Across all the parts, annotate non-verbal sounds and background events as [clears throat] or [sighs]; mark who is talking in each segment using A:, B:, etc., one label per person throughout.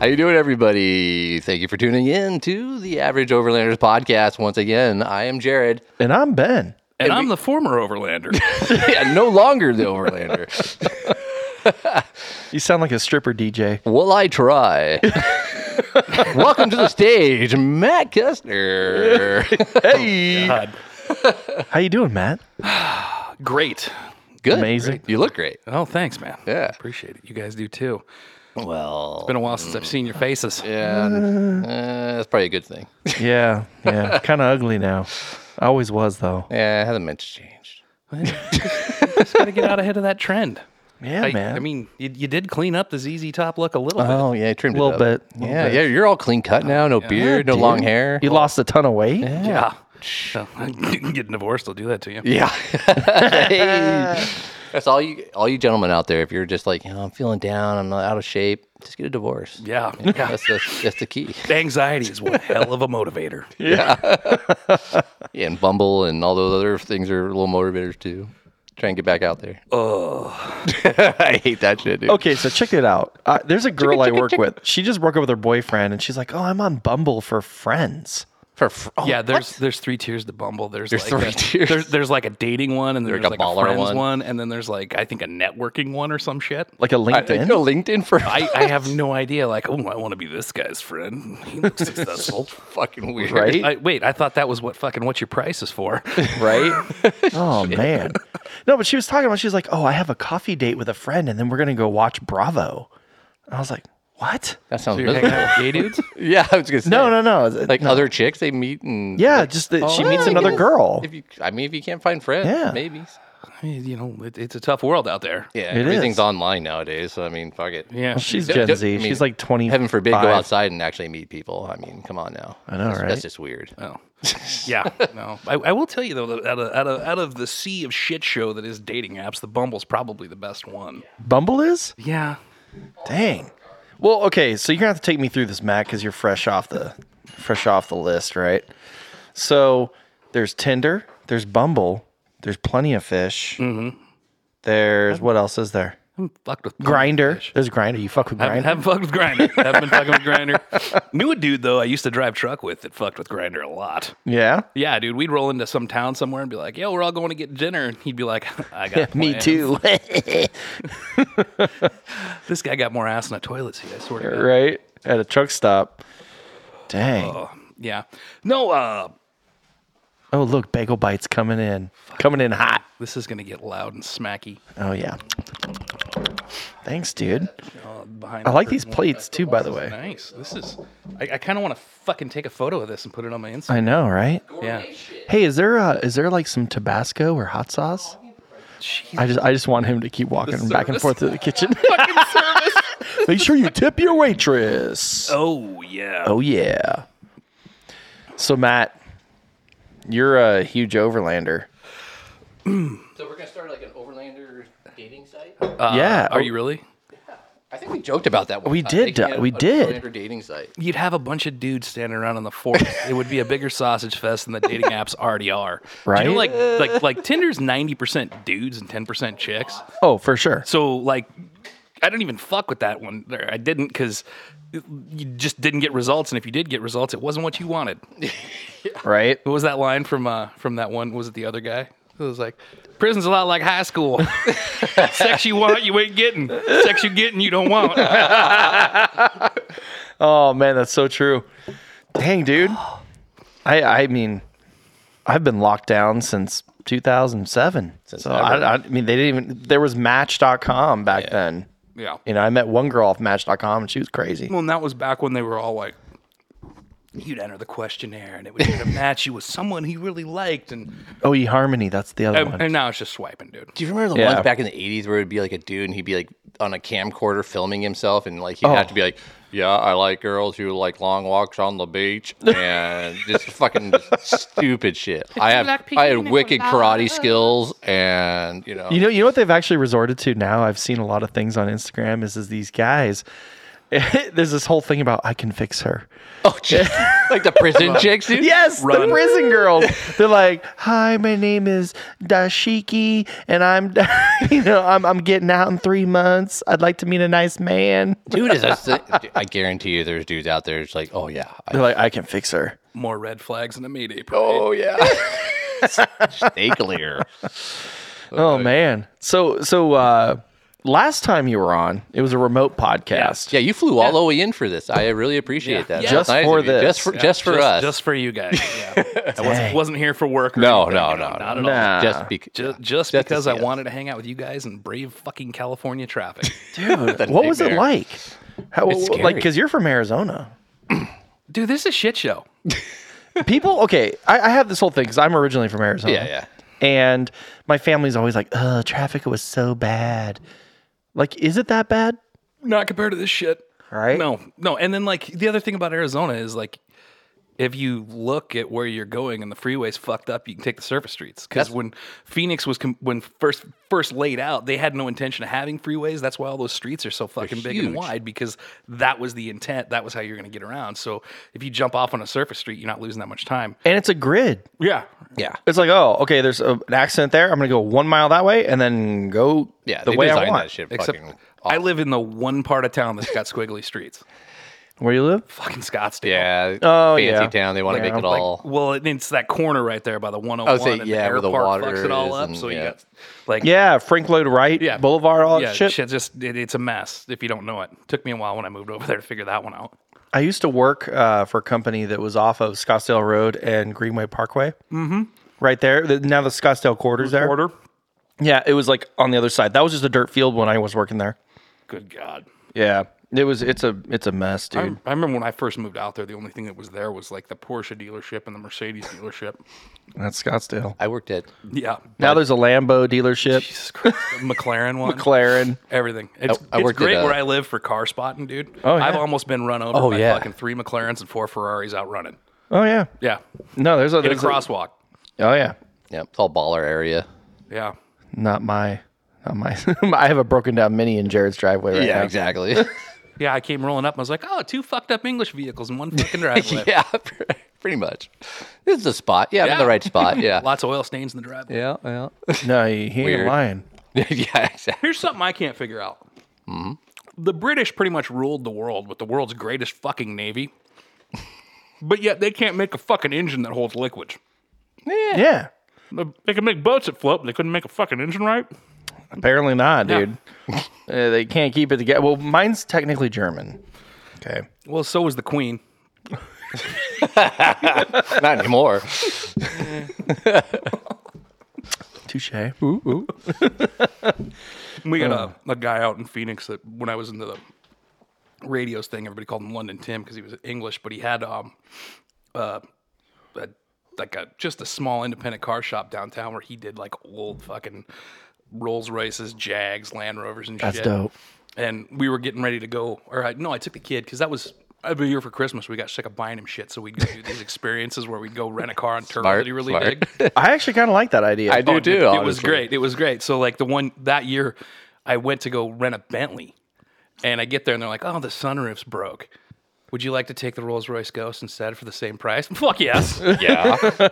A: How you doing, everybody? Thank you for tuning in to the Average Overlanders podcast once again. I am Jared. [laughs]
B: And I'm Ben.
C: And I'm the former Overlander.
A: yeah, no longer the Overlander.
B: You sound like a stripper DJ.
A: Will I try? [laughs] Welcome to the stage, Matt [laughs] Kestner.
B: Hey. How you doing, Matt?
C: [laughs] Great.
A: Good,
B: Amazing.
A: great. You look great.
C: Oh, thanks, man.
A: Yeah.
C: Appreciate it. You guys do too.
A: Well,
C: Been a while since I've seen your faces. [laughs]
A: yeah, uh, that's probably a good thing.
B: [laughs] Yeah, yeah. kind of ugly now. I always was though.
A: Yeah, it hasn't much changed.
C: Just got to get out ahead of that trend.
B: Yeah,
C: I,
B: man.
C: I mean, you, you did clean up the ZZ Top look a little
A: Oh yeah, I trimmed
B: Little
A: it up.
B: bit, little
A: Yeah,
B: bit.
A: yeah, you're all clean cut now. No beard, no long
B: Dude,
A: hair.
B: You lost a ton of weight.
C: bit. Yeah. So, getting divorced will do that to you.
A: Yeah. Hey.
B: [laughs]
A: That's all you all you gentlemen out there. If you're just like, you know, I'm feeling down, I'm not out of shape, just get a divorce.
C: Yeah.
A: [laughs] That's the that's the key.
C: [laughs] Anxiety is one hell of a [laughs] motivator.
A: Yeah, and Bumble and all those other things are little motivators too. Try and get back out there. Oh, [laughs] I hate that shit, dude.
B: Okay, so check it out. Uh, there's a girl I work with. She just broke up with her boyfriend, and she's like, "Oh, I'm on Bumble for friends."
A: For fr- oh,
C: yeah, there's there's three tiers to Bumble. There's,
A: There's
C: like
A: three
C: a,
A: tiers.
C: There's, there's like a dating one, and then
A: Like
C: there's
A: a
C: like a,
A: baller
C: friends
A: one.
C: one. and then there's like I think a networking one or some shit.
B: Like a
A: I, I
B: LinkedIn.
A: know LinkedIn for
C: I, I have no idea. Like, oh, I want to be this guy's friend. He looks successful.
A: fucking weird.
B: Right?
C: I, wait, I thought that was what fucking what your price is for.
B: right? [laughs] oh man. No, but she was talking about she's like, "Oh, I have a coffee date with a friend and then we're going to go watch Bravo." And I was like, "What?"
A: [laughs] That sounds
C: You're hanging
A: miserable.
C: out with gay dudes.
A: [laughs] Yeah, I was gonna say.
B: No, no, no.
A: Like
B: no.
A: other chicks they meet and
B: Yeah, just that she
C: Oh,
B: meets
C: I
B: another
A: guess.
B: girl.
A: If you, I mean, if you can't find friends,
B: Yeah.
A: maybe.
C: I mean, you know, it, it's a tough world out there.
A: Yeah,
B: It
A: everything's
B: is.
A: online nowadays. So I mean, fuck it.
C: Yeah.
B: Well,
C: [laughs]
B: she's
A: Yeah,
B: Gen
A: yeah,
B: Z.
A: I mean,
B: she's like 20.
A: Heaven forbid, go outside and actually meet people. I mean, come on now. I
B: know,
A: that's,
B: right?
A: That's just weird.
C: Oh. yeah. No. I, I will tell you though, that out of, out of out of the sea of shit show that is dating apps, the Bumble's probably the best one.
B: Bumble is?
C: Yeah.
B: Dang. Well, okay, so you're going to have to take me through this Matt cuz you're fresh off the fresh off the list, right? So, there's Tinder, there's Bumble, there's Plenty of Fish. Mhm.
A: Mm-hmm.
B: There's what else is there?
C: I'm fucked with
B: Grinder. There's Grinder. You fuck with
C: I
B: Grinder.
C: haven't fucked with Grinder. haven't been fucking with Grinder. Knew a dude though I used to drive truck with that fucked with Grinder a lot.
B: Yeah.
C: Yeah, dude, we'd roll into some town somewhere and be like, "Yo, we're all going to get dinner," and he'd be like, [laughs] "I got plans. This guy got more ass in a toilet seat. I swear to God.
B: [laughs] right? At a truck stop. Dang. Oh,
C: Yeah. No. Uh,
B: look, bagel bites coming in. Coming in hot.
C: this is gonna get loud and smacky
B: Oh yeah. Thanks, dude.
C: uh, behind.
B: I
C: the
B: like these
C: curtain.
B: plates too, by the way.
C: Nice. This is. I, I kind of want to fucking take a photo of this and put it on my Instagram.
B: I know, right?
C: Yeah.
B: Hey, is there uh is there like some Tabasco or hot sauce? I just I just want him to keep walking back and
C: service.
B: forth to the [laughs] kitchen. [laughs] Make sure you tip your waitress.
C: Oh yeah.
B: Oh yeah. So Matt, you're a huge overlander.
A: So we're gonna start like an Overlander dating site.
C: Uh,
B: yeah.
C: Are you really?
A: I think we joked about that. One
B: We
A: time,
B: did,
A: making
B: uh,
A: it
B: we
A: an
B: did.
A: Overlander dating site.
C: You'd have a bunch of dudes standing around on
B: [laughs]
C: the forest. it would be a bigger sausage fest than the dating apps already are. Do You know,
B: Right?
C: like like like Tinder's ninety percent dudes and ten percent chicks.
B: Oh, for sure.
C: So like, I don't even fuck with that one. There, I didn't because you just didn't get results, and if you did get results, it wasn't what you wanted.
B: Right?
C: What was that line from uh, from that one? Was it the other guy? It was like, prison's a lot like high school. [laughs] Sex you want, you ain't getting. Sex you getting, you don't want.
B: Oh man, that's so true. Dang, dude. I I mean, I've been locked down since 2007. so
A: ever.
B: I, I mean, they didn't even. There was Match.com back then.
C: yeah.
B: You know, I met one girl off Match.com, and she was crazy.
C: Well, and that was back when they were all like, you'd enter the questionnaire, and it would either match you with someone he really liked, and
B: Oh, eHarmony, that's the other
C: and,
B: one.
C: and now it's just swiping, dude.
A: Do you remember the
B: Yeah.
A: ones back in the '80s where it'd be like a dude and he'd be like on a camcorder filming himself and like he'd have
B: Oh.
A: to be like, "Yeah, I like girls who like long walks on the
B: [laughs]
A: beach and just fucking stupid shit." I have
D: like
A: I
D: picking
A: had
D: up
A: wicked
D: on
A: karate skills and you know
B: You know, you know what they've actually resorted to now. I've seen a lot of things on [laughs] Instagram. Is is these guys. There's this whole thing about I can fix her.
A: oh, jeez. [laughs] like the
B: [laughs]
A: prison chicks, dude.
B: Yes, the
C: Run.
B: prison girls. They're like, "Hi, my name is Dashiki, and I'm, [laughs] you know, I'm I'm getting out in three months. I'd like to meet a nice man."
A: dude. Is that, si- I guarantee you, there's dudes out there. It's like, oh yeah, I,
B: [laughs] They're like, "I can fix her."
C: More red flags than a meat apron.
A: oh yeah, [laughs] steak layer.
B: Oh man. So so uh, last time you were on, it was a remote podcast.
A: Yeah, you flew all the way in for this. I really appreciate that.
C: Yeah.
A: That was
B: Just for
A: of you.
B: this.
A: just for just for
C: just,
A: us,
C: Just for you guys.
A: [laughs]
C: Yeah. I wasn't, wasn't here for work. Or
A: No,
C: anything,
A: no,
C: you know,
A: no,
C: Not at
B: no.
C: all.
B: Nah.
A: just because.
C: Just, just
A: to
C: because
A: see
C: I
A: us.
C: wanted to hang out with you guys in brave fucking
A: [laughs]
C: California traffic.
B: Dude, what was it
A: nightmare.
B: like? How,
A: It's scary.
B: like, because you're from Arizona.
C: Dude, this is a shit show.
B: People, okay, I, I have this whole thing because I'm originally from Arizona.
A: yeah, yeah.
B: And my family's always like, oh, traffic was so bad. Like, is it that bad?
C: Not compared to this shit.
B: Right?
C: No, no. And then like the other thing about Arizona is like if you look at where you're going and the freeway's fucked up, you can take the surface streets. Because when Phoenix was com- when first first laid out, they had no intention of having freeways. That's why all those streets are so fucking big and
A: huge.
C: wide because that was the intent. That was how you're going to get around. So if you jump off on a surface street, you're not losing that much time.
B: And it's a grid.
C: Yeah,
A: Yeah.
B: It's like, oh, okay, there's a, an accident there. I'm going to go one mile that way and then go
A: Yeah,
B: the
A: they
B: way I
A: designed
B: want.
A: that shit
C: except
A: fucking
C: I live in the one part of town that's got squiggly streets.
B: Where you live?
C: Fucking Scottsdale.
A: yeah.
B: Oh,
A: fancy
B: yeah.
A: town. They want to
B: Yeah.
A: make it
B: Like,
A: all.
C: Well, it, it's that corner right there by the 101
A: say,
C: and
A: Oh, yeah,
C: the air
A: where the
C: park
A: water
C: fucks it all
A: is
C: up.
A: and-
C: so
A: yeah.
C: you got like
B: Yeah, Frank Lloyd Wright
C: Yeah.
B: Boulevard, all that
C: yeah,
B: shit.
C: shit just it, it's a mess if you don't know it. Took me a while when I moved over there to figure that one out.
B: I used to work uh, for a company that was off of Scottsdale Road and Greenway Parkway. Mm-hmm. Right there. The- Now the Scottsdale quarters there.
C: Order.
B: Yeah, it was like on the other side. That was just a dirt field when I was working there.
C: Good God.
B: Yeah, it was. It's a it's a mess, dude.
C: I I remember when I first moved out there, the only thing that was there was like the Porsche dealership and the Mercedes
B: [laughs]
C: dealership.
B: That's Scottsdale.
A: I worked at
C: Yeah.
B: Now there's a Lambo dealership,
C: Jesus Christ. The McLaren one.
B: [laughs] McLaren.
C: Everything. It's,
A: I
C: it's
A: worked at
C: great
A: a-
C: where I live for car spotting, dude.
B: Oh, yeah.
C: I've almost been run over
A: Oh,
C: by
A: yeah.
C: fucking three McLarens and four Ferraris out running.
B: Oh yeah,
C: Yeah.
B: no, there's a,
C: In a
B: there's a-
C: crosswalk.
B: oh yeah,
A: yeah, it's all baller area.
C: Yeah.
B: not my, not my. [laughs] I have a broken down mini in Jared's driveway right
A: [laughs]
B: now. [laughs]
A: exactly.
C: Yeah, I came rolling up and I was like, oh, two fucked up English vehicles in one fucking driveway. [laughs]
A: yeah, [laughs] pre- pretty much. This is the spot. Yeah, I'm in the
C: Yeah.
A: right spot. Yeah.
C: Lots of oil stains in the
A: [laughs]
C: driveway.
A: yeah, yeah.
B: No, he, he ain't
A: Weird.
B: lying.
A: [laughs] yeah, exactly.
C: Here's something I can't figure out. Mm-hmm. The British pretty much ruled the world with the world's greatest fucking navy, but yet they can't make a fucking engine that holds liquids.
B: Yeah,
C: They can make boats that float, but they couldn't make a fucking engine right.
B: apparently not, dude. [laughs] Uh, they can't keep it together. Well, mine's technically German. Okay.
C: Well, so was the Queen.
A: Not
B: [laughs]
A: anymore.
B: Touche.
C: We got a, a guy out in Phoenix that when I was into the radios thing, everybody called him London Tim because he was English, but he had um uh a, like a just a small independent car shop downtown where he did like old fucking Rolls Royces, Jags, Land Rovers, and
B: That's
C: shit.
B: dope.
C: And we were getting ready to go. Or I, no, I took the kid because that was every year for Christmas. We got sick of buying him shit, so we'd go do these [laughs] experiences where we'd go rent a car on Turtle
A: Smart,
C: that he really
A: smart.
C: big.
B: I actually kind of like that idea.
A: I do
C: Oh,
A: too.
C: dude, It, was
A: honestly.
C: great. It was great. So like the one that year, I went to go rent a Bentley, and I get there and they're like, "Oh, the sunroof's broke. Would you like to take the Rolls Royce Ghost instead for the same price?" [laughs] Fuck yes.
A: Yeah.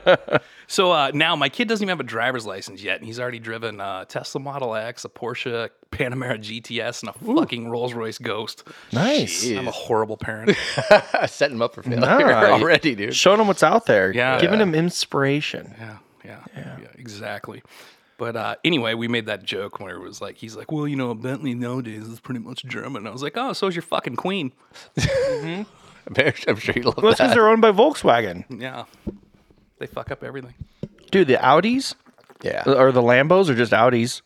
C: so uh, now my kid doesn't even have a driver's license yet, and he's already driven a Tesla Model X, a Porsche Panamera GTS, and a fucking Rolls Royce Ghost.
B: Nice.
C: I'm a horrible parent.
A: [laughs] I set him up for failure
B: Nah.
A: already, dude. [laughs]
B: Showing them what's out there.
C: Yeah.
B: Giving them inspiration.
C: Yeah, yeah, yeah, exactly. But uh, anyway, we made that joke where it was like, he's like, well, you know, a Bentley nowadays is pretty much German. And I was like, oh, so is your fucking queen. [laughs]
A: I'm sure you love
B: Well, that's
A: that.
B: because they're owned by Volkswagen.
C: Yeah. They fuck up everything.
B: Dude, the Audis uh,
A: Yeah.
B: or the Lambos are just Audis.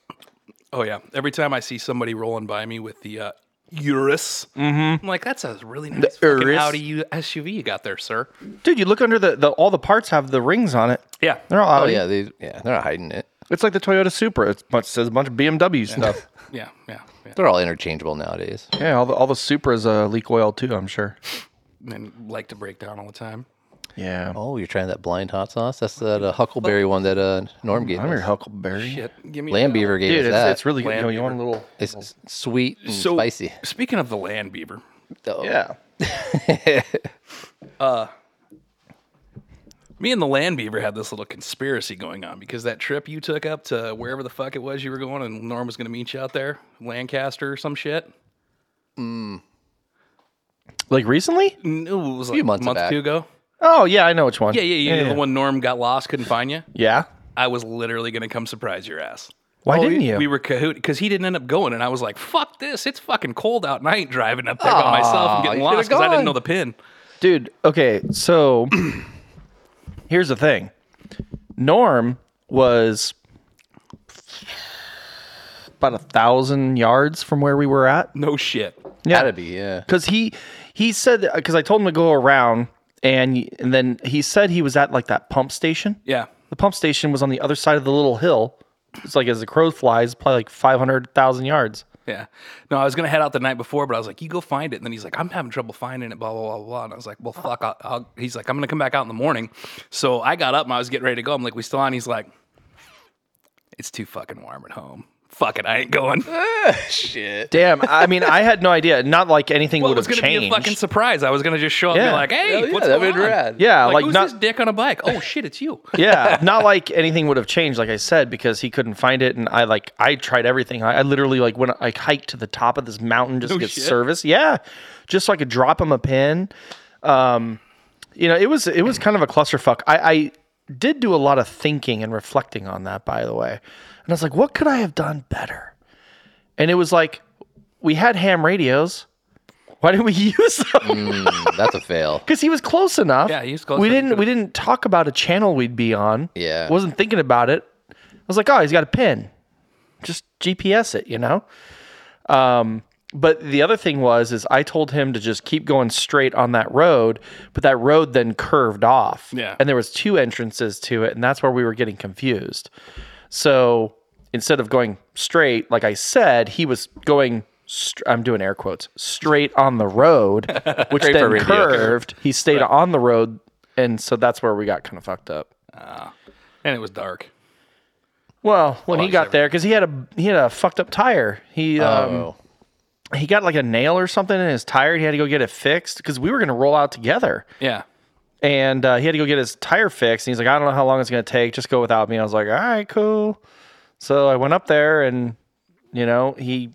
C: Oh, yeah. Every time I see somebody rolling by me with the uh, Urus, mm-hmm. I'm like, that's a really nice fucking
B: Urus.
C: Audi U- SUV you got there, sir.
B: Dude, you look under the, the all the parts have the rings on it.
C: Yeah.
B: They're all
A: Oh
B: Audi.
A: yeah, they yeah, they're not hiding it.
B: It's like the Toyota Supra. It's much says a bunch of BMW stuff.
C: Yeah, yeah, yeah.
A: They're all interchangeable nowadays.
B: yeah, all the all the Supras uh, leak oil too. I'm sure.
C: And like to break down all the time.
B: Yeah,
A: Oh, you're trying that blind hot sauce? That's that uh, Huckleberry one that uh, Norm gave
B: I'm your
A: us.
B: Huckleberry.
C: Shit. Give me
A: Land Beaver gave
B: Dude,
A: us
B: it's,
A: that.
B: it's really good. You, know, you want a little?
A: It's s- sweet and
C: So,
A: spicy.
C: Speaking of the land beaver,
A: though.
B: Yeah.
C: Me and the land beaver had this little conspiracy going on because that trip you took up to wherever the fuck it was you were going, and Norm was going to meet you out there, Lancaster or some shit.
B: Like recently?
C: No, it was like a
A: months
C: month or
A: back.
C: two ago.
B: Oh yeah, I know which one.
C: Yeah, yeah, yeah. The one Norm got lost, couldn't find you.
B: Yeah.
C: I was literally going to come surprise your ass.
B: Why didn't you?
C: Oh, We were cahoot because he didn't end up going, and I was like, "Fuck this! It's fucking cold out, and I ain't driving up there by myself and getting
A: you should've
C: lost because I didn't
A: gone.
C: know the pin."
B: Dude, okay, so [clears throat] here's the thing. Norm was about a thousand yards from where we were at.
C: No shit.
B: Yeah.
A: [laughs] Gotta be,
B: [laughs]
A: yeah.
B: because he he said because I told him to go around and and then he said he was at like that pump station.
C: Yeah.
B: The pump station was on the other side of the little hill. It's like as the crow flies, probably like five hundred thousand yards.
C: [laughs] Yeah. No, I was gonna head out the night before, but I was like, "You go find it." And then he's like, "I'm having trouble finding it." Blah blah blah blah. And I was like, "Well, fuck." I'll, I'll, he's like, "I'm gonna come back out in the morning." So I got up and I was getting ready to go. I'm like, "We still on?" He's like, "It's too fucking warm at home. Fuck it, I ain't going." Well,
A: Shit.
B: Damn, I mean, I had no idea. Not like anything
C: it
B: would
C: was
B: have
C: gonna be a
B: changed.
C: fucking surprise. I was gonna just show up
B: Yeah.
C: and be like, "Hey,
A: Hell yeah,
C: what's
A: that'd
C: going
A: been
C: on?"
A: rad.
B: yeah,
C: Like,
B: like,
C: who's
B: not
C: this dick on a bike? Oh shit,
B: [laughs]
C: it's you. [laughs]
B: yeah, not like anything would have changed. Like I said, because he couldn't find it, and I like I tried everything. I, I literally like went like hiked to the top of this mountain just
C: No
B: to get
C: shit.
B: service. Yeah, just so I could drop him a pin. Um, you know, it was it was kind of a clusterfuck. I, I did do a lot of thinking and reflecting on that, by the way, and I was like, what could I have done better? And it was like we had ham radios. Why didn't we [laughs] use them?
A: Mm, That's a
B: [laughs]
A: fail.
B: because he was close enough.
C: Yeah, he was close
B: We
C: enough. He
B: didn't we didn't talk about a channel we'd be on.
A: Yeah.
B: wasn't thinking about it. I was like, oh, he's got a pin. Just GPS it, you know. Um, but the other thing was is I told him to just keep going straight on that road, but that road then curved off.
C: Yeah.
B: and there was two entrances to it, and that's where we were getting confused. So instead of going straight, like I said, he was going. Str- I'm doing air quotes. Straight on the [laughs] road, which
A: Straight for
B: then
A: radio.
B: curved. He stayed on the road, and so that's where we got kind of fucked up.
C: And it was dark.
B: Well, when he got there, because he had a he had a fucked up tire. He um,
A: Oh.
B: he got like a nail or something in his tire. He had to go get it fixed because we were going to roll out together,
C: Yeah.
B: and uh, he had to go get his tire fixed. And he's like, I don't know how long it's going to take. Just go without me. I was like, all right, cool. So I went up there, and you know he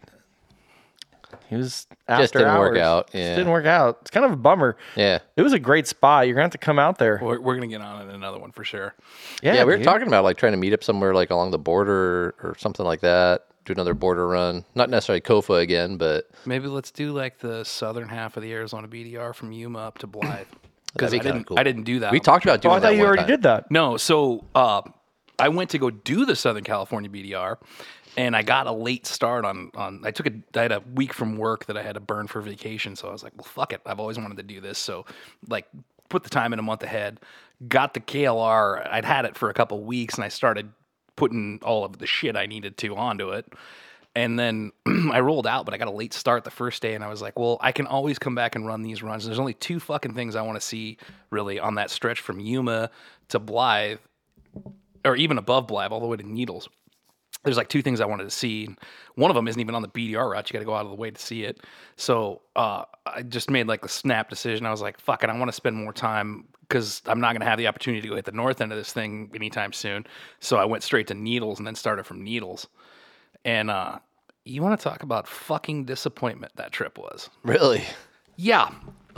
B: he was after
A: didn't work
B: hours.
A: out,
B: Just
A: yeah.
B: didn't work out. It's kind of a bummer.
A: Yeah.
B: It was a great spot. You're gonna have to come out there.
C: We're, we're gonna get on it another one for sure.
B: Yeah,
A: Yeah, we were
B: dude.
A: talking about like trying to meet up somewhere like along the border or something like that. Do another border run. Not necessarily Kofa again, but
C: Maybe let's do like the southern half of the Arizona BDR from Yuma up
A: [clears throat]
C: to Blythe. Because
A: be
C: I
A: kinda
C: didn't,
A: cool.
C: I didn't do that.
A: we
C: one.
A: talked about doing
B: Oh, I
A: that
B: thought you
A: one
B: already
A: time.
B: did that.
C: No, so uh, I went to go do the Southern California BDR, and I got a late start on on. I took a I had a week from work that I had to burn for vacation, so I was like, well, fuck it. I've always wanted to do this, so like put the time in a month ahead. Got the KLR. I'd had it for a couple weeks, and I started putting all of the shit I needed to onto it. And then [clears throat] I rolled out, but I got a late start the first day, and I was like, "Well, I can always come back and run these runs." There's only two fucking things I want to see really on that stretch from Yuma to Blythe, or even above Blythe, all the way to Needles. There's like two things I wanted to see. One of them isn't even on the BDR route. You got to go out of the way to see it. So uh, I just made like a snap decision. I was like, fuck it, I want to spend more time because I'm not going to have the opportunity to go hit the north end of this thing anytime soon. So I went straight to Needles and then started from Needles. And uh, you want to talk about fucking disappointment that trip was.
A: [laughs] Really?
C: Yeah.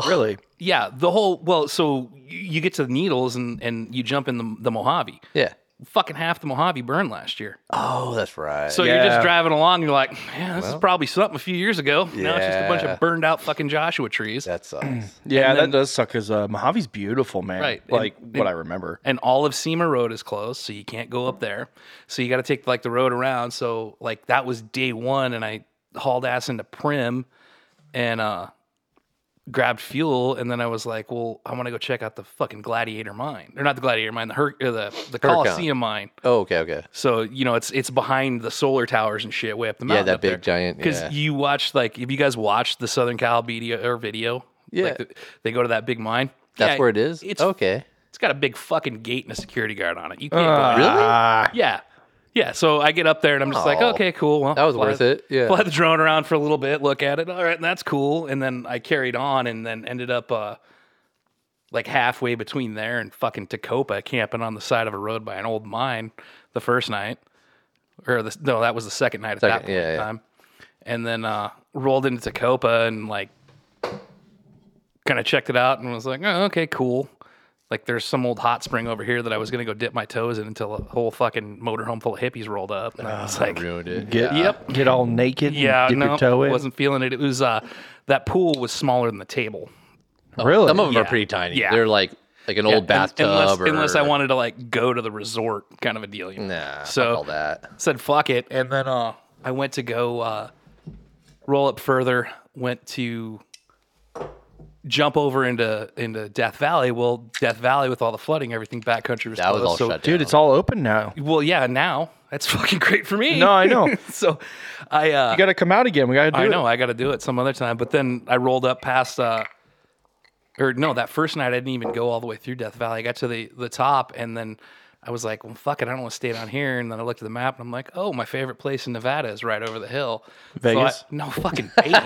B: Really?
C: Yeah. The whole, well, so you- you get to Needles and, and you jump in the, the Mojave
A: [laughs] Yeah.
C: fucking half the Mojave burned last year.
A: Oh, that's right.
C: So you're
B: Yeah.
C: just driving along, and you're like, man, this is probably something a few years ago. Now it's just a bunch
A: Yeah.
C: of burned out fucking Joshua trees.
A: that
B: Mm.
A: sucks.
B: Yeah, that does suck because uh, Mojave's beautiful, man.
C: Right, and-
B: Like what I remember.
C: And all of SEMA Road is closed, so you can't go up there. So you got to take like the road around. So like that was day one, and I hauled ass into Prim, and uh, grabbed fuel, and then I was like, well, I want to go check out the fucking Gladiator Mine, or not the Gladiator Mine, the Her- or the the Coliseum Mine.
A: oh, okay, okay.
C: So you know, it's it's behind the solar towers and shit way up the mountain.
A: that
C: up there.
A: big giant, yeah.
C: you watch like if you guys watched the Southern Cal video or video,
A: Yeah.
C: like the, they go to that big mine.
A: That's
C: Yeah,
A: where it is?
C: It's
A: okay.
C: It's got a big fucking gate and a security guard on it. You can't go. in.
B: Ah,
C: Yeah. Yeah, so I get up there and I'm just like,
A: Aw.
C: okay, cool. Well,
A: That was worth it, yeah.
C: fly the drone around for a little bit, look at it. All right, and that's cool. And then I carried on, and then ended up uh, like halfway between there and fucking Tacopa, camping on the side of a road by an old mine the first night, or the, no, that was the second night at that
A: Second,
C: point
A: yeah,
C: in
A: yeah.
C: time, and then uh, rolled into Tacopa and like kind of checked it out and was like, oh, okay, cool. Like there's some old hot spring over here that I was gonna go dip my toes in until a whole fucking motorhome full of hippies rolled up, and I was like,
A: ruined it.
B: Get,
C: Yep.
B: Get all naked.
C: [laughs] yeah,
B: And dip
C: no,
B: your toe in.
C: wasn't feeling it. It was uh, that pool was smaller than the table.
B: really.
A: Some of them are
C: Yeah.
A: pretty tiny.
C: Yeah.
A: They're like like an old
C: Yeah, un-
A: bathtub.
C: unless,
A: or,
C: unless I wanted to like go to the resort kind of a deal. You know?
A: Nah, so
C: So-
A: all that.
C: Said fuck it, and then uh, I went to go uh, roll up further. Went to jump over into into Death Valley. Well, Death Valley with all the flooding, everything backcountry was
A: That was
C: closed,
A: all
C: so-
A: shut down.
B: Oh, Dude, it's all open now. You
C: Well, yeah, now that's [laughs] fucking great for me.
B: No, I [laughs] know.
C: [laughs] so I uh,
B: got to come out again. We got to do
C: I
B: it.
C: know I got to do it some other time. But then I rolled up past, uh, or no, that first night I didn't even go all the way through Death Valley. I got to the the top, and then I was like, "Well, fuck it, I don't want to stay down here." And then I looked at the map, and I'm like, "Oh, my favorite place in Nevada is right over the hill." So I-
B: Vegas?
C: no fucking Beatty, dude.
A: [laughs]
C: [laughs]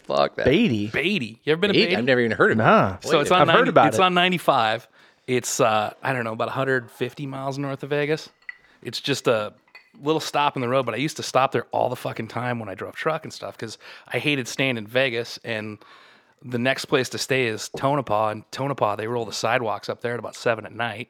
A: Fuck that.
B: Beatty.
C: Beatty. You ever been to
A: Eight?
C: Beatty?
A: I've never even heard of
B: Nah.
A: it.
C: so it's on.
B: I've heard
C: 90
B: about
C: It's
B: it.
C: on 95. It's uh, I don't know about 150 miles north of Vegas. It's just a little stop in the road, but I used to stop there all the fucking time when I drove truck and stuff because I hated staying in Vegas. And the next place to stay is Tonopah, and Tonopah they roll the sidewalks up there at about seven at night.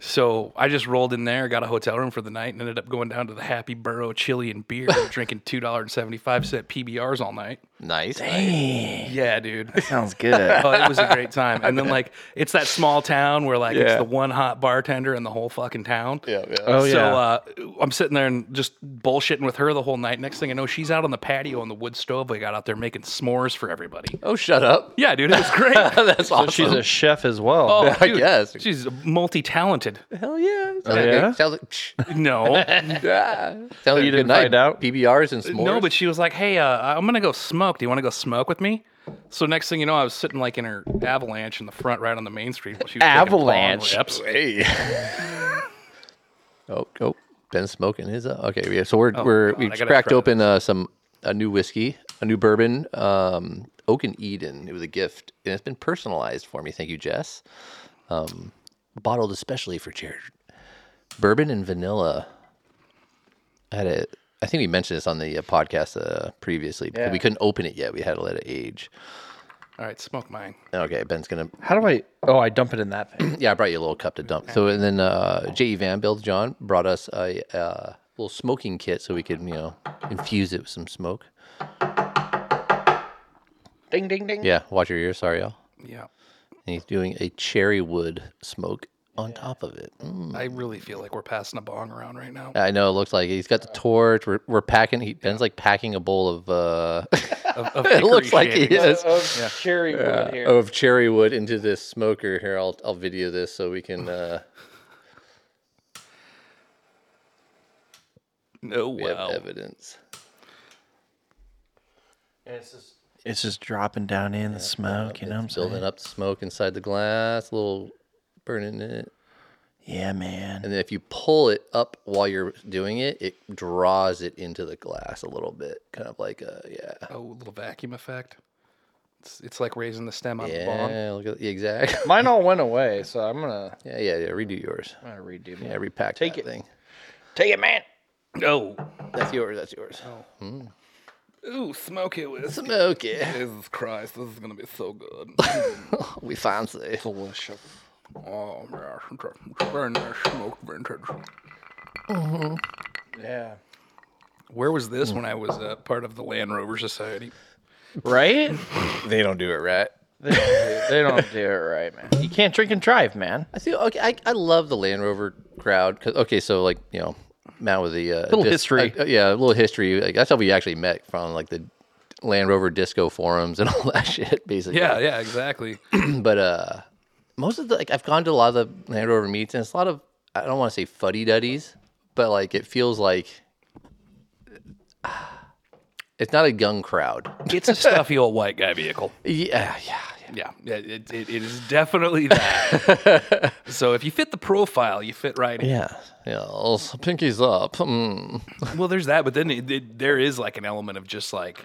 C: So I just rolled in there, got a hotel room for the night, and ended up going down to the Happy Burrow Chili and Beer, [laughs] and drinking two dollar and seventy five cent PBRs all night.
A: Nice.
B: Eh.
C: Yeah, dude. [laughs]
B: Sounds [laughs] good.
C: Oh, it was a
A: [laughs]
C: great time. And then like it's that small town where like it's
B: Yeah.
C: the one hot bartender in the whole fucking town.
A: Yeah, yeah.
B: oh yeah.
C: So uh, I'm sitting there and just bullshitting with her the whole night. Next thing I know, she's out on the patio on the wood stove. We got out there making s'mores for everybody.
A: oh, shut up. [laughs]
B: [laughs]
C: Yeah, dude, it was great.
A: That's awesome.
B: She's a chef as well.
C: [laughs] Oh,
A: [laughs] I guess.
C: she's multi-talented.
A: Hell yeah. Sounds like-
B: oh, yeah?
A: Sounds like, [laughs]
B: [laughs]
A: psh,
C: [laughs] No,
A: yeah. Sounds like a good
B: didn't
A: night.
B: find out?
A: PBRs and s'mores.
C: Uh, no, but she was like, "Hey, uh, I'm gonna go smoke. Do you want to go smoke with me?" So next thing you know, I was sitting like in her avalanche in the front, right on the main street. While she was taking bong
B: Avalanche?
C: rips.
A: hey. oh, oh, Ben smoking his. Uh, okay, yeah. So we're we're
C: Oh, God,
A: we
C: I gotta
A: cracked
C: try
A: open uh, some a new whiskey, a new bourbon, um, Oak and Eden. It was a gift, and it's been personalized for me. Thank you, Jess. Um, bottled especially for Jared. Bourbon and vanilla. I had a. I think we mentioned this on the uh, podcast uh, previously. but We couldn't open it yet. We had to let it age.
C: All right, smoke mine.
A: Okay, Ben's gonna
B: How do I? Oh, I dump it in that thing.
A: yeah, I brought you a little cup to dump. So and then uh, J.E. Van Build John brought us a uh, little smoking kit so we could you know infuse it with some smoke.
B: [clears throat] ding ding ding.
A: Yeah, watch your ears. Sorry, y'all.
C: Yeah.
A: And he's doing a cherry wood smoke on top of it. Mm.
C: I really feel like we're passing a bong around right
A: [laughs]
C: now.
A: I know it looks like he's got the torch. We're, we're packing. He, Ben's like packing a bowl of. Uh, [laughs]
C: Of
A: it looks
C: hickory
A: like he
C: shavings.
A: is.
B: Cherry wood here.
A: Of cherry wood into this smoker here. I'll I'll video this so we can. Uh,
C: [laughs] No,
A: we have
C: Oh, wow.
A: evidence.
B: It's just dropping down in the smoke. You know what I'm saying?
A: Building up the smoke inside the glass. A little burning it.
B: Yeah, man.
A: And then if you pull it up while you're doing it, it draws it into the glass a little bit, kind of like a yeah,
C: Oh, little vacuum effect. It's, it's like raising the stem on the bong.
A: yeah, look at yeah, exactly, [laughs]
B: Mine all went away, so I'm gonna,
A: yeah, yeah, yeah. Redo yours,
B: I'm gonna redo.
A: yeah, repack
B: Take
A: that
B: it.
A: thing.
B: Take it, man.
C: Oh,
A: That's yours. That's yours. [laughs]
C: ooh, smoke it with.
A: Smoke it.
C: Jesus Christ, this is gonna be
A: [laughs]
C: so good.
A: We fancy.
B: Delicious.
C: oh man, very nice smoke vintage.
B: Yeah.
C: Where was this when I
A: Mm.
C: was uh, part of the Land Rover Society?
B: [laughs] Right?
A: They don't do it right.
B: they, don't do, they don't do it right, man. You can't drink and drive, man.
A: I feel okay. I, I love the Land Rover crowd. 'cause- okay, so like you know, Matt with the uh, little
B: history.
A: yeah, a little history. Like, that's how we actually met from like the Land Rover disco forums and [laughs] all that shit, basically.
C: Yeah, yeah,
A: [laughs]
C: exactly.
A: but uh most of the like I've gone to a lot of the Land Rover meets and it's a lot of I don't want to say fuddy duddies, but like it feels like [sighs] it's not a young crowd.
C: It's a stuffy old white guy vehicle.
A: [laughs] Yeah, yeah. yeah.
C: Yeah, yeah, it, it, it is definitely that.
A: [laughs]
C: so if you fit the profile, you fit right in.
A: Yeah, yeah. I'll s- pinkies up. Mm.
C: Well, there's that, but then it, it, there is like an element of just like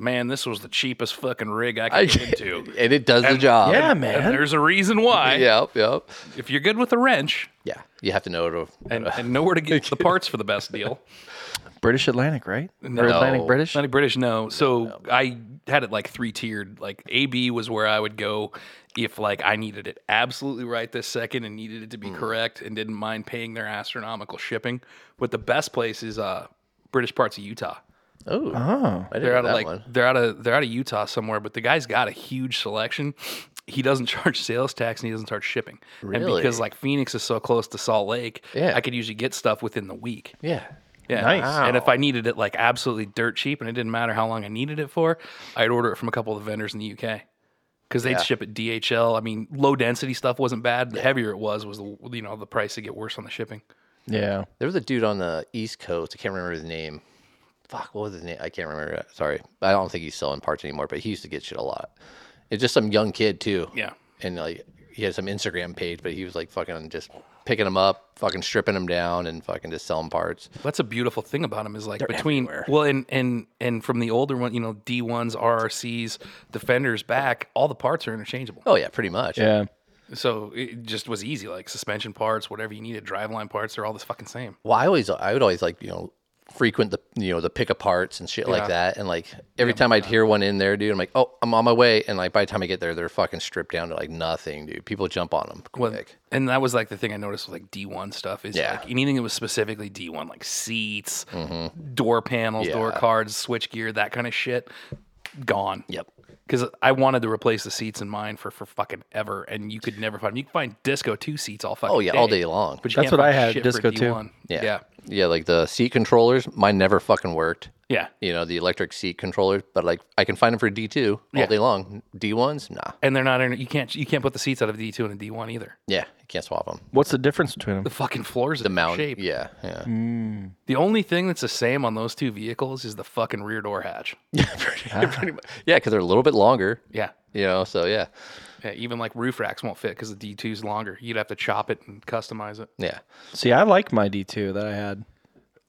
C: man, this was the cheapest fucking rig I could
A: [laughs]
C: get into.
A: and it does the job.
B: Yeah,
C: And
B: man.
C: there's a reason why.
A: Yep. Yep.
C: If you're good with a wrench
A: Yeah. You have to know to.
C: and, and know where to get the parts for the best deal,
B: British Atlantic, right?
C: No.
B: Or Atlantic
A: No.
B: British?
C: Not a British, no. So I had it like three tiered. Like AB was where I would go if like I needed it absolutely right this second and needed it to be correct and didn't mind paying their astronomical shipping. But the best place is uh, British parts of Utah.
A: Oh.
B: Oh.
A: I didn't
C: They're
A: know
C: out of
A: that
C: like
A: one.
C: they're out of they're out of Utah somewhere, but the guy's got a huge selection. He doesn't [laughs] charge sales tax and he doesn't charge shipping. And
A: Really?
C: because like Phoenix is so close to Salt Lake,
A: Yeah.
C: I could usually get stuff within the week.
A: Yeah.
C: Yeah.
B: Nice.
C: And if I needed it like absolutely dirt cheap and it didn't matter how long I needed it for, I'd order it from a couple of the vendors in the UK because they'd ship it DHL. I mean, low density stuff wasn't bad. The heavier it was, was the you know the price would get worse on the shipping.
B: Yeah.
A: There was a dude on the East Coast. I can't remember his name. Fuck, what was his name? I can't remember. it. Sorry, I don't think he's selling parts anymore. But he used to get shit a lot. It's just some young kid too.
C: Yeah.
A: and like he had some Instagram page, but he was like fucking just picking them up, fucking stripping them down, and fucking just selling parts.
C: That's a beautiful thing about them is like between well and and and from the older one, you know, D ones, RRCs, defenders back, all the parts are interchangeable.
A: Oh yeah, pretty much.
B: Yeah.
C: So it just was easy, like suspension parts, whatever you needed, driveline parts, they're all the fucking same.
A: Well, I always I would always like you know frequent the you know the pick aparts and shit
C: Yeah.
A: like that, and like every time I'd hear one in there, dude, I'm like, oh, I'm on my way, and like by the time I get there, they're fucking stripped down to like nothing, dude. People jump on them
C: Well,
A: quick.
C: and that was like the thing I noticed with like D1 stuff is
A: Yeah.
C: like anything that was specifically D1, like seats, door panels, door
A: Mm-hmm. Yeah.
C: cards, switch gear, that kind of shit, gone.
A: Yep.
C: Because I wanted to replace the seats in mine for, for fucking ever, and you could never find them. You can find Disco 2 seats all fucking
A: Oh yeah, all day long.
C: But you
B: That's
C: can't
B: what I
C: find
B: had,
C: shit
B: Disco
C: for
B: 2.
C: D1.
A: Yeah.
C: Yeah.
A: Yeah, like the seat controllers, mine never fucking worked.
C: Yeah.
A: You know, the electric seat controllers, but like I can find them for D2 all
C: Yeah.
A: day long. D1s, nah.
C: And they're not, in, you can't, you can't put the seats out of D2 and a D1 either.
A: Yeah, you can't swap them.
B: What's the difference between
C: The
B: them?
C: fucking floors,
A: The mount.
C: shape. Mm.
A: Yeah, yeah. [laughs]
C: The only thing that's the same on those two vehicles is the fucking rear door hatch.
A: pretty,
C: Ah.
A: pretty much. Yeah, because they're a little bit longer,
C: Yeah.
A: you know, so yeah.
C: Yeah, even like roof racks won't fit because the D2's longer. You'd have to chop it and customize it.
A: Yeah.
B: See, I like my D2 that I had.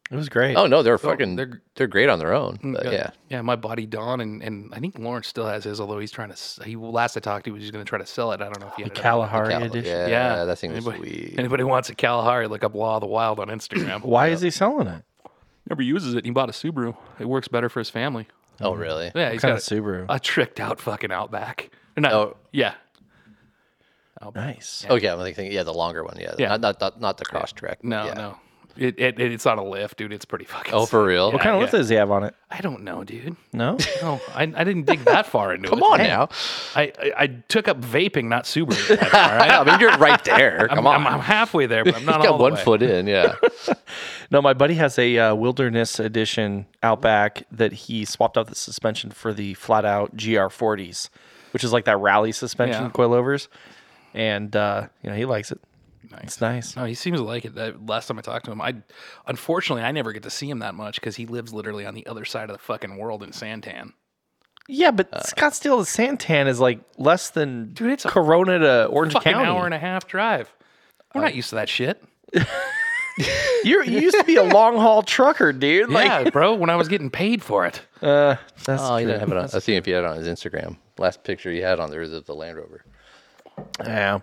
B: It was great.
A: Oh, no, they're fucking,
C: they're- Mm,
A: they're, they're great on their own. But Uh, yeah.
C: yeah. My buddy Don and, and I think Lawrence still has his, although he's trying to. s- He last I talked to, he was just going to try to sell it. I don't know if he ended up-
B: Kalahari
A: Oh, Cal-
B: edition.
A: yeah,
C: Yeah,
A: that thing was
C: anybody, [laughs]
A: sweet.
C: anybody wants a Kalahari? Look up Law of the Wild on Instagram.
B: Why is he selling it?
C: Never uses it. and He bought a Subaru. It works better for his family.
A: Oh, really?
C: Yeah, he's
B: Kind
C: got
B: of
C: a,
B: Subaru.
C: a tricked out fucking Outback. Not,
A: Oh.
C: yeah,
B: nice.
A: Okay, I'm thinking, yeah, the longer one. Yeah.
C: Yeah.
A: Not, not, not, not the cross track.
C: no,
A: yeah.
C: no. It, it, it's on a lift, dude. It's pretty fucking.
A: Oh, for
C: sick.
A: real?
B: What kind of lift does he have on it?
C: I don't know, dude. [laughs]
B: No?
C: No, I, I didn't dig that far into it.
A: Come on now.
C: I, I, I took up vaping, not Subaru.
A: [laughs]
C: All right.
A: I mean, you're right there. Come
C: [laughs] I'm,
A: on.
C: I'm, I'm halfway there, but I'm not
A: He's
C: all
A: got
C: the
A: one
C: way.
A: foot in,
C: [laughs]
A: yeah.
B: No, my buddy has a uh, Wilderness Edition Outback that he swapped out the suspension for the flat out GR40s, which is like that rally suspension
C: Yeah.
B: coilovers. And, uh, you know, he likes it. It's nice.
C: No, Oh, he seems to like it. That last time I talked to him, I unfortunately I never get to see him that much because he lives literally on the other side of the fucking world in Santan.
B: Yeah, but Scottsdale to Santan is like less than
C: Uh, Dude, it's a
B: Corona to Orange
C: Fucking
B: County.
C: hour and a half drive. We're not used to that shit.
B: You're, you used to
C: [laughs]
B: be a long haul trucker, dude. Like,
C: yeah, bro. When I was getting paid for it,
B: uh, that's
A: Oh, he
B: true.
A: didn't have it on. I seen if he had it on his Instagram. Last picture he had on there is of the Land Rover.
B: Yeah.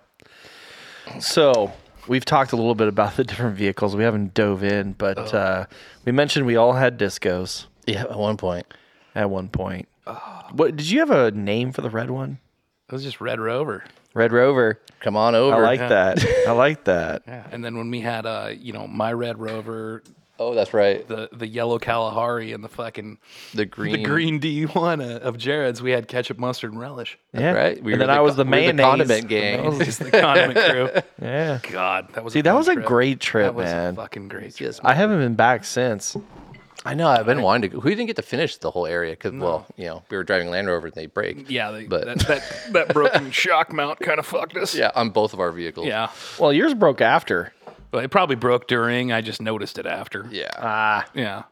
B: So we've talked a little bit about the different vehicles. We haven't dove in, but uh, we mentioned we all had discos
A: Yeah, at one point.
B: at one point. What did you have a name for the red one?
C: it was just Red Rover.
B: Red Rover.
A: Come on
B: I
A: over.
B: like that. I like [laughs] that.
C: Yeah. And then when we had, uh, you know, my Red Rover,
A: oh, that's right. The,
C: the the yellow Kalahari, and the fucking
A: green.
C: the green D one uh, of Jared's, we had ketchup, mustard, and relish.
B: Yeah.
A: right.
B: and then I was the
A: we were
B: mayonnaise.
A: The condiment
C: That
A: gang.
C: was just the condiment [laughs] crew.
B: Yeah.
C: God, that was
B: Dude, that
C: fun
B: was a
C: trip.
B: great
C: That
B: trip,
C: was a
B: man.
C: fucking great trip.
A: Yes,
B: I haven't been back since.
A: I know. I've been wanting to. go- We didn't get to finish the whole area because, well, you know, we were driving Land Rover and they break.
C: Yeah, they,
A: but
C: that, that that
B: [laughs]
C: broken shock mount kind of fucked us.
A: [laughs] yeah, on both of our vehicles.
C: yeah.
B: Well, yours broke after.
C: Well, it probably broke during. I just noticed it after.
A: yeah.
B: Ah.
C: yeah.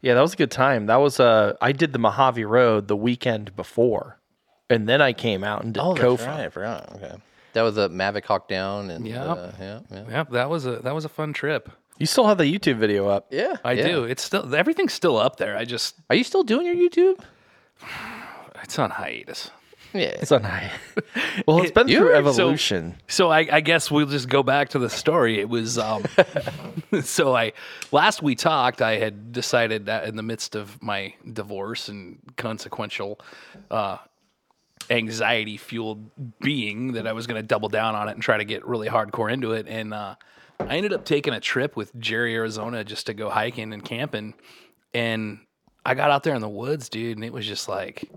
B: Yeah, that was a good time. That was uh I did the Mojave Road the weekend before. And then I came out and did
A: oh, that's
B: Kofa.
A: right. I forgot. Okay. That was the Mavic Hawk down and
C: Yeah.
A: uh, yeah, yeah,
C: Yep, that was a that was a fun trip.
B: You still have the YouTube video up.
A: yeah.
C: I
A: yeah.
C: do. It's still everything's still up there. I just [laughs]
A: Are you still doing your YouTube?
C: It's on hiatus.
A: Yeah.
B: It's on high. Well, it's been
C: You're
B: through
C: right. So-
B: evolution.
C: So I, I guess we'll just go back to the story. It was um, [laughs] so I last we talked, I had decided that in the midst of my divorce and consequential uh, anxiety fueled being that I was going to double down on it and try to get really hardcore into it. And uh, I ended up taking a trip with Jerry, Arizona, just to go hiking and camping. And I got out there in the woods, dude, and it was just like,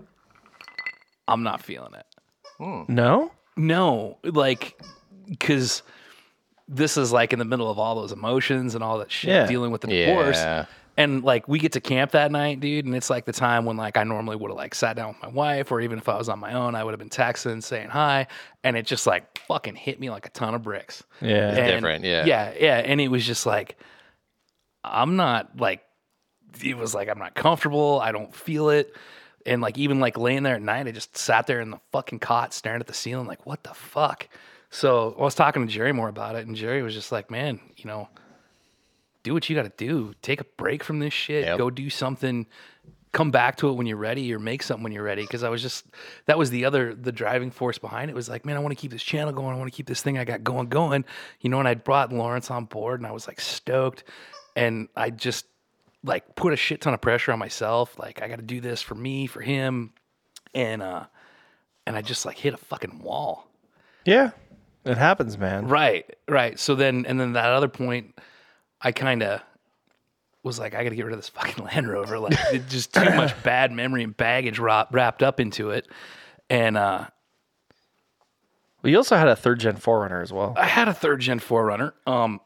C: I'm not feeling it.
B: no?
C: No, like, because this is like in the middle of all those emotions and all that shit,
B: Yeah.
C: dealing with the
A: Yeah.
C: divorce. And like, we get to camp that night, dude, and it's like the time when like I normally would have like sat down with my wife, or even if I was on my own, I would have been texting, saying hi, and it just like fucking hit me like a ton of bricks.
B: Yeah.
C: And-
A: different, yeah.
C: yeah, yeah, and it was just like, I'm not like, it was like I'm not comfortable. I don't feel it. And like even like laying there at night, I just sat there in the fucking cot staring at the ceiling, like, what the fuck? So I was talking to Jerry more about it, and Jerry was just like, Man, you know, do what you gotta do. Take a break from this shit.
A: Yep.
C: Go do something. Come back to it when you're ready or make something when you're ready. Cause I was just that was the other the driving force behind it was like, Man, I wanna keep this channel going, I wanna keep this thing I got going going. You know, and I brought Lawrence on board and I was like stoked. And I just like put a shit ton of pressure on myself. Like I got to do this for me, for him, and uh, and I just like hit a fucking wall.
B: Yeah. It happens, man.
C: Right, right. So then, and then that other point, I kind of was like, I got to get rid of this fucking [laughs] Land Rover. Like, it just too [laughs] much bad memory and baggage wrap, wrapped up into it. And uh,
B: Well, you also had a third gen Forerunner as well.
C: I had a third gen Forerunner. Um,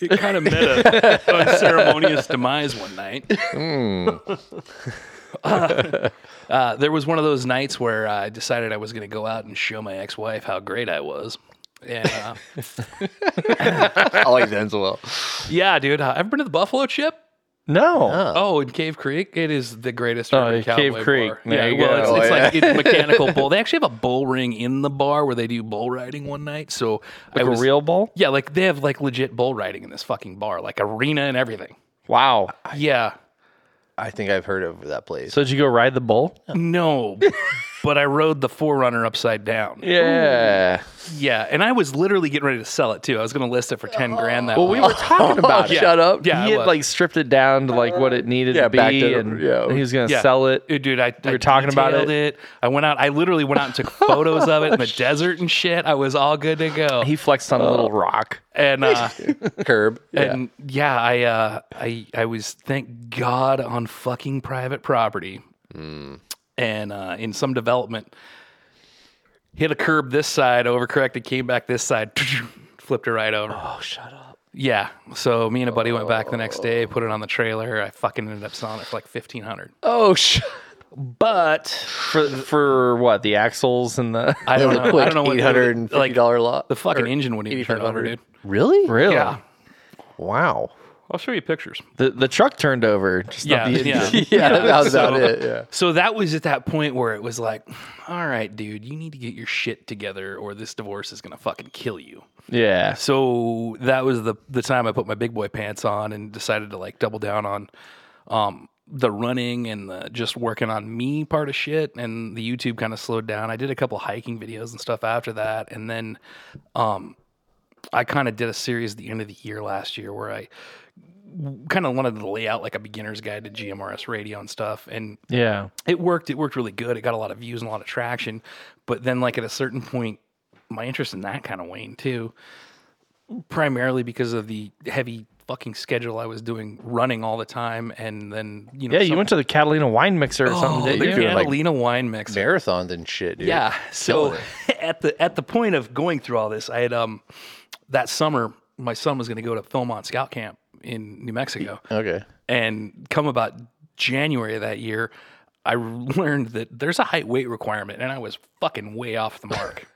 C: it kind of met a [laughs] unceremonious demise one night. Hmm. [laughs] Uh, there was one of those nights where I decided I was going to go out and show my ex-wife how great I was. And uh,
A: Always ends well.
C: yeah, dude, uh, ever been to the Buffalo Chip?
B: No.
C: Oh, in Cave Creek, it is the greatest.
B: Uh. Oh,
C: river
B: yeah,
C: cowboy
B: Cave Creek.
C: Bar.
B: There
C: yeah,
B: you
C: well,
B: go.
C: it's, it's
A: Oh,
C: like it's mechanical bull. They actually
B: [laughs]
C: have a bull ring in the bar where they do bull riding one night. So I
B: Like
C: was
B: a real bull?
C: Yeah, like they have like legit bull riding in this fucking bar, like arena and everything.
B: Wow.
C: Yeah.
A: I think I've heard of that place.
B: So did you go ride the bull?
C: No.
B: [laughs]
C: but I rode the Forerunner upside down. [laughs]
A: yeah.
C: Yeah, and I was literally getting ready to sell it too. I was going to list it for 10 grand that
B: Well, we were [laughs] talking about it.
A: Shut up.
C: [laughs] Yeah,
B: he
C: I
B: had
C: was.
B: like stripped it down to like what it needed
A: Yeah,
B: to be,
A: back to the-
B: and
A: yeah.
B: he was gonna
C: Yeah.
B: sell it.
C: Dude, I, we
B: were talking about it.
C: I went out. I literally went out
A: [laughs]
C: and took photos of it in the desert and shit. I was all good to go.
B: He flexed on a little rock.
C: And uh,
A: [laughs] Curb.
C: and yeah, I uh, I I was thank God on fucking private property,
A: Mm.
C: and uh, in some development, hit a curb this side, overcorrected, came back this side, flipped it right over. Oh, shut up. Yeah, so me and a buddy went back the next day, put it on the trailer. I fucking ended up selling it for like fifteen hundred.
A: Oh, sh-
C: But
B: for for what the axles and the
C: I
A: that
C: don't
A: was
C: know.
A: a quick
C: I don't know what
A: eight hundred and fifty dollar
C: like,
A: lot.
C: The fucking engine wouldn't even turn over,
A: 8500.
C: dude.
A: Really?
B: [laughs] really
C: Yeah,
A: Wow.
C: I'll show you pictures.
B: the the truck turned over. Just
C: Yeah,
B: not the
C: yeah.
B: [laughs]
C: [laughs]
B: engine.
A: Yeah, that was
C: So-
A: about it. Yeah.
C: So that was at that point where it was like, all right, dude, you need to get your shit together or this divorce is going to fucking kill you.
B: yeah.
C: So that was the the time I put my big boy pants on and decided to like double down on um the running and the just working on me part of shit and the YouTube kind of slowed down. I did a couple hiking videos and stuff after that and then um I kind of did a series at the end of the year last year where I kind of wanted to lay out like a beginner's guide to GMRS radio and stuff and
B: Yeah.
C: it worked. It worked really good. It got a lot of views and a lot of traction. But then, like at a certain point, my interest in that kind of waned too, primarily because of the heavy fucking schedule I was doing, running all the time, and then you know,
B: Yeah, you
C: some-
B: went to the Catalina wine mixer or
C: oh,
B: something,
C: the
B: didn't you?
A: doing, like,
C: Catalina wine mix.
A: Marathons and shit, dude.
C: Yeah. So [laughs] at the at the point of going through all this, I had um that summer my son was going to go to Philmont Scout Camp in New Mexico.
B: Oh,
A: Okay.
C: And come about January of that year, I learned that there's a height weight requirement, and I was fucking way off the
A: [laughs]
C: mark.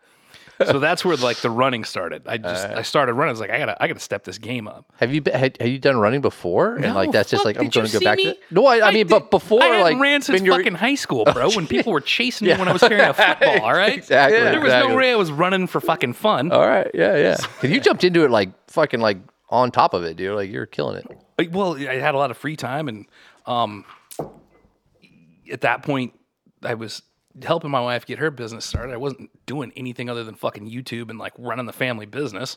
C: so that's where like the running started. I just I started running. I was like, I gotta I gotta step this game up.
A: Have you been, had, have you done running before? and like that's just
C: fuck,
A: like I'm
C: did you
A: going to go
C: see
A: back
C: me?
A: to. No, I, I, mean, but
C: did-
A: before
C: I hadn't
A: like
C: ran since
A: when you were-
C: fucking
A: [laughs]
C: high school, bro. when people were chasing me when I was carrying a football. All right,
A: Exactly,
C: There was
A: exactly.
C: no way I was running for fucking fun.
A: All right. Yeah.
C: [laughs]
A: Yeah. 'Cause you jumped into it like fucking like on top of it, dude. Like you're killing it.
C: Like, Well, I had a lot of free time, and um, at that point, I was helping my wife get her business started. I wasn't doing anything other than fucking YouTube and like running the family business.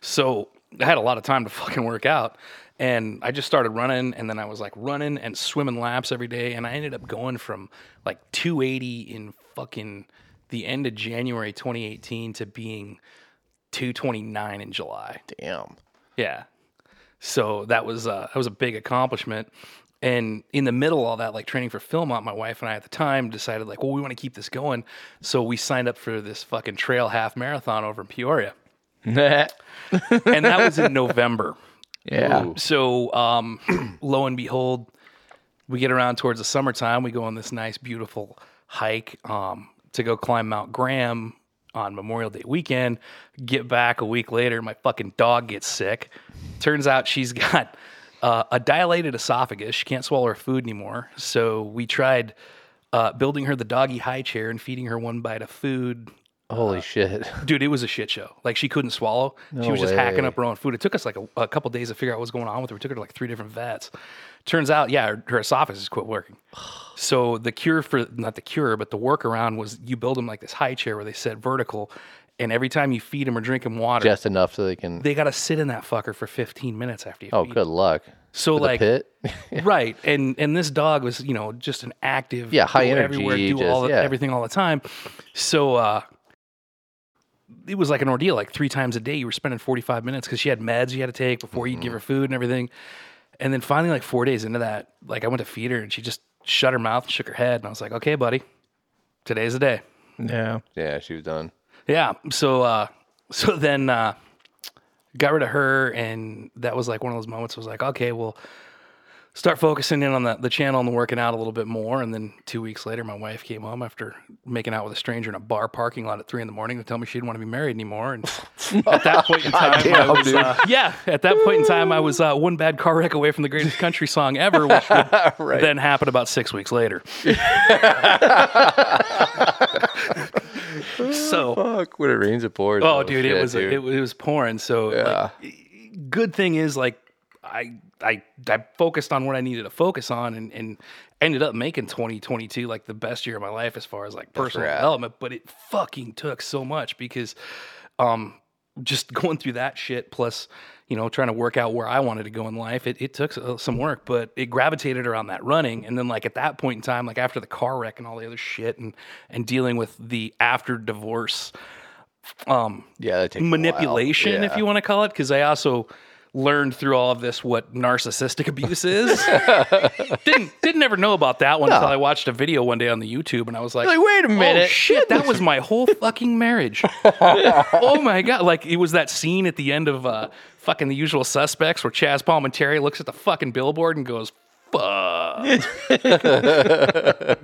C: So I had a lot of time to [laughs] fucking work out. And I just started running. And then I was like running and swimming laps every day. And I ended up going from like 280 in fucking the end of January 2018 to being 229 in July.
A: Damn.
C: Yeah. So that was uh, that was a big accomplishment. And in the middle of all that, like training for Philmont, my wife and I at the time decided like, well, we want to keep this going. So we signed up for this fucking trail half marathon over in Peoria, and that was in [laughs] November.
B: yeah.
C: So um, [clears throat] lo and behold, we get around towards the summertime. We go on this nice, beautiful hike um, to go climb Mount Graham on Memorial Day weekend. Get back a week later, my fucking dog gets sick. Turns out she's [laughs] got uh, a dilated esophagus. She can't swallow her food anymore. So we tried uh, building her the doggy high chair and feeding her one bite of food
A: Holy shit. [laughs]
C: dude, it was a shit show. Like she couldn't swallow. she was just hacking up her own food. It took us like a, a couple days to figure out what was going on with her. We took her to like three different vets. Turns out, yeah, her, her esophagus
A: [sighs]
C: quit working. So the cure for not the cure, but the workaround was you build them like this high chair where they sit vertical, and every time you feed them or drink them water,
A: Just enough so they can.
C: they got to sit in that fucker for 15 minutes after you.
A: Oh,
C: feed
A: good luck.
C: So
A: For the
C: like
A: pit.
C: right, and and this dog was you know just an active,
A: Yeah, high
C: go
A: energy,
C: everywhere, do all
A: just-
C: the,
A: yeah.
C: everything all the time. So uh, it was like an ordeal. Like three times a day, you were spending forty five minutes because she had meds you had to take before
A: Mm-hmm.
C: you'd give her food and everything. And then finally, like four days into that, like I went to feed her and she just shut her mouth and shook her head, and I was like, okay, buddy, today's the day.
B: Yeah.
A: [laughs] Yeah, she was done.
C: Yeah. So uh [laughs] so then uh got rid of her and that was like one of those moments was like, okay, well start focusing in on the, the channel and the working out a little bit more. And then two weeks later my wife came home after making out with a stranger in a bar parking lot at three in the morning to tell me she didn't want to be married anymore. And at that point
A: [laughs]
C: in time I was, uh, Yeah. At that point in time I was uh, one bad car wreck away from the greatest country song ever, which would then happen about six weeks later. so
A: Fuck, when it rains, it pours.
C: Oh, dude, it was It, wa- it was pouring. So, like, good thing is like I I I focused on what I needed to focus on, and and ended up making 2022 like the best year of my life as far as like personal
A: rad.
C: development. But it fucking took so much because, um, just [laughs] going through that shit plus. You know, trying to work out where I wanted to go in life, it, it took s- uh, some work, but it gravitated around that running. And then, like at that point in time, like after the car wreck and all the other shit, and and dealing with the after divorce, um,
A: yeah, that takes a while.
C: manipulation, if
A: Yeah.
C: you want to call it, because I also learned through all of this what narcissistic
B: [laughs]
C: abuse is. didn't didn't ever know about that one until I watched a video one day on the YouTube, and I was like,
B: Like, wait a
C: Oh
B: minute.
C: shit, that was
B: [laughs]
C: my whole fucking marriage. oh my god, like it was that scene at the end of uh, fucking The Usual Suspects where Chaz Palminteri looks at the fucking billboard and goes. Fuck.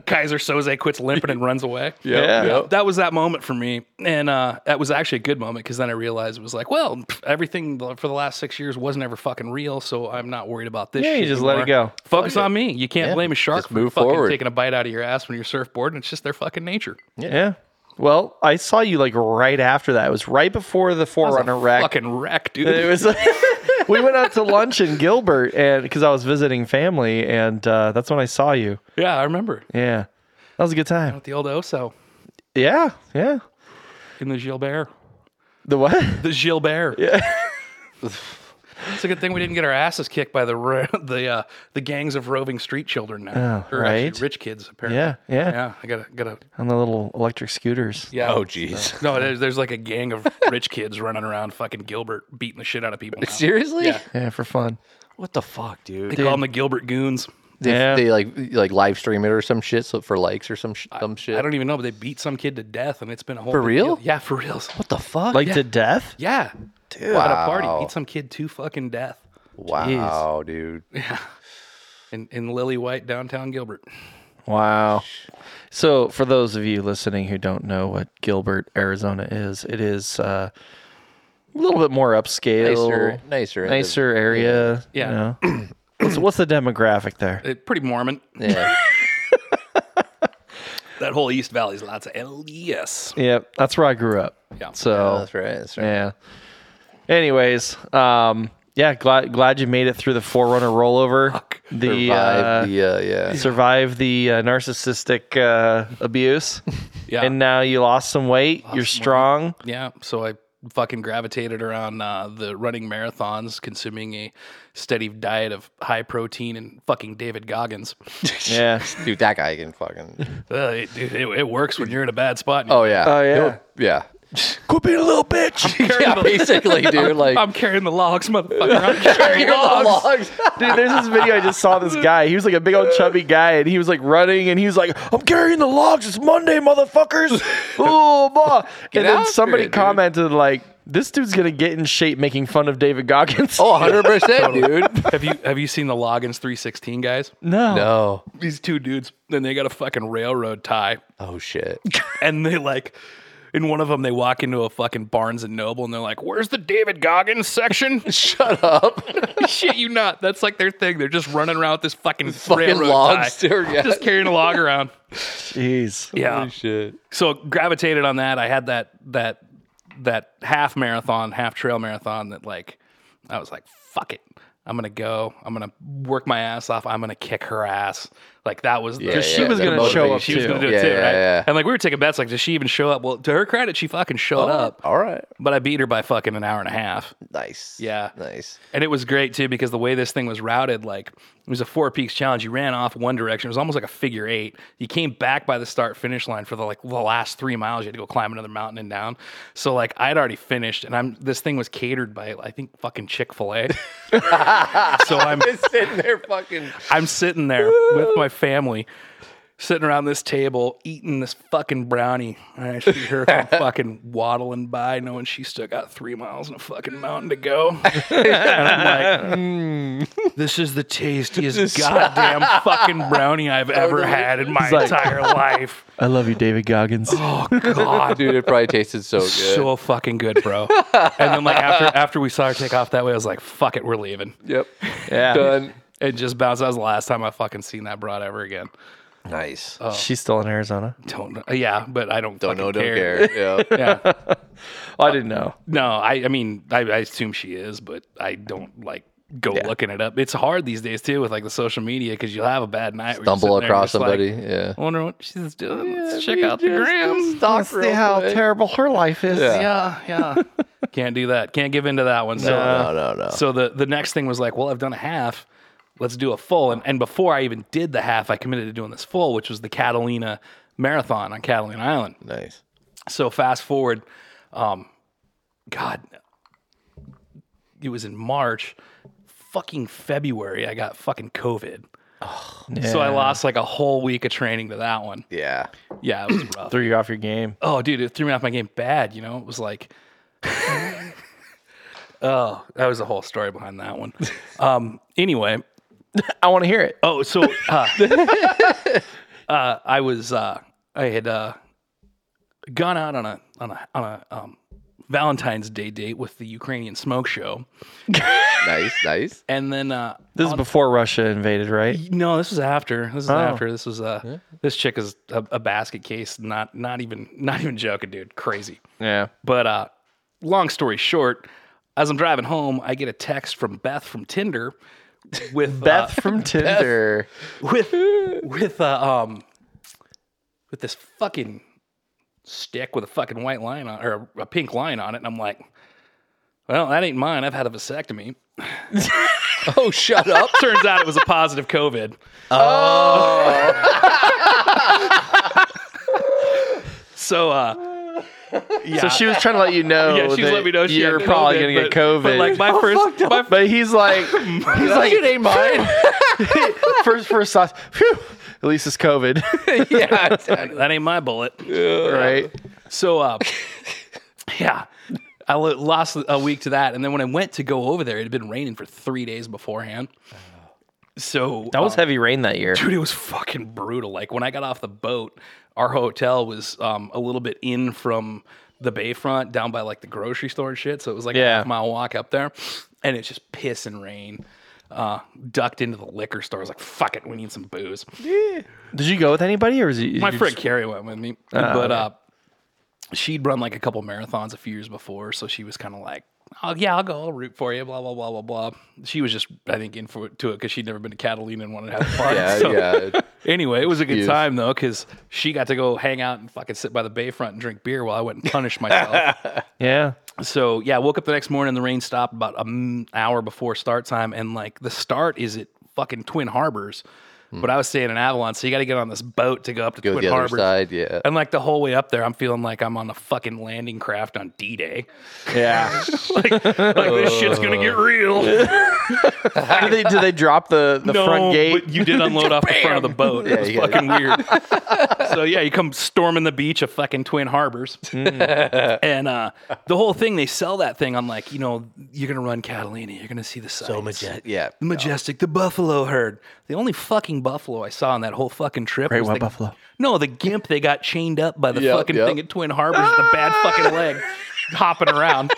C: Kaiser Soze quits limping and runs away
B: [laughs] Yeah.
A: Yep.
C: that was that moment for me and uh, that was actually a good moment because then i realized it was like well pff, everything for the last six years wasn't ever fucking real so i'm not worried about this
B: Yeah, you
C: shit
B: just let it
C: anymore.
B: go.
C: focus on me you can't blame a shark
A: just
C: for
A: move
C: fucking
A: forward.
C: taking a bite out of your ass when you're surfboarding it's just their fucking nature
B: Yeah. Well, I saw you like right after that. It was right before the Forerunner wreck.
C: fucking wreck
B: [laughs]
C: dude
B: It was. [laughs] we went out to lunch in Gilbert, and because I was visiting family, and uh, that's when I saw you.
C: yeah i remember
B: Yeah, that was a good time.
C: with the old oso
B: Yeah, yeah.
C: in the gilbert
B: The what? [laughs]
C: the gilbert yeah It's a good thing we didn't get our asses kicked by the ro- the uh, the gangs of roving street children now,
B: Oh,
C: Or actually
B: right.
C: Rich kids apparently.
B: Yeah, yeah,
C: yeah. I gotta gotta
B: On the little electric scooters.
C: yeah.
A: Oh, [laughs] jeez.
C: [laughs] No, there's, there's like a gang of rich kids running around fucking Gilbert beating the shit out of
A: [laughs]
C: people. now.
A: Seriously?
C: Yeah.
B: Yeah, for fun.
A: What the fuck, dude?
C: They call them the Gilbert Goons.
A: They,
B: Yeah.
A: they like like live stream it or some shit so for likes or some sh- some shit.
C: I don't even know, but they beat some kid to death, and it's been a whole
A: For
C: big deal.
A: real?
C: Yeah, for real.
A: what the fuck?
B: Like to death?
C: Yeah,
A: dude,
C: at a party, beat some kid to fucking death
A: Wow, dude.
C: [laughs] in, in Lily White downtown Gilbert.
B: Wow. So, for those of you listening who don't know what Gilbert, Arizona is, it is uh, a little bit more
A: Nicer,
B: upscale,
A: nicer, end of-
B: nicer area.
C: Yeah.
B: You know? [clears throat] what's, what's the demographic there?
C: It, pretty Mormon.
A: Yeah.
C: That whole East Valley's lots of E LDS.
B: Yep, that's where I grew up.
C: Yeah.
B: So,
A: That's right. That's right.
B: yeah. Anyways, um, Yeah, glad glad you made it through the Forerunner rollover. The
A: Survive
B: uh,
A: the, uh, yeah.
B: survive the uh, narcissistic uh, abuse,
C: Yeah.
B: and now you lost some weight. you're strong.
C: Yeah, so I fucking gravitated around uh, the running marathons, consuming a steady diet of high protein and fucking David [laughs] Goggins.
B: Yeah,
A: Dude, that guy can fucking.
C: Uh, it, it, it works when you're in a bad spot. and
A: Oh yeah.
B: Oh, yeah.
A: He'll- yeah.
B: quit being a
A: [laughs]
B: little bitch.
A: Yeah, basically, dude. Like,
C: I'm carrying the logs, motherfucker. [laughs] I'm carrying the logs.
B: Dude, there's this video I just saw. This guy, he was like a big old chubby guy, and he was like running, and he was like, "I'm carrying the logs. It's Monday, motherfuckers." Ooh, blah. and then
A: after
B: somebody
A: it, dude.
B: commented like, "This dude's gonna get in shape making fun of David Goggins."
A: Oh, [laughs]
B: [laughs]
A: 100
C: [laughs]
A: percent, dude.
C: have you have you seen the Loggins 316 guys?
B: no,
A: No.
C: These two dudes, and they got a fucking railroad tie,
A: Oh shit.
C: and they like. In one of them, they walk into a fucking Barnes and Noble, and they're like, "Where's the David Goggins section?"
A: [laughs] Shut up.
C: [laughs] Shit, you not. That's like their thing. They're just running around with this fucking,
A: Fucking
C: railroad
A: logs,
C: tie.
A: dude, yeah.
C: Just carrying a log around.
B: jeez.
C: Yeah.
A: Holy shit.
C: So gravitated on that. I had that that that half marathon, half trail marathon that like I was like, fuck it. I'm gonna go. I'm gonna work my ass off. I'm gonna kick her ass. Like that was
A: Yeah,
B: she
A: yeah,
B: was
A: that
B: gonna show
A: motivation.
B: up
C: she was
B: too.
C: gonna do it
A: Yeah,
C: too,
A: yeah,
C: right?
A: yeah.
C: And like we were taking bets, like, does she even show up? Well, to her credit, she fucking
B: Oh.
C: showed up.
A: All right.
C: But I beat her by fucking an hour and a half.
A: Nice.
C: Yeah.
A: Nice.
C: And it was great too because the way this thing was routed, like it was a four peaks challenge. You ran off one direction. It was almost like a figure eight. You came back by the start finish line for the like the last three miles. You had to go climb another mountain and down. So like I'd already finished, and I'm this thing was catered by I think fucking Chick Fil A. [laughs] so I'm
A: [laughs] Sitting there, fucking.
C: I'm sitting there with my family, sitting around this table eating this fucking brownie, and I see her come fucking waddling by, knowing she's still got three miles and a fucking mountain to go. and I'm like, "This is the tastiest goddamn fucking brownie I've ever had in my
B: like-
C: entire life."
B: I love you, David Goggins.
C: Oh god.
A: Dude, it probably tasted [laughs] so good.
C: So fucking good, bro. and then like after after we saw her take off that way, I was like, "Fuck it, we're leaving."
A: yep.
B: Yeah,
A: Done.
C: It just bounced. That was the last time I fucking seen that broad ever again.
A: Nice.
B: she's still in Arizona.
C: Don't know. Yeah, but I don't.
A: don't
C: fucking
A: know. Don't care. [laughs] Yeah.
C: Yeah.
B: I didn't know.
C: No, I. I mean, I, I assume she is, but I don't like go looking it up. It's hard these days too with like the social media because you'll have a bad night. where you're
A: Stumble
C: sitting there
A: across
C: just like,
A: somebody. yeah.
C: I wonder what she's doing. Let's check out the gram.
A: Stock real quick.
B: terrible her life is.
A: Ah, Yeah.
C: Yeah, yeah. [laughs] Can't do that. Can't give in to that one. So,
A: No, no, no.
C: so the the next thing was like, well, I've done a half. Let's do a full. And and before I even did the half, I committed to doing this full, which was the Catalina Marathon on Catalina Island.
A: Nice.
C: So fast forward, um, God, it was in March, fucking February. I got fucking COVID, so I lost like a whole week of training to that one.
A: Yeah.
C: Yeah, it was rough.
B: Threw you off your game.
C: oh, dude, it threw me off my game bad. You know, it was like, oh, that was the whole story behind that one. Um, anyway,
B: I want to hear it.
C: Oh, so uh, [laughs] uh, I was uh, I had uh, gone out on a on a on a um, Valentine's Day date with the Ukrainian smoke show,
A: Nice. [laughs] Nice.
C: and then uh,
B: This is before Russia invaded, right?
C: no, this was after this is after this was uh, this chick is a, a basket case. Not not even not even joking, dude. Crazy.
B: Yeah.
C: But uh, long story short, as I'm driving home, I get a text from Beth from Tinder with uh, Beth
B: From Tinder.
A: Sure.
B: [laughs]
C: with with uh, um with this fucking stick with a fucking white line on or a pink line on it, and I'm like, well, that ain't mine. I've had a vasectomy.
A: Oh, shut up.
C: Turns out it was a positive
B: [laughs]
C: COVID. Oh.
B: Oh.
C: [laughs] so uh yeah.
B: So she was trying to let you know.
C: yeah, she's
B: that
C: let me know she
B: you're
C: had
B: probably
C: COVID,
B: gonna get
C: but-
B: COVID.
C: But
B: [laughs]
C: like my first, [laughs] my,
B: But he's like,
A: He's like, it ain't mine.
B: [laughs] first, first thought, phew, at least it's COVID, [laughs]
C: [laughs]
A: yeah.
C: that ain't my bullet.
B: right?
C: So,
B: [laughs]
C: uh, yeah, I lo- lost a week to that, and then when I went to go over there, it had been raining for three days beforehand. So uh,
B: That was heavy rain that [laughs] year.
C: dude, it was fucking brutal. Like when I got off the boat, our hotel was um, a little bit in from the bayfront, down by like the grocery store and shit. So it was like
B: Yeah.
C: a half mile walk up there, and it's just piss and rain. Uh, ducked into the liquor store. I was like, "Fuck it, we need some booze."
B: Did you go with anybody, or was you,
C: My
B: you
A: Ah,
C: friend Carrie went with me, but uh, she'd run like a couple marathons a few years before, so she was kind of like, "Oh yeah, I'll go. I'll root for you." Blah blah blah blah blah. She was just, I think, in for to it because she'd never been to Catalina and wanted
A: [laughs]
C: to have
A: [laughs]
C: fun.
A: Yeah,
C: so-
A: yeah.
C: Anyway, it was a good
A: Excuse.
C: time though because she got to go hang out and fucking sit by the bayfront and drink beer while I went and
A: [laughs]
C: punished myself. [laughs]
B: Yeah.
C: so yeah, I woke up the next morning. The rain stopped about an hour before start time, and like the start is at fucking Twin Harbors. But I was staying in Avalon, so you got to get on this boat to go up to
A: Hmm. Go
C: Twin
A: the other
C: Harbors.
A: side. Yeah.
C: And like the whole way up there, I'm feeling like I'm on a fucking landing craft on D Day.
B: Yeah.
C: [laughs] Like this shit's gonna get real.
B: do, they, do they drop the, the front gate?
C: but you did unload off the front of the boat. it was
A: you gotta-
C: fucking weird. so yeah, you come storming the beach of fucking Twin Harbors, and uh, the whole thing. They sell that thing on like you know you're gonna run Catalina, you're gonna see the sights. So
A: [laughs]
C: majestic,
A: yeah.
C: the majestic, the buffalo herd. The only fucking buffalo I saw on that whole fucking trip.
B: Great
C: was
B: white
C: the-
B: buffalo.
C: No, the gimp they got chained up by the
A: Yep,
C: fucking
A: yep.
C: thing at Twin Harbors, with the bad fucking
B: [laughs]
C: leg, hopping around.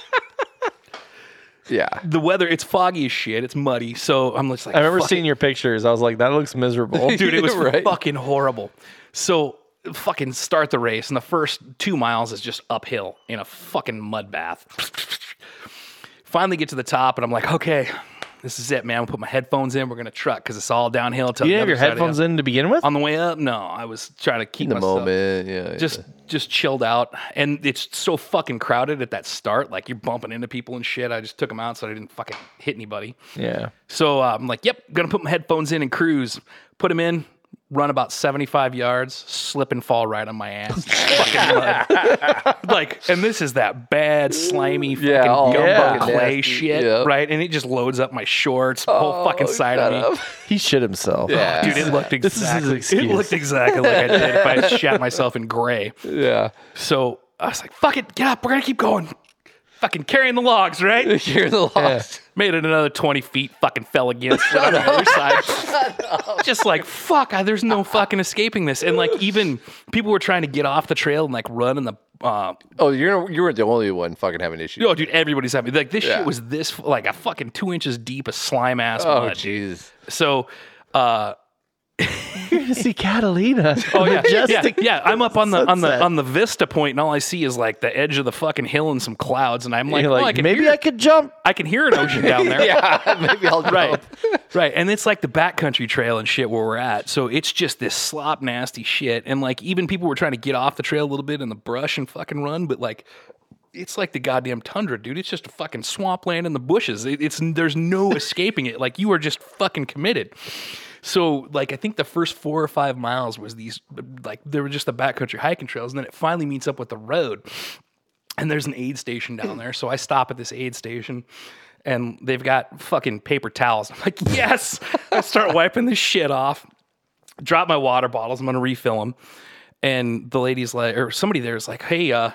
A: Yeah.
C: The weather, it's foggy as shit. It's muddy. So I'm just like,
B: I remember
C: "Fuck it."
B: seeing your pictures. I was like, that looks miserable.
C: [laughs] dude.
B: [laughs]
C: It was
A: Right.
C: fucking horrible. So fucking start the race, and the first two miles is just uphill in a fucking mud bath. [laughs] Finally get to the top, and I'm like, okay, this is it, man. I'm gonna put my headphones in. We're gonna truck because it's all downhill. Till
B: you
C: the
B: didn't have
C: other
B: your
C: side of
B: headphones
C: the-
B: in to begin with?
C: on the way up. No, I was trying to keep
A: The
C: myself
A: moment. Yeah.
C: just just chilled out and it's so fucking crowded at that start like you're bumping into people and shit i just took them out so i didn't fucking hit anybody
B: yeah.
C: so uh, I'm like, yep, gonna put my headphones in and cruise. Put them in, run about 75 yards, slip and fall right on
A: [laughs]
C: my ass. Fucking mud. [laughs] like, and this is that bad, slimy, fucking
A: all
C: gumbo
A: fucking
C: clay
A: oh, nasty.
C: shit,
A: Yep. Oh,
C: right? And it just loads up my shorts, the whole fucking side of me.
B: He shit himself. [laughs]
A: Yeah.
C: Dude, it looked
B: This is his
C: exactly.
B: excuse.
C: It looked exactly like I did
B: [laughs]
C: if I shat myself in gray.
A: Yeah.
C: So I was like, "Fuck it, get up. We're gonna keep going." Fucking carrying the
B: [laughs]
C: logs,
A: [laughs]
C: right?
A: You're the lost.
C: Made it another 20 feet, fucking fell again, slid on the other side. Just like, fuck, I, there's no fucking escaping this. And like, even people were trying to get off the trail and like run in the. Uh,
A: Oh, you're you weren't the only one fucking having issues.
C: oh, dude, everybody's happy. Like, this
A: Yeah.
C: shit was this, like, a fucking two inches deep of slime ass
A: Oh, [laughs]
C: mud.
A: jeez.
C: So, uh,
B: You're gonna see Catalina. [laughs]
C: oh yeah, yeah,
B: Majestic.
C: yeah. I'm up on the on
B: sunset.
C: the on the vista point, and all I see is like the edge of the fucking hill and some clouds, and I'm like,
B: You're
C: "Oh, I
B: like,
C: can
B: maybe
C: hear,
B: I could jump.
C: I can hear an ocean
B: [laughs]
C: down there.
A: Yeah. Maybe [laughs] I'll
C: right right and it's like the backcountry trail and shit where we're at so it's just this slop nasty shit and like even people were trying to get off the trail a little bit in the brush and fucking run but like it's like the goddamn tundra dude it's just a fucking swampland in the bushes It- it's there's no [laughs] escaping it like you are just fucking committed so like i think the first four or five miles was these like they were just the backcountry hiking trails and then it finally meets up with the road and there's an aid station down there. So I stop at this aid station and they've got fucking paper towels. [laughs] I'm like, yes, I start wiping this shit off, drop my water bottles. I'm going to refill them. And the lady's like, or somebody there's like, hey, uh,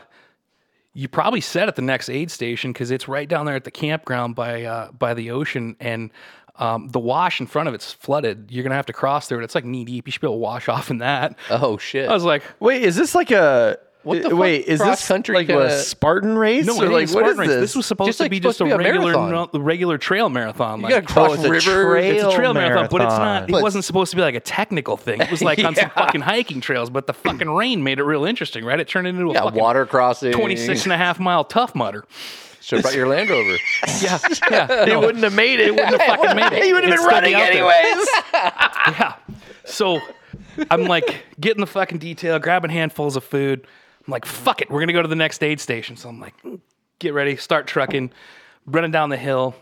C: you probably set at the next aid station because it's right down there at the campground by uh, by the ocean, and um, the wash in front of it's flooded. You're gonna have to cross there, and it's like knee deep. You should be able to wash off in that.
A: Oh shit.
C: I was like,
B: Wait, is this like a uh,
A: What the
B: wait?
A: fuck
B: Is this
A: cross-country
B: like a
A: kinda-
B: Spartan race?
C: No,
B: or
C: it
B: like
C: ain't
B: what
C: Spartan
B: is
C: race.
B: this?
C: was supposed
A: Just
C: to
A: like
C: be
A: supposed
C: just
A: to
C: a,
A: be a
C: regular
A: marathon.
C: no- regular trail marathon. Like,
A: gotta cross
B: Oh, it's a
A: rivers.
B: trail
A: It's
C: it's a trail marathon, but it's not. [laughs]
B: marathon.
C: It wasn't supposed to be like a technical thing. It was like on some
A: [laughs] Yeah.
C: fucking hiking trails, but the fucking rain made it real interesting, right? It turned into a
A: yeah,
C: fucking
A: water crossing.
C: 26 and a half mile
A: [laughs]
C: tough mudder.
A: Should have brought your Land Rover.
C: Yeah, yeah.
B: They wouldn't have made it.
C: wouldn't have fucking made [laughs] it.
B: You would have
C: It's
B: been
C: stuck
B: running
C: out there. [laughs]
B: anyways.
C: Yeah. So I'm like getting the fucking detail, grabbing handfuls of food. I'm like, fuck it, we're gonna go to the next aid station. So I'm like, "Mm, get ready, start trucking, running down the hill.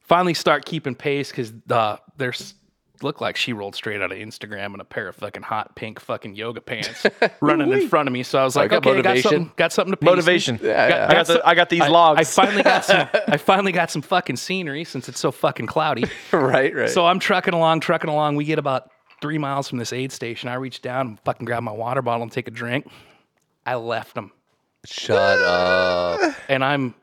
C: Finally, start keeping pace because uh, there's look like she rolled straight out of Instagram in a pair of fucking hot pink fucking yoga pants running in front of me. So I was like,
A: got
C: okay, I
A: motivation.
C: got something, got something to pace me.
B: Motivation. I got the,
C: some-
B: I got these
C: I-
B: logs.
C: I finally [laughs] got some. I finally got some fucking scenery since it's so fucking cloudy.
A: [laughs] right, right.
C: So I'm trucking along, trucking along. We get about three miles from this aid station. I reach down and fucking grab my water bottle and take a drink. I left them.
A: Shut up.
C: And I'm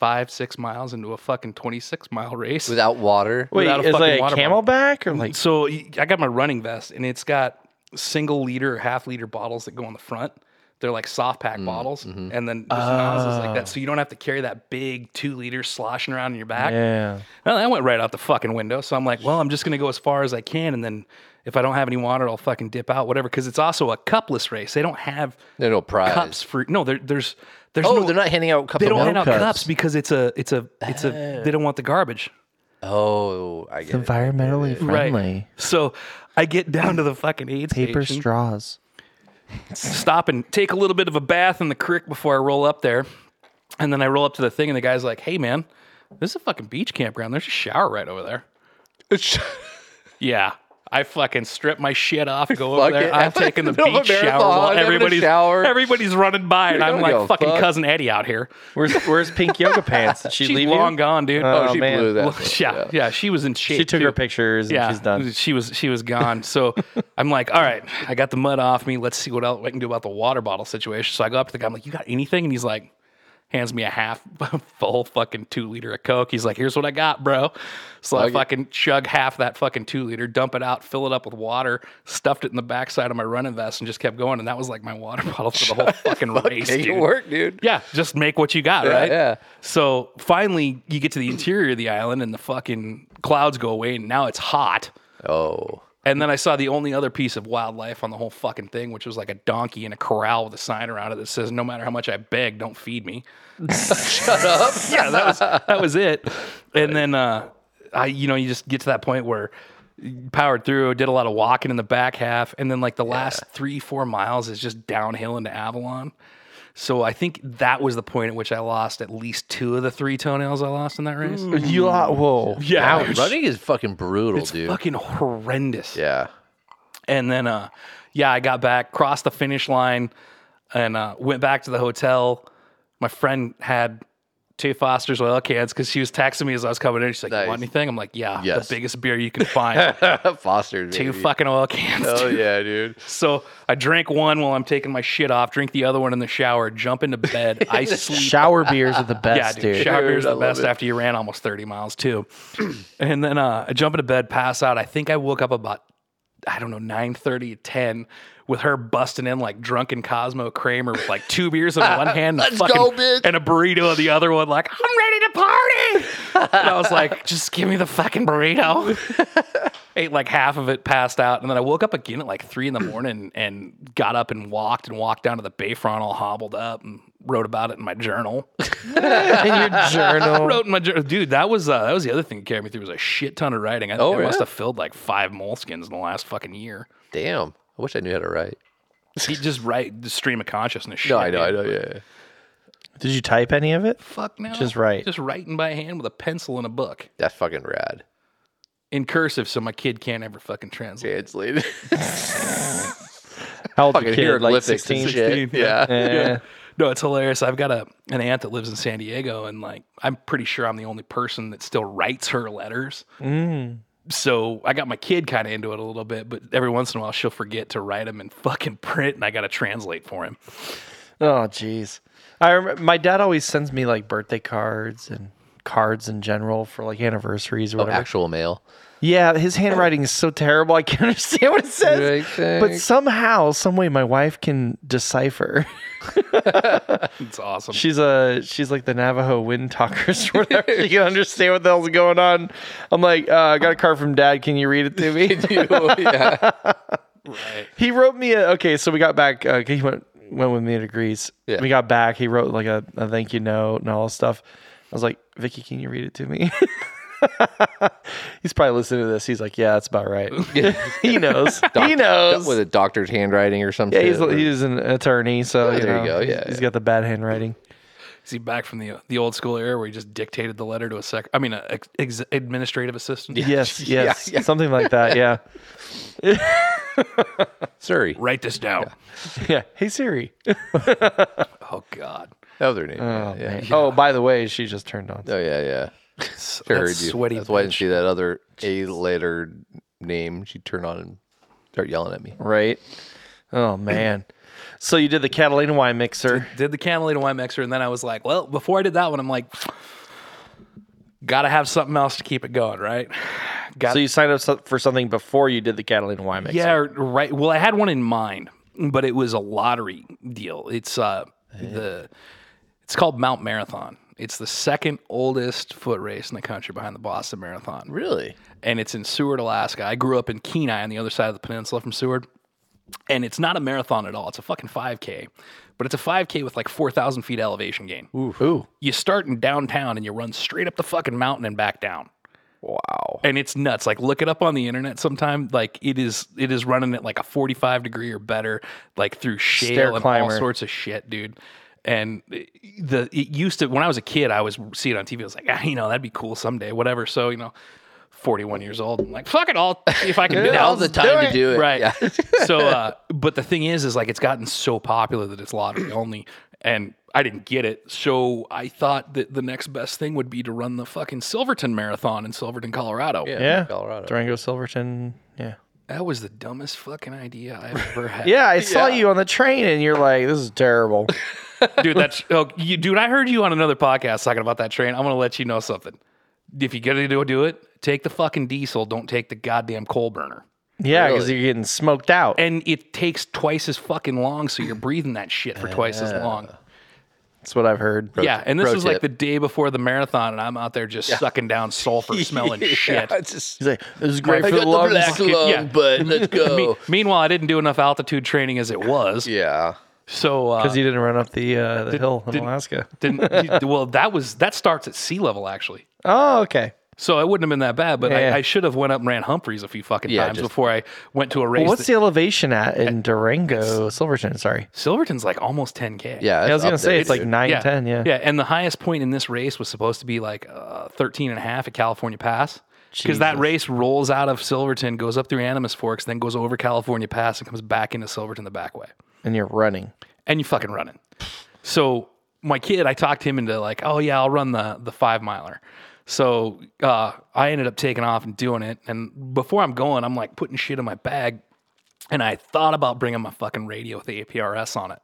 C: five, six miles into a fucking 26 mile race.
A: Without water.
B: Wait,
C: without a
B: is
C: fucking
B: like a
C: water
B: camelback or
C: [laughs]
B: like?
C: so y- I got my running vest and it's got single liter, half liter bottles that go on the front. They're like soft pack bottles and then just nozzles like that. So you don't have to carry that big two liter sloshing around in your back.
B: Yeah.
C: Well, that went right out the fucking window. So I'm like, well, I'm just gonna go as far as I can, and then If I don't have any water, I'll fucking dip out, whatever. Because it's also a cupless race. They don't have
A: There's no prize.
C: cups for no. There, there's there's
A: Oh,
C: no.
A: they're not handing out cups.
C: they don't
A: of
C: hand out
B: cups.
C: cups. because it's a it's a it's a they don't want the garbage.
A: Oh, I get it.
B: Environmentally friendly.
C: So I get down to the fucking aid
B: Paper
C: station,
B: straws.
C: stop and take a little bit of a bath in the creek before I roll up there. And then I roll up to the thing and the guy's like, "Hey man, this is a fucking beach campground. There's a shower right over there."
A: [laughs]
C: Yeah. I fucking strip my shit off, go over
A: Fuck
C: there.
A: it. [laughs]
C: I'm taking the
A: Middle of a
C: beach shower
A: marathon,
C: while
A: having a
C: everybody's
A: shower.
C: everybody's running by, and
A: don't
C: I'm like
A: give a
C: fucking
A: fuck.
C: cousin Eddie out here.
B: Where's Where's pink
C: [laughs]
B: yoga pants? Did she
C: She's
B: leave
C: long
B: you?
C: gone, dude.
A: Oh, she
B: man.
A: blew that.
C: Well,
A: thing.
C: yeah, yeah, she was in shape.
B: She took
C: too.
B: her pictures and
C: Yeah,
B: she's
C: [laughs]
B: done.
C: She was she was
B: [laughs]
C: gone. So I'm like, all right, I got the mud off me. Let's see what else I can do about the water bottle situation. So I go up to the guy. I'm like, you got anything? And he's like, hands me a half [laughs] full fucking two liter of Coke. He's like, here's what I got, bro. So I fucking chug half that fucking two liter, dump it out, fill it up with water, stuffed it in the backside of my running vest, and just kept going. And that was like my water [laughs] bottle for the whole fucking race.
A: Make it
C: dude.
A: work, dude.
C: Yeah, just make what you got, right?
A: yeah.
C: So finally, you get to the interior of the island, and the fucking clouds go away, and now it's hot.
A: Oh,
C: And then I saw the only other piece of wildlife on the whole fucking thing, which was like a donkey in a corral with a sign around it that says, "No matter how much I beg, don't feed me." [laughs] Shut up. [laughs] yeah, that was that was it. And then uh, I, you know, you just get to that point where you powered through, did a lot of walking in the back half, and then like the last three four miles is just downhill into Avalon. So I think that was the point at which I lost at least two of the three toenails I lost in that race.
B: Mm. You lot. Whoa.
C: Yeah,
A: Ouch. running is fucking brutal, dude.
C: fucking horrendous.
A: yeah. [laughs]
C: And then, uh, yeah, I got back, crossed the finish line, and uh, went back to the hotel. My friend had two Foster's oil cans because she was texting me as I was coming in. She's like,
A: Nice.
C: "You want anything?" I'm like, "Yeah,
A: Yes.
C: the biggest beer you
A: [laughs]
C: can find,
A: Foster.
C: two
A: baby.
C: fucking oil cans."
A: Oh
C: dude."
A: yeah, dude.
C: [laughs] So I drank one while I'm taking my shit off, drink the other one in the shower, jump into
A: [laughs]
C: bed, I sleep.
B: Shower beers are the best,
C: Yeah,
B: dude.
C: dude. Shower
A: Dude,
C: beer's
A: I
C: the
A: love
C: best
A: it.
C: after you ran almost 30 miles, too. [clears throat] and then uh, I jump into bed, pass out. I think I woke up about, I don't know, 9.30, 10 with her busting in like drunken Cosmo Kramer with like two beers in
A: [laughs]
C: one hand and, a
A: Let's
C: fucking,
A: go, bitch.
C: and a burrito in the other one, like, I'm ready to party. and I
A: [laughs]
C: was like, just give me the fucking burrito. Ate like half of it, passed out. And then I woke up again at like three in the morning and got up and walked and walked down to the Bayfront all hobbled up and wrote about it in my journal
B: [laughs] In
C: [laughs]
B: your
A: Oh.
B: journal.
C: wrote in my journal, dude. That was uh, that was the other thing that carried me through was a shit ton of writing. I, I
A: Oh, yeah?
C: must have filled like five moleskins in the last fucking year.
A: Damn. I wish I knew how to write. [laughs]
C: You just write the stream of consciousness. Shit,
A: No, I know, I
C: dude.
A: know. Yeah. yeah.
B: Did you type any of it?
C: Fuck no.
B: Just write.
C: Just writing by hand with a pencil and a book
A: That's fucking rad.
C: in cursive, so my kid can't ever fucking translate.
A: Translated.
B: How old
A: fucking
B: your kid? Like Eh.
A: hieroglyphics and
B: 16?
A: shit.
C: 16,
A: Yeah.
B: Yeah.
C: No, it's hilarious. I've got a an aunt that lives in San Diego, and like I'm pretty sure I'm the only person that still writes her letters.
A: Mm.
C: So I got my kid kind of into it a little bit, but every once in a while she'll forget to write them in fucking print, and I got to translate for him. [laughs]
B: Oh, jeez. I rem- my dad always sends me like birthday cards and cards in general for like
A: Oh,
B: anniversaries or whatever.
A: Actual [laughs] mail.
B: yeah, his handwriting is so terrible. I can't [laughs] understand what it says.
A: Right,
B: But somehow, some way, my wife can decipher. [laughs]
C: It's awesome.
B: She's a she's like the Navajo wind talkers or whatever. she
A: [laughs]
B: can understand what the hell's going on. I'm like, uh, I got a card from Dad. Can you read it
A: [laughs]
B: to me?
A: yeah.
B: He wrote me a okay. So we got back. Uh, he went went with me to Greece.
A: Yeah.
B: We got back. He wrote like a, a thank you note and all this stuff. I was like, Vicky, can you read it to me? [laughs] He's probably listening to this. He's like, yeah, that's
A: [laughs]
B: about right. [laughs] he knows. he knows.
A: With a doctor's handwriting or something.
B: yeah, he's, he's an attorney, so you
A: Oh, there you
B: know,
A: go, yeah,
B: he's
A: yeah.
B: got the
A: [laughs]
B: bad handwriting.
C: Is he back from the the old school era where he just dictated the letter to a sec? I mean, a ex- ex- administrative assistant.
B: Yes, yes, something like that.
A: [laughs]
B: Yeah,
A: Surrey.
C: Write this down.
B: yeah. Hey Siri. [laughs]
C: Oh God,
A: That was her name. yeah, yeah.
B: Oh, by the way, she just turned on.
A: Oh yeah, [laughs] yeah. Sure heard
C: that's
A: you.
C: sweaty
A: That's why I didn't see that other A letter name. She'd turn on and start yelling at me.
B: Right. Oh man. So you did the Catalina wine mixer.
C: did the cannellita wine mixer, and then I was like, well, before I did that one, I'm like, gotta have something else to keep it going, right? Got
B: So you signed up so- for something before you did the Catalina wine mixer.
C: yeah, or- right. Well, I had one in mind, but it was a lottery deal. It's uh the it's called Mount Marathon, It's the second oldest foot race in the country behind the Boston Marathon.
A: Really?
C: and it's in Seward, Alaska. I grew up in Kenai on the other side of the peninsula from Seward. And it's not a marathon at all. It's a fucking 5K, but it's a 5K with like 4,000 feet elevation gain.
B: Ooh.
C: You start in downtown and you run straight up the fucking mountain and back down.
B: Wow.
C: And it's nuts. Like look it up on the internet sometime. Like it is, it is running at like a 45 degree or better, like through shale
B: Stair
C: and all
B: climber.
C: sorts of shit, dude. And the it used to when I was a kid, I was seeing it on TV. I was like, ah, you know, that'd be cool someday, whatever. So you know, 41 years old, I'm like, fuck it, I'll see if I
A: [laughs]
C: can do that.
A: Now's the time
B: it.
A: to do it.
C: Right.
A: Yeah. [laughs]
C: so, uh, but the thing is, is like it's gotten so popular that it's lottery only, and I didn't get it. So I thought that the next best thing would be to run the fucking Silverton Marathon in Silverton, Colorado.
B: Yeah.
A: Colorado.
B: Durango Silverton. Yeah.
C: That was the dumbest fucking idea I've ever had.
B: Yeah, I saw you on the train and you're like, this is [laughs] terrible.
C: dude. That's oh, you, dude. I heard you on another podcast talking about that train. I'm gonna let you know something. If you gotta do do it, take the fucking diesel. Don't take the goddamn coal burner.
B: yeah, because you're getting smoked out.
C: And it takes twice as fucking long, so you're breathing that shit for twice as long.
B: That's what I've heard.
C: yeah, and this
A: pro
C: was like
A: tip.
C: the day before the marathon, and I'm out there just sucking
A: [laughs]
C: down sulfur, smelling shit.
A: Yeah, it's just-
B: He's like, this is great
A: I
B: for
A: got
B: the
A: the
B: lungs. [laughs]
A: black
C: Fucking-
A: lung,
C: yeah.
A: but let's
C: [laughs] Me-
A: go.
C: meanwhile, I didn't do enough altitude training as it was,
A: yeah.
C: so
A: [laughs]
C: uh,
B: Because you didn't run up the uh, the hill in Alaska.
C: didn't. you- well, that was that starts at sea level actually,
B: Oh, okay.
C: so it wouldn't have been that bad. But
B: Yeah.
C: I, I should have went up and ran Humphreys a few fucking
A: Yeah,
C: times
A: just-
C: before I went to a race.
B: Well, what's
C: that-
B: the elevation at in Durango Silverton? Sorry.
C: Silverton's like almost 10k.
A: Yeah.
B: Yeah, I
A: that's
B: was going to
A: up
B: say
A: there,
B: it's like
A: dude.
B: 9, 10. Yeah.
C: Yeah, and the highest point in this race was supposed to be like uh, 13 and a half at California Pass. Because that
B: Jesus.
C: race rolls out of Silverton, goes up through Animas Forks, then goes over California Pass and comes back into Silverton the back way.
B: And you're running.
C: And you fucking running. So my kid, I talked him into like, oh yeah, I'll run the the five miler. So uh, I ended up taking off and doing it. And before I'm going, I'm like putting shit in my bag. And I thought about bringing my fucking radio with the APRS on it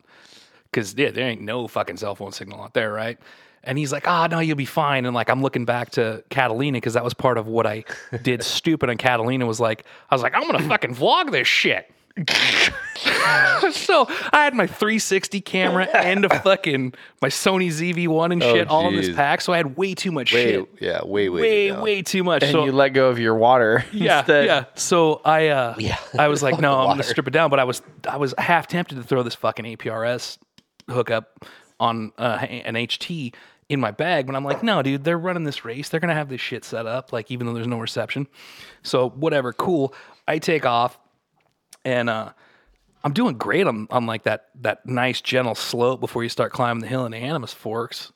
C: because yeah, there ain't no fucking cell phone signal out there, right? And he's like, ah, no, you'll be fine. And like, I'm looking back to Catalina because that was part of what I did stupid. And Catalina was like, I was like, I'm gonna fucking vlog this shit. [laughs] so I had my 360 camera and a fucking my Sony ZV1 and shit all in this
A: geez.
C: pack. So I had way too much
A: Way,
C: shit.
A: yeah. Way, way.
C: Way,
A: down.
C: way too much.
B: And
C: so
B: you let go of your water. [laughs]
C: yeah,
B: instead.
C: yeah. So I, uh,
A: Yeah.
C: I
A: [laughs]
C: was like, no, I'm gonna
A: Water.
C: strip it down. But I was, I was half tempted to throw this fucking APRS hookup on uh, an HT in my bag, but I'm like, no, dude, they're running this race. They're gonna have this shit set up, like even though there's no reception. So whatever, cool. I take off, and uh, I'm doing great on, on like that that nice gentle slope before you start climbing the hill in Animus Forks.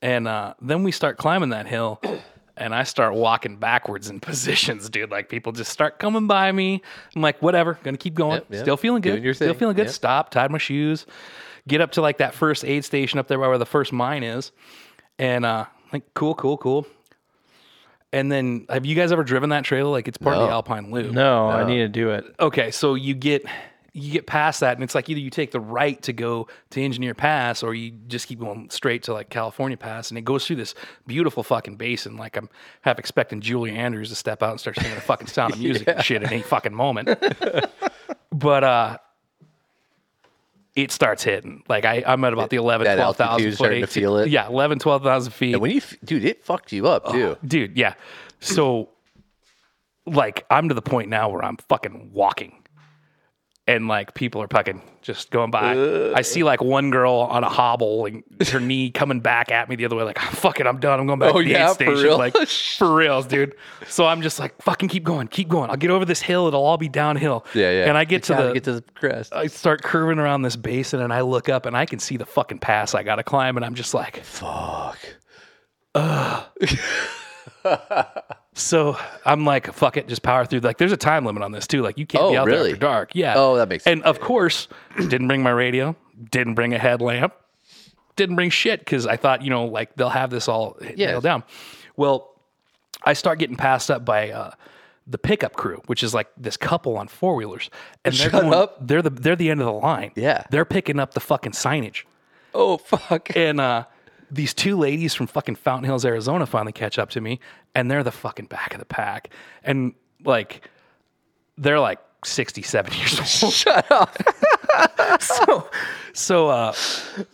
C: And uh, then we start climbing that hill, [clears throat] and I start walking backwards in [laughs] positions, dude. Like people just start coming by me. I'm like, whatever, gonna keep going.
A: yep.
C: Still feeling good.
A: Doing your
C: Still
A: thing.
C: feeling good.
A: Yep.
C: Stop. Tied my shoes. Get up to like that first aid station up there by where the first mine is, and uh, like cool, cool, cool. And then, have you guys ever driven that trailer? Like it's part of the Alpine Loop.
B: No, I need to do it.
C: Okay, so you get you get past that, and it's like either you take the right to go to Engineer Pass, or you just keep going straight to like California Pass, and it goes through this beautiful fucking basin. Like I'm half expecting Julie Andrews to step out and start singing the fucking
A: [laughs]
C: Sound of Music and shit at any fucking moment. [laughs] but uh, it starts hitting. Like I, I'm at about the 11,
A: That
C: 12,000
A: altitude's
C: foot.
A: starting to
C: 18
A: feel it?
C: Yeah, 11, 12,000 feet
A: And when you, f- dude, it fucked you up too.
C: dude yeah so like i'm to the point now where i'm fucking walking and like people are fucking just going by i see like one girl on a hobble and her knee coming back at me the other way like "Ah, fuck it i'm done i'm going back
A: Oh,
C: to the
A: yeah,
C: aid
A: for
C: station
A: real? [laughs]
C: like for reals dude so i'm just like fucking keep going keep going i'll get over this hill it'll all be downhill
A: Yeah, yeah.
C: and i get to
A: Gotta
C: the
A: get to the crest.
C: I start curving around this basin and I look up and I can see the fucking pass I gotta climb and I'm just like, fuck. so I'm like, fuck it, just power through. Like, there's a time limit on this too. Like, you can't be
A: Oh,
C: out there
A: really?
C: after dark. Yeah.
A: Oh, that makes
C: And of course, didn't bring my radio, didn't bring a headlamp, didn't bring shit because I thought, you know, like they'll have this all nailed down. Well, I start getting passed up by uh, the pickup crew, which is like this couple on four wheelers,
A: [laughs]
C: and they're
A: Shut up.
C: They're the they're the end of the line.
A: Yeah.
C: they're picking up the fucking signage,
A: Oh fuck.
C: and uh, these two ladies from fucking Fountain Hills, Arizona, finally catch up to me, and they're the fucking back of the pack,
A: [laughs]
C: and like they're like sixty seven years
A: [laughs]
C: old. [laughs]
A: Shut up.
C: so, so uh,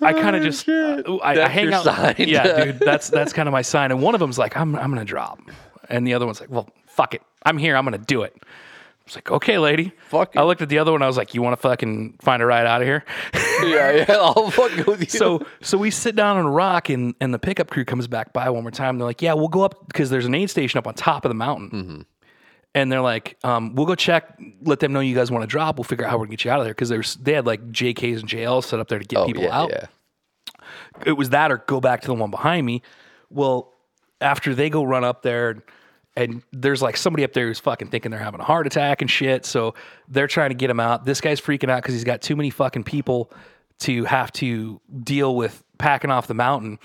C: I kind of just uh, I, I
A: Oh, That's
C: hang
A: your
C: out.
A: sign.
C: [laughs]
A: [laughs]
C: Yeah, dude, that's that's kind of my sign. And one of them's like, I'm I'm gonna drop, and the other one's like, Well, fuck it, I'm here, I'm gonna do it. I was like, Okay, lady.
A: Fuck
C: I
A: it.
C: looked at the other one. I was like, You want to fucking find a ride out of here? [laughs]
A: yeah, yeah. I'll fuck with you.
C: so so we sit down on a rock and and the pickup crew comes back by one more time they're like yeah we'll go up because there's an aid station up on top of the mountain
A: Mm-hmm.
C: and they're like um, we'll go check let them know you guys want to drop we'll figure out how we're gonna get you out of there because there's they had like jks and jls set up there to get
A: Oh,
C: people
A: yeah,
C: out
A: yeah.
C: it was that or go back to the one behind me well after they go run up there and, and there's like somebody up there who's fucking thinking they're having a heart attack and shit so they're trying to get him out this guy's freaking out because he's got too many fucking people to have to deal with packing off the mountain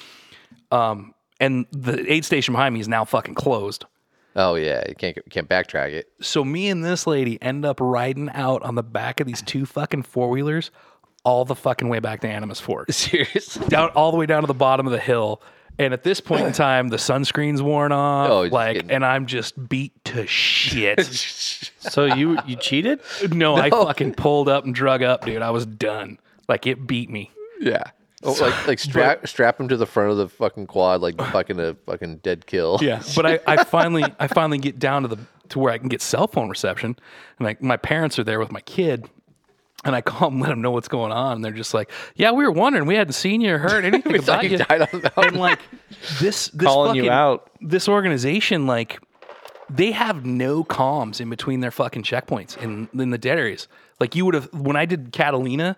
C: um, and the aid station behind me is now fucking closed
A: Oh yeah, you can't can't backtrack it. [laughs]
C: so me and this lady end up riding out on the back of these two fucking four-wheelers all the fucking way back to animus fork
A: Seriously.
C: down all the way down to the bottom of the hill. And at
A: [laughs]
C: this point in time, the sunscreen's worn off,
A: Oh, it's
C: like,
A: getting-
C: and I'm just beat
A: [laughs]
C: to shit.
B: So you you [laughs] cheated?
C: no, I fucking pulled up and drug up, dude. I was done. Like it beat me.
A: Yeah. Oh, like like strap strap him to the front of the fucking quad like fucking a fucking dead kill.
C: but I, I finally, I finally get down to the to where I can get cell phone reception, and like my parents are there with my kid. And I call them, let them know what's going on. And they're just like, "Yeah, we were wondering. We hadn't seen you
A: [laughs]
C: or heard
A: [laughs]
C: anything
A: It's
C: about
A: like
C: you."
A: you died [laughs] on the mountain.
C: and like this, this
B: Calling you
C: fucking-
B: out.
C: This organization, like, they have no comms in between their fucking checkpoints in in the dead areas. Like you would have when I did Catalina,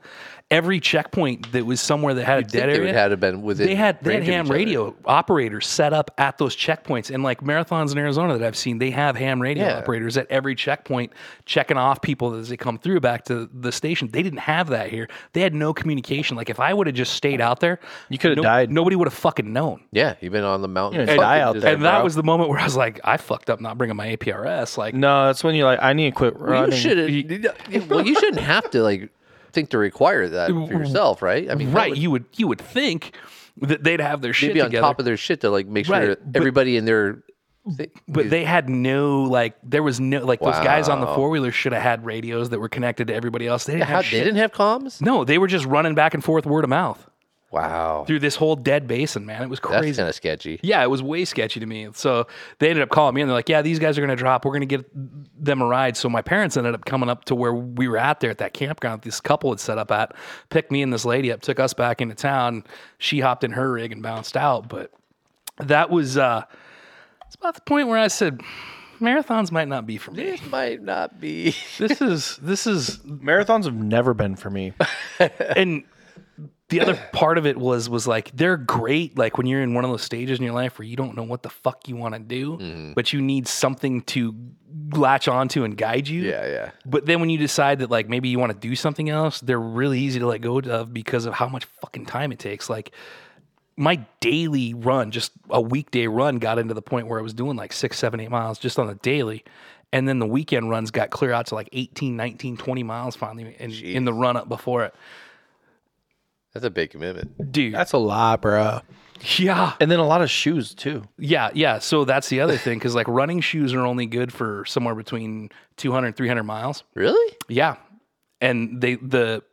C: every checkpoint that was somewhere that had a dead
A: It
C: area
A: would had to been within
C: they had they had
A: range of
C: ham
A: each other.
C: radio operators set up at those checkpoints and like marathons in Arizona that I've seen they have ham radio
A: Yeah.
C: operators at every checkpoint checking off people as they come through back to the station they didn't have that here they had no communication like if I would have just stayed out there
B: You could have died.
C: nobody would have fucking known
A: Yeah, you've been on the mountain.
B: You're gonna die
A: Fucking
B: out
A: just-
B: there.
C: and that
B: bro.
C: was the moment where I was like I fucked up not bringing my APRS like
B: No, that's when you're like, I need to quit running.
A: You
B: [laughs]
A: shouldn't. Well, you shouldn't have to like think to require that for yourself, right? I mean, that
C: Mm. right
A: would-
C: you would you would think that they'd have their
A: They'd
C: shit
A: be on
C: together
A: top of their shit to like make sure
C: Right,
A: that
C: but-
A: everybody in their. thi-
C: But they had no like there was no like those guys on the
A: Wow.
C: four wheeler should have had radios that were connected to everybody else. They didn't
A: how
C: have
A: they
C: shit.
A: didn't have comms.
C: No, they were just running back and forth word of mouth
A: Wow,
C: through this whole dead basin, man. It was
A: that's
C: crazy.
A: kind of sketchy.
C: Yeah, it was way sketchy to me. So they ended up calling me and they're like, Yeah, these guys are gonna drop. We're gonna get them a ride. So my parents ended up coming up to where we were at there at that campground that this couple had set up at, picked me and this lady up, took us back into town. She hopped in her rig and bounced out. But that was uh it's about the point where I said marathons might not be for me.
A: This might not be.
C: This is this is
B: Marathons have never been for me.
C: and the other part of it was was like they're great like when you're in one of those stages in your life where you don't know what the fuck you want to do but you need something to latch onto and guide
A: [laughs]
C: you
A: Yeah, yeah.
C: but then when you decide that like maybe you want to do something else they're really easy to let go of because of how much fucking time it takes like my daily run just a weekday run got into the point where i was doing like six seven eight miles just on the daily and then the weekend runs got clear out to like 18 19 20 miles finally in, in the run up before it
A: That's a big commitment.
C: dude
B: a lot, bro.
C: yeah
B: And then a lot of shoes too.
C: Yeah, yeah. So that's the other thing because like running shoes are only good for somewhere between 200 and 300 miles.
A: Really?
C: Yeah. And they, the,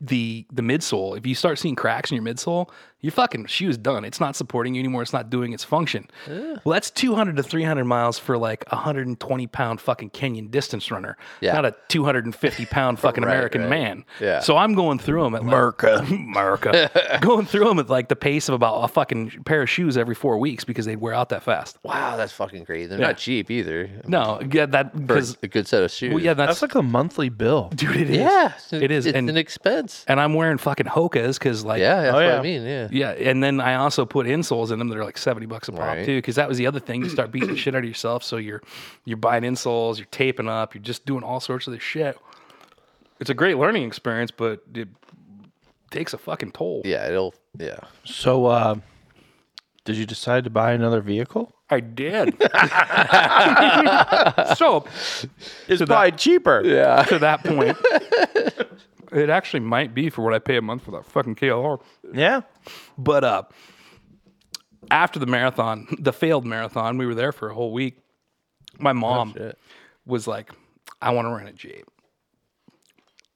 C: the, the midsole, if you start seeing cracks in your midsole, your fucking shoe is done. It's not supporting you anymore. It's not doing its function. Well, that's 200 to 300 miles for like a 120 pound fucking Kenyan distance runner,
A: Yeah.
C: not a 250 pound fucking
A: [laughs] Right,
C: American
A: right.
C: man.
A: Yeah.
C: So I'm going through them at like,
A: [laughs]
C: [laughs] America, going through them at like the pace of about a fucking pair of shoes every four weeks because they wear out that fast.
A: Wow, that's fucking crazy. They're not cheap either.
C: No, yeah, that
A: For
C: because
A: a good set of shoes.
C: well, yeah,
B: That's
C: that's,
B: like a monthly bill.
C: dude, it is.
A: yeah, it's-
C: it is,
A: It's
C: and-
A: an expense.
C: and I'm wearing fucking Hoka's because like
A: Yeah, that's
B: Oh,
A: what
B: yeah.
A: I mean. Yeah.
C: Yeah, and then I also put insoles in them that are like seventy bucks a pop
A: Right.
C: too, because that was the other thing. You start beating the shit out of yourself, so you're you're buying insoles, you're taping up, you're just doing all sorts of this shit. It's a great learning experience, but it takes a fucking toll.
A: Yeah, it'll. Yeah.
B: So, uh, did you decide to buy another vehicle?
A: [laughs]
C: I did. so
B: It's probably cheaper. Yeah.
C: to that point, it actually might be for what I pay a month for that fucking KLR.
B: Yeah.
C: But uh, after the marathon, [laughs] the failed marathon, we were there for a whole week.
A: Oh,
C: My mom was like, "I want to rent a jeep."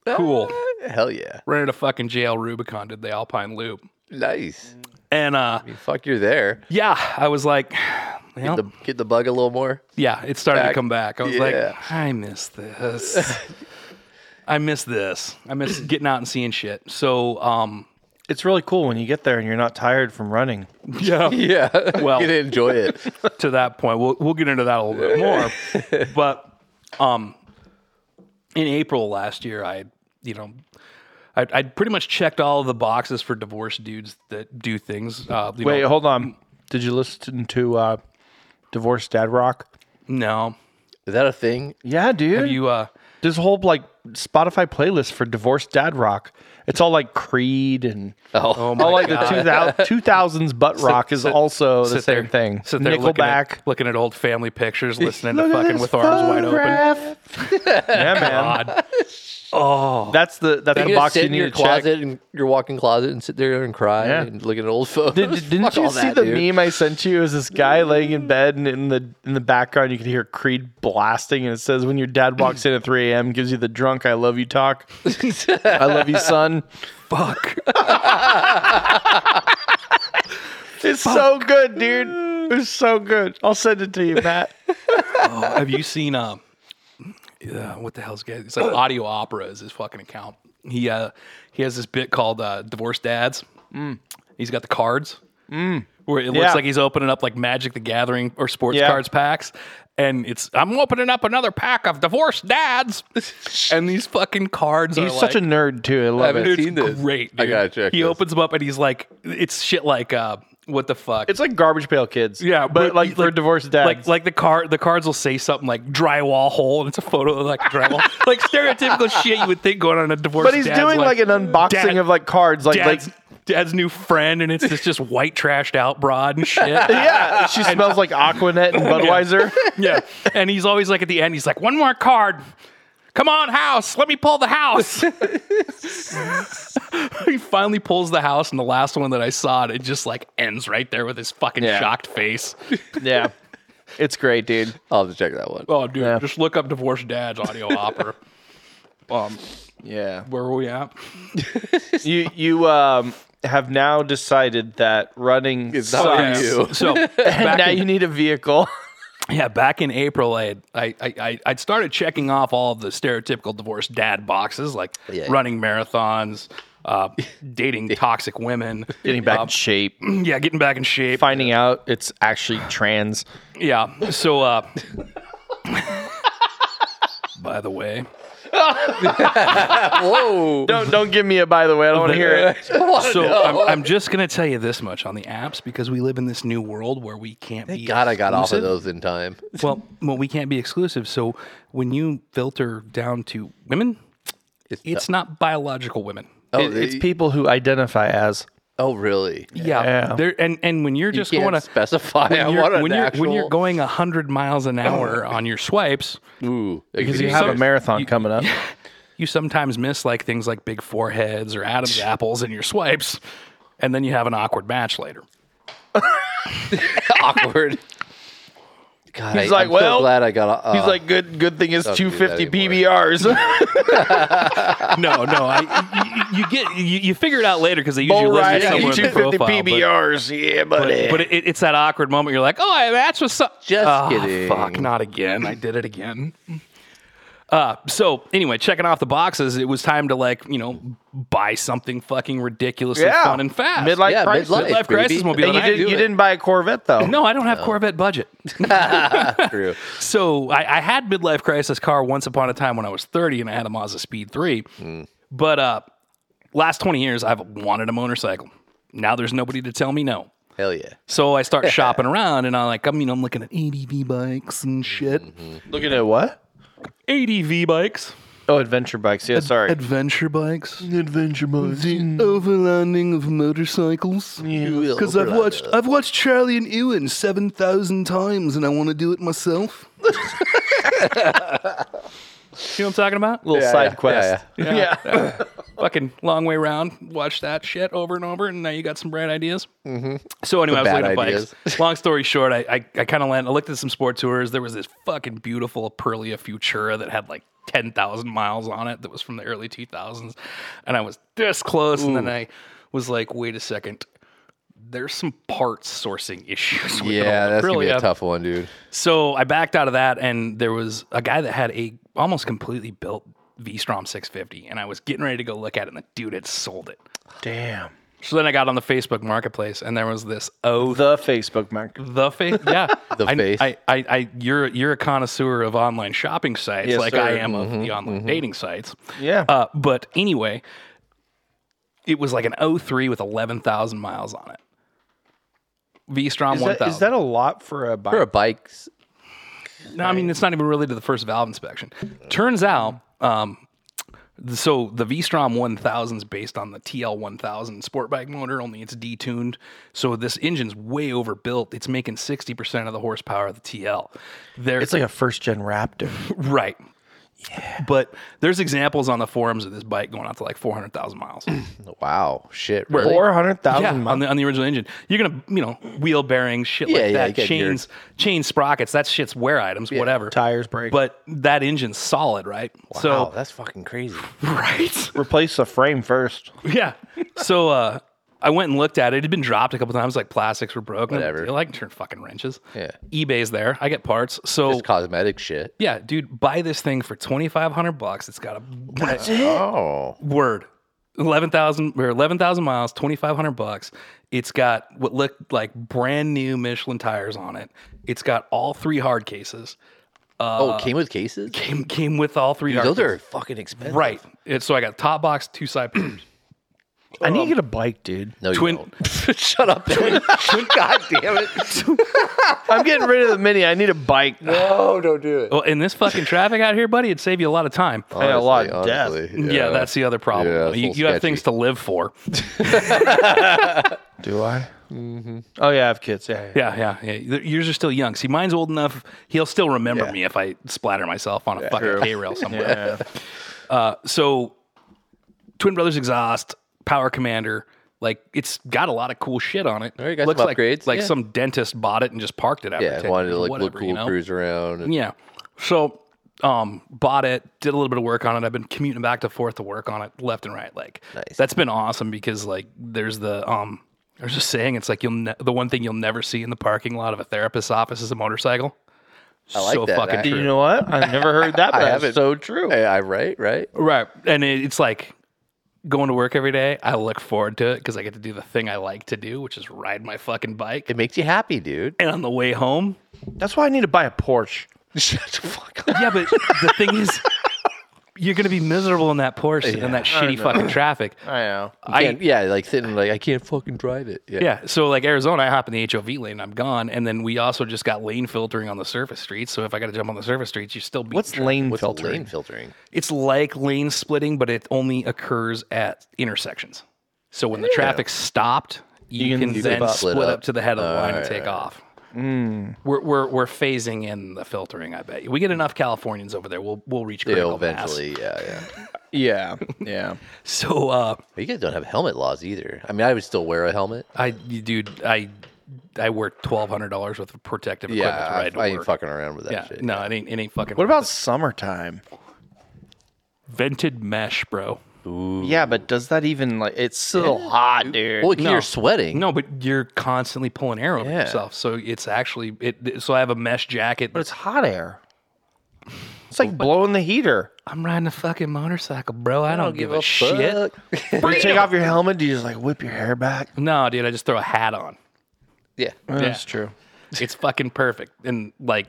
C: Cool.
A: Uh, Hell yeah.
C: Rented a fucking jail Rubicon, did the Alpine Loop.
A: Nice.
C: And uh
A: Fuck, you're there.
C: yeah, I was like, [sighs] well,
A: The, get the bug a little more.
C: yeah, it started to
A: back.
C: come back. I was
A: Yeah.
C: like, I
A: [laughs]
C: miss this. I miss this. I miss getting out and seeing shit. So um [laughs]
B: It's really cool when you get there and you're not tired from running.
C: yeah.
A: Yeah. [laughs]
C: Well-
A: you didn't enjoy it.
C: to that point. We'll we'll get into that a little bit
B: [laughs]
C: more. but um, in April last year, I you know, I I pretty much checked all of the boxes for divorced dudes that do things. Uh, you
B: Wait,
C: know,
B: hold on. Did you listen to uh, Divorce Dad Rock?
C: no,
A: Is that a thing?
B: Yeah, dude.
C: have you uh,
B: There's a whole like Spotify playlist for Divorced Dad Rock. It's all like Creed and
A: Oh,
C: my
B: all like the
C: [laughs]
B: 2000, 2000s butt rock is also the same thing.
C: sit there looking
B: Nickelback.
C: at, looking at old
B: [laughs]
C: family pictures, listening to
B: Look at
C: fucking
B: this
C: with arms wide open.
B: photograph.
C: [laughs]
B: yeah, man.
C: God,
B: That's the that's the
A: Oh. you just
B: box
A: sit
B: you
A: in
B: need
A: your
B: to check.
A: closet and your walk-in closet and sit there and cry
B: Yeah.
A: and look at old [laughs] photos.
B: Did, did- didn't
A: Fuck
B: you
A: all
B: see
A: that,
B: the
A: dude.
B: meme I sent you? Is this guy laying in bed and in the in the background you could hear Creed blasting and it says when your dad walks in at 3 a.m. gives you the drunk I love
A: [laughs]
B: you talk. I love you son.
C: fuck.
B: It's so good, dude. It's so good. I'll send it to you, Matt.
C: Oh, have you seen um yeah, what the hell's guy? It's like [clears throat] audio opera is his fucking account. He uh he has this bit called uh Divorced Dads. He's got the cards. Where
B: Mm.
C: it
B: Yeah.
C: looks like he's opening up like Magic the Gathering or sports
B: Yeah.
C: cards packs. And it's I'm opening up another pack of
B: [laughs]
C: divorced dads. and these fucking cards are
B: He's such a
C: like-
B: nerd too. I love
A: haven't
B: it.
A: seen this.
C: great.
A: I
C: dude.
A: gotta check.
C: He
A: this.
C: opens them up and he's like it's shit like uh what the fuck?
B: It's like garbage pail kids.
C: Yeah,
B: but, like, for divorced dads.
C: Like like the card the cards will say something like drywall hole, and it's a photo of like a drywall, [laughs] like stereotypical shit you would think going on a divorce.
B: but he's doing like, an unboxing
C: dad-
B: of like cards, like
C: dad's,
B: like
C: dad's new friend, and it's this just white trashed out broad
B: [laughs]
C: and shit.
B: yeah,
C: [laughs]
B: she smells like Aquanet and Budweiser.
C: yeah, and he's always like at the end, he's like one more card. Come on, house. Let me pull the house. [laughs] he finally pulls the house, and the last one that I saw, it just like ends right there with his fucking
B: Yeah.
C: shocked face.
B: [laughs] yeah, it's great, dude.
A: I'll have to check that one.
C: Oh, dude,
B: Yeah.
C: just look up Divorced Dad's audio opera. [laughs] Um,
B: Yeah,
C: where were we at?
B: you you um have now decided that running is
A: not
B: sucks.
A: for you.
C: So
A: [laughs]
C: back
B: now
C: in,
B: you need a vehicle.
C: yeah, back in April, I had, I, I I I'd started checking off all of the stereotypical divorced dad boxes, like
A: Yeah.
C: running marathons,
A: [laughs]
C: uh, dating toxic women,
B: Getting [laughs] back in shape,
C: yeah, getting back in shape,
B: finding out it's actually trans.
C: yeah.
A: [laughs]
C: So, uh, by the way,
A: Whoa.
B: Don't don't give me a by the way. I don't want to hear it.
C: so I'm, I'm just gonna tell you this much on the apps because we live in this new world where we can't be
A: God, I got off of
C: exclusive.
A: those in time.
C: Well, well, we can't be exclusive. So when you filter down to women, it's, not biological women.
A: Oh,
B: It- it's
A: they-
B: people who identify as.
A: oh really? You
B: Yeah.
C: There and and when you're just
A: can't
C: going to
A: specify.
C: when
A: I [laughs]
C: you're,
A: want an
C: when, you're, when you're
A: actual-
C: going 100 miles an hour on your swipes,
A: Ooh,
C: because
B: You
C: you
B: have a
C: Some-
B: marathon coming
C: [laughs]
B: up.
C: you sometimes miss like things like big foreheads or Adam's apples in your swipes, and then you have an awkward match later.
A: awkward. God,
B: He's
A: I,
B: like,
A: I'm
B: "Well,"
A: so glad I got. Uh,
B: He's like, good good thing it's
A: do that
B: 250
A: anymore.
B: [laughs] PBRs.
C: No, no, I, y- y- you, get you, you figure it out later because they usually
B: Bull
C: list
B: riding, [laughs]
C: it somewhere in the
B: 250
C: profile, but-
B: PBRs. yeah, buddy.
C: But it, it's that awkward moment. You're like, oh, I matched with some.
A: Just
C: Ah,
A: kidding.
C: Fuck, not again. I did it again. Uh, so anyway, checking off the boxes, it was time to like you know buy something fucking ridiculously
B: Yeah.
C: fun and fast.
B: Midlife
A: yeah,
B: crisis.
A: midlife,
C: Midlife crisis
A: baby.
C: will be
B: And
C: But
B: you,
C: I
B: did, Oh.
A: do
B: you
A: it.
B: didn't buy a Corvette though.
C: No, I don't have Corvette budget. [laughs]
A: True.
C: so I, I had midlife crisis car once upon a time when I was 30 and I had a Mazda Speed 3.
B: Mm.
C: But uh, last 20 years, I've wanted a motorcycle. Now there's nobody to tell me no.
A: Hell yeah.
C: So I [laughs] start shopping around and I'm like, I mean, I'm looking at ADV bikes and shit.
B: Looking at what?
C: ADV bikes,
B: Oh, adventure bikes. Yeah, sorry.
C: adventure bikes,
B: Adventure bikes.
C: overlanding of motorcycles. Because I've watched I've watched Charlie and Ewan seven thousand times, and I want to do it myself. [laughs] you know what I'm talking about?
B: Little
A: Yeah,
B: side
A: yeah,
B: quest. Yeah.
C: Fucking long way round. Watch that shit over and over, and now you got some bright ideas. Mm-hmm. So anyway, I was
A: bad
C: looking at
A: ideas. [laughs]
C: bikes. Long story short, I I, I kind of landed. I looked at some sport tours. There was this fucking beautiful Aprilia Futura that had like 10,000 miles on it that was from the early 2000s. And I was this close. And then I was like, wait a second. There's some parts sourcing issues. [laughs] With
A: Yeah,
C: all
A: that's gonna be
C: Aprilia.
A: a tough one, dude.
C: So I backed out of that, and there was a guy that had a almost completely built V-Strom 650, and I was getting ready to go look at it, and the dude had sold it.
B: Damn.
C: So then I got on the Facebook Marketplace, and there was this oh
B: The Facebook mark.
C: the face [laughs] yeah
A: The
C: I,
A: face.
C: I, I I you're you're a connoisseur of online shopping sites
B: Yes,
C: like
B: sir. Mm-hmm,
C: I am of the online dating sites.
B: Yeah.
C: Uh, but anyway, it was like an 03 with 11,000 miles on it. V-Strom
B: Is
C: 1000.
B: that, is that a lot for a bike?
A: For a bike, s-
C: No, I mean it's not even related to the first valve inspection. Turns out, um, th- so the V-Strom 1000 is based on the TL 1000 sport bike motor, only it's detuned. So this engine's way overbuilt. It's making 60% of the horsepower of the TL. There,
B: it's like a first gen Raptor.
C: right. But there's examples on the forums of this bike going out to like 400,000 miles.
A: wow, shit, really?
B: Four hundred thousand
C: yeah, on the, on the original engine. You're going to, you know, wheel bearings, shit
A: Yeah,
C: like
A: yeah,
C: that,
A: you get your-
C: chains, chain sprockets, that shit's wear items, whatever.
B: tires break.
C: But that engine's solid, right?
A: wow,
C: So
A: that's fucking crazy.
C: [laughs] right,
B: replace the frame first.
C: yeah. So uh, I went and looked at it. It had been dropped a couple times. Like plastics were broken.
A: Whatever.
C: I can turn fucking wrenches.
A: Yeah.
C: eBay's there. I get parts. So
A: It's cosmetic shit.
C: yeah, dude, buy this thing for twenty five hundred bucks. It's got a
A: Oh,
C: word. 11,000 or 11,000 miles, 2500 bucks. It's got what looked like brand new Michelin tires on it. It's got all three hard cases.
A: oh, it came with cases.
C: Came came with all three hard
A: Those
C: cases.
A: are fucking expensive.
C: right. It, so I got top box, two side pairs.
B: I need to get a bike, dude.
A: No,
C: Twin-
A: you
C: [laughs]
A: don't. Shut up. Twin, God damn it.
B: I'm getting rid of the mini. I need a bike.
A: No, Oh, don't do it.
C: Well, in this fucking traffic out here, buddy, it'd save you a lot of time.
B: I had a lot of death.
C: yeah. that's the other problem.
A: Oh, Yeah, it's a
C: you
A: little
C: you have
A: sketchy.
C: things to live for.
B: Do I? Mm-hmm. Oh yeah, I have kids. Yeah, yeah.
C: Yeah, yeah, yeah. The- Yours are still young. See, mine's old enough. He'll still remember me if I splatter myself on a fucking
A: [laughs]
C: K rail somewhere. Uh, so, Twin Brothers exhaust, Power Commander. Like it's got a lot of cool shit on it.
A: you got
C: Looks
A: some
C: like
A: upgrades,
C: like
A: yeah.
C: some dentist bought it and just parked it out.
A: Yeah, I wanted to like look cool,
C: you know?
A: cruise around. And,
C: Yeah. So, um, bought it, did a little bit of work on it. I've been commuting back to forth to work on it left and right. Like,
A: Nice.
C: that's been awesome because like there's the um, there's a saying. It's like you'll ne- the one thing you'll never see in the parking lot of a therapist's office is a motorcycle.
A: I like
C: so
A: that,
C: fucking
A: I-
C: true.
B: You know what? I've never heard [laughs] that. But that's
A: haven't.
B: so true.
A: Hey, I right, right.
C: Right. And it, it's like going to work every day. I look forward to it because I get to do the thing I like to do, which is ride my fucking bike.
A: It makes you happy, dude.
C: And on the way home,
B: That's why I need to buy a Porsche.
A: Shut the fuck up.
C: yeah, but the thing is, [laughs] you're going to be miserable in that
A: [laughs]
C: Porsche and that shitty fucking traffic.
B: I know.
A: I, yeah, like sitting like I can't fucking drive it. Yeah.
C: Yeah. So like Arizona, I hop in the HOV lane, I'm gone. And then we also just got lane filtering on the surface streets. So if I got to jump on the surface streets, you still be.
B: What's lane
A: What's
B: filtering?
A: lane filtering?
C: [laughs] it's like lane splitting, but it only occurs at intersections. So when the traffic's stopped, you,
B: You can-
C: can,
B: you
C: then
B: can
C: split,
A: split Mm.
C: up.
A: up.
C: to the head of the line and take off. We're, we're we're phasing in the filtering. I bet you we get enough Californians over there. We'll we'll reach critical
A: Yeah,
C: eventually.
A: eventually. Yeah, yeah.
B: [laughs] [laughs] Yeah, yeah.
C: So uh,
A: But you guys don't have helmet laws either. I mean, I would still wear a helmet.
C: I dude, I I work twelve hundred dollars worth of protective equipment
A: Yeah,
C: to
A: I,
C: ride to
A: I ain't
C: work.
A: fucking around with that
C: yeah,
A: shit.
C: no, it ain't it ain't fucking.
B: What about summertime?
C: vented mesh, bro.
B: Yeah, but does that even like? It's still hot, dude.
A: Well, like,
C: No.
A: you're sweating.
C: No, but you're constantly pulling air over
A: Yeah.
C: yourself, so it's actually it. So I have a mesh jacket.
B: but it's hot air. It's like blowing the heater.
C: I'm riding a fucking motorcycle, bro. I don't, give, a, shit.
A: fuck.
B: When you take off your helmet, do you just like whip your hair back?
C: No, dude, I just throw a hat on.
A: yeah.
B: That's true.
C: It's fucking perfect. And like,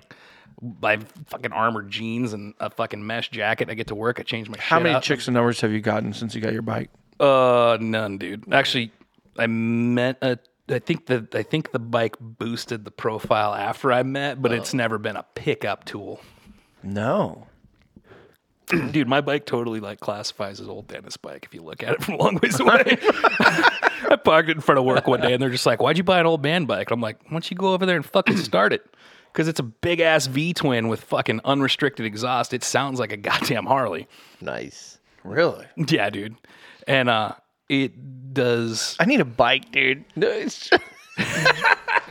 C: I have fucking armored jeans and a fucking mesh jacket. I get to work. I change my.
B: How
C: shit
B: many
C: out.
B: chicks and numbers have you gotten since you got your bike?
C: Uh, none, dude. Actually, I met a. I think the I think the bike boosted the profile after I met, but it's never been a pickup tool.
B: No.
C: Dude, my bike totally like classifies as old Dennis bike if you look at it from a long ways away. I parked it in front of work one day and they're just like, Why'd you buy an old man bike? And I'm like, Why don't you go over there and fucking start it? Because it's a big ass V twin with fucking unrestricted exhaust. It sounds like a goddamn Harley. [laughs]
A: Nice. [laughs]
B: Really?
C: Yeah, dude. And uh it does
B: I need a bike, dude.
A: No, it's.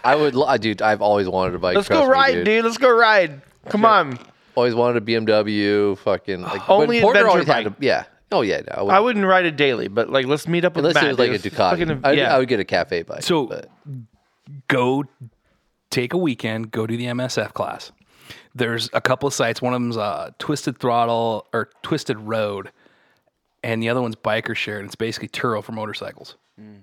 A: I would, lo- dude. I've always wanted a bike.
B: Let's
A: trust
B: go
A: me,
B: ride, dude. Let's go ride. Come on.
A: always wanted a BMW. Fucking like but
B: Only adventure
A: always had
B: bike.
A: a- yeah. Oh yeah. No, I would,
B: I wouldn't ride it daily, but like let's meet up with
A: unless
B: Matt.
A: it was like a
B: dude.
A: Ducati.
B: Fucking-
A: I,
B: yeah.
A: I would get a cafe bike.
C: So
A: but
C: go take a weekend, go do the MSF class. There's a couple of sites. One of them's uh, Twisted Throttle or Twisted Road, and the other one's Biker Share, and it's basically Turo for motorcycles.
A: Mm.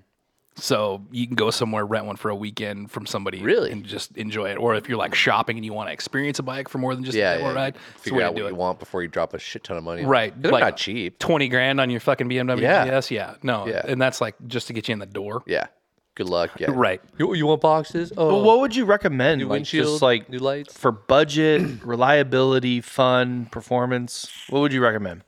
C: So you can go somewhere, rent one for a weekend from somebody,
A: Really?
C: and just enjoy it. Or if you're like shopping and you want to experience a bike for more than just
A: yeah,
C: a
A: yeah,
C: ride, it's the
A: figure
C: way to
A: out
C: do
A: what
C: it.
A: you want before you drop a shit ton of money. on it.
C: Right,
A: They're
C: like-
A: not cheap.
C: Twenty grand on your fucking BMW
A: Yeah.
C: GS, yeah, no,
A: Yeah.
C: and that's like just to get you in the door,
A: Yeah. Good luck. Yeah.
C: [laughs] right?
A: You, you want boxes? Oh,
B: But what would you recommend?
A: new
B: Like,
A: windshield,
B: just like
A: new lights. [clears throat]
B: for budget, reliability, fun, performance. What would you recommend?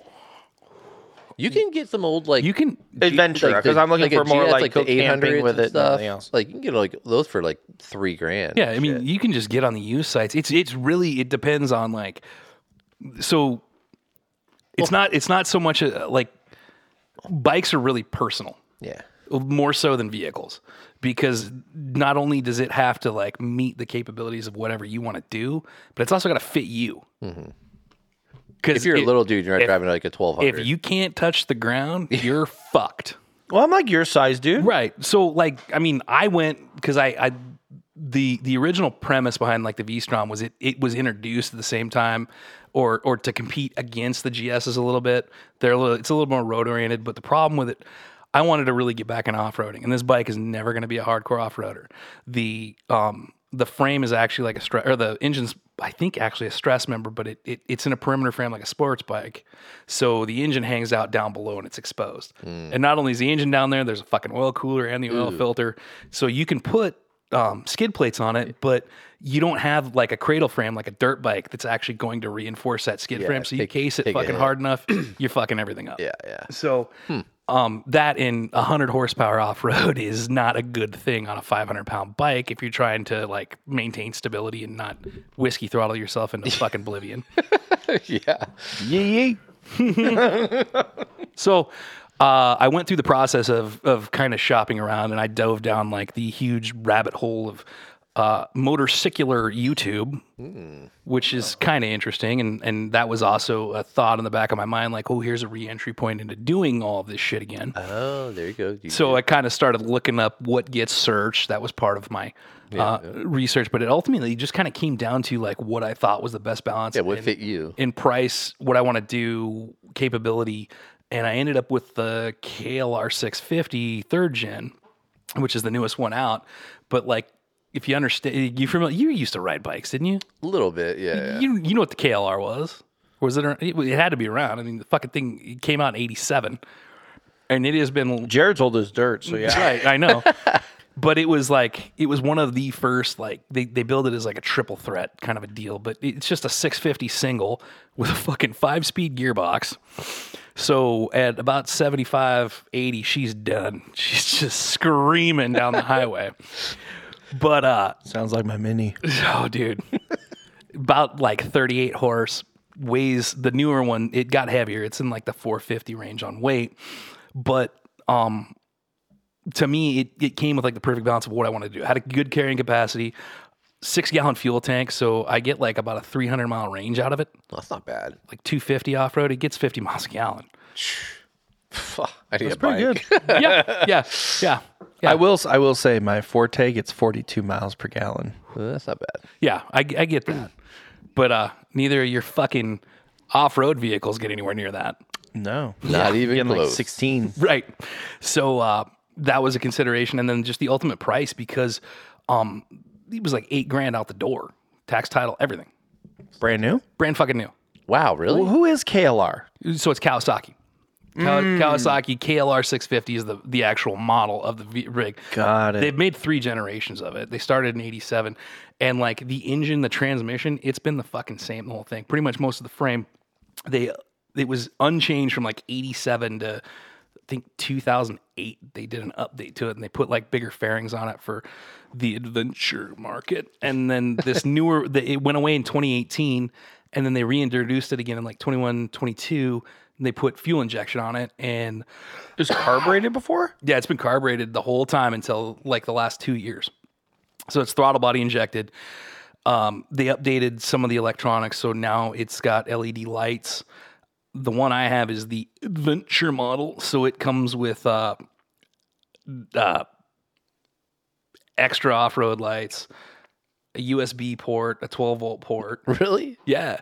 A: You can get some old like
C: You can
B: Adventure,
A: like the-
B: because I'm looking
A: a
B: for more
A: GS,
B: like,
A: the
B: go camping
A: 800s
B: with
A: and
B: it, nothing else.
A: Like you can get like those for like three grand.
C: Yeah, I mean, you can just get on the used sites. It's it's really it depends on like so it's not it's not so much uh like bikes are really personal
A: yeah.
C: more so than vehicles because not only does it have to like meet the capabilities of whatever you want to do, but it's also got to fit you. Because
A: If you're a little dude, you're not
C: Mm-hmm. if-
A: driving like a twelve hundred.
C: if you can't touch the [laughs] ground, you're fucked.
B: Well, I'm like your size, dude.
C: Right. So like I mean, I went because I, I the the original premise behind like the V-Strom was it it was introduced at the same time or or to compete against the GSs a little bit. They're a little it's a little more road oriented, but the problem with it I wanted to really get back in off-roading and this bike is never going to be a hardcore off-roader. The um the frame is actually like a stress or the engine's I think actually a stress member, but it, it it's in a perimeter frame like a sports bike. So the engine hangs out down below and it's exposed. And not only is the engine down there, there's a fucking oil cooler and the oil filter. So you can put um, skid plates on it, but you don't have like a cradle frame like a dirt bike that's actually going to reinforce that skid frame. So you
A: take-
C: case it
A: take a
C: fucking
A: hit. [clears throat]
C: hard enough, you're fucking everything up.
A: yeah, Hmm. yeah.
C: So um, that in a hundred horsepower off road [laughs] is not a good thing on a 500 pound bike if you're trying to like maintain stability and not whiskey throttle
A: [laughs]
C: yourself into fucking oblivion.
A: yeah.
B: Yee yee.
C: So uh, I went through the process of of kind of shopping around, and I dove down like the huge rabbit hole of uh, motorcycular YouTube,
A: Hmm.
C: which is kind of interesting. And and that was also a thought in the back of my mind, like, oh, here's a reentry point into doing all of this shit again.
A: Oh, there you go. You-
C: So I kind of started looking up what gets searched. That was part of my uh, research, but it ultimately just kind of came down to like what I thought was the best balance.
A: yeah, what
C: and-
A: fit you?
C: in price, what I want to do, capability, and I ended up with the KLR 650 third gen, which is the newest one out. But like, if you understand, you familiar? You used to ride bikes, didn't you?
A: A little bit. Yeah. yeah.
C: You you know what the KLR was? Was it? ar- It it had to be around. I mean, the fucking thing it came out in '87, and it has been
B: Jared's old as dirt,
A: [laughs]
B: so yeah.
C: [laughs] right. I know. But it was like it was one of the first like they they build it as like a triple threat kind of a deal, but it's just a 650 single with a fucking five speed gearbox. So at about 75, 80, she's done. She's just screaming down the highway. But uh
B: Sounds like my mini.
C: [laughs] Oh, dude. About like 38 horse weighs the newer one. It got heavier. It's in like the 450 range on weight, but um, to me, it it came with like the perfect balance of what I wanted to do. I had a good carrying capacity, six gallon fuel tank, so I get like about a 300 mile range out of it,
A: That's not bad.
C: like 250 off road. It gets 50 [laughs] miles
B: [laughs]
C: a gallon.
A: [laughs] I need a bike.
B: Pretty good.
C: Yeah, yeah, yeah.
B: I will. s- I will say my Forte gets 42 miles per gallon.
A: Uh, [laughs] That's not bad.
C: Yeah, I, I get that. But uh, neither of your fucking off road vehicles get anywhere near that.
B: No,
A: Not even
B: Getting like
A: close.
B: 16.
C: Right. So uh, that was a consideration, and then just the ultimate price because um, it was like eight grand out the door, tax title, everything,
B: Brand new.
C: brand fucking new.
A: Wow, really?
B: Well, who is KLR?
C: So it's Kawasaki. Kaw-
B: Mm.
C: Kawasaki KLR 650 is the, the actual model of the v- rig.
B: Got it.
C: They've made three generations of it. They started in 87. And like the engine, the transmission, it's been the fucking same the whole thing. Pretty much most of the frame, they it was unchanged from like 87 to I think 2008. They did an update to it and they put like bigger fairings on it for the adventure market. And then this newer, the, it went away in 2018 and then they reintroduced it again in like 21, 22. And they put fuel injection on it and
B: was carbureted before.
C: yeah, it's been carbureted the whole time until like the last two years. So it's throttle body injected. Um, they updated some of the electronics, so now it's got LED lights. The one I have is the adventure model, so it comes with uh, uh, extra off road lights, a USB port, a 12 volt port.
A: [laughs] Really?
C: Yeah,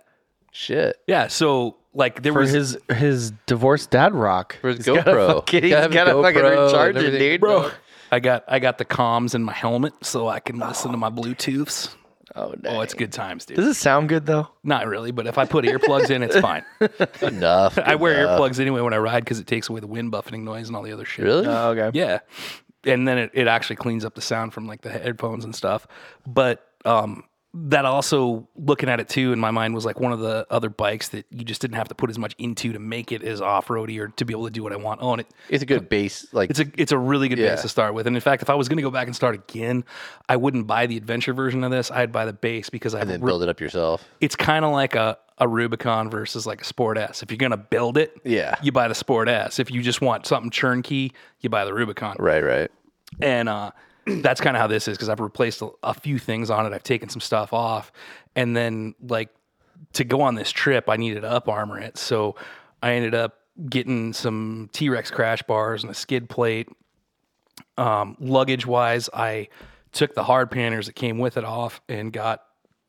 A: Shit.
C: yeah. So like there
B: for
C: was
B: his his divorced dad rock.
A: For his
B: gotta
A: GoPro.
B: fucking- he's
A: Gotta have his
B: gotta fucking
A: GoPro and
B: recharge it,
A: everything.
B: dude.
C: bro. I got I got the comms in my helmet, so I can listen to my Bluetooths.
B: Oh,
C: Oh, it's good times, dude.
B: Does it sound good though?
C: Not really, but if I put earplugs in, it's
A: [laughs]
C: fine. [laughs]
A: Enough.
C: I wear earplugs anyway when I ride because it takes away the wind buffeting noise and all the other shit.
A: Really?
B: Oh, okay.
C: Yeah. And then it, it actually cleans up the sound from like the headphones and stuff. But um, that also, looking at it too, in my mind was like one of the other bikes that you just didn't have to put as much into to make it as off roady or to be able to do what I want on it.
A: it's a good base. Like
C: It's a it's a really good
A: Yeah.
C: base to start with. And in fact, if I was going to go back and start again, I wouldn't buy the adventure version of this. I'd buy the base because I
A: then build it up yourself.
C: it's kind of like a, a Rubicon versus like a Sport S. If you're gonna build it,
A: Yeah.
C: you buy the Sport S. If you just want something turnkey, you buy the Rubicon.
A: Right, right.
C: And uh, that's kind of how this is because I've replaced a, a few things on it. I've taken some stuff off, and then like to go on this trip, I needed to up armor it. So I ended up getting some T Rex crash bars and a skid plate. Um, luggage wise, I took the hard panners that came with it off and got.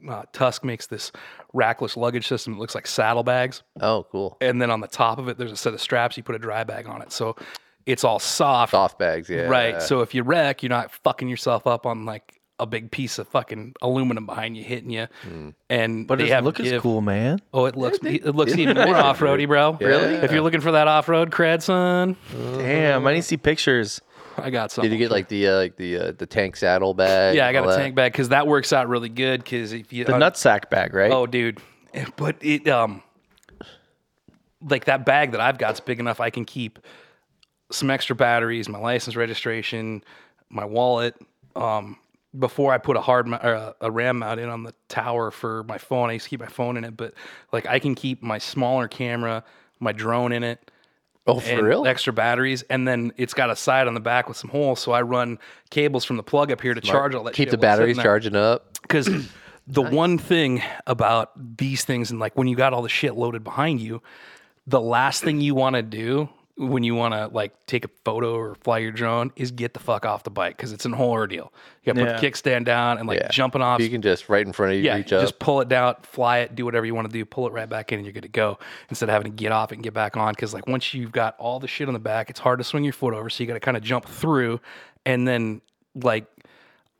C: Uh, Tusk makes this rackless luggage system that looks like saddlebags
A: Oh, cool.
C: and then on the top of it there's a set of straps you put a dry bag on it so it's all soft
A: Soft bags, yeah.
C: right so if you wreck you're not fucking yourself up on like a big piece of fucking aluminum behind you hitting you
A: Hmm.
C: and
B: But
C: they
B: his
C: have
B: look is
C: give-
B: cool, man.
C: oh it looks it looks even more off-roady bro
A: Really?
C: if you're looking for that off-road cred son
B: Damn, I need to see pictures.
C: i got
A: Did
C: something
A: you get like the uh, like the uh, the tank saddle bag?
C: yeah i
A: and
C: got
A: all
C: a
A: that?
C: tank bag because that works out really good because if you
B: The
C: uh,
B: nutsack bag, right?
C: Oh, dude. But it um like that bag that I've got's big enough I can keep some extra batteries, my license registration, my wallet. Um before I put a hard mo- or a- a RAM mount in on the tower for my phone, I used to keep my phone in it, but like I can keep my smaller camera, my drone in it,
A: Oh, for
C: and
A: real?
C: extra batteries, and then it's got a side on the back with some holes. So I run cables from the plug up here to charge all that.
A: Keep
C: shit
A: the
C: while it's sitting
A: batteries
C: there
A: charging up.
C: because
A: [clears throat]
C: the one thing about these things and like when you got all the shit loaded behind you the last thing you want to do when you want to like take a photo or fly your drone is get the fuck off the bike because it's an whole ordeal you gotta put the kickstand down and like
A: Yeah.
C: jumping off
A: You can just right in front of you
C: yeah,
A: reach
C: you
A: up.
C: just pull it down, fly it, do whatever you want to do, pull it right back in, and you're good to go. Instead of having to get off it and get back on, because like once you've got all the shit on the back, it's hard to swing your foot over, so you got to kind of jump through, and then like.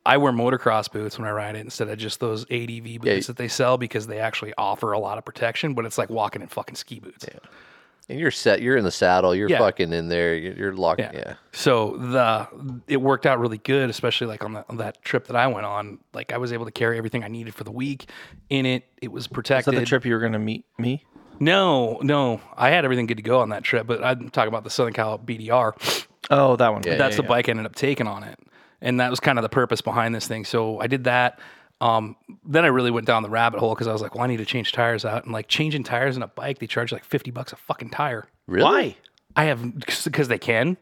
C: I wear motocross boots when I ride it instead of just those ADV boots that they sell because they actually offer a lot of protection, but it's like walking in fucking ski boots.
A: and you're set. You're in the saddle. You're
C: Yeah.
A: fucking in there. You're, you're locked. Yeah.
C: So the it worked out really good, especially like on, the, on that trip that I went on. Like I was able to carry everything I needed for the week in it. It was
B: Is that
C: protected.
B: the trip you were gonna meet me?
C: No, no. I had everything good to go on that trip, but I'm talking about the Southern Cal BDR.
B: Oh, that one.
C: That's the bike I ended up taking on it. And that was kind of the purpose behind this thing. So I did that. Um, then I really went down the rabbit hole because I was like, well, I need to change tires out. And like changing tires on a bike, they charge like 50 bucks a fucking tire.
A: Really?
B: Why?
C: I have because they can.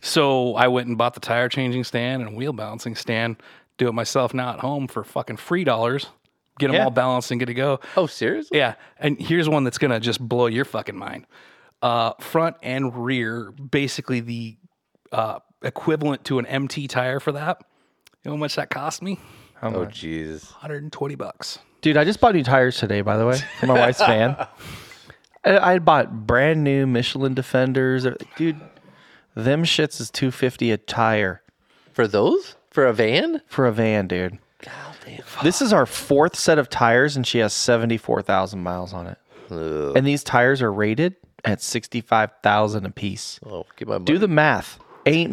C: so I went and bought the tire changing stand and wheel balancing stand. Do it myself now at home for fucking free dollars. Get them
B: Yeah.
C: all balanced and good to go.
A: Oh, seriously?
C: Yeah, and here's one that's gonna just blow your fucking mind. Uh, front and rear, basically the uh, equivalent to an MT tire for that. You know how much that cost me?
A: Oh, Jesus.
C: 120 bucks.
B: Dude, I just bought new tires today, by the way, for my wife's [laughs] van. I, I had bought brand new Michelin Defenders. Dude, them shits is two fifty a tire
A: For those? For a van?
B: for a van, dude. This is our fourth set of tires, and she has seventy four thousand miles on it.
A: Ugh.
B: And these tires are rated at sixty five thousand a piece.
A: Oh, get my.
B: Do the math. Ain't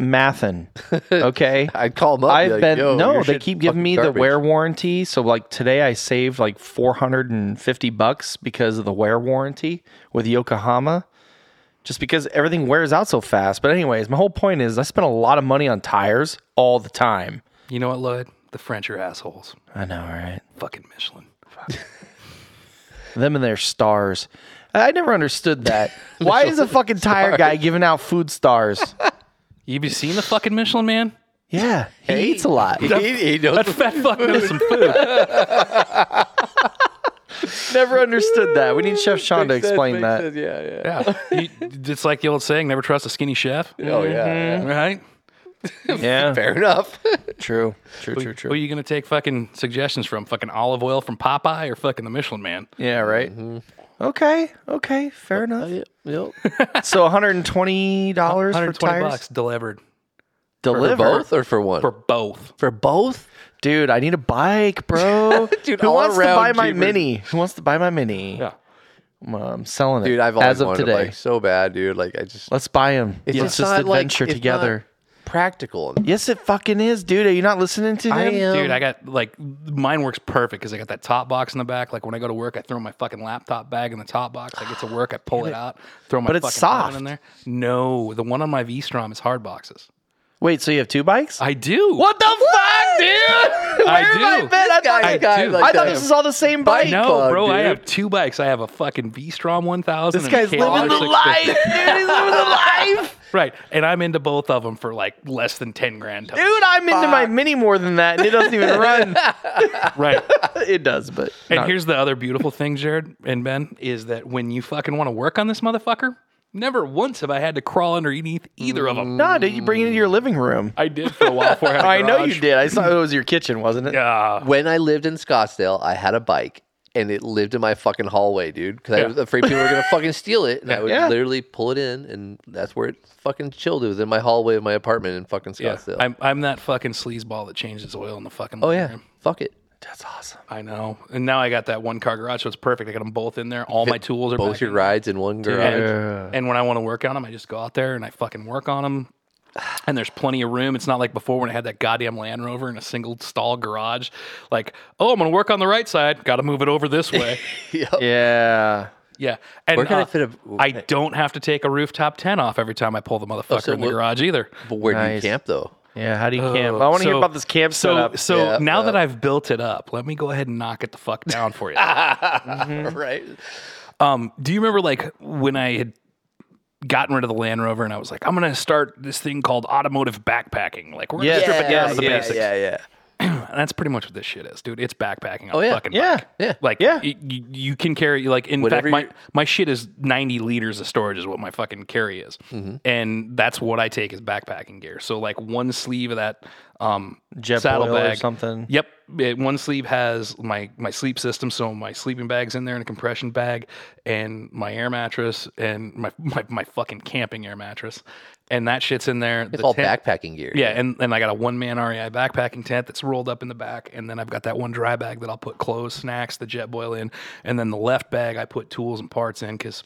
A: [laughs]
B: mathin'. Okay.
A: I'd call them up.
B: I've
A: be like,
B: been
A: "Yo,
B: no.
A: your
B: They
A: shit's
B: keep giving
A: fucking
B: me the
A: garbage."
B: wear warranty. So like today, I saved like four hundred and fifty bucks because of the wear warranty with Yokohama, just because everything wears out so fast. But anyways, my whole point is I spend a lot of money on tires all the time.
C: You know what, Lloyd? The French are assholes.
B: I know, right?
C: Fucking Michelin.
B: Them and their stars. I I never
A: [laughs]
B: understood that.
A: [laughs]
B: Why is a fucking tire guy giving out food stars?
C: You be seen the fucking Michelin man?
B: Yeah, he eats a lot.
A: He, he knows
C: That fat fuck knows some food.
B: Never understood that. We need Chef Sean to explain that.
A: Yeah, yeah.
C: Yeah, You- it's like the old saying: never trust a skinny chef.
A: Oh yeah, yeah.
C: Right?
B: Yeah,
A: Fair enough. [laughs]
B: true, true, true,
C: Who are
B: true.
C: you gonna take fucking suggestions from? Fucking olive oil from Popeye or fucking the Michelin Man?
B: Yeah, right.
A: Mm-hmm.
B: Okay, okay, fair enough.
D: Yep.
A: [laughs]
D: Yep.
B: So one hundred and twenty dollars for
C: 120
B: tires
C: bucks delivered
A: For
B: delivered.
A: both or for one?
C: for both.
A: for both?
B: Dude, I need a bike, bro.
A: [laughs] Dude,
B: who
A: all
B: wants to
A: around
B: buy my
A: cheaper.
B: mini? Who wants to buy my mini?
C: Yeah.
B: I'm, uh, I'm selling it,
A: Dude, I've always
B: as of
A: wanted
B: today.
A: a bike so bad, dude. Like I just
B: Let's buy them.
A: It's just
B: Let's just
A: not, like-
B: adventure
A: it's
B: together.
A: practical.
B: Yes, it fucking is, dude. Are you not listening to
A: I
B: them?
A: am.
C: Dude, I got like mine works perfect because I got that top box in the back. Like when I go to work, I throw my fucking laptop bag in the top box. I get to [sighs] work, I pull it out, throw my
B: But it's
C: fucking phone
B: soft.
C: in there. No, the one on my V Strom is hard boxes.
B: Wait, so you have two bikes?
C: I do.
B: what the fuck,
C: [laughs]
B: dude? Where
C: I
B: have I
C: do.
B: been? I thought,
A: I
B: I,
A: do.
B: thought this was all the same bike.
C: No,
A: bug,
C: bro, I
A: dude.
C: have two bikes. I have a fucking V Strom 1000.
B: This
C: and a
B: guy's living the
C: KR650.
B: life, dude. He's living the life,
C: Right. And I'm into both of them for like less than 10 grand. total.
B: dude. I'm into my mini more than that, and it doesn't even [laughs] run.
C: Right. [laughs]
B: it does, but
C: And
B: not-
C: here's the other beautiful thing, Jared and Ben, is that when you fucking want to work on this motherfucker, never once have I had to crawl underneath either of them.
B: nah, dude, you bring it into your living room.
C: Mm. I did for a while before [laughs] I had a
B: I know you
C: garage.
B: did. I saw it was your kitchen, wasn't it?
C: Yeah.
A: When I lived in Scottsdale, I had a bike and it lived in my fucking hallway, dude, because I was afraid people were gonna fucking steal it. And I would
B: Yeah.
A: literally pull it in, and that's where it fucking chilled. It was in my hallway of my apartment in fucking
C: Yeah.
A: Scottsdale.
C: I'm, I'm that fucking sleazeball that changes oil in the fucking
A: oh
C: living
A: yeah,
C: room.
A: fuck it.
B: That's awesome.
C: I know. And now I got that one car garage, so it's perfect. I got them both in there. All my tools are
A: Both
C: back
A: your
C: in.
A: rides in one garage. [laughs]
C: And, and when I want to work on them, I just go out there and I fucking work on them. And there's plenty of room. It's not like before when I had that goddamn Land Rover in a single stall garage. Like, oh, I'm gonna work on the right side. Got to move it over this way.
A: [laughs]
B: Yeah.
C: yeah, and
A: Where can I
C: uh,
A: fit a- Oh,
C: I don't have to take a rooftop tent off every time I pull the motherfucker
A: so
C: in the
A: what-
C: garage either.
A: But where
B: Nice.
A: do you camp though?
B: Yeah. How do you camp?
C: Oh,
B: I want to hear
C: so-
B: about this camp
C: So,
B: setup.
C: so
A: Yeah,
C: now that I've built it up, let me go ahead and knock it the fuck down
A: [laughs]
C: for you.
A: Right.
C: Um, do you remember like when I had gotten rid of the Land Rover and I was like, I'm gonna start this thing called automotive backpacking. Like we're gonna
B: Yes.
C: strip it down
B: Yeah,
C: to the
B: yeah,
C: basics.
A: Yeah, yeah.
C: [clears throat] And that's pretty much what this shit is, dude. It's backpacking. On
A: Oh, yeah.
C: a fucking
B: Yeah.
C: bike.
A: Yeah.
C: Like
B: Yeah.
C: y- y- you can carry like in
A: Whatever
C: fact
A: you-
C: my, my shit is 90 liters of storage is what my fucking carry is.
A: Mm-hmm.
C: And that's what I take as backpacking gear. So like one sleeve of that um
B: Jet boil or
C: saddlebag
B: something.
C: Yep. It- one sleeve has my my sleep system, so my sleeping bag's in there and a compression bag and my air mattress and my [laughs] my, my fucking camping air mattress. And that shit's in there.
A: It's all backpacking gear.
C: Yeah, and, and I got a one man REI backpacking tent that's rolled up in the back, and then I've got that one dry bag that I'll put clothes, snacks, the jet boil in, and then the left bag I put tools and parts in because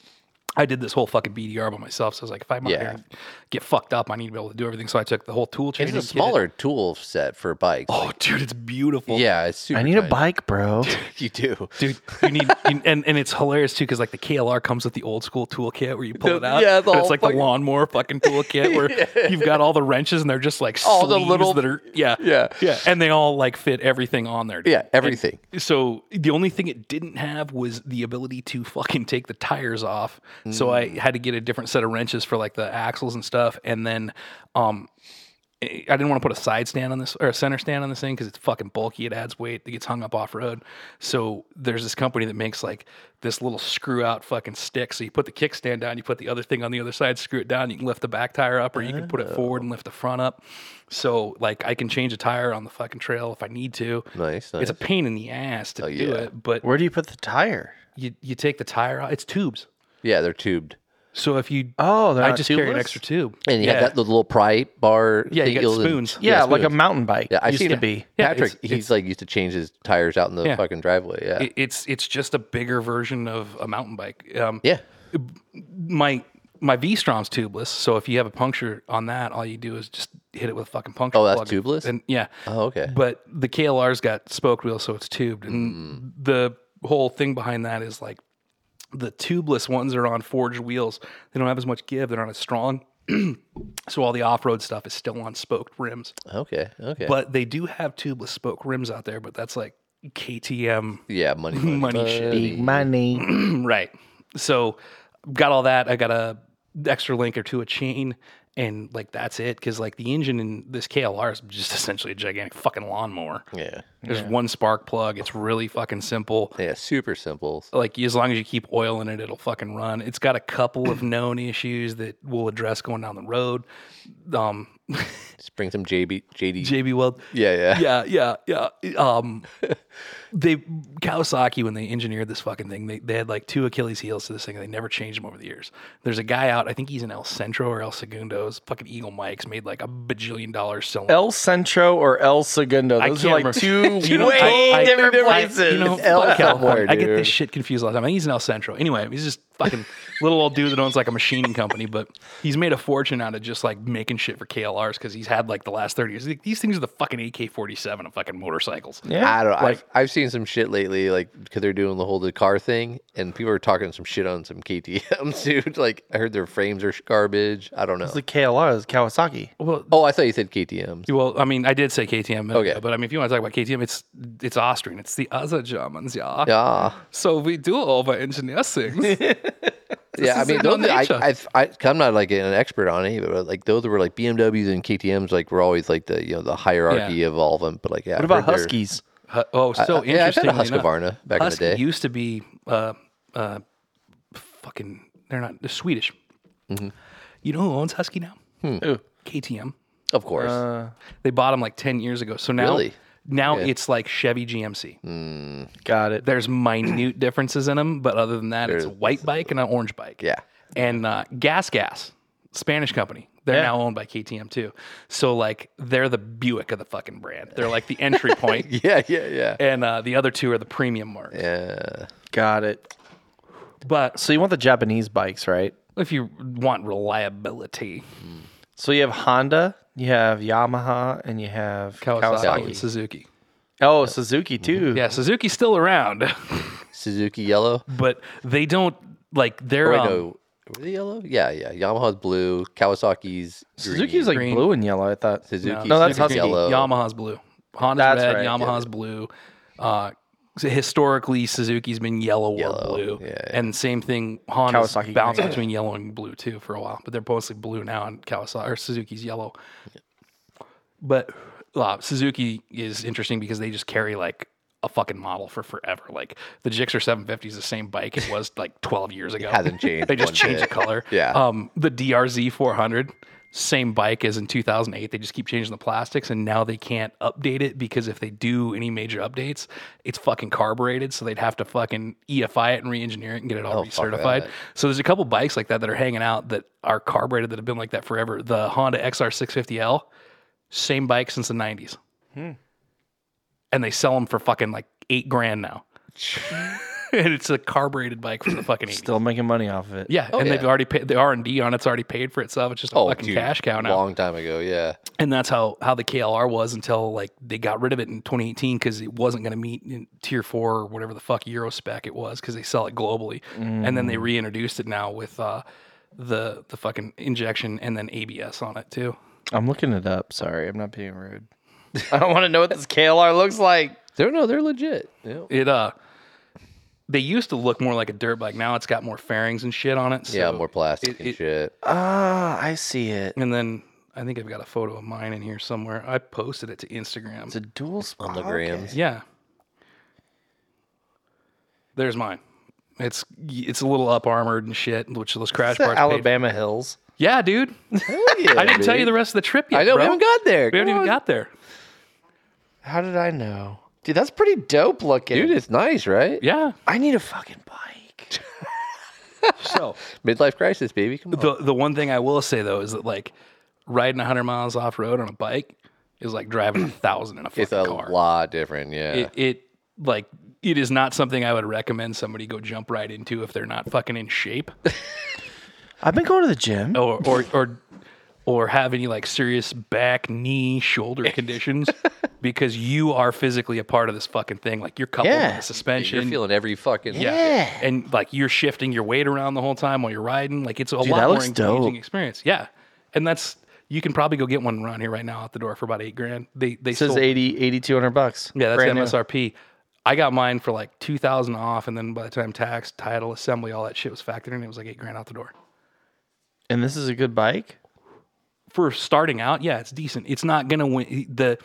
C: I did this whole fucking BDR by myself. So I was like, if I'm out
A: Yeah.
C: here and get fucked up, I need to be able to do everything. So I took the whole tool chain.
A: It's a smaller tool set for bikes.
C: Oh, dude, it's beautiful.
A: Yeah, it's super.
B: I need a
A: tiny.
B: bike, bro.
A: [laughs] You do.
C: dude. You need you- and and it's hilarious too because like the KLR comes with the old school toolkit where you pull
A: The-
C: it out.
A: yeah, the
C: and it's
A: whole
C: like
A: fucking-
C: the lawnmower fucking
A: [laughs]
C: toolkit where you've got all the wrenches and they're just like
A: All the
C: sleeves
A: little-
C: that are yeah
A: Yeah.
C: yeah and they all like fit everything on there. dude.
A: Yeah, everything.
C: And so the only thing it didn't have was the ability to fucking take the tires off. So I had to get a different set of wrenches for like the axles and stuff, and then um I didn't want to put a side stand on this or a center stand on this thing because it's fucking bulky. It adds weight. It gets hung up off road. So there's this company that makes like this little screw out fucking stick. So you put the kickstand down, you put the other thing on the other side, screw it down. You can lift the back tire up, or you can put it forward and lift the front up. So like I can change a tire on the fucking trail if I need to.
A: Nice,
C: It's a pain in the ass to do
A: Oh, yeah.
C: it,
B: [laughs]
C: but
B: Where do you put the tire?
C: you you take the tire out. It's tubes.
A: Yeah, they're tubed.
C: So if you
B: Oh, they're
C: I
B: not
C: just carry an
B: tubeless?
C: extra tube.
A: And you
C: yeah.
A: have that little pry bar.
C: yeah, you
A: thing
C: got
A: you'll-
C: spoons.
B: Yeah, like a
A: smooth.
B: mountain bike.
A: Yeah, I
B: used
A: seen
B: to
A: it.
B: be.
C: Yeah,
A: Patrick,
C: it's-
A: he's like used to change his tires out in the
C: Yeah.
A: fucking driveway. Yeah,
C: It- it's it's just a bigger version of a mountain bike. Um,
A: yeah.
C: my my V Strom's tubeless, so if you have a puncture on that, all you do is just hit it with a fucking puncture.
A: Oh, that's
C: plug.
A: tubeless?
C: And yeah,
A: Oh, okay.
C: but the KLR's got spoke wheels, so it's tubed, and the whole thing behind that is like the tubeless ones are on forged wheels. They don't have as much give. They're not as strong. [clears throat] so all the off-road stuff is still on spoked rims.
A: Okay, okay.
C: But they do have tubeless spoke rims out there, but that's like KTM
A: yeah, money, money,
C: money shit.
B: Big money.
C: [clears throat] Right. So got all that. I got a extra link or two a chain and like that's it because like the engine in this KLR is just [laughs] essentially a gigantic fucking lawnmower.
A: Yeah.
C: There's one spark plug. It's really fucking simple.
A: Yeah. Super simple.
C: Like as long as you keep oil in it, it'll fucking run. It's got a
A: [clears throat]
C: couple of known issues that we'll address going down the road. Um, [laughs]
A: Just bring some JB, JD.
C: JB Weld.
A: yeah. Yeah.
C: Yeah, yeah, yeah.
A: [laughs]
C: Um, they Kawasaki when they engineered this fucking thing, they, they had like two Achilles heels to this thing. And they never changed them over the years. There's a guy out, I think he's in El Centro or El Segundo. His fucking Eagle Mike's made like a bajillion dollars selling.
B: El Centro or El Segundo. Those
C: can't
B: are like
C: remember. [laughs]
B: two
C: You know,
B: way
C: I- I-
B: different
C: I-
B: places.
C: you know,
B: El
C: fuck California.
A: California,
C: I get this
A: dude.
C: shit confused all the time. I think he's in El Centro. Anyway, he's just fucking [laughs] little old dude that owns like a machining company, but he's made a fortune out of just like making shit for KLRs because he's had like the last 30 years. Like, These things are the fucking AK 47 of fucking motorcycles.
B: yeah.
A: I don't. I've, I've seen some shit lately, like because they're doing the whole the car thing, and people are talking some shit on some KTM's, [laughs] dude. Like I heard their frames are sh- garbage. I don't know.
B: The KLR is Kawasaki.
C: Well,
A: oh, I thought you said KTM's.
C: well, I mean, I did say KTM, but-
A: Okay.
C: but I mean, if you want to talk about KTM, it's it's Austrian. It's the other Germans, yeah.
A: Yeah,
C: So we do over engineer [laughs] things.
A: yeah. I
C: is
A: mean,
C: in
A: those,
C: our
A: I,
C: nature.
A: I've, I, I'm not like an expert on any of it, but like those were like BMWs and KTM's. Like were always like the you know the hierarchy
C: Yeah.
A: of all of them. But like, yeah.
B: What about Huskies?
C: Hu- oh, so interesting.
A: yeah, I've had a Husqvarna back in the day.
C: used to be uh, uh, fucking. They're not. They're Swedish.
A: Mm-hmm.
C: You know who owns Husky now?
A: Hmm.
B: Ooh.
C: KTM.
A: Of course.
B: Uh,
C: They bought them like ten years ago. So now,
A: Really? Hmm.
C: now it's like Chevy GMC.
B: Got it.
A: [clears throat]
C: There's minute differences in them, but other than that, it's a white bike and an orange bike.
A: Yeah.
C: And uh, Gas Gas, Spanish company. They're now owned by KTM too. So like they're the Buick of the fucking brand. They're like
A: [laughs]
C: the entry point,
A: [laughs] yeah. Yeah. Yeah. Uh,
C: and uh, the other two are the premium marks.
A: Yeah.
B: Got it.
C: But
B: So you want the Japanese bikes, right?
C: if you want reliability,
B: So you have Honda, you have Yamaha, and you have
C: Kawasaki,
B: Kawasaki.
C: and Suzuki.
B: Oh, Suzuki too.
C: Yeah, Suzuki's still around, [laughs]
A: Suzuki Yellow.
C: but they don't like they're.
A: Oh, Wait,
C: um,
A: no. Were they yellow? Yeah, yeah. Yamaha's blue. Kawasaki's green.
B: Suzuki's like
C: Green.
B: blue and yellow. I thought.
A: Suzuki's
B: No, that's Husky.
A: yellow.
C: Yamaha's blue. Honda's
B: That's
C: red.
B: right,
C: Yamaha's blue. Uh, so historically, Suzuki's been yellow,
A: Yellow,
C: or blue,
A: yeah, yeah.
C: and same thing. Honda's
B: Kawasaki [clears throat]
C: bounced
B: green.
C: between yellow and blue too for a while, but they're mostly blue now, and Kawasaki or Suzuki's yellow. But uh, Suzuki is interesting because they just carry like a fucking model for forever. Like the Gixxer 750 is the same bike it was like 12 years ago.
A: Hasn't changed
C: [laughs] They just
A: one
C: changed
A: bit.
C: the color.
A: Yeah.
C: Um, the DRZ 400, same bike as in 2008. They just keep changing the plastics, and now they can't update it because if they do any major updates, it's fucking carbureted, so they'd have to fucking EFI it and re-engineer it and get it all
A: Oh, fuck
C: recertified.
A: that.
C: So there's a couple bikes like that that are hanging out that are carbureted that have been like that forever. The Honda XR650L, same bike since the 90s,
A: Hmm.
C: and they sell them for fucking like eight grand
A: [laughs]
C: now. [laughs] and it's a carbureted bike from the fucking 80s.
B: Still making money off of it.
C: Yeah, and they've
A: Oh, yeah. Oh,
C: already paid the R and D on it's already paid for itself. It's just a fucking cash cow now,
A: Long time ago, yeah.
C: and that's how how the KLR was until like they got rid of it in 2018 because it wasn't going to meet in Tier Four or whatever the fuck Euro spec it was because they sell it globally, and
A: Mm.
C: then they reintroduced it now with uh, the the fucking injection and then ABS on it too.
B: I'm looking it up. Sorry, I'm not being rude. [laughs] I don't want to know what this KLR looks like.
A: They're no, they're legit. Yeah.
C: It uh, they used to look more like a dirt bike. Now it's got more fairings and shit on it. So
A: yeah, more plastic
C: it-
A: and
C: it-
A: shit.
B: Ah, I see it.
C: And then I think I've got a photo of mine in here somewhere. I posted it to Instagram.
B: It's a dual spot.
A: On the
C: [laughs]
A: grams.
C: Yeah. There's mine. It's it's a little up armored and shit, which those crash parts. paid-
B: Alabama Hills.
C: Yeah, dude.
A: Yeah,
C: I didn't tell
A: dude.
C: you the rest of the trip yet.
A: I know
C: bro.
A: we haven't got there.
C: We haven't
A: Come
C: even
A: on.
C: got there.
B: How did I know? Dude, that's pretty dope looking.
A: Dude, it's nice, right?
C: Yeah.
B: I need a fucking bike.
C: [laughs] So
A: Midlife crisis, baby. Come on.
C: the the one thing I will say though is that like riding 100 miles off road on a bike is like driving [clears throat] a thousand in a fucking
A: it's a
C: car.
A: lot different, yeah.
C: It, it like it is not something I would recommend somebody go jump right into if they're not fucking in shape.
B: I've been going to the gym.
C: or or or or have any like serious back, knee, shoulder conditions [laughs] because you are physically a part of this fucking thing. Like you're coupled
B: Yeah.
C: with the suspension.
A: You're feeling every fucking
C: yeah. And like you're shifting your weight around the whole time while you're riding. Like it's a lot
B: that
C: more
B: looks
C: engaging
B: dope.
C: experience. Yeah. And that's you can probably go get one around here right now out the door for about eight grand. They they
B: It says
C: sold-
B: 80, 8200 bucks.
C: yeah, that's
B: Brand new.
C: MSRP. I got mine for like two thousand off, and then by the time tax, title, assembly, all that shit was factored in, it was like eight grand out the door.
B: And this is a good bike?
C: for starting out, yeah, it's decent. It's not gonna win the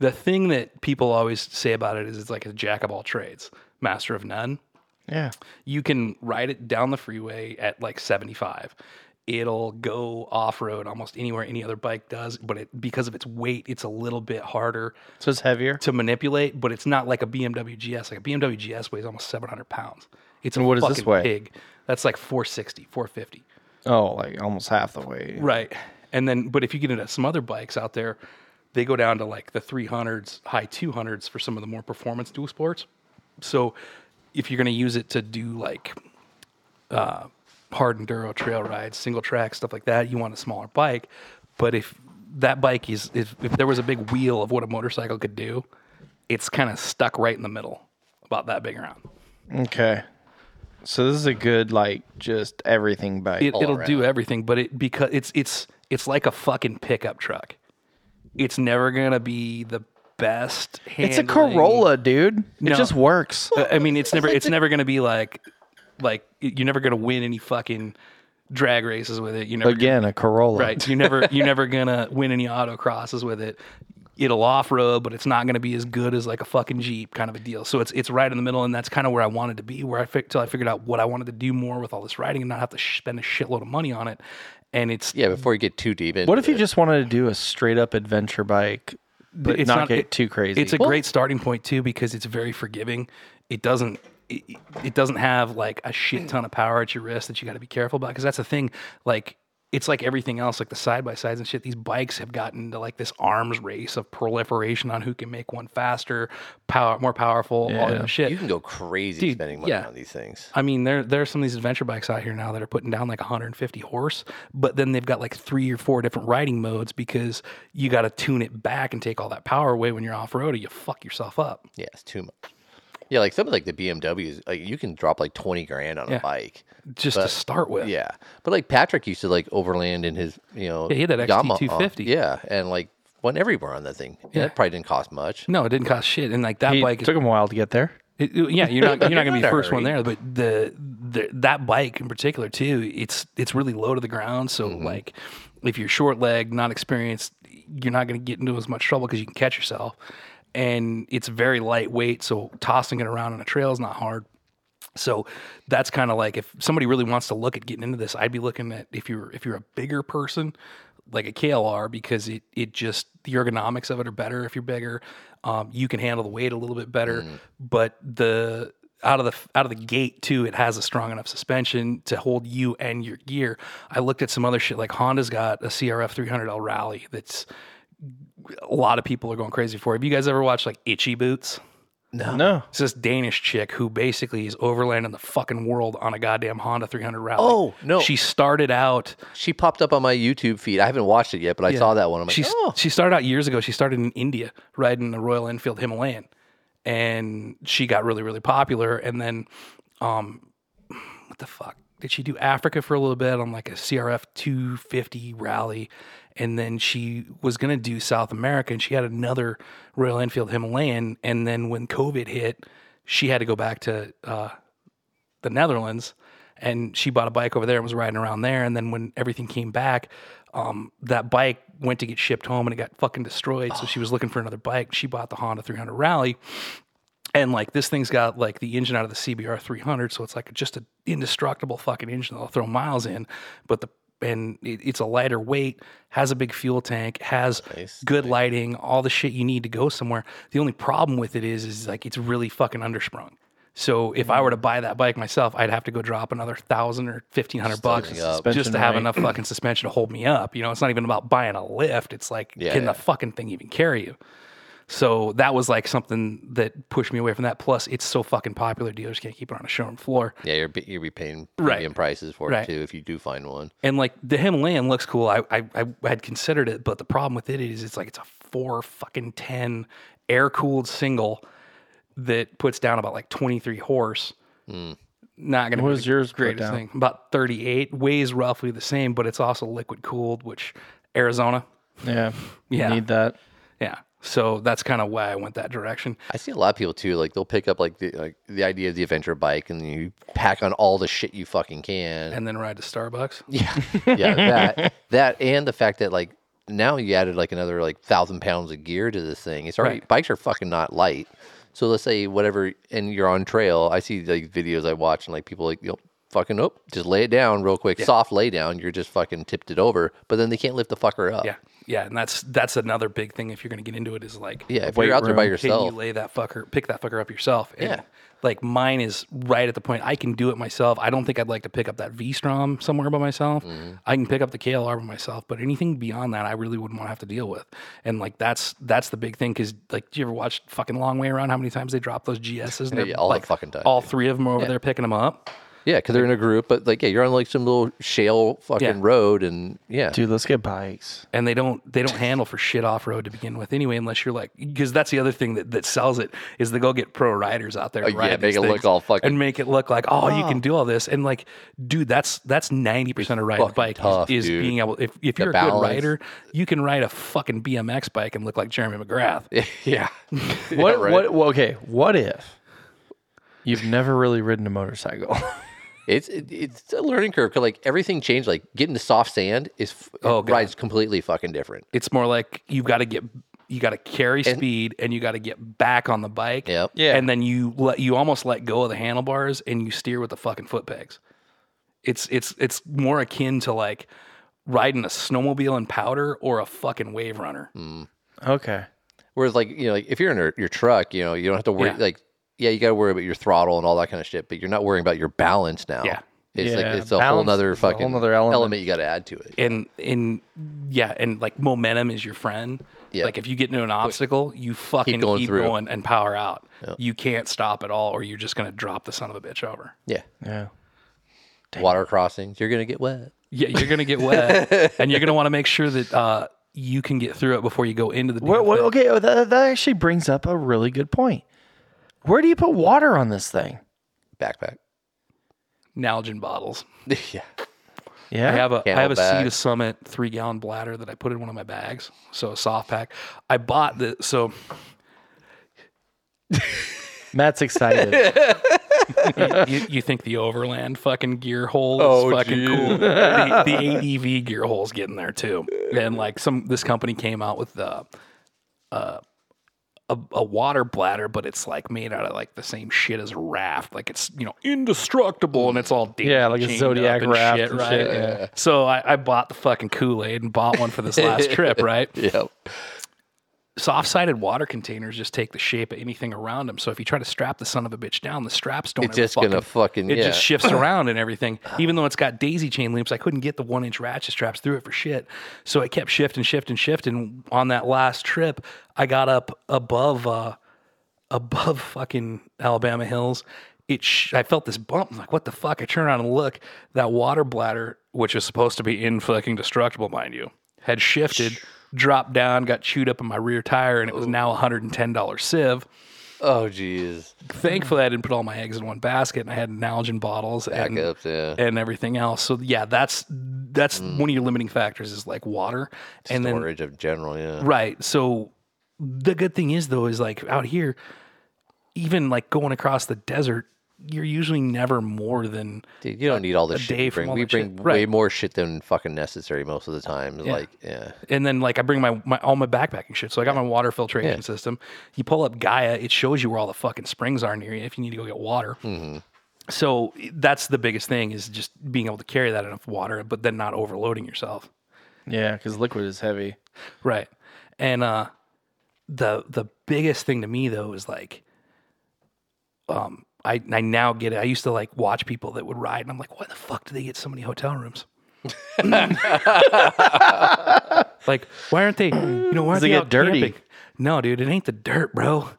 C: the thing that people always say about it is it's like a jack of all trades, master of none.
B: Yeah.
C: You can ride it down the freeway at like 75. It'll go off road almost anywhere any other bike does, but it because of its weight, it's a little bit harder
B: So it's heavier.
C: to manipulate, but it's not like a BMW GS. Like a BMW GS weighs almost 700 pounds. It's a
B: what does
C: fucking
B: this weigh?
C: pig. That's like 460, 450.
B: Oh, like almost half the weight.
C: Right. And then, but if you get into some other bikes out there, they go down to like the 300s, high 200s for some of the more performance dual sports. So if you're going to use it to do like uh, hard enduro trail rides, single track, stuff like that, you want a smaller bike. But if that bike is, if, if there was a big wheel of what a motorcycle could do, it's kind of stuck right in the middle about that big around.
B: Okay. So this is a good like just everything bike.
C: it, it'll do everything but it because it's it's it's like a fucking pickup truck it's never gonna be the best
B: it's a
C: handling.
B: Corolla, dude. It
C: No.
B: just
C: [laughs]
B: works.
C: Uh, i mean it's never it's never gonna be like like y- you're never gonna win any fucking drag races with it you never
B: Again, a Corolla.
C: right you never you're never gonna win any autocrosses with it it'll off-road but it's not gonna be as good as like a fucking jeep kind of a deal so it's it's right in the middle and that's kind of where i wanted to be where i fi- till i figured out what i wanted to do more with all this riding and not have to sh- spend a shitload of money on it and it's
A: Yeah, before you get too deep in.
B: What if you just wanted to do a straight up adventure bike, but
C: it's
B: not,
C: not-
B: get
C: it-
B: too crazy?
C: It's a great starting point too because it's very forgiving. It doesn't it, it doesn't have like a shit ton of power at your wrist that you got to be careful about because that's the thing. Like it's like everything else, like the side by sides and shit. These bikes have gotten into like this arms race of proliferation on who can make one faster, power, more powerful, all that shit.
A: You can go crazy spending money
C: yeah.
A: on these things.
C: I mean, there there are some of these adventure bikes out here now that are putting down like 150 horse, but then they've got like three or four different riding modes because you got to tune it back and take all that power away when you're off road, or you fuck yourself up.
A: Yeah, it's too much. Yeah, like something like the BMWs, like you can drop like twenty grand on
C: Yeah.
A: a bike.
C: just to start with.
A: Yeah, but like Patrick used to like overland in his, you know,
C: he had that
A: Yamaha.
C: XT250.
A: Yeah, and like went everywhere on that thing. Yeah, that probably didn't cost much.
C: No, it didn't cost shit, and like that
B: It
C: bike.
B: took him a while to get there.
C: it- it- yeah, you're not you're not gonna be the
A: Not
C: first one there, but the, the that bike in particular too. It's it's really low to the ground, so like if you're short legged, not experienced, you're not gonna get into as much trouble because you can catch yourself, and it's very lightweight, so tossing it around on a trail is not hard. So that's kind of like if somebody really wants to look at getting into this, I'd be looking at if you're if you're a bigger person, like a KLR, because it it just the ergonomics of it are better if you're bigger. Um, you can handle the weight a little bit better, but the out of the out of the gate too, it has a strong enough suspension to hold you and your gear. I looked at some other shit like Honda's got a CRF 300L Rally that's a lot of people are going crazy for. Have you guys ever watched like Itchy Boots?
B: No.
C: It's this Danish chick who basically is overlanding the fucking world on a goddamn Honda 300 Rally.
A: Oh, no.
C: She started out.
A: She popped up on my YouTube feed. I haven't watched it yet, but I saw that one. I'm like,
C: She
A: oh,
C: she started out years ago. She started in India riding the Royal Enfield Himalayan, and she got really really popular. And then, um, what the fuck did she do? Africa for a little bit on like a CRF 250 rally, and then she was gonna do South America, and she had another Royal Enfield Himalayan. And then when COVID hit, she had to go back to uh, the Netherlands, and she bought a bike over there and was riding around there. And then when everything came back, um, that bike went to get shipped home and it got fucking destroyed. So she was looking for another bike. She bought the Honda 300 Rally, and like this thing's got like the engine out of the CBR 300, so it's like just an indestructible fucking engine that'll throw miles in. But the and it, it's a lighter weight, has a big fuel tank, has good lighting, all the shit you need to go somewhere. The only problem with it is, is like it's really fucking undersprung. So if I were to buy that bike myself, I'd have to go drop another thousand or fifteen hundred bucks just
B: Suspension
C: to have
A: [clears throat]
B: height.
C: enough fucking suspension to hold me up. You know, it's not even about buying a lift. It's like,
A: Yeah,
C: can
A: yeah.
C: the fucking thing even carry you? So that was like something that pushed me away from that. Plus, it's so fucking popular, dealers can't keep it on a showroom floor.
A: yeah, you're be- you'll be paying
C: Right.
A: premium prices for
C: Right.
A: it too if you do find one.
C: And like the Himalayan looks cool. I, I I had considered it, but the problem with it is it's like it's a four fucking ten air cooled single that puts down about like twenty three horse.
A: Hmm.
C: Not gonna.
B: What
C: be
B: does
C: the
B: yours put
C: greatest
B: down?
C: thing. About thirty eight weighs roughly the same, but it's also liquid cooled, which Arizona.
B: Yeah.
C: Yeah.
B: Need that.
C: Yeah. So that's kind of why I went that direction.
A: I see a lot of people too. Like they'll pick up like the like the idea of the adventure bike, and you pack on all the shit you fucking can.
C: And then ride to Starbucks.
A: yeah, yeah, that that and the fact that like now you added like another like thousand pounds of gear to this thing. It's already
C: Right.
A: bikes are fucking not light. So let's say whatever, and you're on trail. I see like videos I watch and like people like you know, fucking nope, just lay it down real quick, soft lay down. You're just fucking tipped it over, but then they can't lift the fucker up.
C: Yeah, yeah, and that's that's another big thing if you're going to get into it is like,
A: yeah. If
B: Weight
A: you're out there by
B: room,
C: can you
A: yourself,
C: lay that fucker, pick that fucker up yourself? And,
A: Yeah.
C: like mine is right at the point I can do it myself. I don't think I'd like to pick up that V Strom somewhere by myself.
A: Mm-hmm.
C: I can pick up the KLR by myself, but anything beyond that, I really wouldn't want to have to deal with. And like that's that's the big thing because like, do you ever watch fucking Long Way Around? How many times they drop those GSs? And they're,
A: Yeah, all the
C: like,
A: fucking time,
C: All three of them are over there picking them up.
A: yeah, because they're in a group. But like, yeah, you're on like some little shale fucking
C: Yeah.
A: road, and yeah, [laughs]
B: Dude, let's get bikes.
C: and they don't they don't handle for shit off road to begin with anyway unless you're like because that's the other thing that, that sells it is they go get pro riders out there and
A: Oh, yeah, make
C: ride these
A: it look
C: things
A: all fucking-
C: and make it look like oh, you can do all this and like dude that's that's ninety percent of riding a
A: fucking
C: bike is-
A: tough,
C: is,
A: dude.
C: being able if, if
A: The
C: you're a
A: balance.
C: good rider you can ride a fucking BMX bike and look like Jeremy McGrath
A: [laughs] yeah.
B: What,
A: right.
B: what, well, okay, what if you've never really ridden a motorcycle? [laughs]
A: It's it, it's a learning curve 'cause, like everything changed. Like getting to soft sand is f-
C: Oh, God.
A: rides completely fucking different.
C: it's more like you got to get you got to carry speed and you got to get back on the bike
A: Yep.
B: Yeah.
C: and then you let you almost let go of the handlebars and you steer with the fucking foot pegs it's it's it's more akin to like riding a snowmobile in powder or a fucking wave runner
B: okay.
A: Whereas like you know like if you're in your, your truck, you know you don't have to worry
C: Yeah.
A: like yeah you got to worry about your throttle and all that kind of shit, but you're not worrying about your balance now.
C: Yeah.
A: It's
B: Yeah,
A: like it's a whole
B: balance
A: nother
B: is a whole
A: fucking
B: nother element.
A: you got to add to it.
C: and and yeah and like momentum is your friend
A: Yeah.
C: like if you get into an obstacle you fucking keep
A: going
C: going,
A: through.
C: and power out you can't stop at all or you're just gonna drop the son of a bitch over
A: Yeah.
B: Yeah.
A: Water crossings, you're gonna get wet.
C: Yeah, you're gonna get wet, and you're gonna want to make sure that uh, you can get through it before you go into the.
B: What,
C: damn
B: what,
C: thing.
B: okay, oh, that, that actually brings up a really good point. Where do you put water on this thing?
A: Backpack. [laughs]
C: Nalgene bottles.
A: yeah.
B: Yeah.
C: I have a I have a
A: Camelback.
C: Sea to Summit three gallon bladder that I put in one of my bags, so a soft pack. I bought the so
B: Matt's
C: [laughs]
B: excited.
C: you, you think the Overland fucking gear hole is
A: Oh,
C: fucking
A: geez.
C: cool. The, the ADV gear hole's getting there too. And like some, this company came out with the, uh, a, a water bladder, but it's like made out of like the same shit as a raft. Like it's you know indestructible and it's all damn
B: Yeah, like a
C: chained
B: Zodiac
C: up and
B: raft
C: shit,
B: and
C: right?
B: shit, yeah.
C: So I, I bought the fucking Kool Aid and bought one for
A: [laughs]
C: this last trip, right?
A: Yep.
C: soft-sided water containers just take the shape of anything around them. So if you try to strap the son of a bitch down, the straps don't.
A: It's
C: ever
A: just gonna fucking-
C: It
A: yeah.
C: just shifts around and everything. Even though it's got daisy chain loops, I couldn't get the one-inch ratchet straps through it for shit. So it kept shifting, shifting, shifting. On that last trip, I got up above, uh, above fucking Alabama Hills. It sh- I felt this bump. I'm like, what the fuck? I turn around and look. That water bladder, which is supposed to be in fucking destructible, mind you, had shifted, dropped down, got chewed up in my rear tire, and it was now a hundred and ten dollar sieve.
A: Oh jeez.
C: Thankfully, I didn't put all my eggs in one basket, and I had Nalgene bottles and
A: Backups. Yeah.
C: and everything else. So yeah, that's that's one of your limiting factors is like water, and then
A: Storage of general. Yeah.
C: Right. So the good thing is though is like out here, even like going across the desert, you're usually never more than
A: Dude, you don't need all this shit.
C: day
A: we
C: from
A: bring.
C: all
A: We
C: that shit.
A: bring
C: Right.
A: way more shit than fucking necessary most of the time. Like yeah.
C: and then like I bring my, my all my backpacking shit. So I got my water filtration system. You pull up Gaia, it shows you where all the fucking springs are near you if you need to go get water. So that's the biggest thing is just being able to carry that enough water, but then not overloading yourself.
B: yeah, because liquid is heavy.
C: Right. And uh the the biggest thing to me though is like um I, I now get it. I used to like watch people that would ride and I'm like, why the fuck do they get so many
B: [laughs]
C: hotel rooms? like, why aren't they you know, why aren't
B: they
C: they,
B: get
C: out
B: dirty?
C: camping? No, dude, it ain't the dirt, bro.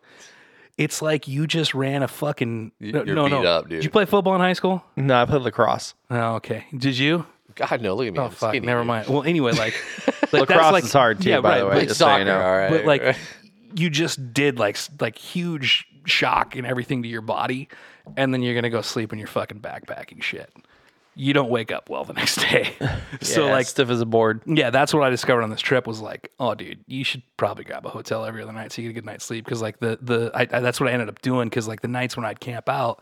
C: It's like you just ran a fucking no,
A: you're
C: no,
A: beat
C: no.
A: up, dude.
C: Did you play football in high school?
B: No, I put lacrosse.
C: Oh, okay. Did you?
A: God no. Look at me.
C: Oh
A: I'm
C: fuck,
A: skinny,
C: never
A: dude.
C: mind.
B: [laughs]
C: Well anyway, like, like
B: Lacrosse is hard too,
C: yeah,
B: by
C: right,
B: the
C: but-
B: way.
A: It's
B: Just so you
A: soccer.
B: know.
A: All right. [laughs]
C: but like you just did like s- like huge shock and everything to your body and then you're gonna go sleep in your fucking backpacking shit you don't wake up well the [laughs] next
A: [laughs]
C: day so
B: Yeah,
C: like
B: stiff as a board.
C: yeah that's what i discovered on this trip was like oh dude you should probably grab a hotel every other night so you get a good night's sleep because like the the I, I- that's what i ended up doing because like the nights when i'd camp out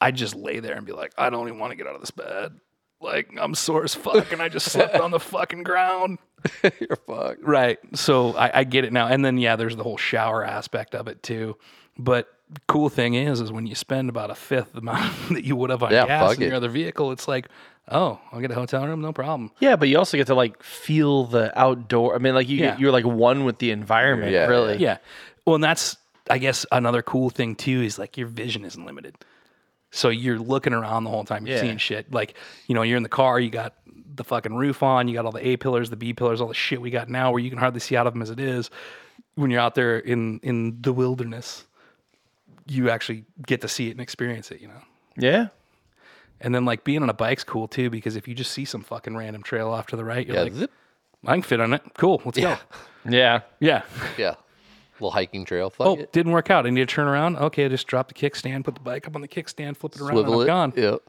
C: i'd just lay there and be like i don't even want to get out of this bed like I'm sore as fuck and I just [laughs] slept on the fucking ground.
A: You're fucked.
C: Right. So I, I get it now. And then yeah, there's the whole shower aspect of it too. But cool thing is, is when you spend about a fifth the amount [laughs] that you would have on
A: Yeah,
C: gas
A: fuck
C: in your
A: it.
C: other vehicle, it's like, oh, I'll get a hotel room, no problem.
B: Yeah, but you also get to like feel the outdoor. I mean, like you
C: Yeah.
B: get, you're like one with the environment,
A: Yeah.
B: really.
C: [laughs] Yeah. Well, and that's I guess another cool thing too is like your vision isn't limited. So you're looking around the whole time, you're
B: Yeah.
C: seeing shit. Like, you know, you're in the car, you got the fucking roof on, you got all the A pillars, the B pillars, all the shit we got now where you can hardly see out of them as it is. When you're out there in in the wilderness, you actually get to see it and experience it, you know.
B: Yeah.
C: And then like being on a bike's cool too, because if you just see some fucking random trail off to the right, you're
A: Yeah.
C: like,
A: zip.
C: I can fit on it. Cool, let's go.
B: Yeah.
C: Yeah.
A: Yeah. Little hiking trail. Fuck
C: Oh,
A: it.
C: didn't work out. I need to turn around. Okay, I just drop the kickstand, put the bike up on the kickstand, flip it around,
A: Swivel
C: and
A: it.
C: I'm gone.
A: Yep.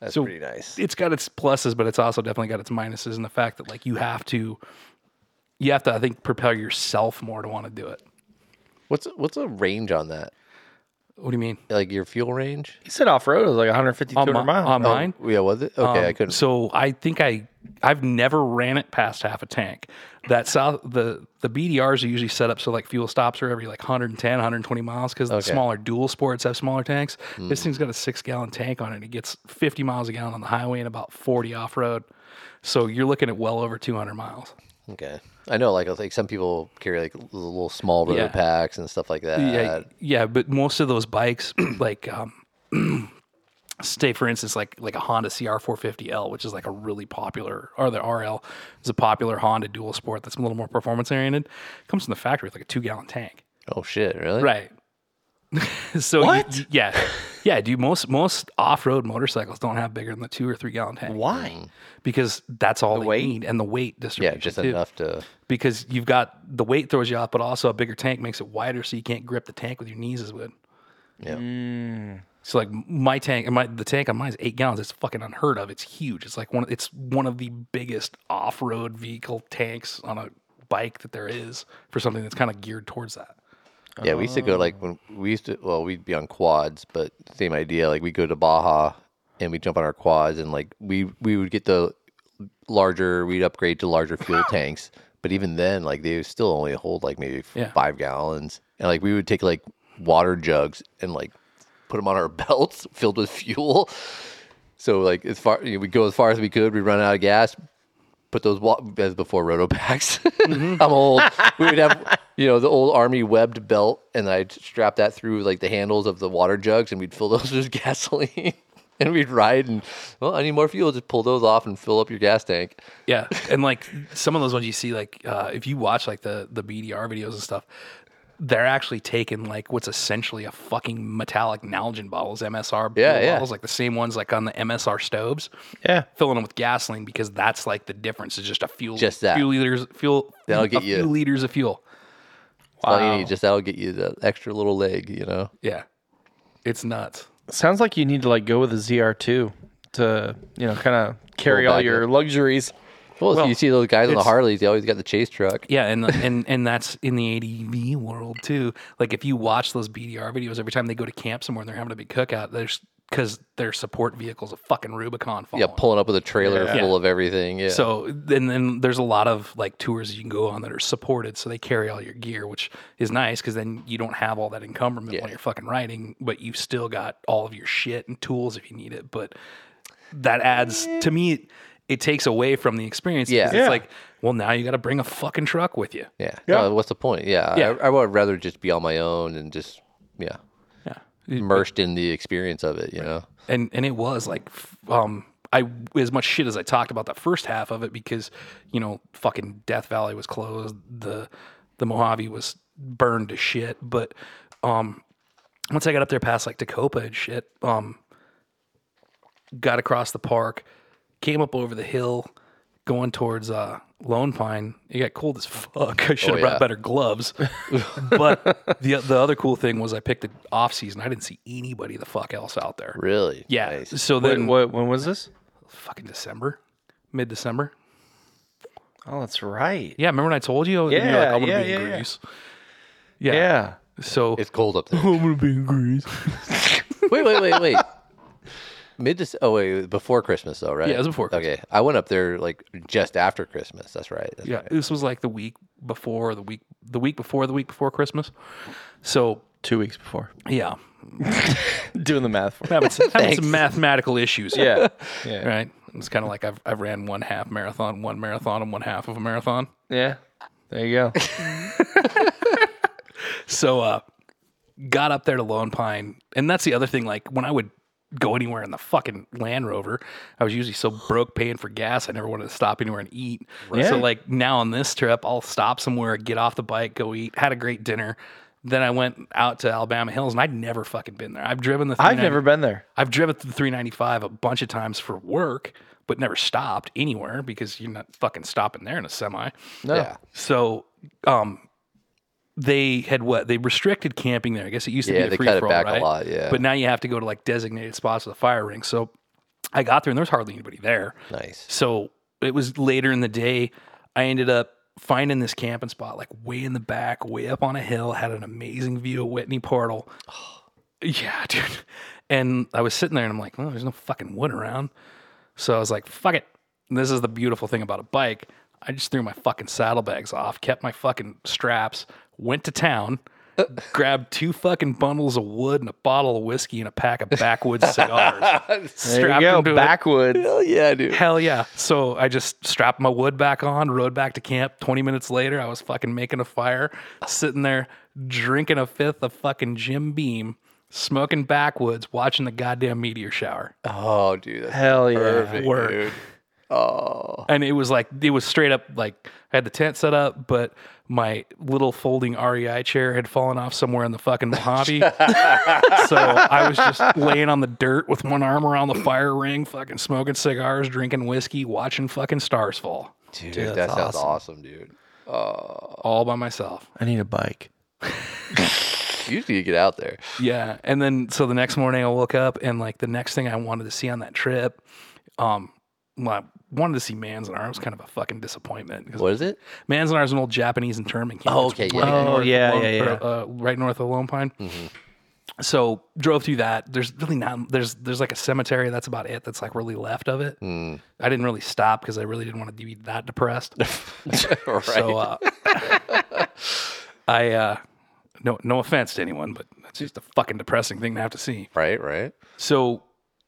A: That's
C: So-
A: pretty nice.
C: It's got its pluses, but it's also definitely got its minuses in the fact that like you have to, you have to I think propel yourself more to want to do it.
A: What's what's a range on that?
C: What do you mean?
A: Like your fuel range?
B: He said off road it was like 150,
C: On,
B: 200
C: mi-
B: miles.
C: on mine.
A: Yeah, was it? Okay, I couldn't.
C: Um, So I think I I've never ran it past half a tank. That south the the BDRs are usually set up so like fuel stops are every like 110 120 miles because the smaller dual sports have smaller tanks.
A: Hmm.
C: This thing's got a six gallon tank on it. It gets 50 miles a gallon on the highway and about 40 off road. So you're looking at well over 200 miles.
A: Okay, I know. Like, like some people carry like l- little small road
C: Yeah.
A: packs and stuff like that.
C: yeah, yeah, but most of those bikes, [clears throat] like, um, [clears throat] say for instance, like like a Honda CR450L, which is like a really popular, or the RL is a popular Honda dual sport that's a little more performance oriented. Comes from the factory with like a two gallon tank.
A: Oh shit! Really?
C: Right. [laughs] so you-
B: What?
C: you- yeah, yeah. Dude, most most off road motorcycles don't have bigger than the two or three gallon tank
B: Why?
C: because that's all they
B: weight?
C: need and the weight distribution.
A: Yeah, just
C: too
A: enough to.
C: because you've got the weight throws you off, but also a bigger tank makes it wider, so you can't grip the tank with your knees as good.
A: Yeah.
C: So like my tank, my the tank on mine is eight gallons. It's fucking unheard of. It's huge. It's like one. of- It's one of the biggest off-road vehicle tanks on a bike that there is for something that's kind of geared towards that.
A: Yeah, we used to go like when we used to. Well, we'd be on quads, but same idea. Like we go to Baja and we jump on our quads, and like we we would get the larger. We'd upgrade to larger fuel tanks, but even then, like they still only hold like maybe f-
C: Yeah.
A: five gallons, and like we would take like water jugs and like put them on our [laughs] belts filled with fuel. So like as far you know, we go as far as we could, we run out of gas, put those wa- as before roto packs. [laughs]
C: Mm-hmm.
A: I'm old. We would
C: [laughs]
A: have you know the old army webbed belt, and I'd strap that through like the handles of the water jugs, and we'd fill those [laughs] with gasoline, [laughs] and we'd ride. And well, I need more fuel. Just pull those off and fill up your gas tank.
C: Yeah, and like some of those ones you see, like uh, if you watch like the the BDR videos and stuff, they're actually taking like what's essentially a fucking metallic Nalgene bottles, MSR
A: Yeah,
C: beer
A: yeah.
C: bottles, like the same ones like on the MSR stoves,
B: Yeah.
C: filling them with gasoline because that's like the difference is just a fuel,
A: Just that.
C: few liters fuel,
A: That'll
C: a
A: get you.
C: few liters of fuel.
A: That's all you need. Just that'll get you the extra little leg. You know.
C: Yeah, it's nuts.
B: Sounds like you need to like go with a ZR2 to, you know, kind of carry
A: Little
B: all
A: bag
B: your luxuries.
A: Well, so
C: Well,
A: you see those guys on the
C: it's-
A: Harleys. They always got the chase truck.
C: Yeah, and and and that's in the ADV world too. Like if you watch those BDR videos, every time they go to camp somewhere and they're having a big cookout, there's because their support vehicle's a fucking Rubicon.
A: Yeah,
C: Following.
A: pulling up with a trailer
B: Yeah.
A: full of everything. Yeah.
C: So and then there's a lot of like tours you can go on that are supported, so they carry all your gear, which is nice because then you don't have all that encumberment while you're fucking riding, but you've still got all of your shit and tools if you need it. But that adds to me, it, it takes away from the experience. 'cause
A: Yeah.
C: it's
B: Yeah.
C: like well now you got to bring a fucking truck with you.
A: yeah.
B: Yeah.
A: No, what's the point? Yeah.
C: Yeah.
A: I, I would rather just be on my own and just yeah
C: Yeah.
A: immersed in the experience of it. You know.
C: and and it was like f- um I as much shit as I talked about the first half of it because you know fucking Death Valley was closed the the Mojave was burned to shit but um once I got up there past like Tacopa and shit um got across the park came up over the hill going towards uh Lone Pine it got cold as fuck [laughs] I should have
A: yeah.
C: brought better gloves but the the other cool thing was I picked it off season I didn't see anybody the fuck else out there
A: Really?
C: yeah.
A: Nice.
C: So
B: Wait,
C: then,
B: what, when was this?
C: fucking December, mid December.
B: Oh, that's right.
C: Yeah, remember when I told you? Yeah, like,
B: Yeah,
C: I'm gonna
B: yeah,
C: be in
B: yeah, yeah.
C: Greece. Yeah.
B: Yeah.
C: So
B: [laughs]
C: [laughs]
A: It's cold up there.
C: I'm gonna be in Greece.
A: wait, wait, wait, wait. [laughs] mid to oh wait before Christmas though, right?
C: Yeah, it was before
A: Okay, I went up there like just after Christmas. That's right. That's
C: Yeah,
A: right.
C: this was like the week before the week the week before the week before Christmas. So
B: Two weeks before.
C: yeah,
B: [laughs] Doing the math for
C: having some, having some mathematical issues.
B: Yeah. [laughs] Yeah.
C: right. It's kind of like I've I've ran one half marathon, one marathon, and one half of a marathon.
B: Yeah. There you go.
C: So uh got up there to Lone Pine. And that's the other thing, like when I would go anywhere in the fucking Land Rover, I was usually so broke paying for gas I never wanted to stop anywhere and eat. So
B: Yeah.
C: like now on this trip, I'll stop somewhere, get off the bike, go eat, had a great dinner. Then I went out to Alabama Hills and I'd never fucking been there. I've driven the
B: [laughs] I've
C: 390
B: never been there.
C: I've driven the 395 a bunch of times for work, but never stopped anywhere because you're not fucking stopping there in a semi.
A: Yeah.
C: So, um, they had what they restricted camping there. I guess it used to
A: Yeah,
C: be
A: they
C: a free
A: cut it
C: for
A: back a
C: all, right?
A: lot, yeah.
C: but now you have to go to like designated spots with a fire ring. So, I got there and there's hardly anybody there.
A: Nice.
C: So it was later in the day. I ended up finding this camping spot like way in the back, way up on a hill. Had an amazing view of Whitney
B: [sighs]
C: Portal. Yeah, dude. And I was sitting there and I'm like, well, there's no fucking wood around. So I was like, fuck it. And this is the beautiful thing about a bike. I just threw my fucking saddlebags off, kept my fucking straps, went to
B: [laughs]
C: town, grabbed two fucking bundles of wood and a bottle of whiskey and a pack of backwoods cigars.
B: [laughs] There
C: strapped
B: you go.
C: them to it.
B: Backwood.
A: Hell yeah, dude.
C: Hell yeah. So I just strapped my wood back on, rode back to camp. 20 minutes later, I was fucking making a fire, sitting there drinking a fifth of fucking Jim Beam, smoking backwoods, watching the goddamn meteor shower.
A: Oh, dude. That's
B: Hell yeah.
A: perfect,
C: Work.
A: dude.
C: And it was like, it was straight up like I had the tent set up, but my little folding REI chair had fallen off somewhere in the fucking Mojave. so I was just laying on the dirt with one arm around the fire ring, fucking smoking cigars, drinking whiskey, watching fucking stars fall
A: Dude, that sounds awesome, dude.
C: all by myself.
B: I need a bike.
A: Usually you get out there.
C: Yeah. And then so the next morning I woke up and like the next thing I wanted to see on that trip, um, well, I wanted to see Manzanar. It was kind of a fucking disappointment. 'cause
A: What is it?
C: Manzanar is an old Japanese internment camp.
A: Oh,
C: It's
A: okay,
C: right
A: yeah. Mm-hmm.
B: Oh,
C: north of
B: yeah,
C: Lone-
B: yeah, yeah.
C: or, Uh, right north of Lone Pine. So drove through that. There's really not. There's there's like a cemetery. That's about it. That's like really left of it.
A: Mm.
C: I didn't really stop because I really didn't want to be that depressed.
A: [laughs] [laughs] right.
C: So uh, [laughs] I uh, no no offense to anyone, but that's just a fucking depressing thing to have to see.
A: right, right.
C: So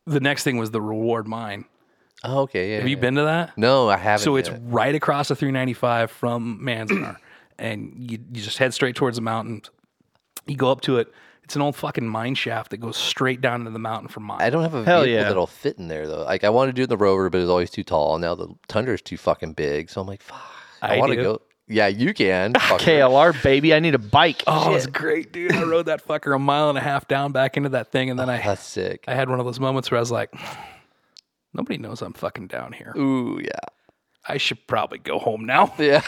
C: the next thing was the reward mine.
A: Oh, okay, yeah.
C: Have you
A: yeah.
C: been to that?
A: No, I haven't.
C: So it's
A: yet.
C: right across the 395 from Manzanar, [clears throat] and you, you just head straight towards the mountains. You go up to it. It's an old fucking mine shaft that goes straight down into the mountain for miles.
A: I don't have a
B: Hell
A: vehicle
B: yeah.
A: that'll fit in there though. Like I want to do the rover, but it's always too tall. Now the Tundra's too fucking big, so I'm like, fuck. I,
C: I
A: want to
C: do.
A: go. Yeah, you can. fucker.
B: KLR, baby. I need a bike.
C: oh, it's great, dude! I rode that fucker a mile and a half down back into that thing, and then I
A: Oh, That's sick.
C: I had one of those moments where I was like, [sighs] nobody knows I'm fucking down here.
A: Ooh, yeah,
C: I should probably go home now. [laughs]
A: yeah.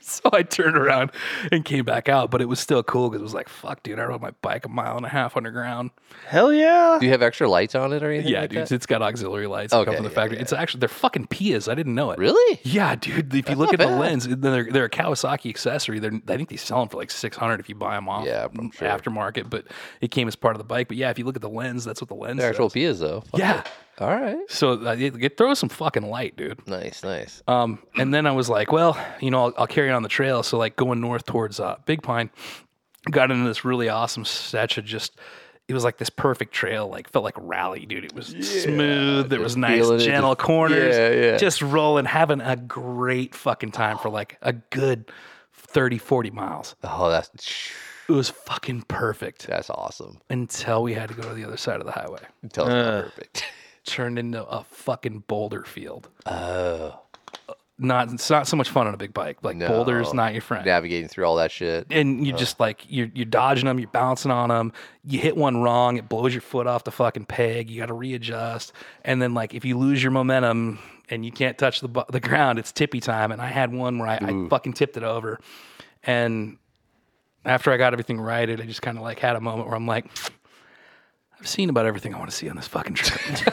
C: so I turned around and came back out, but it was still cool because it was like, fuck, dude, I rode my bike a mile and a half underground.
B: Hell yeah.
A: do you have extra lights on it or anything?
C: Yeah,
A: like
C: dude,
A: that?
C: it's got auxiliary lights that come
A: Okay,
C: from the
A: yeah,
C: factory. It's actually they're fucking Pias. I didn't know it.
A: Really?
C: Yeah, dude. If you look at the lens, they're, they're a Kawasaki accessory. They're, I think they sell them for like six hundred if you buy them off
A: Yeah, I'm sure.
C: aftermarket. But it came as part of the bike. But yeah, if you look at the lens, that's what the lens.
A: They're actual
C: says.
A: Pias though. Fuck
C: Yeah.
A: it. All right.
C: So uh, it, it throws some fucking light, dude.
A: Nice, nice.
C: Um, and then I was like, well, you know, I'll, I'll carry on the trail. So like going north towards uh, Big Pine, got into this really awesome stretch of just. It was like this perfect trail, like felt like a rally, dude. It was smooth. There was nice,
A: feeling it,
C: gentle
A: just-
C: corners.
A: yeah, yeah.
C: Just rolling, having a great fucking time for like a good 30, 40 miles.
A: Oh, that's
C: It was fucking perfect
A: that's awesome.
C: until we had to go to the other side of the highway.
A: Tell it's not perfect. [laughs]
C: Turned into a fucking boulder field. Oh. Not, it's not so much fun on a big bike. Like, boulder's not your friend.
A: Navigating through all that shit.
C: and you just like you're you're dodging them, you're bouncing on them. You hit one wrong, it blows your foot off the fucking peg. You got to readjust, and then like if you lose your momentum and you can't touch the bu- the ground, it's tippy time. And I had one where I, I fucking tipped it over, and after I got everything righted, I just kind of like had a moment where I'm like. I've seen about everything I want to see on this fucking trip.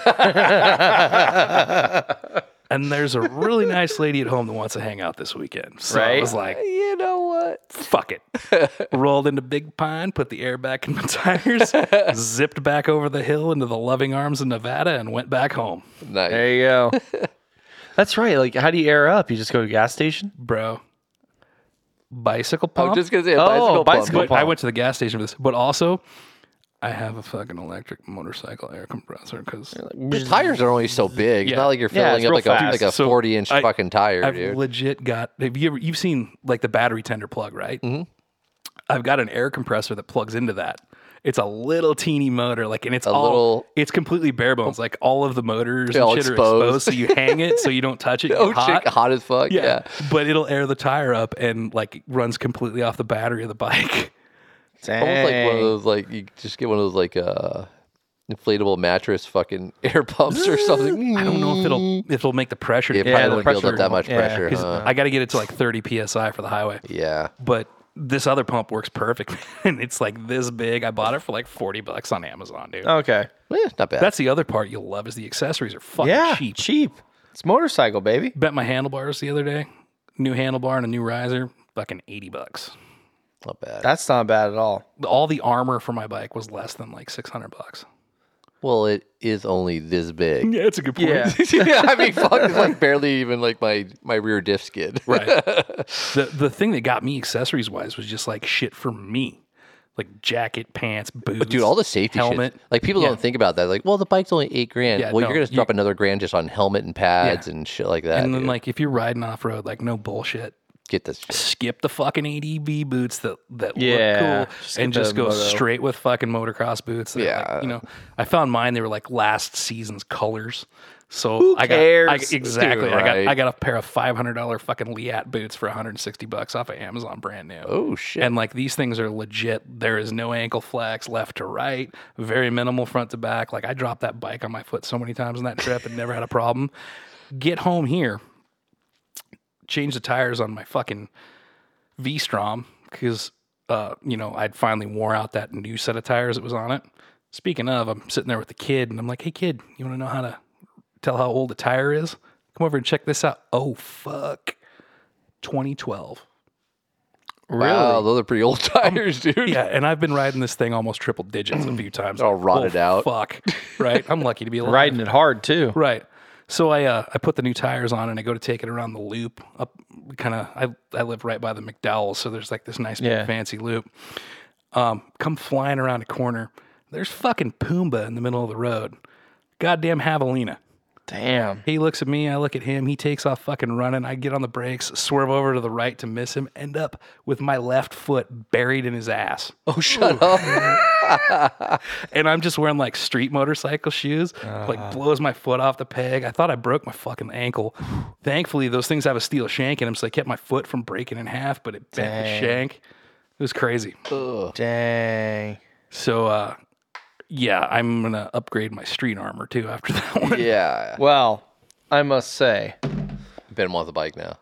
C: and there's a really nice lady at home that wants to hang out this weekend. So I
B: Right.
C: was like,
A: You know what? [laughs]
C: fuck it. Rolled into Big Pine, put the air back in my [laughs] tires, zipped back over the hill into the loving arms of Nevada, and went back home.
A: Nice.
B: There you go. [laughs] That's right. Like, how do you air up? You just go to a gas station?
C: Bro, bicycle
A: I
C: pump.
A: was just gonna say a bicycle,
B: Oh,
A: pump.
B: bicycle
A: But
C: But I went to the gas station for this, but also I have a fucking electric motorcycle air compressor because
A: The tires are only so big. It's
C: Yeah.
A: not like you're
B: Yeah,
A: filling
B: it's
A: up
B: real
A: like a,
B: fast.
A: like a
C: So,
A: 40 inch
C: I-
A: fucking tire,
C: I've
A: dude.
C: legit got. Have you ever? You've seen like the battery tender plug, right? Mm-hmm. I've got an air compressor that plugs into that. It's a little teeny motor, like, and it's all,
A: little-
C: It's completely bare bones. Like all of the motors and
A: all
C: shit are exposed,
A: exposed.
C: so you hang it so you
A: [laughs]
C: don't touch it.
A: oh,
C: get hot.
A: chick, hot as fuck. Yeah.
C: yeah, but it'll air the tire up and like runs completely off the battery of the bike.
A: Almost like one
B: Dang.
A: of those, like, you just get one of those, like, uh, inflatable mattress fucking [laughs] air pumps or
C: [laughs]
A: something.
C: I don't know if it'll if it'll make the pressure. to
A: It
B: Yeah,
A: probably uh,
B: the
A: wouldn't build
B: pressure-
A: up that much
B: yeah,
A: pressure,
C: 'Cause
A: huh?
C: I got to get it to like 30 psi for the highway. [laughs]
A: Yeah.
C: But this other pump works perfect, [laughs] and it's like this big. I bought it for like 40 bucks on Amazon, dude.
B: Okay.
A: Eh, not bad.
C: That's the other part you'll love is the accessories are fucking
B: Yeah.
C: cheap.
B: Cheap. It's motorcycle, baby.
C: Bet my handlebars the other day, new handlebar and a new riser, fucking 80 bucks.
A: not bad.
B: That's not bad at all.
C: All the armor for my bike was less than like 600 bucks.
A: well, it is only this big. [laughs]
C: [laughs] Yeah, that's a good
B: [laughs]
C: point.
B: Yeah. [laughs]
A: yeah, I mean, fuck, it's like barely even like my my rear diff skid.
C: [laughs] right. The the thing that got me accessories wise was just like shit for me, like jacket, pants, boots.
A: [laughs] Dude, all the safety
C: helmet.
A: shit. Like people
C: Yeah.
A: don't think about that. Like, well, the bike's only eight grand.
C: Yeah,
A: well,
C: no,
A: you're gonna
C: you-
A: drop another grand just on helmet and pads and shit like that.
C: and then
A: dude.
C: like if you're riding off road, like no bullshit.
A: get this. shit.
C: skip the fucking ADB boots that that
B: Yeah,
C: look cool
B: just
C: and
B: get
C: just
B: the
C: go
B: moto.
C: straight with fucking motocross boots. that are, like,
A: Yeah.
C: you know, I found mine. They were like last season's colors. So I got I,
B: cares?
C: exactly.
A: Dude,
C: I
A: right.
C: got I got a pair of five hundred dollar fucking Liat boots for one hundred and sixty bucks off of Amazon, brand new.
A: Oh shit.
C: And like these things are legit. There is no ankle flex, left to right, very minimal front to back. Like I dropped that bike on my foot so many times on that trip and never had a problem. Get home here, change the tires on my fucking V Strom because uh, you know I'd finally wore out that new set of tires that was on it. Speaking of, I'm sitting there with the kid and I'm like, "Hey kid, you want to know how to tell how old a tire is? Come over and check this out." Oh fuck, 2012.
A: Wow, those are pretty old [laughs] tires, dude.
C: Yeah, and I've been riding this thing almost triple digits a few times. Oh,
A: All rotted out.
C: Fuck. Right. I'm lucky to be alive.
B: Riding it hard, too.
C: Right. So I uh, I put the new tires on and I go to take it around the loop up kind of I I live right by the McDowell's so there's like this nice big
B: Yeah.
C: fancy loop. Um, come flying around a corner. There's fucking Pumbaa in the middle of the road. Goddamn javelina.
B: Damn.
C: He looks at me, I look at him, he takes off fucking running. I get on the brakes, swerve over to the right to miss him, end up with my left foot buried in his ass.
A: Oh shut up.
C: [laughs] and I'm just wearing like street motorcycle shoes. like blows my foot off the peg. I thought I broke my fucking ankle. Thankfully, those things have a steel shank in them, so they kept my foot from breaking in half, but it bent
B: Dang.
C: the shank. It was crazy.
B: Dang.
C: So, uh, yeah, I'm gonna upgrade my street armor too after that [laughs]
A: [laughs]
C: one.
A: yeah.
B: Well, I must say,
A: Ben wants a bike now.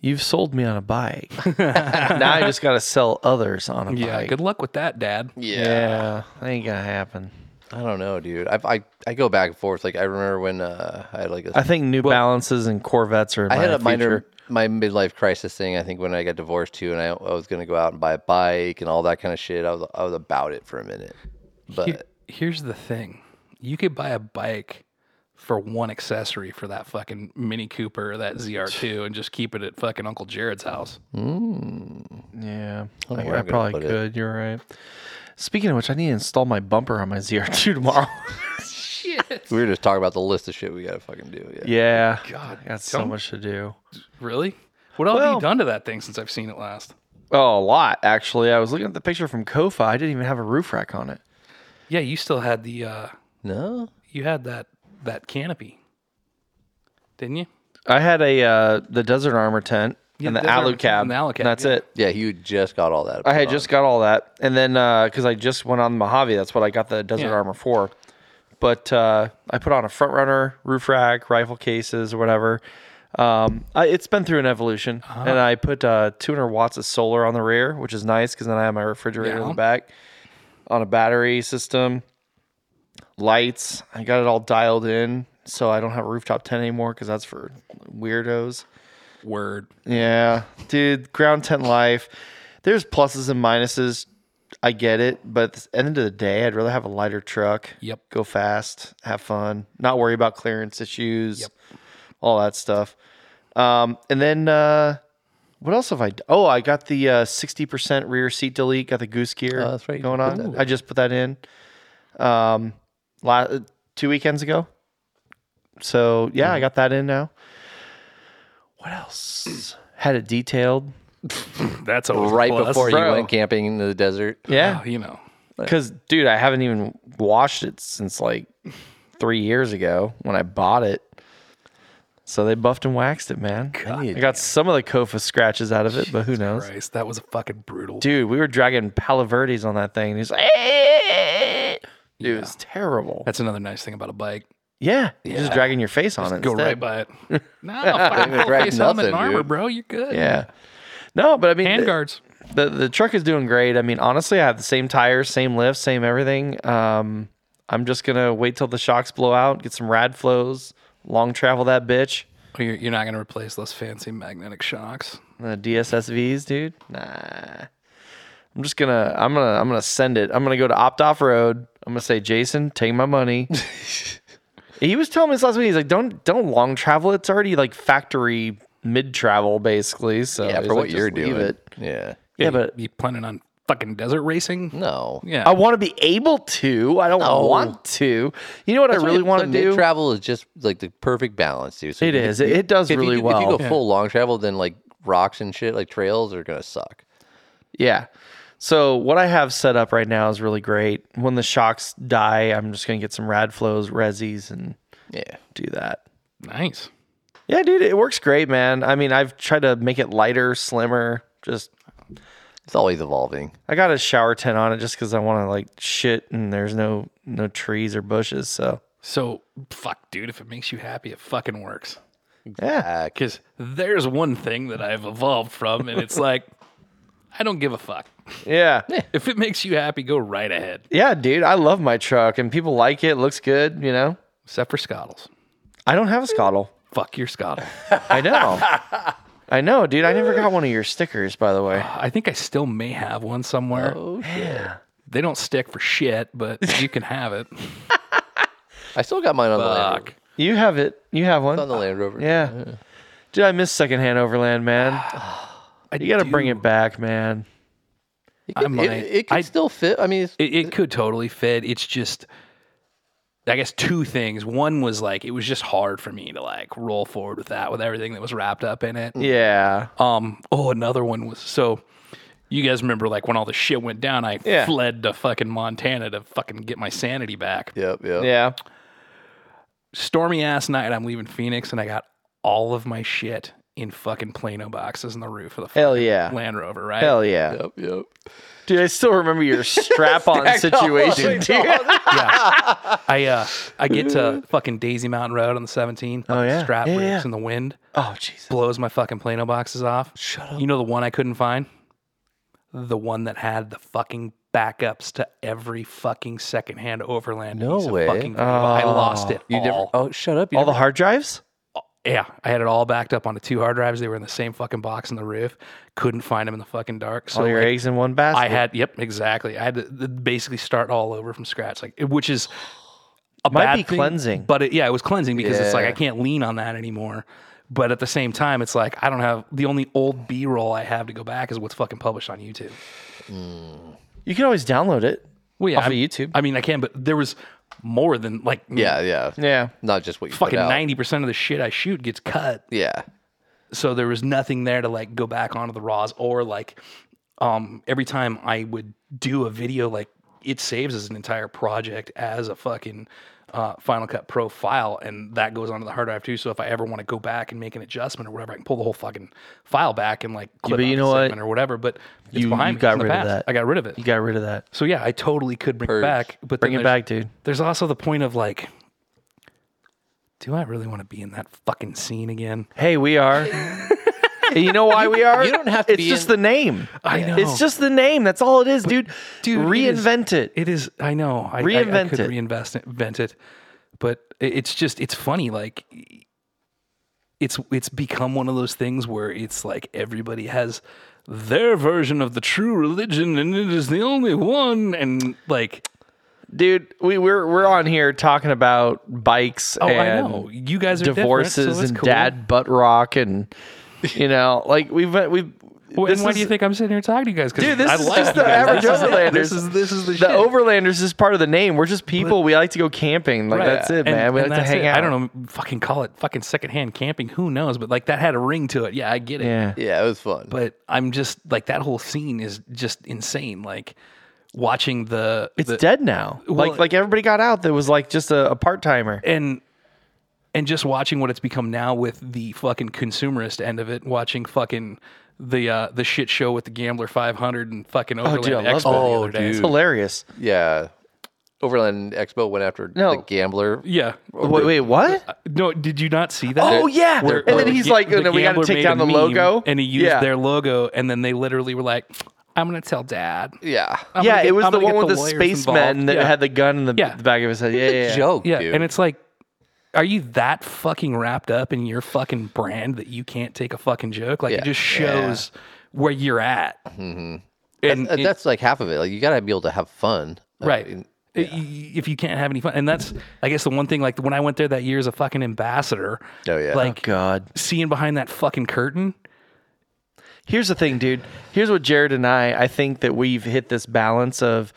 B: you've sold me on a
C: [laughs]
B: bike. now I just got to sell others on a
C: Yeah,
B: bike.
C: good luck with that, Dad.
B: Yeah, that ain't gonna happen.
A: I don't know, dude. I I, I go back and forth. Like I remember when uh, I had like a
B: I think New Balances and Corvettes are.
A: I had
B: my
A: a minor
B: future.
A: my midlife crisis thing. I think when I got divorced too, and I, I was gonna go out and buy a bike and all that kind of shit. I was I was about it for a minute, but [laughs]
C: Here- here's the thing: you could buy a bike for one accessory for that fucking Mini Cooper or that
A: [laughs]
C: ZR2 and just keep it at fucking Uncle Jared's house.
B: Yeah,
A: know
B: I,
A: where
B: I
A: I'm gonna
B: probably
A: put it.
B: could. You're right. Speaking of which, I need to install my bumper on my
A: [laughs]
B: ZR2 [laughs] tomorrow.
A: we were just talking about the list of shit we gotta fucking do. Yeah,
B: yeah, God, I got so
C: don't-
B: much to do.
C: Really? What all have
B: Well-
C: you done to that thing since I've seen it last?
B: Oh, a lot actually. I was looking at the picture from Kofa. I didn't even have a roof rack on it.
C: Yeah, you still had the uh
A: no,
C: you had that that canopy. Didn't you?
B: I had a uh, the Desert Armor tent
C: Yeah,
B: and the
C: Desert Armor
B: alu
C: tent
B: cab.
C: and the alu cab,
B: That's
C: yeah.
B: it.
A: yeah, you just got all that.
B: I had just got all that, and then because I just went on the Mojave, that's what I got the Desert
C: Yeah.
B: Armor for. But uh, I put on a front runner, roof rack, rifle cases, or whatever. Um, I, it's been through an evolution,
C: Uh-huh.
B: and I put uh, 200 watts of solar on the rear, which is nice because then I have my refrigerator in
C: Yeah.
B: the back on a battery system. Lights, I got it all dialed in. so I don't have a rooftop tent anymore because that's for weirdos.
C: Word.
B: Yeah, dude, ground tent life. There's pluses and minuses. I get it, but at the end of the day, I'd rather have a lighter truck.
C: Yep.
B: Go fast, have fun, not worry about clearance issues, yep. all that stuff. Um, and then uh, what else have I? d- Oh, I got the sixty percent rear seat delete. Got the goose gear
A: Oh, that's right, you
B: going
A: put
B: on. I just put that in. Um, la- two weekends ago. So yeah,
A: Mm-hmm.
B: I got that in now. What else? Had it detailed.
C: That's always a
A: Right
C: plus,
A: before you
C: bro.
A: went camping in the desert.
B: Yeah.
C: Oh, you know.
B: Because, dude, I haven't even washed it since like three years ago when I bought it. So they buffed and waxed it, man. I
A: need-
B: got some of the Kofa scratches out of it, but who knows?
C: Christ, that was a fucking brutal.
B: Dude, we were dragging Palo Verdes on that thing. And he's like, "Eh." dude, it was terrible.
C: That's another nice thing about a bike.
B: yeah, you're just dragging your face on it.
C: Go
B: instead.
C: right by it.
A: [laughs]
C: no, fucking
A: even
C: full
A: grab
C: face helmet and
A: nothing,
C: armor,
A: dude.
C: bro. You're good.
B: Yeah. No, but I mean,
C: Hand
B: the,
C: guards.
B: the the truck is doing great. I mean, honestly, I have the same tires, same lift, same everything. Um, I'm just gonna wait till the shocks blow out, get some rad flows, long travel that bitch.
C: Oh, You're, you're not gonna replace those fancy magnetic shocks.
B: The DSSVs, dude. Nah. I'm just gonna I'm gonna I'm gonna send it. I'm gonna go to Opt Off Road. I'm gonna say, Jason, take
A: [laughs]
B: my money. he was telling me this last week. He's like, don't don't long travel. It's already like factory mid travel basically. So
A: Yeah,
B: he's
A: for
B: like,
A: what you're
B: "Just leave
A: doing.
B: it."
A: Yeah.
B: Yeah, but
C: You planning on fucking desert racing?
A: No.
C: Yeah.
B: I want to be able to. I don't want to. You know what I really want to do?
A: Travel is just like the perfect balance, dude. So
B: It
A: if you-
B: is. It- it does
A: if you
B: really
A: do- If you
B: well.
A: go full long travel, then like rocks and shit, like trails are gonna suck.
B: yeah. So what I have set up right now is really great. When the shocks die, I'm just gonna get some rad flows, resis, and
A: Yeah.
B: do that.
C: nice.
B: Yeah, dude, it works great, man. I mean, I've tried to make it lighter, slimmer. Just
A: It's always evolving.
B: I got a shower tent on it just because I want to like shit, and there's no no trees or bushes. So
C: So fuck, dude. If it makes you happy, it fucking works.
B: yeah,
A: Uh,
C: Because there's one thing that I've evolved from, and it's like, I don't give a fuck.
B: yeah,
C: If it makes you happy, go right ahead.
B: yeah, dude. I love my truck, and people like it. It looks good, you know.
C: Except for Scottles.
B: I don't have a scottle.
C: Fuck
A: [laughs]
C: your Scottle.
B: I [laughs] know. I know, dude. I never got one of your stickers, by the way.
C: I think I still may have one somewhere.
A: oh shit.
C: They don't stick for shit, but you can have it.
A: I still got mine on the Land Rover.
C: Fuck.
B: You have it. You have
A: It's on
B: one.
A: the Land Rover.
B: Yeah. Dude, I miss secondhand overland, [sighs] man.
C: I
B: You got to
C: do-
B: bring it back, man.
A: It
C: I
A: could,
C: might.
A: it, it could
C: I-
A: still fit. I mean, it's,
C: It, it could totally fit. It's just, I guess, two things. One was like, it was just hard for me to like roll forward with that, with everything that was wrapped up in it.
B: Yeah.
C: Um. Oh, another one was so. You guys remember like when all the shit went down? I
B: Yeah.
C: fled to fucking Montana to fucking get my sanity back.
A: yep, yep.
B: Yeah.
C: Stormy ass night. I'm leaving Phoenix, and I got all of my shit in fucking Plano boxes in the roof of the
B: Hell yeah.
C: Land Rover. Right?
B: Hell yeah.
A: Yep, yep.
B: Dude, I still remember your [laughs] strap on situation, dude.
C: I uh, I
B: [laughs]
C: get to fucking Daisy Mountain Road on the 17. fucking
B: Oh, yeah.
C: Strap
B: Yeah,
C: rips
B: yeah.
C: in the wind.
B: [laughs] Oh, Jesus.
C: blows my fucking Plano boxes off. Shut up. You know the one I couldn't find? The one that had the fucking backups to every fucking secondhand overland.
A: No
C: piece of
A: way.
C: fucking- I lost it
A: You never.
C: all.
A: Oh, shut up. You
B: All the
A: never,
B: hard drives?
C: Yeah, I had it all backed up onto two hard drives. They were in the same fucking box in the roof. Couldn't find them in the fucking dark. So
B: All your
C: like,
B: eggs in one basket?
C: I had, yep, exactly. I had to th- basically start all over from scratch, like which is a
B: Might
C: bad
B: be
C: thing,
B: cleansing.
C: but it, yeah, it was cleansing because it's like
A: Yeah.
C: I can't lean on that anymore. But at the same time, it's like I don't have the only old B roll I have to go back is what's fucking published on YouTube.
B: you can always download it.
C: Well, yeah,
B: Off of
C: I'm-
B: YouTube.
C: I mean, I can, but there was more than like
A: yeah, yeah,
B: Yeah.
A: Not just what you put
C: fucking
A: out.
C: ninety percent of the shit I shoot gets cut.
A: Yeah.
C: so there was nothing there to like go back onto the raws or like um every time i would do a video like it saves as an entire project as a fucking uh, final cut pro file and that goes onto the hard drive too so if i ever want to go back and make an adjustment or whatever i can pull the whole fucking file back and like clip
B: but you
C: out the
B: know what?
C: segment or whatever but it's
B: You-
C: behind
B: you
C: me. It's
B: got
C: in the
B: rid of
C: past.
B: that.
C: i got rid of it
B: You got rid of that.
C: so yeah i totally could bring it
A: Purge.
C: back but
B: Bring
C: then
B: it
C: there's-
B: back, dude.
C: there's also the point of like do i really want to be in that fucking scene again
B: Hey, we
C: [laughs]
B: are. And you know why we are?
A: you don't have to
B: It's
A: be
B: just
A: in-
B: the name.
C: I know.
B: It's just the name. That's all it is, dude.
C: dude, it is-
B: reinvent it.
C: It is. I know. I, I- I
B: Reinvent
C: could
B: it.
C: Reinvent it. Invent it. but i- it's just it's funny like it's it's become one of those things where it's like everybody has their version of the true religion and it is the only one and like
B: dude. We we're we're on here talking about bikes
C: oh i
B: and
C: know you guys are different, so
B: divorces
C: it's
B: and
C: cool.
B: dad butt rock and you know like we've we've.
C: Well, and
B: this
C: why
B: is-
C: do you think I'm sitting here talking to you guys? 'Cause
B: Dude, this
C: I
B: is
C: like
B: just
C: you
B: the
C: guys.
B: average
C: This is it.
B: overlanders.
C: This is this is the,
B: the
C: shit.
B: overlanders is part of the name? We're just people. we like to go camping. Like that's it,
C: Yeah.
B: man.
C: And-
B: We
C: and
B: like to
C: that's
B: hang
C: it.
B: out.
C: I don't know, fucking call it fucking secondhand camping. Who knows? But like that had a ring to it. Yeah, I get it.
B: Yeah.
A: Yeah, it was fun.
C: But I'm just like that whole scene is just insane. Like watching the
B: It's
C: the,
B: dead now. like
C: Well-
B: like everybody got out. That was like just a, a part timer.
C: and and just watching what it's become now with the fucking consumerist end of it. Watching fucking the uh the shit show with the Gambler 500 and fucking Overland
B: dude, I
A: that.
B: love
C: Expo the
A: Oh,
C: other day.
A: dude.
B: Hilarious.
A: yeah, Overland Expo went after
B: No.
A: the gambler.
C: Yeah.
B: Wait, wait, what?
C: No, did you not see that?
B: Oh yeah,
A: Where-
B: and
A: where
B: then he's
C: ga-
B: like, oh, "No, we got to
C: gambler
B: take
C: made
B: down
C: a
B: the
C: meme,
B: logo."
C: And he used
B: yeah.
C: their logo, and then they literally were like, "I'm gonna tell dad."
A: Yeah,
C: I'm
B: yeah,
C: gonna get-
B: it was
C: I'm
B: the one
C: gonna get
B: with the,
C: lawyers
B: spaceman
C: involved."
B: that
C: yeah.
B: had the gun in the,
C: Yeah.
B: the back of his head. Yeah, yeah, yeah.
A: joke,
C: yeah,
A: dude.
C: and it's like, are you that fucking wrapped up in your fucking brand that you can't take a fucking joke? Like it
A: Yeah.
C: just shows where you're at. And,
A: Uh,
C: and-
A: that's like half of it. Like you gotta be able to have fun, I
C: right.
A: mean,
C: I- i- If you can't have any fun, and that's, I guess, the one thing. Like when I went there that year as a fucking ambassador,
A: Oh, yeah.
B: Oh
C: like
B: God.
C: seeing behind that fucking curtain,
B: Here's the thing, dude. Here's what Jared and I. I think that we've hit this balance of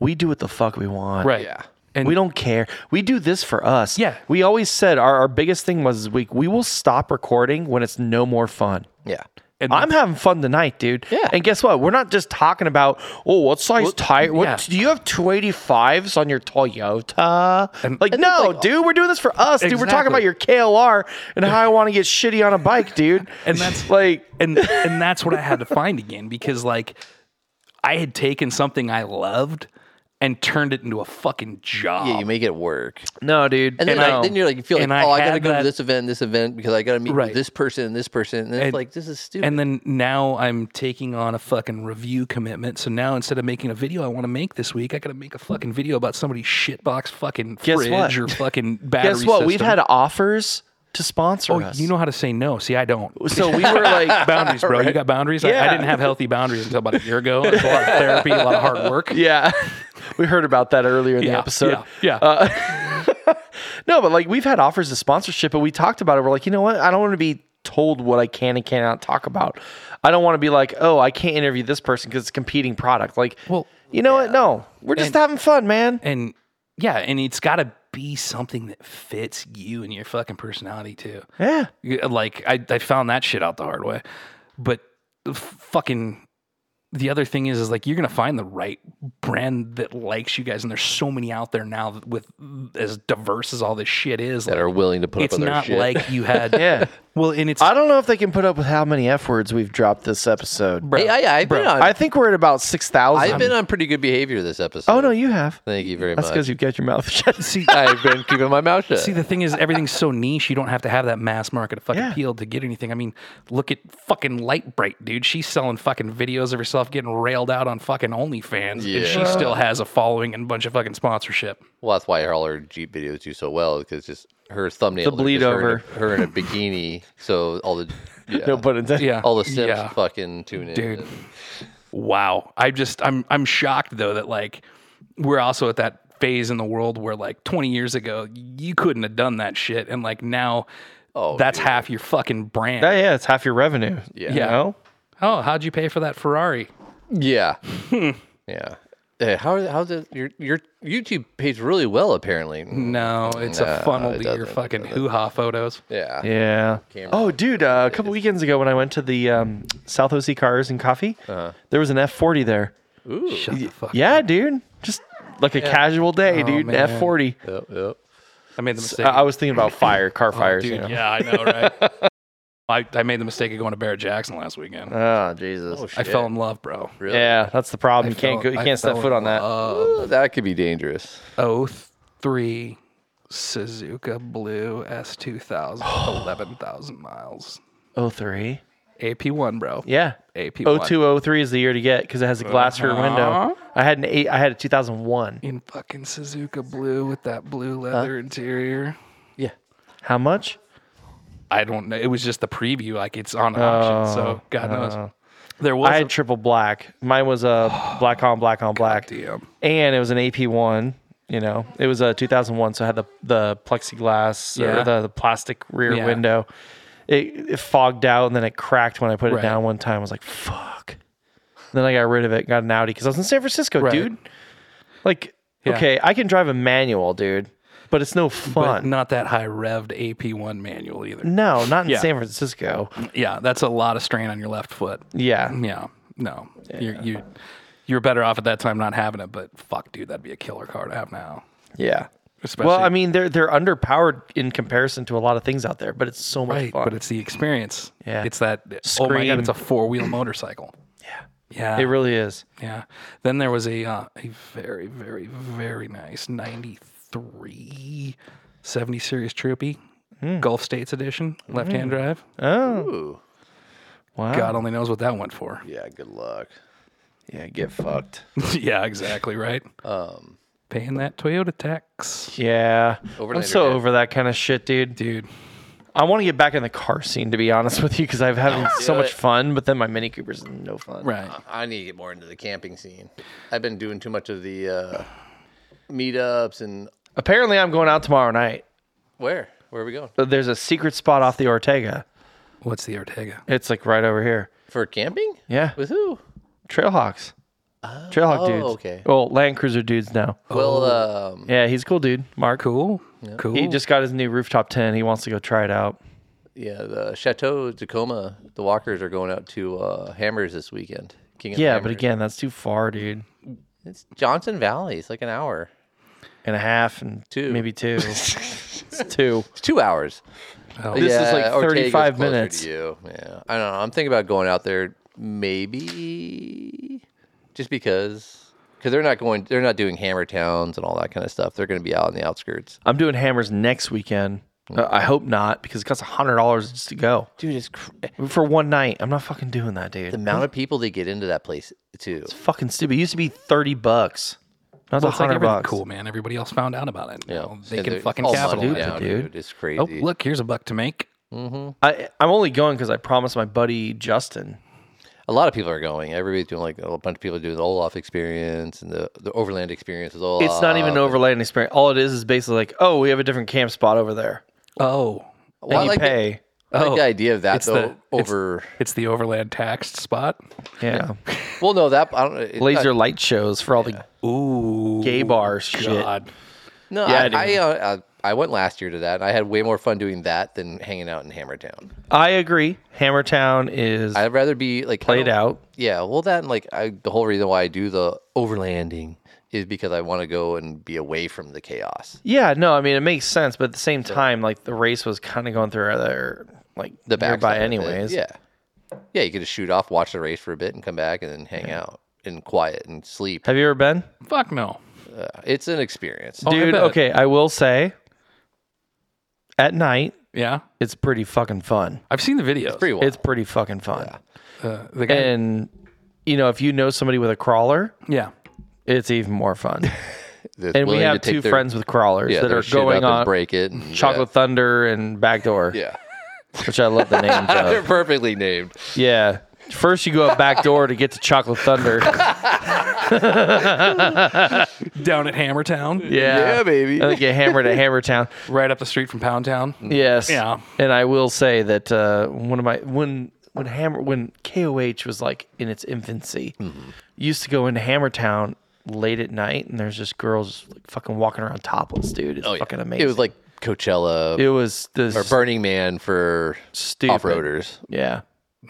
B: we do what the fuck we want.
C: right?
A: Yeah.
C: And
B: we don't care. We do this for us.
C: Yeah.
B: We always said our, our biggest thing was we we will stop recording when it's no more fun.
A: yeah,
C: and
B: I'm having fun tonight, dude.
A: Yeah.
B: And guess what? We're not just talking about, oh, what size tire? What,
C: yeah.
B: Do you have 285s on your Toyota? like,
A: And
B: no,
A: it's like-
B: dude, we're doing this for us, dude. We're talking
C: oh. Exactly.
B: about your KLR and how I want to get shitty on a bike, dude.
C: [laughs] And that's-
B: like,
C: and and that's what I had to find again because like I had taken something I loved and turned it into a fucking job.
A: yeah. You make it work,
B: no, dude. um,
A: and then,
B: no.
A: like, then you're like, you feel like,
C: And I
A: oh, I gotta
C: had
A: go
C: that-
A: to this event, and this event, because I gotta meet
C: Right.
A: this person, and this person, and, it's
C: And-
A: like this is stupid.
C: and then now I'm taking on a fucking review commitment. So now instead of making a video I want to make this week, I got to make a fucking video about somebody's shitbox fucking
B: Guess
C: fridge
B: what?
C: or
B: [laughs]
C: fucking battery.
B: guess what? We've
C: system.
B: had offers to sponsor
C: Oh,
B: us.
C: you know how to say no. See, I don't.
B: [laughs]
C: [laughs]
B: so we were like,
C: Boundaries, bro. You got boundaries. I- I,
B: Yeah.
C: didn't have healthy boundaries until about a
B: [laughs]
C: year ago. It was a lot of therapy, a lot of hard work.
B: yeah. [laughs] We heard about that earlier in the
C: Yeah,
B: episode. Uh,
C: yeah, yeah.
B: No, but like we've had offers of sponsorship, but we talked about it. We're like, you know what? I don't want to be told what I can and cannot talk about. I don't want to be like, oh, I can't interview this person because it's a competing product. Like,
C: Well,
B: you know what? No, we're just having fun, man.
C: and yeah, and it's got to be something that fits you and your fucking personality too.
B: Yeah,
C: You- Like I, I found that shit out the hard way, but the f- fucking the other thing is, is like you're gonna find the right brand that likes you guys, and there's so many out there now that with as diverse as all this shit is.
A: that
C: like,
A: are willing to put
C: it's
A: up with their
C: not
A: shit.
C: like you had.
B: yeah.
C: Well, and it's
B: I don't know if they can put up with how many f words we've dropped this episode.
C: bro,
A: Hey, I, I've been on.
B: I think we're at about six
A: [laughs] I've
B: thousand.
A: been on pretty good behavior this episode.
B: Oh no, you have.
A: Thank you very
B: That's
A: much.
B: because you've got your mouth [laughs] shut.
C: see.
A: I've been keeping my mouth shut.
C: [laughs] See, the thing is, everything's so niche. You don't have to have that mass market of fucking
B: Yeah.
C: appeal to get anything. I mean, look at fucking Light Bright, dude. She's selling fucking videos of herself getting railed out on fucking OnlyFans, and she
A: Yeah.
C: still has a following and a bunch of fucking sponsorship.
A: well, that's why all her Jeep videos do so well because just her thumbnail.
B: The bleed
A: Her
B: over.
A: in a, her in a bikini. So all
C: [laughs]
A: the yeah,
B: No pun intended.
C: Yeah,
A: all the simps
C: Yeah.
A: fucking tune in.
C: Dude. Wow. I just, I'm, I'm shocked though that like we're also at that phase in the world where like 20 years ago you couldn't have done that shit, and like now.
A: Oh,
C: that's
A: dude.
C: half your fucking brand.
D: Oh,
B: Yeah, yeah, it's half your revenue.
A: Yeah.
B: You
C: Yeah.
B: know?
C: oh, how'd you pay for that Ferrari?
A: Yeah.
C: Hmm.
A: yeah. Hey, how how's it? Your your YouTube pays really well apparently.
C: No, it's a
A: No,
C: funnel
A: it
C: to your
A: doesn't. It
C: fucking hoo ha photos.
A: Yeah.
B: Yeah.
A: Camera.
B: Oh, dude, uh, a couple weekends ago when I went to the um, South OC Cars and Coffee,
A: Uh-huh.
B: there was an F40 there.
A: Ooh.
C: Shut the fuck
B: Yeah, dude. Just like a casual day,
D: Oh,
B: dude.
C: man.
B: F40.
A: Yep, yep.
C: I made the
B: I,
C: mistake.
B: I was thinking
D: [clears throat] Oh,
B: about fire, car fires.
C: Dude,
B: you know?
C: yeah, I know,
B: [laughs]
C: right? I, I made the mistake of going to Barrett Jackson last weekend.
B: Oh, Jesus.
A: Oh,
C: I
A: shit.
C: fell in love, bro.
A: really.
B: yeah, that's the problem. you can't
C: Fell-
B: go, you
C: I
B: can't step
C: fell
B: foot
C: in
B: on that.
C: love.
A: Oh, that could be dangerous.
C: 03 Suzuka Blue S2000, 11,000 miles.
B: Oh three.
C: AP1, bro.
B: Yeah.
C: AP1.
B: Uh-huh. Oh two, oh three is the year to get because it has a glass rear window.
D: I had an eight. I had a 2001.
C: in fucking Suzuka blue with that blue leather interior.
A: Yeah.
D: How much?
C: I don't know. It was just the preview, like it's on auction, so God knows. There was
D: Oh, I
C: a
D: had triple black. Mine
B: [sighs]
D: was a black on black on black,
C: damn.
D: and it was an AP one. You know, it was uh, a 2001, so it had the the plexiglass
C: Yeah.
D: or the, the plastic rear
C: Yeah.
D: window. It, it fogged out and then it cracked when I put it
C: Right.
D: down one time. I was like, "Fuck!" Then I got rid of it, got an Audi because I was in San Francisco,
C: Right.
D: dude. Like,
C: Yeah.
D: okay, I can drive a manual, dude, but it's no
C: but
D: fun.
C: not that high revved AP1 manual either.
D: no, not in
C: Yeah.
D: San Francisco.
C: Yeah, that's a lot of strain on your left foot.
D: Mm. Yeah,
C: Yeah, no, you're you you're better off at that time not having it. But fuck, dude, that'd be a killer car to have now.
D: yeah.
C: Especially,
D: Well, I mean, they're they're underpowered in comparison to a lot of things out there, but it's so much
C: right,
D: fun.
C: but it's the experience.
D: Yeah.
C: it's that. Oh my
D: Scream.
C: god, it's a four wheel
D: [clears throat]
C: motorcycle. Yeah,
D: it
C: yeah,
D: really is.
C: yeah. Then there was a uh, a very very very nice '93 70 Series Troopy
D: Hmm.
C: Gulf States Edition left hand drive.
D: Oh,
A: Ooh.
D: wow.
C: God only knows what that went
D: [laughs]
C: for.
A: Yeah. Good luck. Yeah. Get fucked.
C: [laughs] yeah, exactly right.
A: Um.
C: Paying that Toyota tax,
D: Yeah. I'm
A: Overnighter,
D: so
A: yeah.
D: over that kind of shit, dude.
C: dude.
D: I want to get back in the car scene, to be honest with you, because I'm having so
A: do
D: much
A: it.
D: fun, but then my Mini Cooper's no fun.
C: Right.
A: I need to get more into the camping scene. I've been doing too much of the uh, meetups and
D: Apparently, I'm going out tomorrow night.
A: where? Where are we going
D: But There's a secret spot off the Ortega.
C: What's the Ortega?
D: It's like right over here.
A: for camping?
D: Yeah.
A: With who?
D: Trailhawks. Trailhawk
A: oh,
D: dudes.
A: okay.
D: Well, Land Cruiser dudes now.
A: Well, um,
D: Yeah, he's cool, dude. Mark.
C: Cool. Cool.
D: He just got his new rooftop tent. He wants to go try it out.
A: yeah, the Chateau Tacoma, the Walkers are going out to uh, Hammers this weekend. King of the
D: Yeah, but
A: Hammers.
D: again, that's too far, dude.
A: it's Johnson Valley. It's like an hour.
D: And a half and
A: Two. [laughs]
D: maybe two. it's two.
A: It's two hours.
D: Oh. This is like
A: Ortega's
D: 35
A: closer to
D: minutes.
A: you. Yeah, I don't know. I'm thinking about going out there, maybe, just because, because they're not going, they're not doing hammer towns and all that kind of stuff. They're going to be out in the outskirts.
D: I'm doing hammers next weekend. Uh, I hope not because it costs hundred dollars just to go
A: Dude, it's cr-
D: for one night. I'm not fucking doing that, dude.
A: the amount of people that get into that place too.
D: fucking stupid. It used to be thirty bucks. Now it's a
C: It's like
D: hundred
C: everything
D: bucks.
C: cool, man. Everybody else found out about it.
A: You
C: Yeah,
A: know,
C: they
A: and
C: can
A: they're
C: fucking
A: all money
C: capitalize.
A: down,
D: dude.
A: It's crazy.
C: Oh, look, here's a buck to make.
D: I, I'm only going because I promised my buddy Justin.
A: A lot of people are going. Everybody's doing like a bunch of people are doing the Olaf experience and the, the overland experience with Olaf.
D: It's not even an overland experience. All it is is basically like, oh, we have a different camp spot over there,
C: Oh,
A: Well,
D: and
A: I
D: you
A: like
D: pay.
A: The, I like
C: Oh,
A: the idea of that
C: it's
A: though.
C: the- it's-
A: over
C: it's the overland taxed spot.
D: yeah,
A: well, no, that I don't. It,
D: laser light shows for all the
C: Ooh,
D: gay bar shit.
C: God.
A: No,
D: Yeah,
A: I, I,
D: dude.
A: uh, I I went last year to that, and I had way more fun doing that than hanging out in Hammertown.
D: I agree. Hammertown is
A: I'd rather be like I
D: played
A: don't-
D: out.
A: Yeah, well, that and like I, the whole reason why I do the overlanding is because I want to go and be away from the chaos.
D: Yeah, no, I mean it makes sense, but at the same time, like the race was kind of going through other like
A: The back
D: nearby, anyways.
A: Yeah, yeah, you could just shoot off, watch the race for a bit, and come back and then hang out in quiet and sleep.
D: Have you ever been,
C: Fuck no.
A: Uh, it's an experience.
C: Oh, I
D: dude?
C: bet.
D: okay, I will say, at night
C: Yeah,
D: it's pretty fucking fun.
C: I've seen the videos.
A: Pretty well.
D: It's pretty Eh. fucking fun,
C: Uh, the guy,
D: and you know if you know somebody with a crawler,
C: yeah,
D: it's even
A: [laughs]
D: more fun.
A: That's
D: and we
A: willing
D: have
A: to take
D: two
A: their-
D: friends with crawlers
A: yeah,
D: that
A: their
D: are
A: shit up
D: going
A: and
D: on
A: break it. and-
D: Chocolate Thunder and Backdoor,
A: Yeah. [laughs]
D: which I love the names
A: yeah. They're
D: of.
A: perfectly named.
D: Yeah. First, you go up Backdoor to get to
A: [laughs]
D: Chocolate Thunder.
C: down at Hammertown.
D: Yeah,
A: Yeah, baby.
D: And they get hammered at Hammertown.
C: right up the street from Pound Town.
D: Yes.
C: Yeah.
D: And I will say that uh, one of my when when Hammer when KOH was like in its infancy,
A: Mm-hmm.
D: used to go into Hammertown late at night, and there's just girls just, like fucking walking around topless, dude. It's
A: Oh, yeah.
D: fucking amazing.
A: It was like Coachella
D: it was this
A: or Burning Man for
D: stupid.
A: off roaders.
D: Yeah.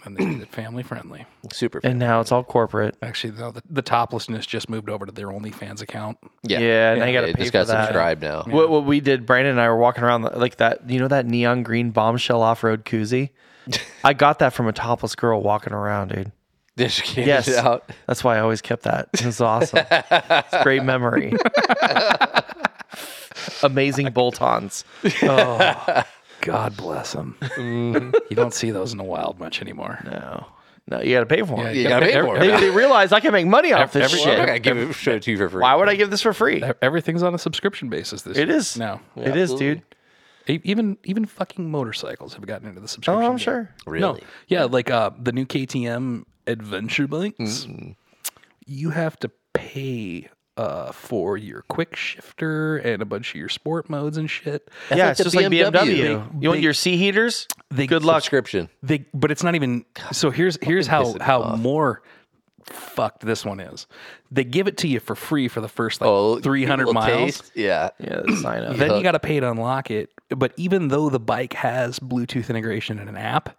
C: And they did it family friendly.
A: Super.
D: And now it's all corporate.
C: Actually, no, the, the toplessness just moved over to their OnlyFans account.
A: yeah.
D: Yeah, and I gotta
A: They
D: pay
A: just
D: for
A: got
D: that.
A: subscribed now.
D: What, what we did, Brandon and I were walking around the- like that, you know, that neon green bombshell off
A: [laughs]
D: road koozie? I got that from a topless girl walking around, dude.
A: [laughs] This came
D: Yes.
A: out.
D: That's why I always kept that. It was awesome. it's a
A: [laughs]
D: great memory. Amazing bolt-ons.
C: God bless them. you don't see those in the wild much anymore.
D: Mm-hmm. No. No, you got to pay for them.
A: You gotta pay for
D: They,
A: it.
D: they realize I can make money off this
A: Every-
D: shit.
A: I gotta give it, show it to you for free.
D: Why would I give this for free?
C: E, Everything's on a subscription basis this
D: It
C: year.
D: is.
C: now.
D: it is,
A: absolutely.
D: dude.
C: E- Even even fucking motorcycles have gotten into the subscription.
D: Oh, I'm
C: game.
D: sure.
A: Really?
C: No, yeah, like uh, the new KTM Adventure bikes. You have to pay uh, for your quick shifter and a bunch of your sport modes and shit.
D: yeah,
A: like
D: it's
A: the
D: just like BMW.
A: BMW.
D: you want your sea heaters?
C: They-
D: Good luck.
A: Subscription.
C: They, but it's not even. So here's here's how how more fucked this one is. They give it to you for free for the first like
A: Oh,
C: 300
A: little
C: miles.
A: taste. Yeah.
D: Yeah, sign up.
C: Then you got to pay to unlock it. But even though the bike has Bluetooth integration and an app,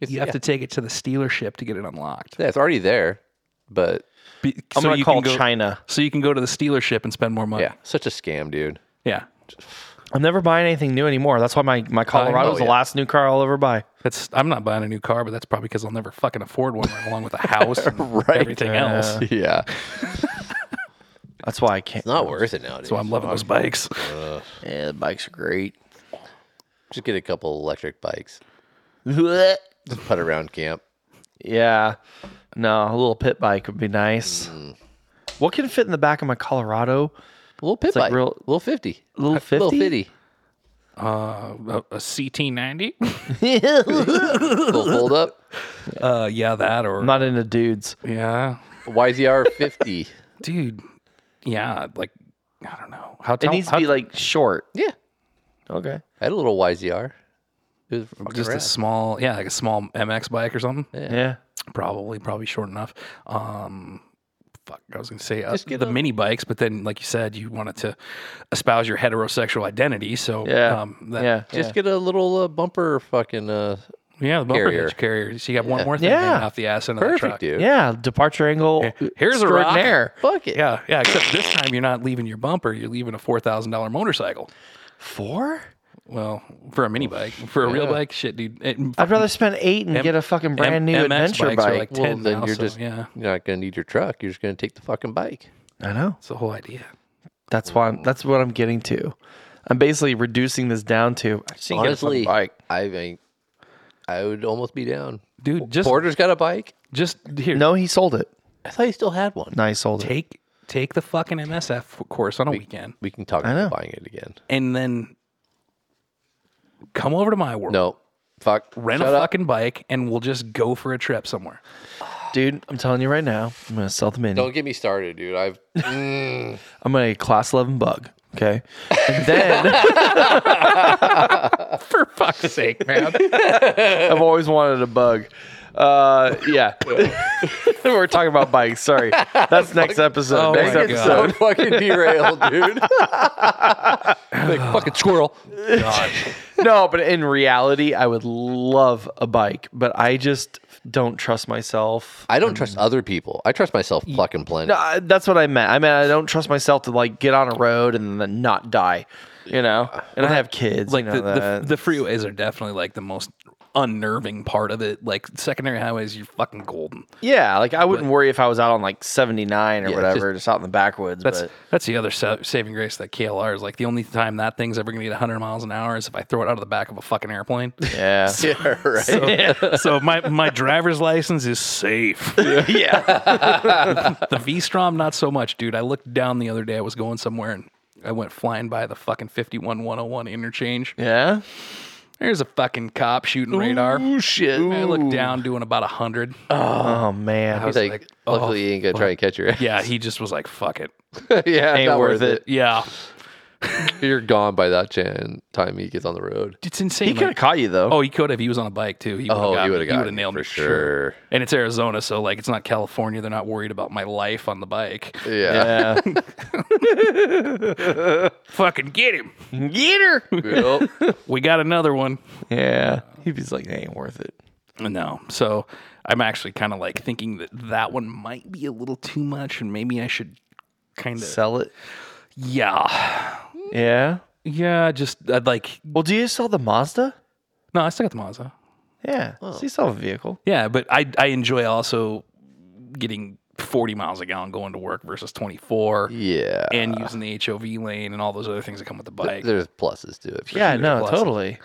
C: you have to take it to the dealership to get it unlocked.
A: yeah, it's already there, but
C: Be-
D: I'm
C: so
D: gonna
C: you
D: call
C: can go-
D: China.
C: So you can go to the dealership and spend more money.
A: yeah, such a scam, dude.
C: Yeah.
D: I'm never buying anything new anymore. That's why my my Colorado
A: know,
D: is the
A: yeah.
D: last new car I'll ever buy.
C: That's I'm not buying a new car, but that's probably because I'll never fucking afford one right along with a house and everything else.
A: [laughs] Yeah,
D: That's why I can't.
A: not worth it nowadays.
C: So I'm loving those bikes.
D: Yeah, the bikes are great.
A: Just get a couple electric
D: [laughs]
A: bikes. Just put around camp.
D: Yeah. No, a little pit bike would be nice. Mm. What can fit in the back of my Colorado?
A: A little pit
D: like
A: bike.
D: real-
A: little fifty.
D: Little
A: Little
D: 50?
A: fitty.
C: Uh, A, a CT90?
A: Little fold
D: [laughs]
A: up.
C: Uh, yeah, that or
D: I'm not into dudes.
C: yeah,
A: YZR fifty.
C: dude. Yeah, like I don't know how.
D: It
C: Tall,
D: needs to
C: how-
D: be like short.
A: Yeah,
D: Okay.
A: I had a little YZR. It was fucking
C: just a
A: rad.
C: small, yeah, like a small MX bike or something.
D: Yeah.
C: Probably, probably short enough. Um, fuck, I was gonna say uh,
A: Just get
C: the
A: a-
C: mini bikes, but then, like you said, you wanted to espouse your heterosexual identity, so
D: Yeah.
C: um, that,
D: yeah.
A: Just get a little uh, bumper fucking uh,
C: yeah, the bumper
A: Carrier.
C: hitch carrier. So you got one more thing
D: Yeah.
C: hanging off the ass end of the
A: perfect,
C: truck.
A: dude.
D: yeah. Departure angle.
C: Here's a rock.
D: extraordinaire.
A: Fuck it.
C: Yeah, yeah. Except this time you're not leaving your bumper; you're leaving a four thousand dollar motorcycle.
D: Four?
C: Well, for a mini
A: Oh,
C: bike, for a real bike, shit, dude. It,
D: I'd rather spend eight and get a fucking brand new
C: MX
D: adventure
C: bikes are
D: bike.
C: like
A: Well,
C: 10
A: then
C: now,
A: you're
C: so,
A: just
C: yeah.
A: You're not gonna need your truck. You're just gonna take the fucking bike.
D: I know.
C: It's the whole idea.
D: That's why. I'm, that's what I'm getting to. I'm basically reducing this down to. I just need to get a fucking
A: Honestly,
D: bike.
A: I think I would almost be down.
C: Dude, just
A: Porter's got a bike.
C: just here.
D: No, he sold it.
A: I thought he still had one.
D: No, he sold it.
C: Take take the fucking MSF course on a weekend
A: We can talk
D: know.
A: about buying it again.
C: and then come over to my world.
A: No, fuck.
C: Rent
A: Shut
C: a
A: up.
C: fucking bike and we'll just go for a trip somewhere.
D: Dude, I'm telling you right now, I'm gonna sell the mini.
A: Don't get me started, dude. [laughs] I've mm,
D: I'm gonna get class eleven bug.
C: [laughs]
D: Okay, and then
C: For fuck's sake, [laughs] man.
D: I've always wanted a bug. Uh, yeah, [laughs] we're talking about bikes. Sorry, that's next episode.
C: Oh
D: next
C: my
D: episode.
A: so fucking [laughs] derailed, dude. like fucking squirrel.
D: No, but in reality, I would love a bike, but I just don't trust myself.
A: I don't
C: Um,
A: trust other people. I trust myself fucking plenty.
D: No, I- that's what I meant. I mean, I don't trust myself to like get on a road and then not die. You know, and I have kids.
C: like
D: you know,
C: the,
D: that.
C: the, the freeways are definitely like the most unnerving part of it. Like secondary highways, you're fucking golden.
D: yeah, like I wouldn't worry if I was out on like 79 or
A: Yeah,
D: whatever, just, out in the backwoods.
C: That's
D: but
C: that's the other sa- saving grace that KLR is like the only time that thing's ever going to get 100 miles an hour is if I throw it out of the back of a fucking [laughs] airplane.
D: yeah,
A: [laughs] Yeah, right.
C: So, so my my driver's license is [laughs] safe.
D: yeah,
C: [laughs] The V-Strom not so much, dude. I looked down the other day. I was going somewhere and I went flying by the fucking 51101 interchange.
D: yeah.
C: There's a fucking cop shooting radar.
A: Oh shit.
C: I looked down doing about 100.
D: Oh man,
A: He's like, "Oh, luckily you ain't gonna try and catch her.
C: Yeah, he just was like, fuck it.
A: [laughs] yeah,
D: ain't
A: not
D: worth it.
C: Yeah.
A: [laughs] You're gone by that chan time he gets on the road.
C: It's insane.
D: He could
C: like-
D: have caught you though.
C: Oh, he could have. He was on a bike too. He would have
A: Oh, he
C: got,
A: would've
C: He would
A: gotten
C: have
A: you
C: nailed
A: for
C: me
A: sure.
C: And it's Arizona, so like it's not California. They're not worried about my life on the bike.
A: Yeah.
D: yeah.
C: Fucking get him.
D: get her.
A: [laughs] Yep.
C: We got another one.
D: Yeah, he was like, "It ain't worth it.
C: No. So I'm actually kind of like thinking that that one might be a little too much, and maybe I should kind of.
D: Sell it."
C: Yeah.
D: Yeah.
C: Yeah. Just I'd like.
D: Well, do you sell the Mazda? Oh.
C: No, I still got the Mazda.
D: Yeah, so you sell a vehicle.
C: Yeah, but I I enjoy also getting 40 miles a gallon going to work versus 24.
A: Yeah.
C: And using the HOV lane and all those other things that come with the bike.
A: There's pluses to it. for
D: Yeah,
A: sure.
D: no,
C: pluses.
D: totally.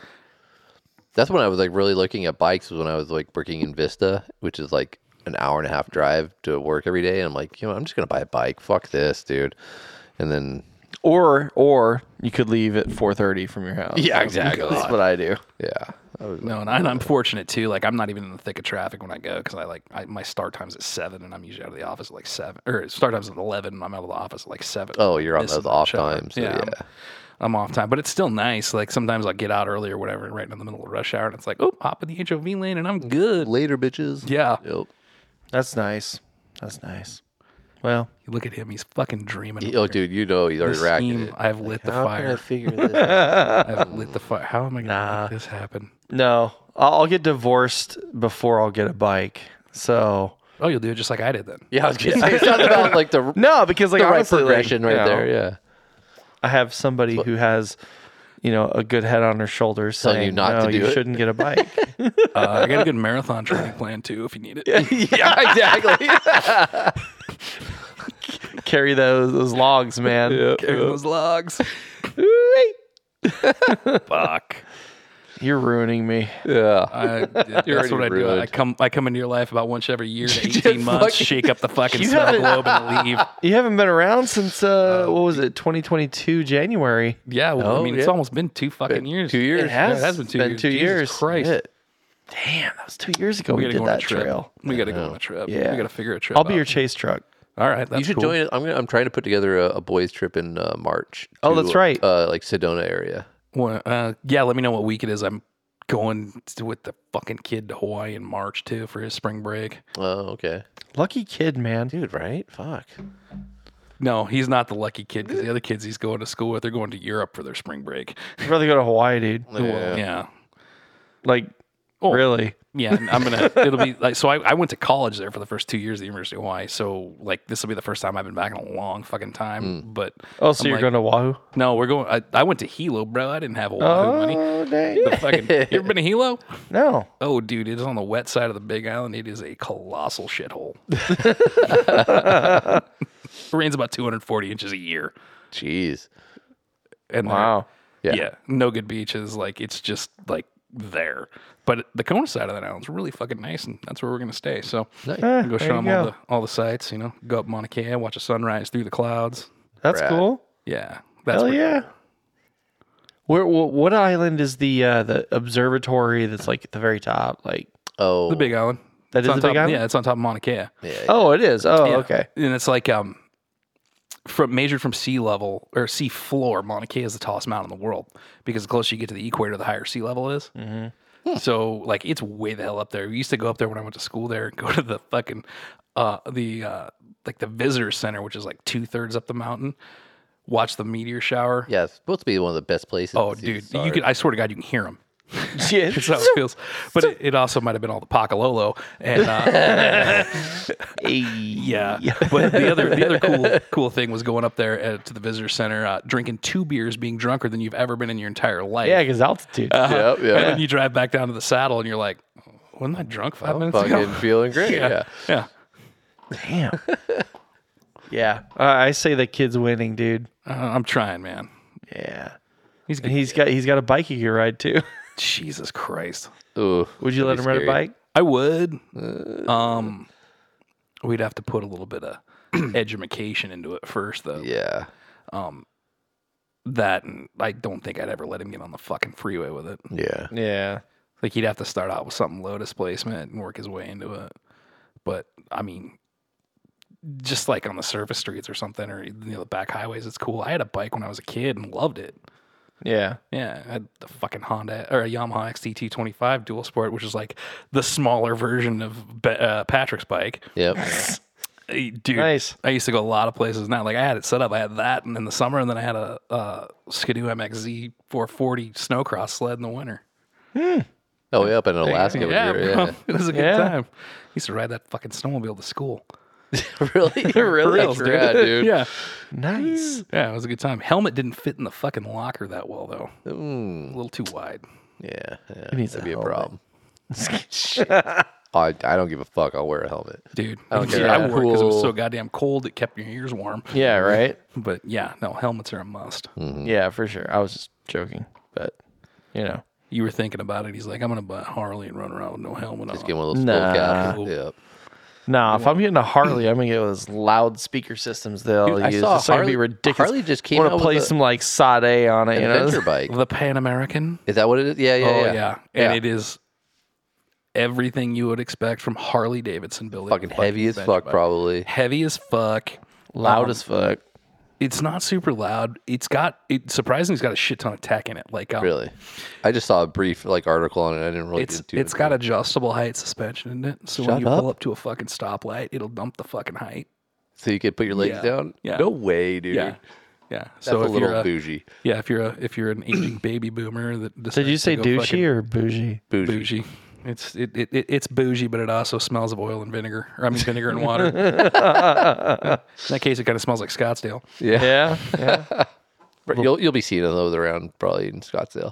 A: That's when I was like really looking at bikes was when I was like working in Vista, which is like an hour and a half drive to work every day. And I'm like, you know, I'm just gonna buy a bike. Fuck this, dude. And then
D: Or or you could leave at 4:30 from your house.
A: Yeah, exactly.
D: That's what I do.
A: yeah, I was,
C: No, and, I, and I'm fortunate too. Like I'm not even in the thick of traffic when I go because I like I, my start time's at seven, and I'm usually out of the office at like seven, or start time's at eleven, and I'm out of the office at like seven.
A: oh, you're on
C: Missing
A: those
C: that
A: off
C: shower.
A: times. So,
C: yeah,
A: yeah,
C: I'm, I'm off time, but it's still nice. Like sometimes I get out early or whatever, and right in the middle of rush hour, and it's like, oh, hop in the HOV lane, and I'm good.
A: later, bitches.
C: Yeah,
A: Yep.
D: That's nice. That's nice. Well,
C: you look at him; he's fucking dreaming.
A: Oh, dude, you know he's already
C: This
A: racking
C: scheme,
A: it.
C: I've lit the fire.
E: figure
C: [laughs]
E: this out?
C: I've lit the fire. How am I gonna
D: Nah.
C: make this happen?
D: no, I'll, I'll get divorced before I'll get a bike. So
C: Oh, you'll do it just like I did then.
A: Yeah, I was gonna say it's not about like the,
D: no, because like
A: the right
D: honestly, like,
A: progression
D: you
A: right
D: know,
A: there. Yeah,
D: I have somebody who has, you know, a good head on her shoulders
A: Telling
D: saying,
A: you not
D: no,
A: to do
D: you
A: it."
D: shouldn't get a bike.
C: Uh, I got a good marathon training plan too, if you need it.
A: yeah, [laughs] exactly.
D: Carry those those logs, man.
C: Carry those logs. [laughs] Fuck.
D: You're ruining me.
A: yeah,
C: I, that's what I do. I
A: ruined.
C: come I come into your life about once every year to eighteen months,
A: fucking-
C: shake up the fucking snow globe and leave.
D: You haven't been around since uh, what was it, 2022 January?
C: Yeah, well, I
A: Oh,
C: mean, it's
A: yeah.
C: almost been two fucking years.
A: two years.
D: It has,
C: it has been two years.
D: two
C: Jesus
D: years.
C: Christ.
D: Shit. Damn, that was two years ago.
C: We
D: We,
C: gotta
D: did
C: go on
D: that
C: a trip.
D: trail.
C: We gotta go on a trip.
D: Yeah.
C: we gotta figure a trip.
D: I'll be
C: out.
D: your chase truck.
C: All right, that's
A: You should
C: cool.
A: join it. I'm gonna, I'm trying to put together a, a boys trip in uh, March.
D: Oh,
A: to,
D: that's right.
A: Uh, like Sedona area.
C: Well, uh, yeah, let me know what week it is. I'm going to, with the fucking kid to Hawaii in March too for his spring break.
A: Oh, okay.
D: Lucky kid, man.
A: Dude, right? Fuck.
C: No, he's not the lucky kid because the other kids he's going to school with, they're going to Europe for their spring break.
D: I'd rather go to Hawaii, dude.
C: Oh, Yeah. yeah.
D: Like,
C: Oh.
D: really?
C: Yeah, and I'm gonna. [laughs] It'll be like so. I, I went to college there for the first two years at the University of Hawaii. So like this will be the first time I've been back in a long fucking time. But
D: Oh, so
C: I'm
D: you're
C: like-
D: going to Wahoo?
C: no, we're going. I, I went to Hilo, bro. I didn't have Oahu money.
D: Oh, dang.
C: The fucking, you ever been to
D: [laughs]
C: Hilo?
D: No.
C: Oh, dude, it is on the wet side of the Big Island. It is a colossal
D: [laughs]
C: shithole. it rains about 240 inches a year.
A: Jeez.
C: And they're-
D: Wow.
A: Yeah.
C: Yeah. no good beaches. Like it's just like there. But the Kona side of that island's really fucking nice, and that's where we're gonna stay. So go
D: Eh, there
C: show
D: you
C: them
D: go.
C: all the all the sights. You know, go up Mauna Kea, watch a sunrise through the clouds.
D: That's
A: Rad.
D: cool.
C: Yeah, that's
D: Hell
C: pretty
D: yeah.
C: cool.
D: Where, wh- what island is the uh, the observatory that's like at the very top? Like
A: Oh,
C: the Big Island.
D: that
C: It's
D: is
C: on
D: the
C: top,
D: big island.
C: Yeah, it's on top of Mauna Kea.
D: Oh, it is. Oh,
C: Yeah.
D: okay.
C: And it's like um from measured from sea level or sea floor, Mauna Kea is the tallest mountain in the world because the closer you get to the equator, the higher sea level is.
A: Mm-hmm.
C: Hmm. So like it's way the hell up there. We used to go up there when I went to school there and [laughs] go to the fucking uh the uh like the visitor center, which is like two thirds up the mountain, watch the meteor shower.
A: yeah. It's supposed to be one of the best places.
C: Oh,
A: to see the
C: dude,
A: stars.
C: you could I swear to God you can hear them. [laughs]
D: Shit.
C: That's how it feels. But it, it also might have been all the Pacololo
A: [laughs]
C: and uh, yeah. [laughs] But the other the other cool cool thing was going up there uh, to the visitor center, uh, drinking two beers, being drunker than you've ever been in your entire life.
D: yeah, because altitude.
A: [laughs] Yep,
C: And then
A: yeah.
C: you drive back down to the saddle, and you're like, oh, "Wasn't I drunk five minutes
A: Fucking
C: ago?"
A: [laughs]
C: [laughs]
A: feeling great. Yeah.
C: yeah. yeah.
D: Damn. yeah, uh, I say the kid's winning, dude.
C: Uh, I'm trying, man.
D: Yeah,
C: He's
D: and he's got he's got a bike he could ride too. [laughs]
C: Jesus Christ.
A: Ooh,
D: Would you let
A: that'd
D: him
A: be
D: ride
A: scary.
D: a bike?
C: I would. Um, we'd have to put a little bit of [clears throat] edumacation into it first, though.
A: Yeah.
C: That, and I don't think I'd ever let him get on the fucking freeway with it.
A: Yeah.
D: Yeah,
C: Like he'd have to start out with something low displacement and work his way into it. But I mean, just like on the surface streets or something, or you know, the back highways, it's cool. I had a bike when I was a kid and loved it.
D: yeah.
C: Yeah, I had the fucking Honda or a Yamaha XT225 dual sport, which is like the smaller version of Be- uh, Patrick's bike.
A: Yep.
C: Hey, Dude,
D: Nice.
C: I used to go to a lot of places now. Like I had it set up. I had that, and in the summer, and then I had a uh, Skidoo MXZ 440 snowcross sled in the winter.
A: Oh, yeah. Up in Alaska. when you
C: Yeah,
A: were-
C: bro. [laughs] It was a good
D: Yeah.
C: time. I used to ride that fucking snowmobile to school.
A: [laughs] really?
D: Really?
A: That's
C: dude. [laughs]
A: rad, dude.
C: yeah.
D: Nice.
C: Yeah, it was a good time. Helmet didn't fit in the fucking locker that well though. A
A: Mm,
C: little too wide.
A: yeah. yeah.
D: needs
A: That'd be
D: a
A: a
D: helmet. [laughs]
A: problem. I, I don't give a fuck. I'll wear a helmet.
C: Dude.
A: I don't care
C: I
A: how
C: wore it because it was
A: cool-
C: so goddamn cold it kept your ears warm.
D: Yeah, right.
C: But
A: Mm.
C: yeah, no, helmets are a must.
D: Yeah, for sure. I was just joking, but you know,
C: you were thinking about it. He's like, I'm gonna buy a Harley and run around with no helmet on.
A: Just get one of those
D: Nah.
A: full gas. Yep.
D: Nah, if I'm getting a Harley, I'm gonna get those loud speaker systems they'll
A: Dude, I
D: use.
A: saw
D: it's not gonna be
A: Harley-
D: ridiculous.
A: Harley just
D: I
A: came
D: wanna
A: out with
D: play
A: a-
D: some like Sade on it, you know?
A: Adventure bike.
C: The Pan American.
A: Is that what it is? Yeah, yeah,
C: Oh
A: yeah.
C: yeah. and
A: Yeah.
C: it is everything you would expect from Harley Davidson building.
A: Fucking
C: a
A: heavy as
C: bench
A: fuck,
C: bike.
A: probably.
C: Heavy as fuck.
D: Loud
C: Um,
B: [laughs]
D: as fuck.
C: It's not super loud. It's got it. Surprisingly, it's got a shit ton of tech in it. Like um,
A: Really. I just saw a brief like article on it. I didn't really.
C: It's
A: get too
C: it's got adjustable height suspension in it, so
A: Shut
C: when you
A: up.
C: pull up to a fucking stoplight, it'll dump the fucking height.
A: So you could put your legs
C: Yeah.
A: down?
C: Yeah.
A: No way, dude.
C: Yeah,
A: That's
C: yeah.
A: a
C: so if
A: little
C: you're a,
A: bougie.
C: yeah, if you're a if you're an
A: [clears throat]
C: aging baby boomer that
D: Did
C: decides
D: you
C: to
D: say
C: go
D: douchey
C: fucking
D: or bougie?
A: Bougie.
C: bougie? It's it, it, it it's bougie, but it also smells of oil and vinegar. Or I mean vinegar
A: [laughs]
C: and water. in that case, it kind of smells like Scottsdale.
A: Yeah.
D: Yeah. yeah.
A: But You'll, you'll be seeing those around probably in Scottsdale.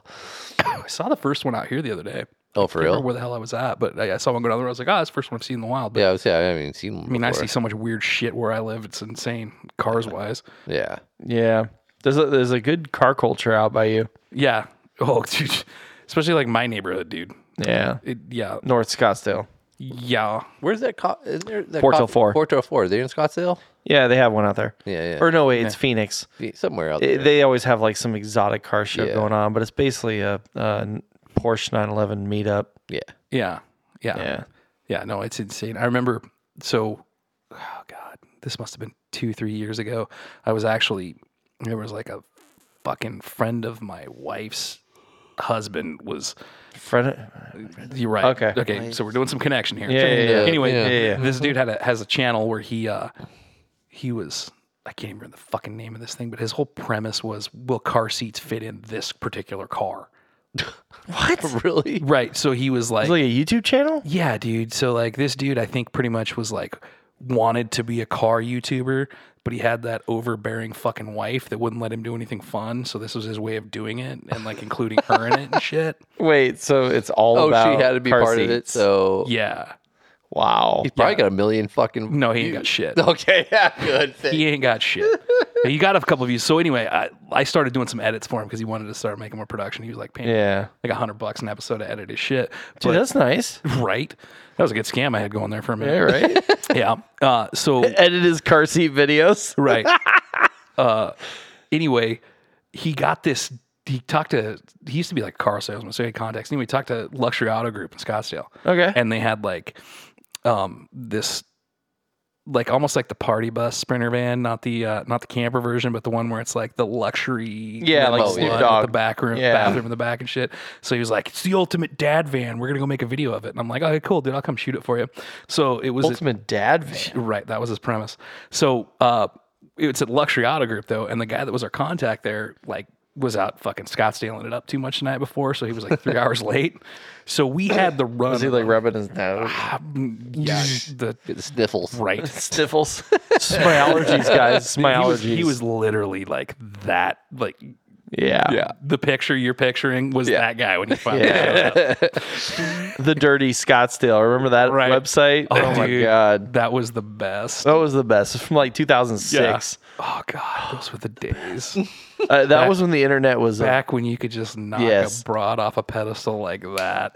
C: I saw the first one out here the other day.
A: Oh, for
C: I don't
A: real?
C: remember where the hell I was at, but I, I saw one go down the road. I was like, oh, that's the first one I've seen in the wild. But
A: Yeah, I was yeah, I haven't even seen one.
C: I mean, I see so much weird shit where I live. It's insane, cars wise.
A: Yeah.
D: Yeah. There's a there's a good car culture out by you.
C: Yeah. [laughs] Oh, dude. Especially like my neighborhood, dude.
D: Yeah.
C: It, yeah.
D: North Scottsdale.
C: Yeah.
A: Where's that? Co- isn't there that
D: Fort Hill
A: coffee-
D: four.
A: Fort Hill 4. Are they in Scottsdale?
D: Yeah, they have one out there.
A: Yeah, yeah.
D: Or no, wait, it's Phoenix.
A: Be- Somewhere out
D: It-
A: there.
D: they always have like some exotic car show
A: Yeah.
D: going on, but it's basically a, a Porsche 911 meetup.
A: yeah. [laughs]
C: Yeah. Yeah.
D: Yeah.
C: Yeah, no, it's insane. I remember so oh god, this must have been 2 3 years ago. I was actually there was like a fucking friend of my wife's husband was
D: Fred,
C: you're right.
D: Okay.
C: Okay, so we're doing some connection here.
D: Yeah, yeah, yeah.
C: Anyway,
A: Yeah.
D: Yeah, yeah.
C: this dude had a has a channel where he uh he was I can't even remember the fucking name of this thing, but his whole premise was will car seats fit in this particular car?
A: really?
C: Right. So he was like
D: it's like a YouTube channel.
C: Yeah, dude. So like this dude, I think pretty much was like wanted to be a car YouTuber, but he had that overbearing fucking wife that wouldn't let him do anything fun. So this was his way of doing it, and like including her in it and shit.
D: Wait, so it's all
A: Oh,
D: about
A: she had to be
D: car
A: part of it.
D: seats.
A: So
C: Yeah.
D: wow,
A: he's probably got a million fucking.
C: No, he ain't got
A: [laughs]
C: shit.
A: Okay. Yeah. Good. Thing.
C: He ain't got
D: [laughs]
C: shit. he got a couple of views. So anyway, I, I started doing some edits for him because he wanted to start making more production. He was like paying me
D: [laughs] yeah,
C: like a hundred bucks an episode to edit his shit. But-
D: dude, that's nice.
C: right. That was a good scam I had going there for a
D: Yeah,
C: minute.
D: right.
C: [laughs] Yeah. Uh, so
D: [laughs] Edit his car seat videos.
C: Right. uh, anyway, he got this. He talked to. He used to be like a car salesman, so he had contacts. Anyway, he talked to Luxury Auto Group in Scottsdale,
D: Okay,
C: and they had like um this like almost like the party bus sprinter van not the uh not the camper version but the one where it's like the luxury
D: Yeah, like
C: limo
D: Snoop
C: one with
D: Dogg.
C: the back room
D: Yeah.
C: bathroom in the back and shit so he was like it's the ultimate dad van we're gonna go make a video of it and i'm like okay cool dude i'll come shoot it for you so it was
D: ultimate dad van.
C: Right, that was his premise. So uh, it's at Luxury Auto Group though, and the guy that was our contact there, like, was out fucking Scottsdaling it up too much the night before, so he was like three [laughs] hours late. So we had the run.
D: Is he like rubbing his nose?
C: yeah, the
A: Get the sniffles.
C: [laughs] right.
D: Sniffles. it's [laughs] my allergies, guys. It's [laughs] my
C: he,
D: allergies.
C: was, he was literally like that, like.
D: yeah.
C: the picture you're picturing was that guy when he finally showed up.
D: The dirty Scottsdale. Remember that
C: Right.
D: website? Oh, my
C: Dude,
B: Uh,
D: god, Oh.
C: that was the best.
D: that was the best. [laughs] It's from like 2006.
C: Oh god, those were the
D: [laughs]
C: days.
D: Uh, that was when the internet was uh,
C: Back when you could just knock
D: Yes.
C: a broad off a pedestal like
D: [laughs]
C: that.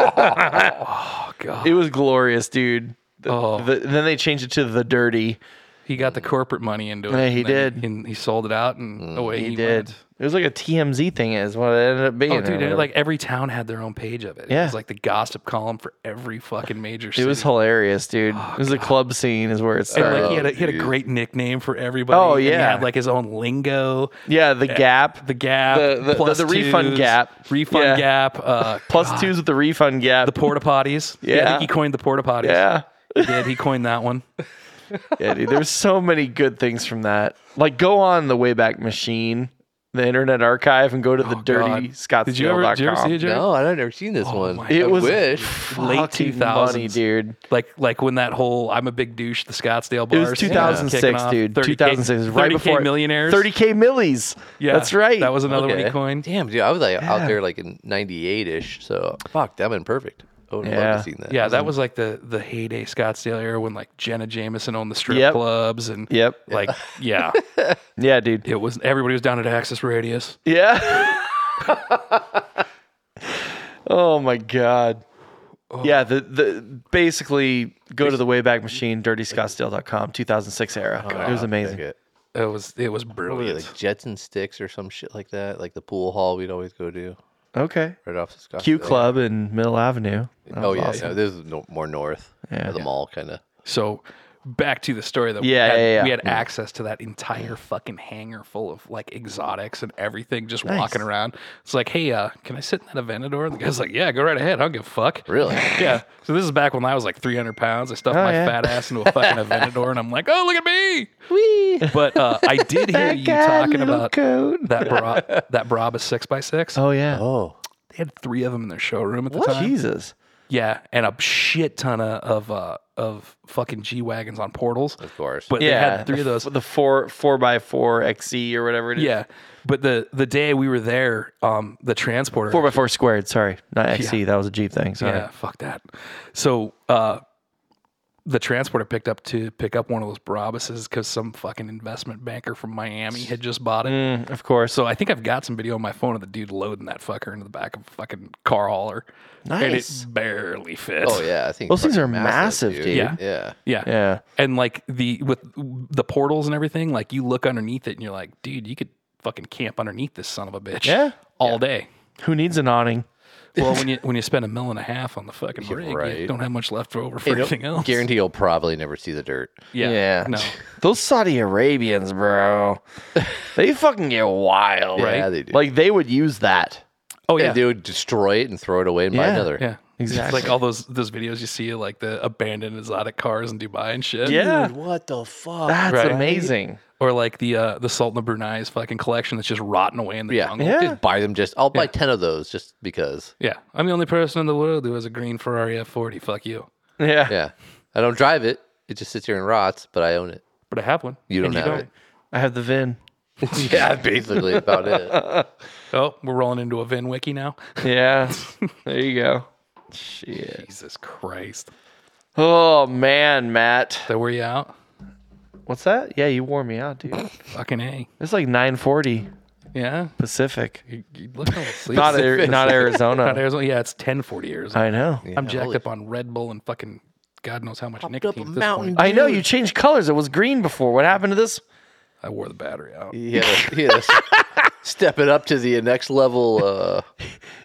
C: oh god.
D: It was glorious, dude. The-
C: Oh.
D: the- then they changed it to the dirty.
C: He got the corporate money into it.
D: Yeah, he
C: and then
D: did. Mm,
C: And he sold it out and away he,
D: He did. It was like a TMZ thing, is what it ended up being.
C: Went.
D: or
C: Oh, dude,
D: whatever.
C: like every town had their own page of it. It
D: Yeah.
C: was like the gossip column for every fucking major city.
D: it was hilarious, dude. it was a club scene, is where it
C: and
D: started.
C: like he had, a, he had a
A: dude.
C: great nickname for everybody.
D: Oh,
C: and he
D: yeah.
C: had like his own lingo,
D: yeah, the gap,
C: the gap,
D: The- the-
C: plus
D: the refund
C: twos,
D: gap.
C: refund
D: Yeah.
C: gap,
D: [laughs]
C: uh,
D: plus twos with the refund gap.
C: the porta potties. I
D: Yeah.
C: think he coined the porta potties.
D: yeah,
C: he did. He coined that
D: [laughs]
C: one.
D: yeah, dude. There was so many good things from that. Like go on the Wayback Machine, the Internet Archive, and go to the dirty
C: God.
D: Scottsdale.com.
C: Did you ever, did you ever see it, Jared?
A: No, I've never seen this one.
C: Oh my-
D: It
A: I
D: was
C: [laughs]
A: wish.
D: late
C: Late
D: 2000s,
C: 2000s.
D: dude.
C: like like when that whole I'm a big douche the Scottsdale
D: It
C: bars.
D: was
C: you know,
D: 2006,
C: kicking off.
D: dude.
C: 30K
D: 2006, is right
C: 30K
D: before
C: millionaires.
D: 30k millies.
C: Yeah,
D: that's right.
C: That was another one
A: Okay.
C: he coined.
A: Damn, dude. I was like out there like in 98 ish. So fuck, that would been perfect. I would have
D: Yeah.
A: loved to seen that.
C: Yeah, that was like the the heyday Scottsdale era when like Jenna Jameson owned the strip
D: Yep.
C: clubs and
D: Yep.
C: like
D: [laughs]
C: yeah,
D: Yeah, dude.
C: it was everybody was down at Axis Radius.
D: Yeah. [laughs] Oh my god. Yeah, the, the basically go to the Wayback Machine, dirtyscottsdale.com, 2006 era. it was amazing.
A: Like it.
C: It was it was
A: Yeah,
C: brilliant.
A: like Jets and Sticks or some shit like that. Like the pool hall we'd always go to
D: Okay.
A: right off the Scottsdale.
D: Q Club in Middle Avenue. That
A: Oh
D: was
A: yeah,
D: awesome.
A: yeah. This is no, more north. Yeah, the mall kind of.
C: So back to the story that
D: Yeah,
C: we had,
D: yeah, yeah.
C: we had access to that entire fucking hangar full of like exotics and everything just walking around. It's like, hey, uh, can I sit in that Aventador? The guy's like, yeah, go right ahead. I don't give a fuck.
A: Really?
C: Yeah. So this is back when I was like 300 pounds. I stuffed
D: Oh,
C: my
D: yeah.
C: fat ass into a fucking Aventador, and I'm like, oh, look at me. But uh, I did hear you talking about that
D: [laughs]
C: bra that Brabus six x six.
D: Oh yeah.
A: Oh,
C: They had three of them in their showroom at the
D: [laughs]
C: time.
D: Jesus.
C: Yeah, and a shit ton of of, uh, of fucking G wagons on portals.
A: of course.
C: But
D: yeah.
C: they had three of
D: [laughs]
C: those.
D: Oh. The four four by four XE or whatever it is.
C: Yeah, but the the day we were there, um, the transporter.
D: Four by four squared, sorry. Not XE. That was a Jeep thing. Sorry.
C: yeah, fuck that. So uh, the transporter picked up to pick up one of those Brabuses because some fucking investment banker from Miami had just bought it.
D: Mm, of course.
C: So I think I've got some video on my phone of the dude loading that fucker into the back of a fucking car hauler, and
D: Nice.
C: it barely fits.
A: oh yeah, I think
D: Those things
A: fucking
D: are massive, dude.
A: Yeah,
C: Yeah.
A: yeah.
C: yeah,
D: Yeah.
C: And like the with the portals and everything, like you look underneath it and you're like, dude, you could fucking camp underneath this son of a bitch.
D: Yeah.
C: all day.
D: Who needs an awning?
C: Well,
A: [laughs]
C: when you when you spend a mil and a half on the fucking rig,
A: right.
C: you don't have much left over for
A: You know,
C: anything else.
A: Guarantee you'll probably never see the dirt.
C: Yeah.
D: Yeah.
A: [laughs]
C: No.
D: Those Saudi Arabians, bro. They fucking get wild.
A: Right. Yeah, they do.
D: Like they would use that.
C: Oh
A: Yeah.
C: yeah.
A: They would destroy it and throw it away and buy
D: Yeah.
A: another.
C: Yeah.
D: Exactly.
C: It's like all those those videos you see, like the abandoned exotic cars in Dubai and shit.
D: yeah.
A: What the fuck?
D: That's
C: Right.
D: amazing.
C: Or like the uh, the Sultan of Brunei's fucking collection that's just rotting away in the
A: yeah.
C: jungle.
D: Yeah.
A: Just buy them. Just I'll buy ten of those just because.
C: Yeah. I'm the only person in the world who has a green Ferrari F40. Fuck you.
D: Yeah.
A: Yeah. I don't drive it. It just sits here and rots, but I own it.
C: But I have one.
A: You
C: and
A: don't have
D: I have the VIN.
A: it. [laughs] yeah, basically about
C: [laughs]
A: it.
C: Oh, we're rolling into a Vin Wiki now.
D: Yeah. [laughs] there you go. Shit.
C: Jesus Christ.
D: Oh man, Matt.
C: [laughs] So were you out?
D: What's that? Yeah, you wore me out, dude.
C: Fucking A.
D: It's like 940
C: Yeah.
D: Pacific.
C: You, you look all sleepy.
D: [laughs] Not Ari- [laughs]
C: [laughs]
D: not
C: Not
D: Arizona.
C: Arizona. Yeah, it's 1040 Arizona.
D: I know.
C: I'm jacked
A: holy
C: up on Red Bull and fucking God knows how much
A: up
C: nicotine.
A: a
C: at this
A: mountain.
C: Point.
D: I [laughs] know you changed colors. It was green before. What happened to this?
C: I wore the battery out.
A: Yeah. [laughs] yeah step it up to the next level. Uh,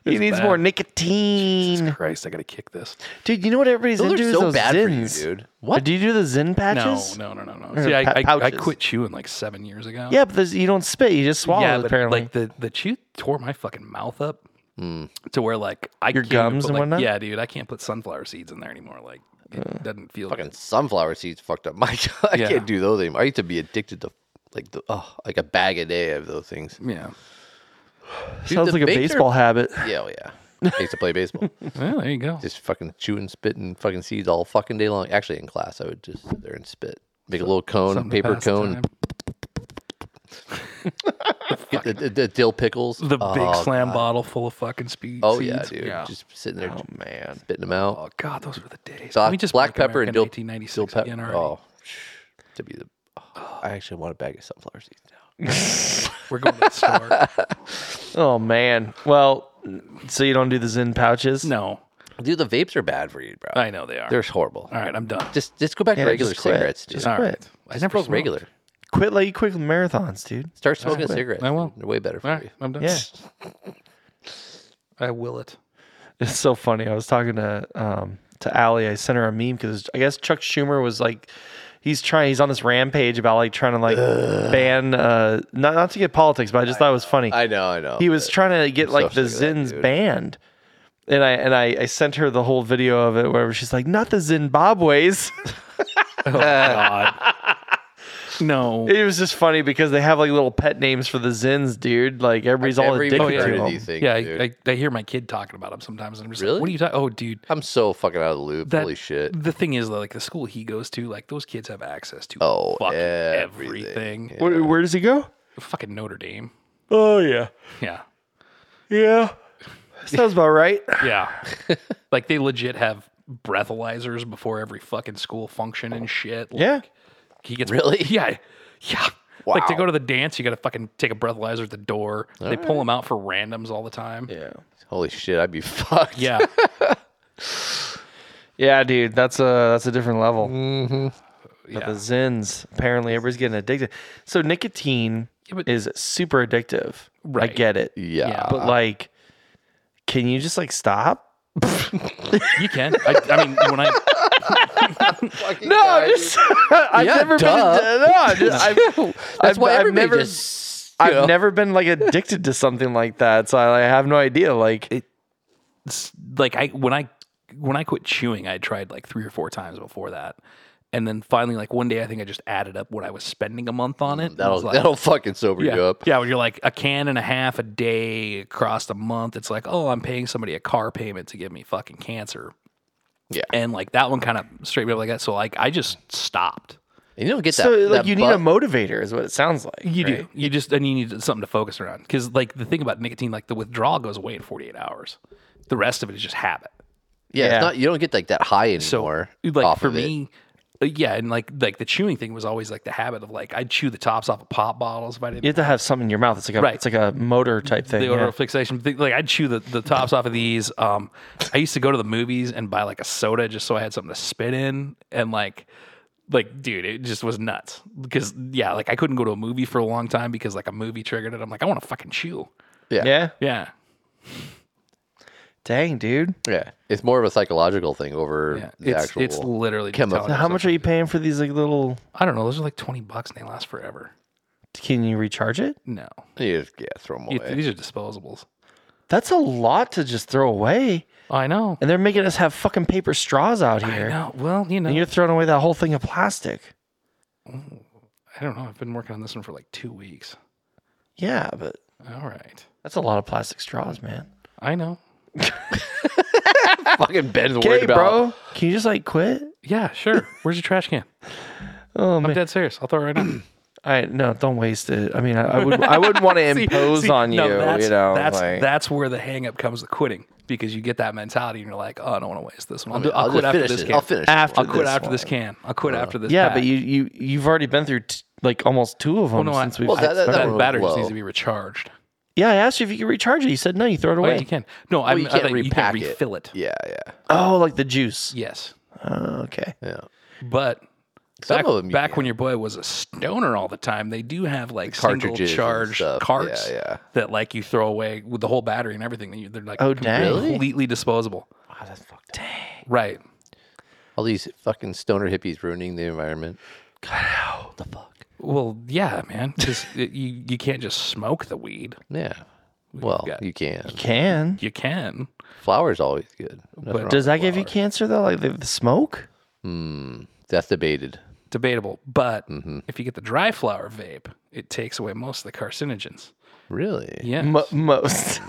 D: He needs
C: bad.
D: more nicotine.
C: Christ, I gotta kick this.
D: Dude, you know what everybody's
A: those
D: into
A: are
D: is
A: so
D: those
A: bad
D: zins.
A: for you, dude.
D: What? Do you do the zin
C: No,
D: patches?
C: no, no, no, no. See, I,
D: pa-
C: I, I
D: pouches.
C: quit chewing like seven years ago.
D: Yeah, but there's- you don't spit. You just swallow.
C: yeah,
D: it,
C: but
D: apparently. Hmm.
C: like the the chew tore my fucking mouth up to where like I
D: Your
C: can't even
D: gums
C: put,
D: and
C: like-
D: whatnot? Uh.
C: Yeah, dude, I can't put sunflower seeds in there anymore. Like it doesn't feel
A: Fucking sunflower seeds fucked up [laughs] my. I
C: Yeah.
A: can't do those anymore. I used to be addicted to like the, oh, like a bag a day of those things.
C: good. Yeah.
A: Dude,
D: Sounds
A: the
D: like a
A: bakes are- [laughs]
D: baseball habit.
A: Yeah, oh, yeah. I used to play
C: [laughs]
A: baseball.
C: Well, there you go.
A: Just fucking chewing, spitting, fucking seeds all fucking day long. Actually, in class, I would just sit there and spit. Make a little cone, a
C: Something to
A: paper
C: pass the
A: cone,
C: time.
A: get the, the, the dill pickles.
C: The
A: oh,
C: big slam bottle full of fucking speed.
A: Oh
C: seeds.
A: yeah, dude. Just sitting there,
D: Oh man.
A: spitting them out.
C: Oh god, those were the days.
A: Black-
C: Let me just
A: black
C: blank
A: pepper and dill-
C: American 1996
A: Dill pepper.
C: again already.
A: Oh, to be the. oh, I actually want a bag of sunflower seeds
C: [sighs]
A: now.
C: We're going to the store.
A: [laughs]
D: Oh man. Well, so you don't do the Zin pouches?
C: no,
A: Dude, the vapes are bad for you, bro.
C: I know they are.
A: They're horrible.
C: All right, I'm done.
A: Just just go back
D: Yeah,
A: to regular
D: just quit.
A: cigarettes. Dude.
D: Just
C: All
D: quit.
C: right. I never
A: just
C: smoked.
A: regular.
D: Quit like you quit with marathons, dude.
A: Start smoking cigarettes.
C: I won't.
A: They're way better for
C: All right,
A: you.
C: I'm done.
D: Yeah.
C: I will it.
D: It's so funny. I was talking to um to Allie. I sent her a meme because I guess Chuck Schumer was like, he's trying. He's on this rampage about like trying to like ban uh not not to get politics, but I just thought it was funny.
A: I know. I know.
D: he was trying to get like the
A: sick of that,
D: Zins
A: dude.
D: banned. And I and I, I sent her the whole video of it where she's like, not the Zimbabwe's.
A: Uh.
C: God.
A: [laughs]
C: No.
D: it was just funny because they have like little pet names for the Zins, dude. Like everybody's all
A: Every
D: addicted
A: version
D: to
A: of
D: them.
A: these things,
C: yeah,
A: dude.
C: I, I, I hear my kid talking about them sometimes, and I'm just
A: Really?
C: like, "What are you talking? Oh, dude,
A: I'm so fucking out of the loop. Holy shit.
C: The thing is, though, like the school he goes to, like those kids have access to
A: Oh,
C: fucking
A: everything.
C: everything.
D: Where, where does he go?
C: Fucking Notre Dame.
D: Oh yeah,
C: Yeah,
D: yeah. Sounds about right.
A: [laughs]
C: yeah. like they legit have breathalyzers before every fucking school function and shit. Like,
D: [laughs] Yeah.
C: he gets
A: Really?
C: Yeah, yeah. Like to go to the dance, you got to fucking take a breathalyzer at the door. they pull them out for randoms all the time. Yeah.
A: Holy shit, I'd be [laughs] fucked.
D: Yeah, dude, that's a that's a different level. Mm-hmm. But the zins, apparently, everybody's getting addicted. So nicotine
C: but-
D: is super addictive. I
C: Right.
D: get it,
A: Yeah.
C: Yeah.
D: but like, can you just like stop?
C: You can. I, I mean, when I
D: No, I'm just, [laughs] I've
A: Yeah,
D: never
A: duh.
D: been. No, I just, I've,
A: [laughs] That's
D: I've,
A: why
D: I've
A: everybody
D: never,
A: just. you
D: I've
A: know.
D: never been like addicted to something like that. So I, I have no idea. Like,
C: like I when I when I quit chewing, I tried like three or four times before that, and then finally, like one day, I think I just added up what I was spending a month on it. and
A: Mm, That'll
C: it's like,
A: that'll fucking sober
C: yeah,
A: you up.
C: yeah. When you're like a can and a half a day across the month, it's like, oh, I'm paying somebody a car payment to give me fucking cancer.
A: Yeah.
C: and like that one kind of straightened me up like that. So like I just stopped.
A: And you don't get that.
D: so uh, like
A: that
D: you need
A: buzz-
D: a motivator, is what it sounds like.
C: You do. You just and you need something to focus around because like the thing about nicotine, like the withdrawal goes away in 48 hours. The rest of it is just habit.
A: Yeah,
D: Yeah.
A: It's not, you don't get like that high
C: so
A: anymore.
C: like
A: off
C: for
A: of it.
C: me uh, yeah and like like the chewing thing was always like the habit of like i'd chew the tops off of pop bottles if i didn't
D: You have to have something in your mouth. It's like a
C: Right.
D: it's like a motor type thing.
C: the
D: yeah.
C: odor fixation thing. like i'd chew the, the tops off of these um i used to go to the movies and buy like a soda just so i had something to spit in and like like dude it just was nuts because yeah like i couldn't go to a movie for a long time because like a movie triggered it i'm like i want to fucking chew
D: yeah.
C: yeah
D: Dang, dude.
A: yeah, it's more of a psychological thing over
C: yeah
A: the
C: it's,
A: actual.
C: it's literally just
A: chemo.
C: telling
D: Now,
C: us-
D: how much are you paying for these like little?
C: i don't know those are like 20 bucks and they last forever
D: Can you recharge it?
C: no
A: you just- yeah, throw 'em
C: You-
A: away.
C: these are disposables
D: That's a lot to just throw away.
C: i know
D: And they're making us have fucking paper straws out
C: I
D: here.
C: know. Well, you know,
D: And you're throwing away that whole thing of plastic.
C: I don't know. I've been working on this one for like two weeks.
D: Yeah, but
C: All right.
D: that's a lot of plastic straws, man.
C: I know.
A: fucking Ben's worried
D: Okay,
A: about.
D: bro. Can you just like quit?
C: Yeah, [laughs] sure. Where's your trash can?
D: Oh
C: I'm
D: man.
C: dead serious. I'll throw it right now.
D: I no, don't waste it. I mean, I, I
C: [laughs]
D: would I wouldn't want to impose on you.
C: No, that's,
D: you know,
C: that's
D: like-
C: that's where the hang up comes to quitting because you get that mentality and you're like, oh, I don't want to waste this one. I'll, do, I'll,
A: I'll
C: quit
A: just
C: after
A: finish
C: this
A: it.
C: can.
A: I'll finish. it.
D: after
C: I'll quit
D: this
C: after
D: one.
C: this can. I'll quit after this.
D: Yeah,
C: pack.
D: but you you you've already been through t- like almost two of them
C: no, I-
D: since we've.
A: Well, that- that-
C: that,
D: started.
A: one was
C: battery just
A: low.
C: needs to be recharged.
D: yeah, I asked you if you could recharge it. You said no. You throw it
C: Oh,
D: away.
C: yeah, you can. No,
A: Well,
C: I'm,
A: you
C: I
A: can't
C: think you can
A: repack it.
C: refill it.
A: Yeah, yeah,
D: Oh, like the juice.
C: Yes,
D: Oh, okay.
A: yeah.
C: but
A: Some
C: back,
A: of 'em you
C: back
A: can.
C: when your boy was a stoner all the time, they do have like
A: cartridges
C: single
A: and
C: charge
A: stuff.
C: carts
A: Yeah, yeah.
C: that like you throw away with the whole battery and everything. and you- They're like
D: Oh, dang.
C: completely disposable.
D: Wow, that's fucked. Dang.
C: Right.
A: All these fucking stoner hippies ruining the environment. God, how the fuck?
C: Well, yeah, man. 'Cause [laughs] it- you you can't just smoke the weed.
A: Yeah. Well,
C: got-
A: you
C: [laughs]
A: can.
D: Can
C: You can.
A: Flowers always good. Nothing wrong
D: does
A: with
D: that give you
A: flowers.
D: cancer though? Like the, the smoke?
A: That's debated.
C: Debatable, but
D: Mm-hmm.
C: if you get the dry flower vape, it takes away most of the carcinogens.
A: Really?
C: Yeah,
D: Mo [laughs] most.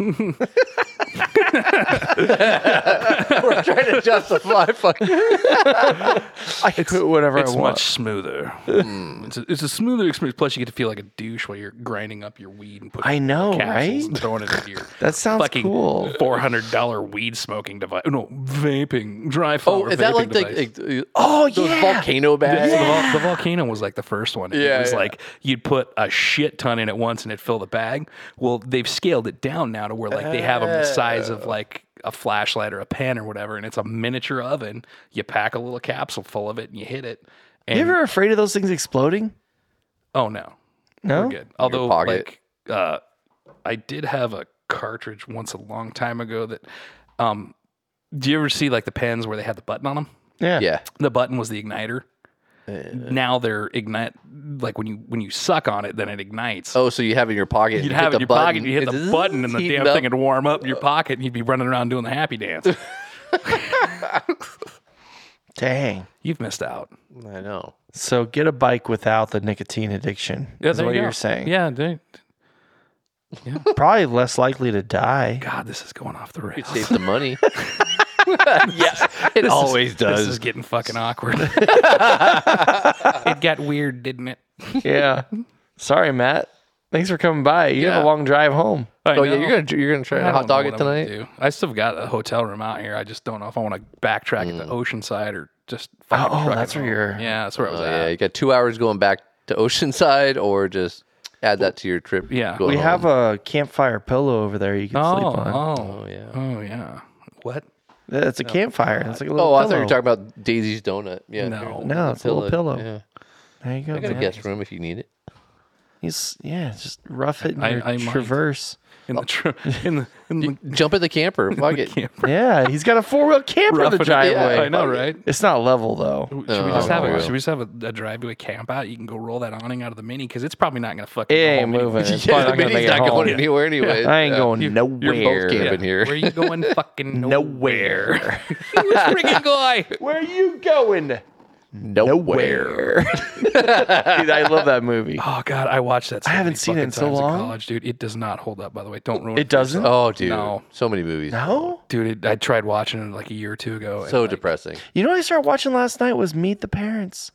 A: We're [laughs] trying to
C: [laughs]
A: justify fucking.
D: I can quit whatever I
C: it's
D: want.
C: much
D: [laughs]
C: smoother. Hmm. It's, a, it's a smoother experience. Plus, you get to feel like a douche while you're grinding up your weed and putting
D: I
C: it in
D: know,
C: capsules
D: right?
C: and throwing it into your
D: [laughs] That sounds
C: fucking
D: cool.
C: four hundred dollar weed smoking device. No, vaping dry flower.
A: Oh, is that
C: vaping
A: like the,
C: device.
A: like,
D: Oh
A: those
D: yeah.
A: volcano
C: Yeah,
A: bags?
C: so the vol- the, volcano was like the first one.
A: Yeah,
C: it was
A: yeah.
C: like you'd put a shit ton in at once and it'd fill the bag. Well, they've scaled it down now to where like they have them the size of like a flashlight or a pen or whatever, and it's a miniature oven. You pack a little capsule full of it and you hit it. And
D: You ever afraid of those things exploding?
C: oh no,
D: No.
C: we're good. Although,
A: pocket.
C: like, uh, I did have a cartridge once a long time ago that, um, do you ever see like the pens where they had the button on them?
D: Yeah.
A: Yeah.
C: The button was the igniter. Now they're ignite like when you when you suck on it, then it ignites.
A: Oh, so you have it in your pocket. and
C: You'd
A: hit
C: have
A: the
C: it in your
A: button.
C: pocket, you hit the button, and the
A: Heating
C: damn
A: up. Uh.
C: thing would warm up in your pocket, and you'd be running around doing the
A: [laughs]
C: happy dance.
D: Dang.
C: You've missed out.
A: [laughs] I
C: [laughs]
A: know.
D: So get a bike without the nicotine addiction. is
C: there
D: what
C: you
D: you
C: go.
D: are saying.
C: Yeah, dude.
D: Probably less likely to die.
C: God, this is going off the rails.
A: Save the money. [laughs]
C: It
A: always does.
C: [laughs] This is getting
A: [laughs]
C: fucking awkward. [laughs] it got weird, didn't it?
A: Oh,
D: yeah. Sorry, Matt. Thanks for coming by. You have
C: Yeah.
D: a long drive home.
C: I
A: oh yeah,
C: know.
A: you're gonna you're gonna try
C: I
A: to hot
C: don't know
A: dog
C: what
A: it
C: I'm gonna
A: tonight.
C: do. I still got a hotel room out here. I just don't know if I want to
A: Mm.
C: backtrack at the ocean side or just fucking
D: Oh,
C: truck it
D: that's where
C: home.
D: you're-
C: Yeah, that's where I was
A: Oh
C: at.
A: yeah, you got two hours going back to [laughs] to Oceanside or just add that to your trip?
C: Yeah.
A: going
D: We
A: home?
D: have a campfire pillow over there you can
C: Oh,
D: sleep on.
C: oh,
A: Oh, yeah.
C: oh, yeah. What?
D: It's a campfire. It's like a little
A: Oh, I
D: pillow.
A: thought you were talking about Daisy's Donut. Yeah,
C: No.
A: there's
D: No, Oh, it's a little pillow.
A: Yeah,
D: There you go.
A: I got a
D: man.
A: guest room if you need it.
D: He's yeah, just rough it in
C: I-
D: your
C: I might.
D: traverse.
C: In the tr- in the in the
A: Jump in the camper. Fuck it. [laughs]
C: camper.
D: Yeah, he's got a four wheel camper in
C: Rough
D: the
C: it- yeah,
D: driveway.
C: I know, right?
D: It's not level though.
C: Should we just
A: Oh,
C: have
A: yeah.
C: a, should we just have a, a drive to a camp out? You can go roll that awning out of the mini because it's probably not going to fucking.
D: It
C: go
D: ain't
C: home anyway. [laughs]
D: moving. It's
A: Yeah,
D: probably
A: the
D: not gonna
A: mini's
D: make it
A: not
D: home.
A: going anywhere anyway.
D: I ain't going nowhere.
A: camping. in here.
C: Where you
D: [laughs]
C: going? Fucking [laughs]
D: Nowhere.
C: Who's freaking guy?
D: Where are you going? Nowhere. Dude, I love
C: [laughs]
D: that movie.
C: Oh god, I watched that. So
D: haven't
C: many
D: seen it in
C: fucking
D: so
C: times
D: long.
C: college, dude. It does not hold up. By the way, don't ruin it.
D: It doesn't?
A: [laughs] Oh, dude.
C: No.
A: So many movies.
D: No.
C: dude. It, I tried watching it like a year or two ago. and,
A: So
C: like,
A: depressing.
D: You know what I started watching last night was Meet the Parents.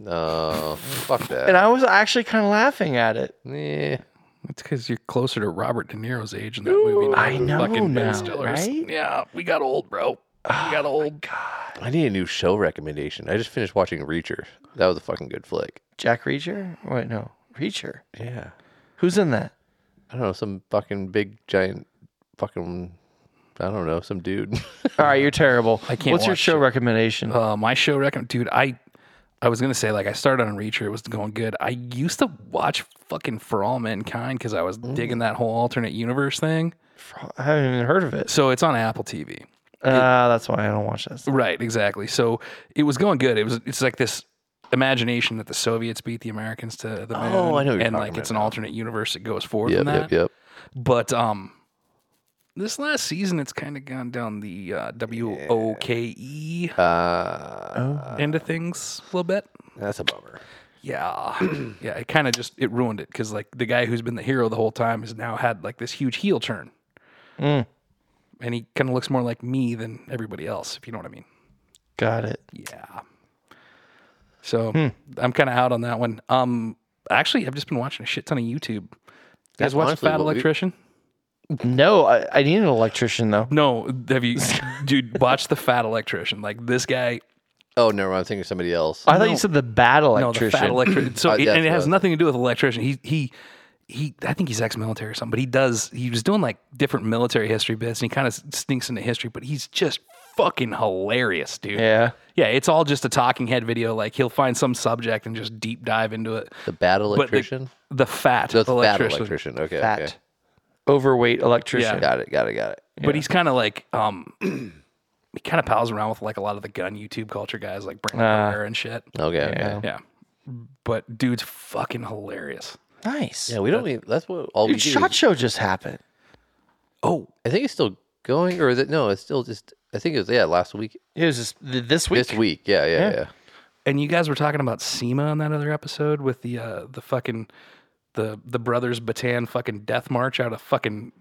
A: No. Fuck
D: And
A: that.
D: I was actually kind of laughing at it.
A: Yeah.
C: it's because you're closer to Robert De Niro's age in that movie. than
D: I know
C: fucking
D: now,
C: Ben Stiller's.
D: right?
C: Yeah, we got old, bro.
A: [sighs]
C: We got old.
A: Oh I need a new show recommendation. I just finished watching Reacher. That was a fucking good flick.
D: Jack Reacher? Wait, no. Reacher.
A: Yeah.
D: Who's in that?
A: I don't know. Some fucking big giant fucking. I don't know. Some dude. [laughs]
D: All right, you're terrible. I
C: can't
D: What's your
C: watch
D: show
C: it.
D: recommendation?
C: Uh, my show recommend, dude. I I was gonna say like I started on Reacher. It was going good. I used to watch fucking For All Mankind because I was
A: Mm.
C: digging that whole alternate universe thing.
D: I haven't even heard of it.
C: So it's on Apple TV.
D: Ah, that's why I don't watch this.
C: Right, exactly. So it was going good. It was it's like this imagination that the Soviets beat the Americans to the
A: Oh,
C: moon.
A: I know what you're
C: and like
A: talking
C: it's an alternate universe that goes forward
A: yep.
C: from
A: Yep.
C: that.
A: Yep.
C: But um this last season it's kind of gone down the uh, W O K E
A: Uh,
C: end of things a little bit.
A: that's a bummer.
C: Yeah. yeah, it kind of just it ruined it cuz like the guy who's been the hero the whole time has now had like this huge heel turn.
A: Mm.
C: And he kind of looks more like me than everybody else, if you know what I mean.
D: Got it.
C: Yeah. So
A: Hmm.
C: I'm kind of out on that one. Um, actually, I've just been watching a shit ton of YouTube. You guys watch
A: honestly
C: Fat
A: what we-
C: Electrician?
D: No, I, I need an electrician though.
C: No, have
A: [laughs]
C: you, dude? Watch the Fat Electrician. Like this guy.
A: Oh, never mind. I'm thinking of somebody else.
D: I thought you said the bad
C: No, the
D: electrician.
C: Fat Electrician. So
A: Uh,
C: it,
A: that's
C: and it has
A: what-
C: nothing to do with electrician. He he he. I think he's ex-military or something. But he does. He was doing like different military history bits, and he kind of stinks into history. But he's just fucking hilarious, dude.
D: yeah.
C: Yeah, it's all just a talking head video. Like he'll find some subject and just deep dive into it.
A: the bad
C: But the-
A: electrician.
C: The, fat
A: That's bad
C: electrician.
A: electrician. Okay.
D: Fat.
A: Okay.
D: Overweight electrician.
A: Got it. Got it. Got it.
C: But he's kind of like, um, [clears throat] he kind of pals around with like a lot of the gun YouTube culture guys, like Brandon
D: Ah.
C: Herrera and shit.
A: Okay. Okay.
C: Yeah. But dude's fucking hilarious.
D: Nice.
A: Yeah, we don't need. That's what all we
D: Dude,
A: do.
D: shot show just happened.
C: Oh,
A: I think it's still going, or is it? No, it's still just. I think it was yeah, last week.
D: It was just th- this week.
A: This week. Yeah. Yeah. Yeah.
C: and you guys were talking about SEMA on that other episode with the uh, the fucking the the brothers Batan fucking death march out of fucking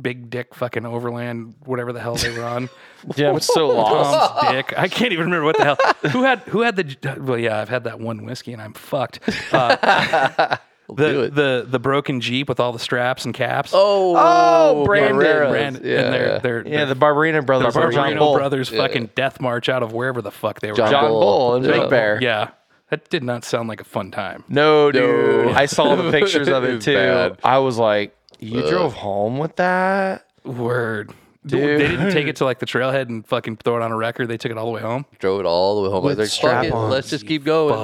C: big dick fucking overland whatever the hell they
A: [laughs]
C: were on.
D: Yeah, I'm so lost.
C: Tom's dick. I can't even remember what the hell. Who had who had the? Well, yeah, I've had that one whiskey and I'm fucked. Uh,
A: [laughs] do
C: the
A: it.
C: the the broken jeep with all the straps and caps.
A: Oh.
D: Oh, Brandon.
A: Barreras.
C: Brandon
A: Yeah.
C: and their
A: yeah.
C: their,
D: yeah,
C: their
D: the Barbarina brothers. were John
C: Barbarino
D: Bull.
C: brothers fucking death march out of wherever the fuck they were.
A: John
D: John
A: Bull.
D: Bull and Big
A: Yeah.
D: Bear.
C: Yeah, that did not sound like a fun time.
D: No, dude. I saw the pictures of it
A: It's
D: too.
A: bad.
D: I was like, you drove home with that?
C: Word. They didn't take it to like the trailhead and fucking throw it on a record. They took it all the way home.
A: Drove it all the way home. I was like, fuck it,
D: strap-ons.
A: let's just keep going.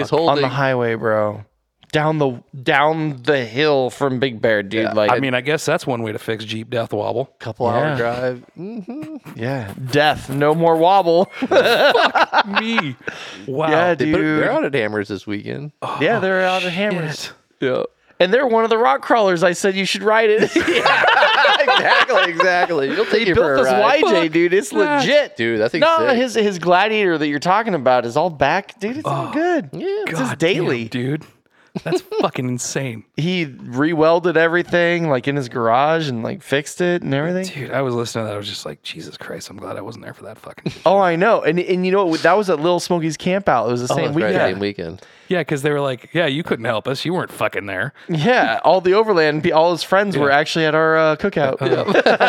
A: It's
D: on
A: holding.
D: the highway, bro. Down the down the hill from Big Bear, dude. like,
C: I mean, I guess that's one way to fix Jeep death wobble.
D: [laughs]
A: couple
D: Yeah.
A: hour drive.
D: yeah, death, no more wobble.
C: Me. Wow.
D: yeah,
A: They put,
D: dude. Oh.
A: they're out at Hammers this weekend.
C: Oh,
D: yeah, they're out of hammers,
A: Yeah.
D: and they're one of the rock crawlers. I said you should ride
A: [laughs]
D: it.
A: exactly. Exactly. You'll take you for
D: Built
A: a ride.
D: this YJ, dude. It's legit,
A: Dude, that thing's
D: [laughs] No,
A: sick.
D: his his gladiator that you're talking about is all back, dude. It's all good. Yeah, it's his
C: Oh, God
D: daily.
C: damn, dude. That's fucking
D: [laughs]
C: insane.
D: he rewelded everything like in his garage and like fixed it and everything.
C: Dude, I was listening to that. I was just like, Jesus Christ, I'm glad I wasn't there for that fucking.
D: Oh, I know. And and you know what? that was at Little Smoky's camp out. It was the
A: Oh,
D: same
A: that's right,
D: weekend.
A: Same weekend.
C: yeah, because they were like, yeah, you couldn't help us. You weren't fucking there.
D: Yeah, all the overland, pe- all his friends were actually at our uh, cookout.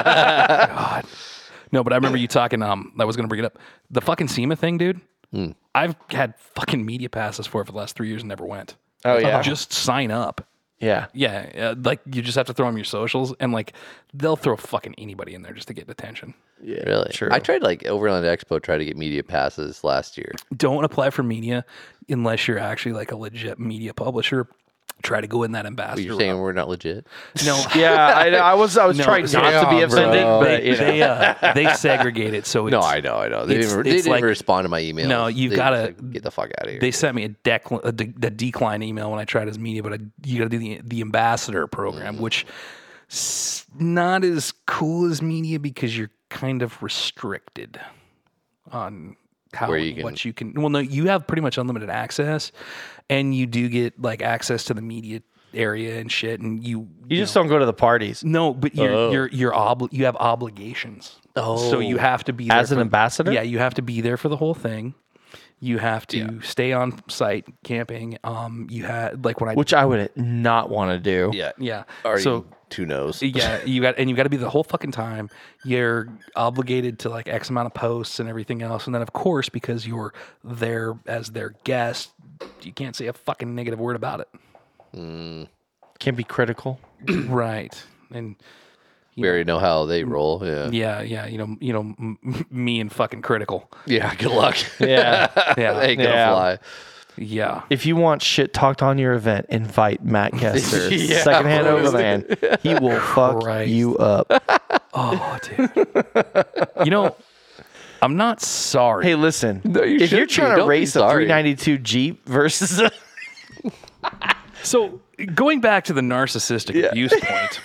C: God. No, but I remember you talking. Um, I was going to bring it up.
D: Hmm.
C: The fucking SEMA thing, dude. I've had fucking media passes for it for the last three years and never went.
D: Oh yeah,
C: Just sign up.
D: yeah.
C: Yeah, uh, like you just have to throw them your socials, and like they'll throw fucking anybody in there just to get attention.
A: really? Sure. I tried like Overland Expo tried to get media passes last year.
C: Don't apply for media unless you're actually like a legit media publisher. Try to go in that ambassador.
A: You're
C: route.
A: saying we're not legit?
C: no,
D: [laughs] Yeah, I, I was I was trying not to be
C: yeah, bro.
D: offended, but
C: They,
D: you know.
C: they, uh, they segregate it,
D: [laughs]
C: so it's,
A: know, I know. They
C: It's-
A: didn't, they
C: it's
A: didn't
C: like-
A: even respond to my email.
C: No, you've gotta-
A: get the fuck out of here.
C: They sent me a, decl- a, de- a decline email when I tried as media, but I, you got to do the the ambassador program, which s- not as cool as media because you're kind of restricted on how
A: Where you
C: and what you can. Well, no, you have pretty much unlimited access, and you do get like access to the media area and shit, and you
D: you just don't go to the parties
C: no, but you're
D: Oh.
C: you're you're obli- you have obligations. Oh, so you have to be there
D: as an
C: for-
D: ambassador.
C: Yeah, you have to be there for the whole thing. You have to stay on site camping. Um, you had like when I
D: which I would not want to do.
A: yeah,
C: yeah,
A: Already
C: so
A: two no's.
C: yeah, you got and you got to be the whole fucking time. You're obligated to like X amount of posts and everything else, and then of course because you're there as their guest, you can't say a fucking negative word about it.
D: Can't be critical.
C: right, and
A: We already know how they roll. Yeah,
C: yeah, yeah, you know, you know, m- m- [laughs] me and fucking
D: [laughs]
C: critical.
A: yeah. [laughs] Good luck.
D: Yeah.
C: Yeah,
A: they ain't gonna
D: Yeah.
A: fly.
C: yeah.
D: if you want shit talked on your event,
A: [laughs]
D: invite Matt Kester,
A: Yeah, [laughs]
D: secondhand overland. He will fuck
C: Christ.
D: you up.
C: Oh, dude. you know, I'm not sorry.
A: [laughs]
D: Hey, listen.
A: you
D: if
A: should be.
D: you're trying to
A: Don't be
D: race a
A: sorry.
D: 392 Jeep versus a
C: So going back to the narcissistic abuse point,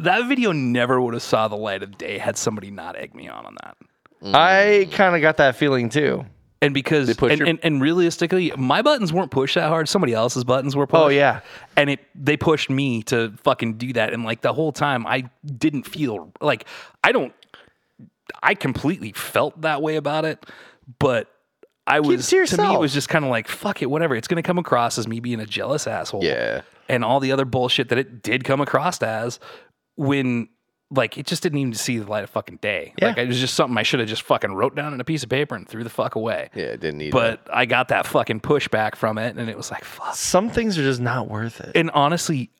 C: that video never would have saw the light of day had somebody not egg me on on that.
A: Mm.
D: I kind of got that feeling too.
C: And because
A: pushed
C: and,
A: your-
C: and, and realistically, my buttons weren't pushed that hard. Somebody else's buttons were pushed.
D: Oh, yeah.
C: and it they pushed me to fucking do that. And like the whole time, I didn't feel like I don't. I completely felt that way about it, but I was
D: to
C: to me it
D: yourself.
C: was just kind of like fuck it, whatever. It's gonna come across as me being a jealous asshole.
A: Yeah.
C: and all the other bullshit that it did come across as when like it just didn't even see the light of fucking day. Like it was just something I should have just fucking wrote down on a piece of paper and threw the fuck away.
A: Yeah, didn't need.
C: But I got that fucking pushback from it, and it was like, fuck.
D: Some things are just not worth it.
C: And honestly,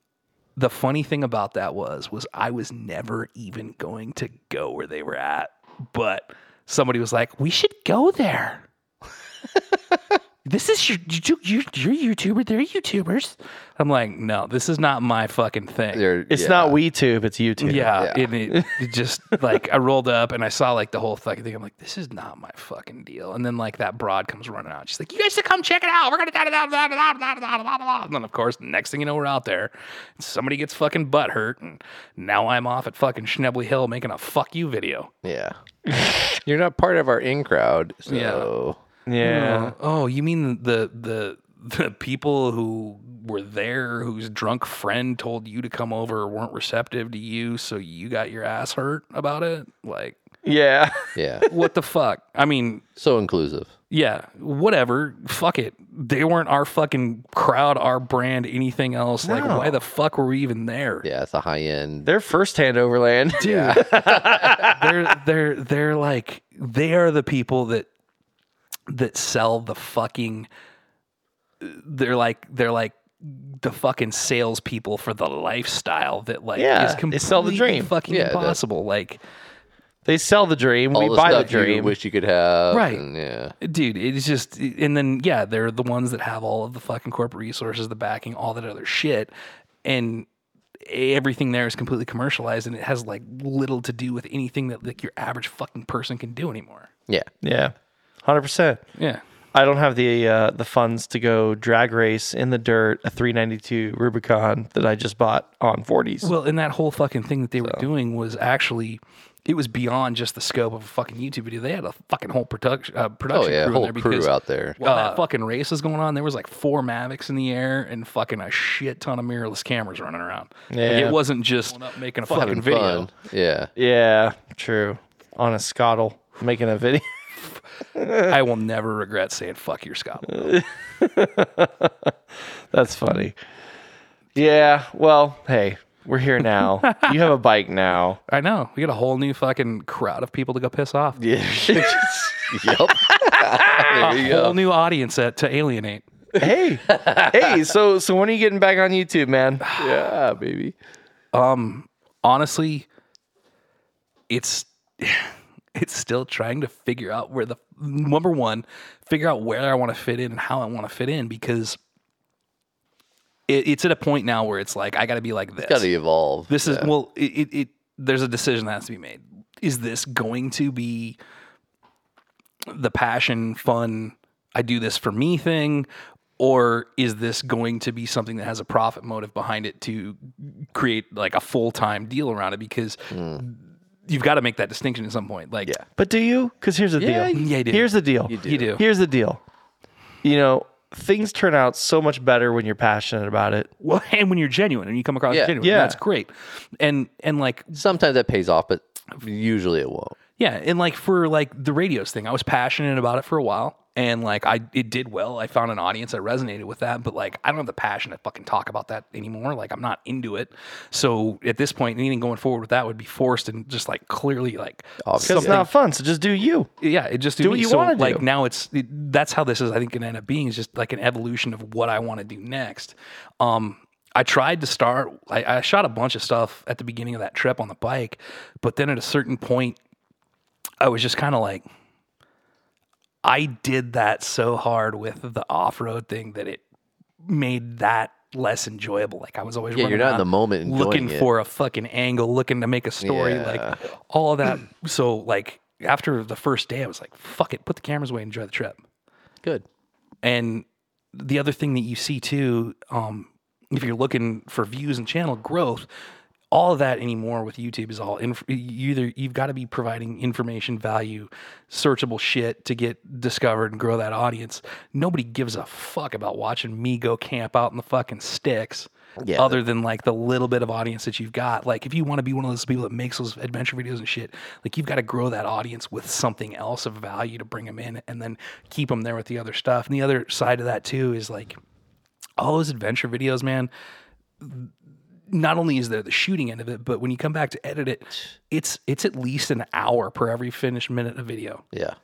C: the funny thing about that was, was I was never even going to go where they were at, but somebody was like, "We should go there." this is your you, you, you're a YouTuber. They're YouTubers. I'm like, no, this is not my fucking thing.
A: They're-
D: It's
A: yeah.
D: not WeTube, it's YouTube.
C: Yeah,
A: Yeah.
C: and it, it just like I rolled up and I saw like the whole fucking thing. I'm like, this is not my fucking deal. And then like that broad comes running out. She's like, you guys should come check it out. We're gonna da da da da da da da da da da. And then of course, next thing you know, we're out there. Somebody gets fucking butt hurt, and now I'm off at fucking Schnebley Hill making a fuck you video.
A: Yeah. You're not part of our in crowd, so
D: Yeah.
C: Oh, you mean the the the people who were there whose drunk friend told you to come over weren't receptive to you, so you got your ass hurt about it? Like.
D: Yeah.
A: [laughs] yeah,
C: what the fuck? I mean,
A: so inclusive.
C: yeah, whatever. Fuck it. They weren't our fucking crowd, our brand, anything else. Like, why the fuck were we even there?
A: Yeah, it's a high end.
D: [laughs] They're
A: [laughs]
D: firsthand overland.
C: Dude, [laughs] they're they're they're like they are the people that that sell the fucking. They're like they're like the fucking salespeople for the lifestyle that like
D: Yeah,
C: is completely
D: they sell the dream.
C: fucking
A: Yeah, that-
C: impossible. Like,
D: They sell the dream,
A: All
D: we
A: the
D: buy the
A: stuff you
D: dream.
A: wish you could have.
C: Right.
A: and yeah.
C: dude it's just and then yeah they're the ones that have all of the fucking corporate resources the backing all that other shit and everything there is completely commercialized and it has like little to do with anything that like your average fucking person can do anymore
A: Yeah.
D: yeah. 100%.
C: yeah
D: I don't have the uh, the funds to go drag race in the dirt a 392 Rubicon that I just bought on 40s.
C: well and that whole fucking thing that they were doing was actually it was beyond just the scope of a fucking YouTube video. They had a fucking whole production uh,
A: Oh
C: production
A: yeah,
C: crew in
A: whole
C: there
A: crew
C: because
A: out there.
C: while that fucking race was going on, there was like four Mavics in the air and fucking a shit ton of mirrorless cameras running around. Like,
D: Yeah.
C: it wasn't just making a fucking, video.
A: Fun.
C: [laughs]
A: Yeah.
D: yeah, true. On a scottle making a video. [laughs]
C: I will never regret saying "fuck your Scott."
D: That's funny. Yeah, well, hey, we're here [laughs] now. you have a bike now.
C: I know we got a whole new fucking crowd of people to go piss off.
A: Yeah. yep. there you
C: Whole
A: go.
C: new audience at, to alienate.
D: hey, hey. So, so when are you getting back on YouTube, man?
A: yeah, baby.
C: honestly, it's [sighs] it's still trying to figure out where the number one, figure out where I want to fit in and how I want to fit in because it, it's at a point now where it's like I got to be like this.
A: Got to evolve.
C: This is well, it, it, it there's a decision that has to be made. Is this going to be the passion, fun, I do this for me thing, or is this going to be something that has a profit motive behind it to create like a full time deal around it? Because you've got to make that distinction at some point. Like, yeah,
D: But do you? Because here's the
C: Yeah,
D: deal.
C: yeah, you do.
D: Here's the deal.
C: do. You do.
D: Here's the deal. You know, things turn out so much better when you're passionate about it.
C: well, [laughs] and when you're genuine and you come across
A: Yeah.
C: genuine,
D: Yeah.
C: that's great. And and like
A: Sometimes that pays off, but usually it won't.
C: Yeah, and like for like the radios thing, I was passionate about it for a while, and like I it did well. I found an audience I resonated with that, but like I don't have the passion to fucking talk about that anymore. Like I'm not into it. So at this point, anything going forward with that would be forced and just like clearly like
D: Because it's not fun. So just do you.
C: yeah, it just do
D: what you
C: so,
D: wanna
C: Like
D: do.
C: now, it's it, that's how this is. I think going to end up being is just like an evolution of what I want to do next. Um, I tried to start. I, I shot a bunch of stuff at the beginning of that trip on the bike, but then at a certain point, I was just kind of like, I did that so hard with the off road thing that it made that less enjoyable. Like I was always
A: Yeah, you're
C: running
A: not in
C: around
A: the moment enjoying
C: looking
A: it.
C: for a fucking angle, looking to make a story,
A: Yeah.
C: like all of that. [clears throat] so like after the first day, I was like, fuck it, put the cameras away, enjoy the trip.
A: Good.
C: And the other thing that you see too, um, if you're looking for views and channel growth, all of that anymore with YouTube is all inf- you either you've got to be providing information, value, searchable shit to get discovered and grow that audience. Nobody gives a fuck about watching me go camp out in the fucking sticks.
A: Yeah.
C: Other than like the little bit of audience that you've got, like if you want to be one of those people that makes those adventure videos and shit, like you've got to grow that audience with something else of value to bring them in, and then keep them there with the other stuff. And the other side of that too is like all those adventure videos, man. Not only is there the shooting end of it, but when you come back to edit it, it's it's at least an hour per every finished minute of video.
A: Yeah.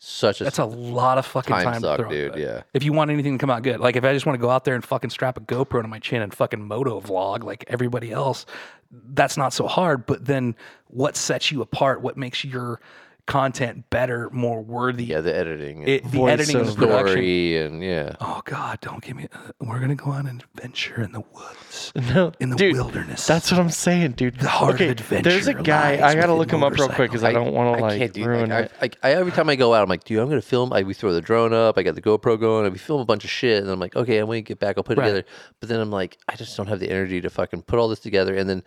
A: Such a
C: That's a lot of fucking
A: Time
C: time,
A: suck,
C: to throw into
A: dude,
C: it.
A: yeah.
C: If you want anything to come out good, like if I just want to go out there and fucking strap a GoPro to my chin and fucking moto vlog like everybody else, that's not so hard. But then, what sets you apart? What makes your content better, more worthy?
A: yeah. The editing, and
C: It, the
D: Voice
C: editing and
D: over.
C: the production.
A: story, and yeah.
C: Oh God, don't give me. we're gonna go on an adventure in the woods,
D: No,
C: in the
D: dude,
C: wilderness.
D: That's what I'm saying, dude. The
C: heart of
D: okay,
C: adventure
D: There's a guy.
C: lies
D: I gotta
C: within
D: look him up real quick because I, don't want to like ruin
A: like,
D: it.
A: I, like, I, every time I go out, I'm like, dude, I'm gonna film. I, we throw the drone up. I got the GoPro going. and we film a bunch of shit, and I'm like, okay, I'm gonna get back. I'll put it together. But then I'm like, I just don't have the energy to fucking put all this together. And then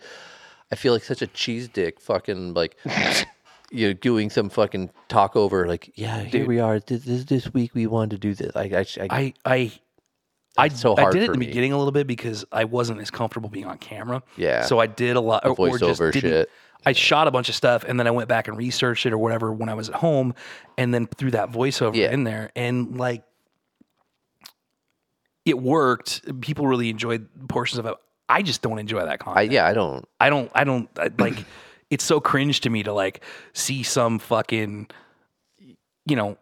A: I feel like such a cheese dick, fucking like. You know, doing some fucking talk over, like, yeah, here we are. This, this this week we wanted to do this. I, I, I,
C: I I I,
A: That's so
C: I
A: hard
C: did it
A: for
C: in
A: me.
C: the beginning a little bit because I wasn't as comfortable being on camera.
A: Yeah.
C: So I did a lot or, or just
A: voiceover
C: didn't-
A: shit.
C: I shot a bunch of stuff and then I went back and researched it or whatever when I was at home and then threw that voiceover
A: Yeah.
C: in there and like it worked. People really enjoyed portions of it. I just don't enjoy that content.
A: I, yeah, I don't.
C: I don't, I don't, I, like, [clears throat] it's so cringe to me to like see some fucking, you know,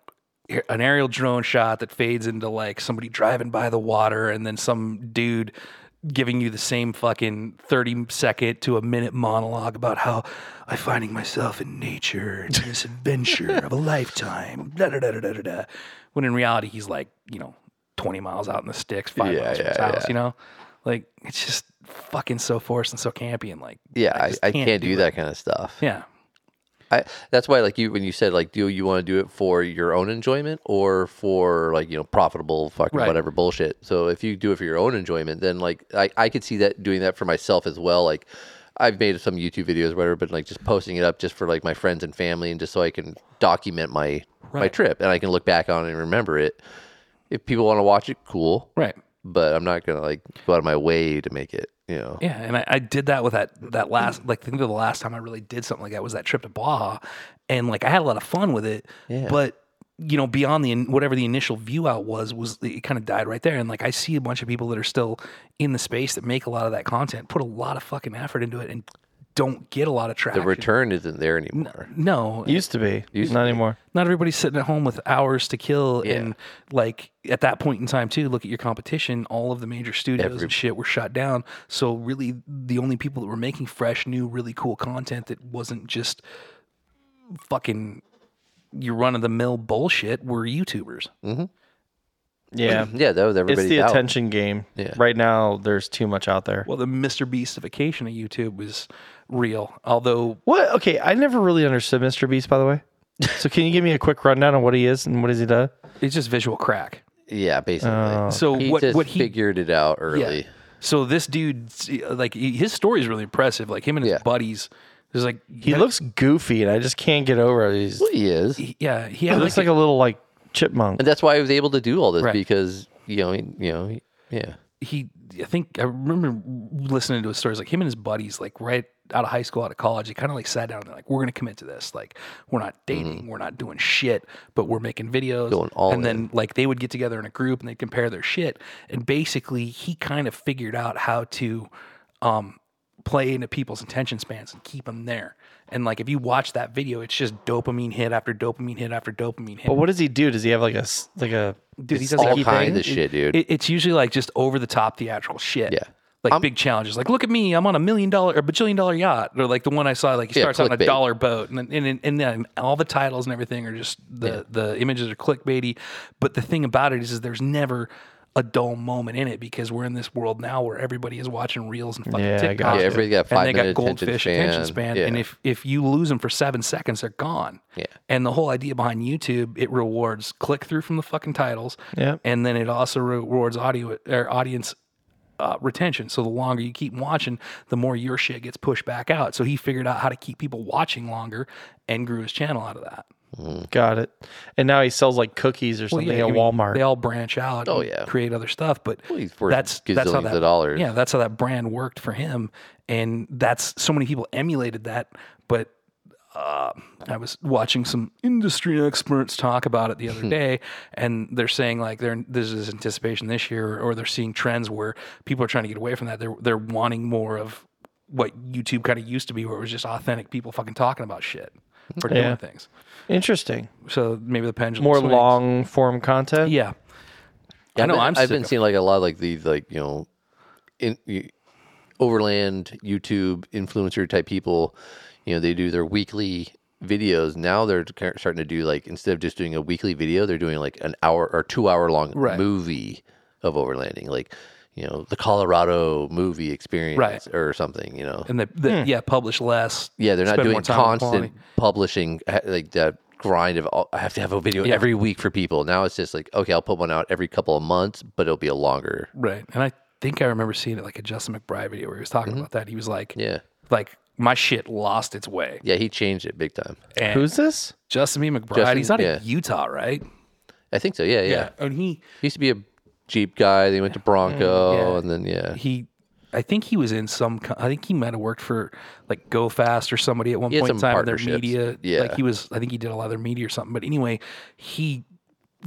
C: a- an aerial drone shot that fades into like somebody driving by the water and then some dude giving you the same fucking 30 second to a minute monologue about how I'm finding myself in nature and [laughs] this adventure of a lifetime. Da, da, da, da, da, da, da. When in reality, he's like, you know, 20 miles out in the sticks, five
A: Yeah,
C: miles from his
A: yeah,
C: house,
A: yeah.
C: you know? Like, it's just fucking so forced and so campy and like,
A: Yeah, I,
C: just
A: I, can't, do that kind of stuff.
C: it. Yeah.
A: I, that's why, like you, when you said, like, do you want to do it for your own enjoyment or for like you know profitable fucking
C: Right.
A: whatever bullshit? So if you do it for your own enjoyment, then like I, I could see that doing that for myself as well. Like I've made some YouTube videos, or whatever, but like just posting it up just for like my friends and family, and just so I can document my my
C: Right.
A: trip and I can look back on it and remember it. If people want to watch it, cool.
C: Right.
A: But I'm not gonna like go out of my way to make it. You know.
C: Yeah. And I, I did that with that, that last, like, I think the last time I really did something like that was that trip to Baja. And like, I had a lot of fun with it.
A: Yeah.
C: But, you know, beyond the whatever the initial view out was, was it kind of died right there. And like, I see a bunch of people that are still in the space that make a lot of that content, put a lot of fucking effort into it, and don't get a lot of
A: The
C: traction.
A: return isn't there anymore.
C: no,
D: Used to be.
A: Used to
D: Not
A: be.
D: anymore.
C: not everybody's sitting at home with hours to kill
A: Yeah.
C: and like at that point in time too look at your competition all of the major studios and shit were shut down so really the only people that were making fresh new really cool content that wasn't just fucking your run-of-the-mill bullshit were youtubers
D: Yeah.
A: [clears throat] Yeah, that was
D: It's
A: everybody's
D: the
A: out.
D: attention game.
A: Yeah.
D: Right now, there's too much out there.
C: well the mr beastification of youtube was real although
D: What? Okay, I never really understood Mr. Beast, by the way. So can you give me a quick rundown on what he is and what has he done?
C: it's just visual crack
A: Yeah, basically.
C: so
A: he
C: what
A: just
C: what he
A: figured it out early.
C: Yeah. So this dude, like, he- his story is really impressive. Like him and his
A: Yeah.
C: buddies. There's like,
D: He looks goofy, and I just can't get over it. He's,
A: Well, he is, and
C: he- yeah, he
D: [laughs] he
C: had
D: looks
C: like,
D: like a little like chipmunk.
A: that's why he was able to do all this
C: Right.
A: because you know, he, you know, he- yeah.
C: he. I think I remember listening to his stories. Like him and his buddies, like right out of high school, out of college, they kind of like sat down and they're like, we're gonna commit to this. Like we're not dating, we're not doing shit, but we're making videos.
A: Mm-hmm. Going all
C: and then like they would get together in a group and they'd compare their shit. And basically, he kind of figured out how to. um play into people's attention spans and keep them there. And like if you watch that video, it's just dopamine hit after dopamine hit after dopamine hit.
D: But what does he do? Does he have like a s- like a
C: Dude, he does
A: All
C: Keep
A: kinds of shit, dude.
C: It, it's usually like just over the top theatrical shit.
A: Yeah.
C: Like big challenges. Like, look at me, I'm on a million dollar or bajillion dollar yacht. Or like the one I saw, like he
A: Yeah,
C: starts out on a
A: clickbait.
C: dollar boat. And then, and, then- and then all the titles and everything are just the, the images are clickbaity. But the thing about it is, is there's never a dull moment in it because we're in this world now where everybody is watching reels and fucking
D: Yeah, I
C: TikTok.
D: gotcha.
A: Yeah, everybody got
C: and they got
A: five-minute attention
C: goldfish attention span.
A: span. Yeah.
C: And if if you lose them for seven seconds, they're gone.
A: Yeah.
C: And the whole idea behind YouTube, it rewards click through from the fucking titles.
D: Yeah.
C: And then it also rewards audio or audience uh, retention. So the longer you keep watching, the more your shit gets pushed back out. So he figured out how to keep people watching longer and grew his channel out of that.
D: got it? And now he sells like cookies or something
C: I
D: at
C: mean,
D: Walmart.
C: They all branch out.
A: Oh,
C: and
A: yeah.
C: create other stuff. But
A: Well, he's worth
C: that's that's how
A: gazillions
C: that
A: of dollars.
C: Yeah, that's how that brand worked for him, and that's so many people emulated that. But uh, I was watching some industry experts talk about it the
A: Hmm.
C: other day, and they're saying like they're there's this anticipation this year, or they're seeing trends where people are trying to get away from that. They're they're wanting more of what YouTube kind of used to be, where it was just authentic people fucking talking about shit or doing
D: Yeah.
C: things.
D: Interesting.
C: So maybe the pendulum
D: More
C: swings.
D: long form content.
C: Yeah. I know
A: I've been,
C: I'm
A: I've
C: sick
A: been
C: of-
A: seeing like a lot of like these like you know, in, you, overland YouTube influencer type people. You know, they do their weekly videos. Now they're ca- starting to do like instead of just doing a weekly video, they're doing like an hour or two hour long
C: Right.
A: movie of overlanding, like you know the Colorado movie experience
C: Right.
A: or something. You know,
C: and they, they yeah publish less.
A: yeah, they're not
C: spend
A: doing
C: more time on
A: constant
C: quality.
A: publishing ha- like that grind of all, I have to have a video every week for people. Now it's just like okay, I'll put one out every couple of months, but it'll be a longer
C: Right. And I think I remember seeing it like a Justin McBride video where he was talking about that. He was like,
A: Mm-hmm. Yeah.
C: like my shit lost its way.
A: Yeah, he changed it big time.
C: And
D: Who's this?
C: Justin B. McBride?
A: Justin,
C: he's out
A: yeah.
C: of Utah, right?
A: I think so. Yeah, yeah.
C: And he
A: He used to be a Jeep guy. Then he went to Bronco,
C: Yeah.
A: and then yeah,
C: he. I think he was in some. co- I think he might have worked for like Go Fast or somebody at one
A: He had
C: point in
A: some
C: time. in Their
A: partnerships.
C: media,
A: Yeah.
C: Like he was. I think he did a lot of their media or something. But anyway, he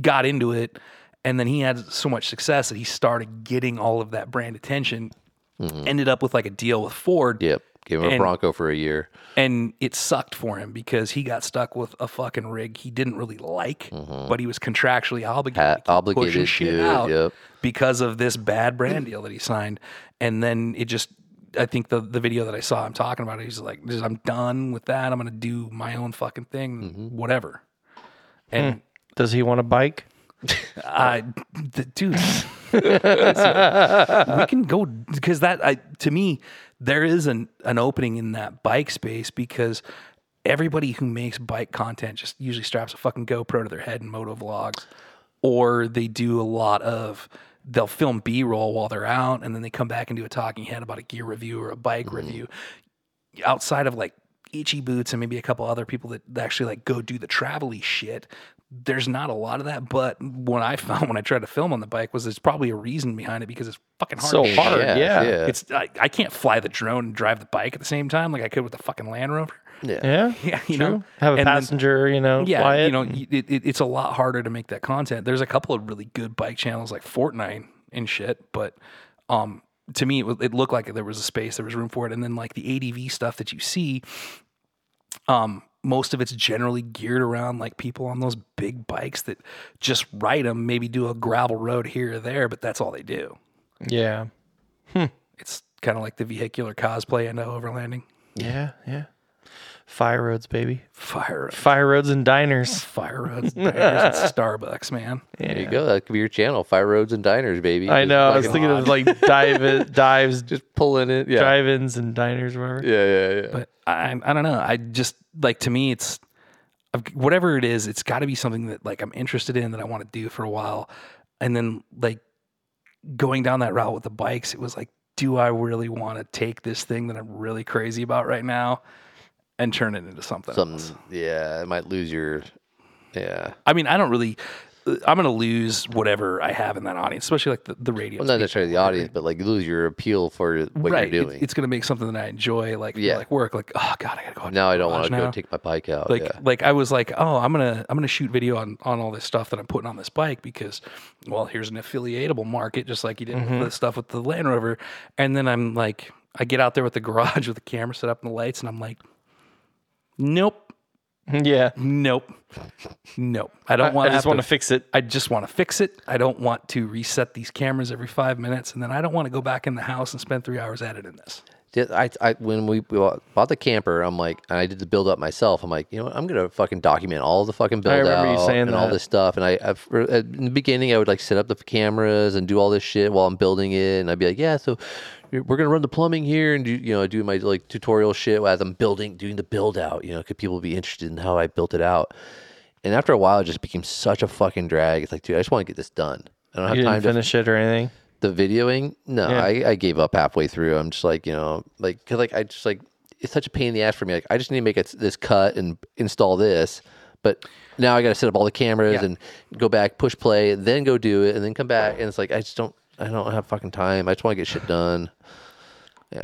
C: got into it, and then he had so much success that he started getting all of that brand attention.
A: Mm-hmm.
C: Ended up with like a deal with Ford.
A: yep. Gave him a
C: And-
A: Bronco for a year.
C: and it sucked for him because he got stuck with a fucking rig he didn't really like, but he was contractually
A: Mm-hmm.
C: obligated,
A: Ha-
C: to keep
A: obligated
C: pushing shit
A: to,
C: out
A: yep.
C: because of this bad brand deal that he signed, and then it just. I think the, the video that I saw him talking about it, he's like, "Just, I'm done with that. I'm gonna do my own fucking thing,
A: Mm-hmm.
C: whatever. And
D: Does he want a bike?
C: I, th- Uh, dude, we can go because that I to me there is an an opening in that bike space because everybody who makes bike content just usually straps a fucking GoPro to their head and moto vlogs, or they do a lot of they'll film B roll while they're out and then they come back and do a talking head about a gear review or a bike review outside of like Ichi Boots and maybe a couple other people that actually like go do the travel-y shit, there's not a lot of that. But what I [laughs] found when I tried to film on the bike was there's probably a reason behind it because it's fucking hard.
D: So
C: as
D: hard.
C: shit.
D: yeah.
A: yeah,
C: It's I, I can't fly the drone and drive the bike at the same time like I could with the fucking Land Rover. [laughs]
A: yeah.
D: Yeah.
C: Yeah, you
D: True.
C: know,
D: Have a
C: And then-
D: passenger. you know.
C: yeah,
D: fly it.
C: you know, y- it, it, it's a lot harder to make that content. There's a couple of really good bike channels like Fortnite and shit, but um, to me, it, wa- it looked like there was a space, there was room for it. And then like the ADV stuff that you see, um, most of it's generally geared around like people on those big bikes that just ride them, maybe do a gravel road here or there, but that's all they do.
D: Yeah.
C: It's kind of like the vehicular cosplay into overlanding.
D: Yeah. Yeah. Fire roads, baby.
C: Fire,
D: Fire roads and diners.
C: fire roads, diners, and Starbucks, man.
A: There you go. That could be your channel. Fire roads and diners, baby.
D: I
A: Just
D: know. I was
A: fucking
D: thinking of like dive [laughs] dives,
A: [laughs] just pulling it. Yeah.
D: drive-ins, and diners, whatever.
A: Yeah, yeah, yeah.
C: but I, I don't know. I just like to me, it's I've- whatever it is. It's got to be something that like I'm interested in that I want to do for a while, and then like going down that route with the bikes, it was like, do I really want to take this thing that I'm really crazy about right now and turn it into something? else?
A: Something. Yeah, it might lose your. Yeah.
C: I mean, I don't really. I'm gonna lose whatever I have in that audience, especially like the, the radio.
A: Well, not necessarily the audience, but like you lose your appeal for what
C: right?
A: you're
C: It-
A: doing.
C: it's gonna make something that I enjoy, like
A: Yeah.
C: like work. Like, oh god, I gotta go. out to
A: now I
C: the
A: don't want
C: garage
A: to go
C: now.
A: take my bike out.
C: like
A: yeah.
C: like I was like, oh, I'm gonna I'm gonna shoot video on on all this stuff that I'm putting on this bike because, well, here's an affiliatable market, just like you did
D: Mm-hmm.
C: with the stuff with the Land Rover, and then I'm like, I get out there with the garage [laughs] with the camera set up and the lights, and I'm like, nope,
D: Yeah.
C: nope, nope, I
D: I,
C: don't want.
D: I just want to fix it.
C: I just want to fix it. I don't want to reset these cameras every five minutes, and then I don't want to go back in the house and spend three hours editing this.
A: Did- I, I when we bought bought the camper, I'm like, and I did the build up myself. I'm like, you know what? I'm gonna fucking document all the fucking build
D: remember you
A: out
D: saying
A: and all
D: that.
A: this stuff. And I, I in the beginning, I would like set up the cameras and do all this shit while I'm building it, and I'd be like, yeah, so we're gonna run the plumbing here and do you know do my like tutorial shit as I'm building doing the build out. You know, could people be interested in how I built it out? And after a while, it just became such a fucking drag. It's like, dude, I just want to get this done. I don't have
D: You
A: time
D: didn't
A: to
D: finish it or anything.
A: the videoing no
D: Yeah.
A: I, I gave up halfway through i'm just like you know like because like i just like it's such a pain in the ass for me like i just need to make a, this cut and install this but now i gotta set up all the cameras and go back push play then go do it and then come back and it's like i just don't i don't have fucking time i just want to get shit done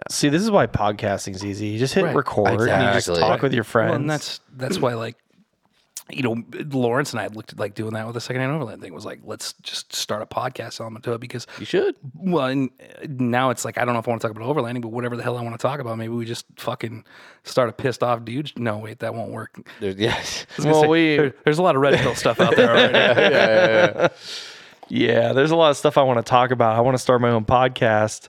D: See, this is why podcasting's easy. You just hit record and you just
A: Exactly.
D: talk with your friends.
C: Well, and that's that's why like you know Lawrence and I looked at like doing that with the secondhand overland thing was like let's just start a podcast element to it because
A: you should
C: well and uh, now it's like I don't know if I want to talk about overlanding but whatever the hell I want to talk about maybe we just fucking start a pissed off dude no wait that won't work I
A: There's, [laughs] yes
C: was gonna
D: Well,
C: say,
D: we-
C: there- there's a lot of red pill stuff out there already
D: yeah, there's a lot of stuff I want to talk about. I want to start my own podcast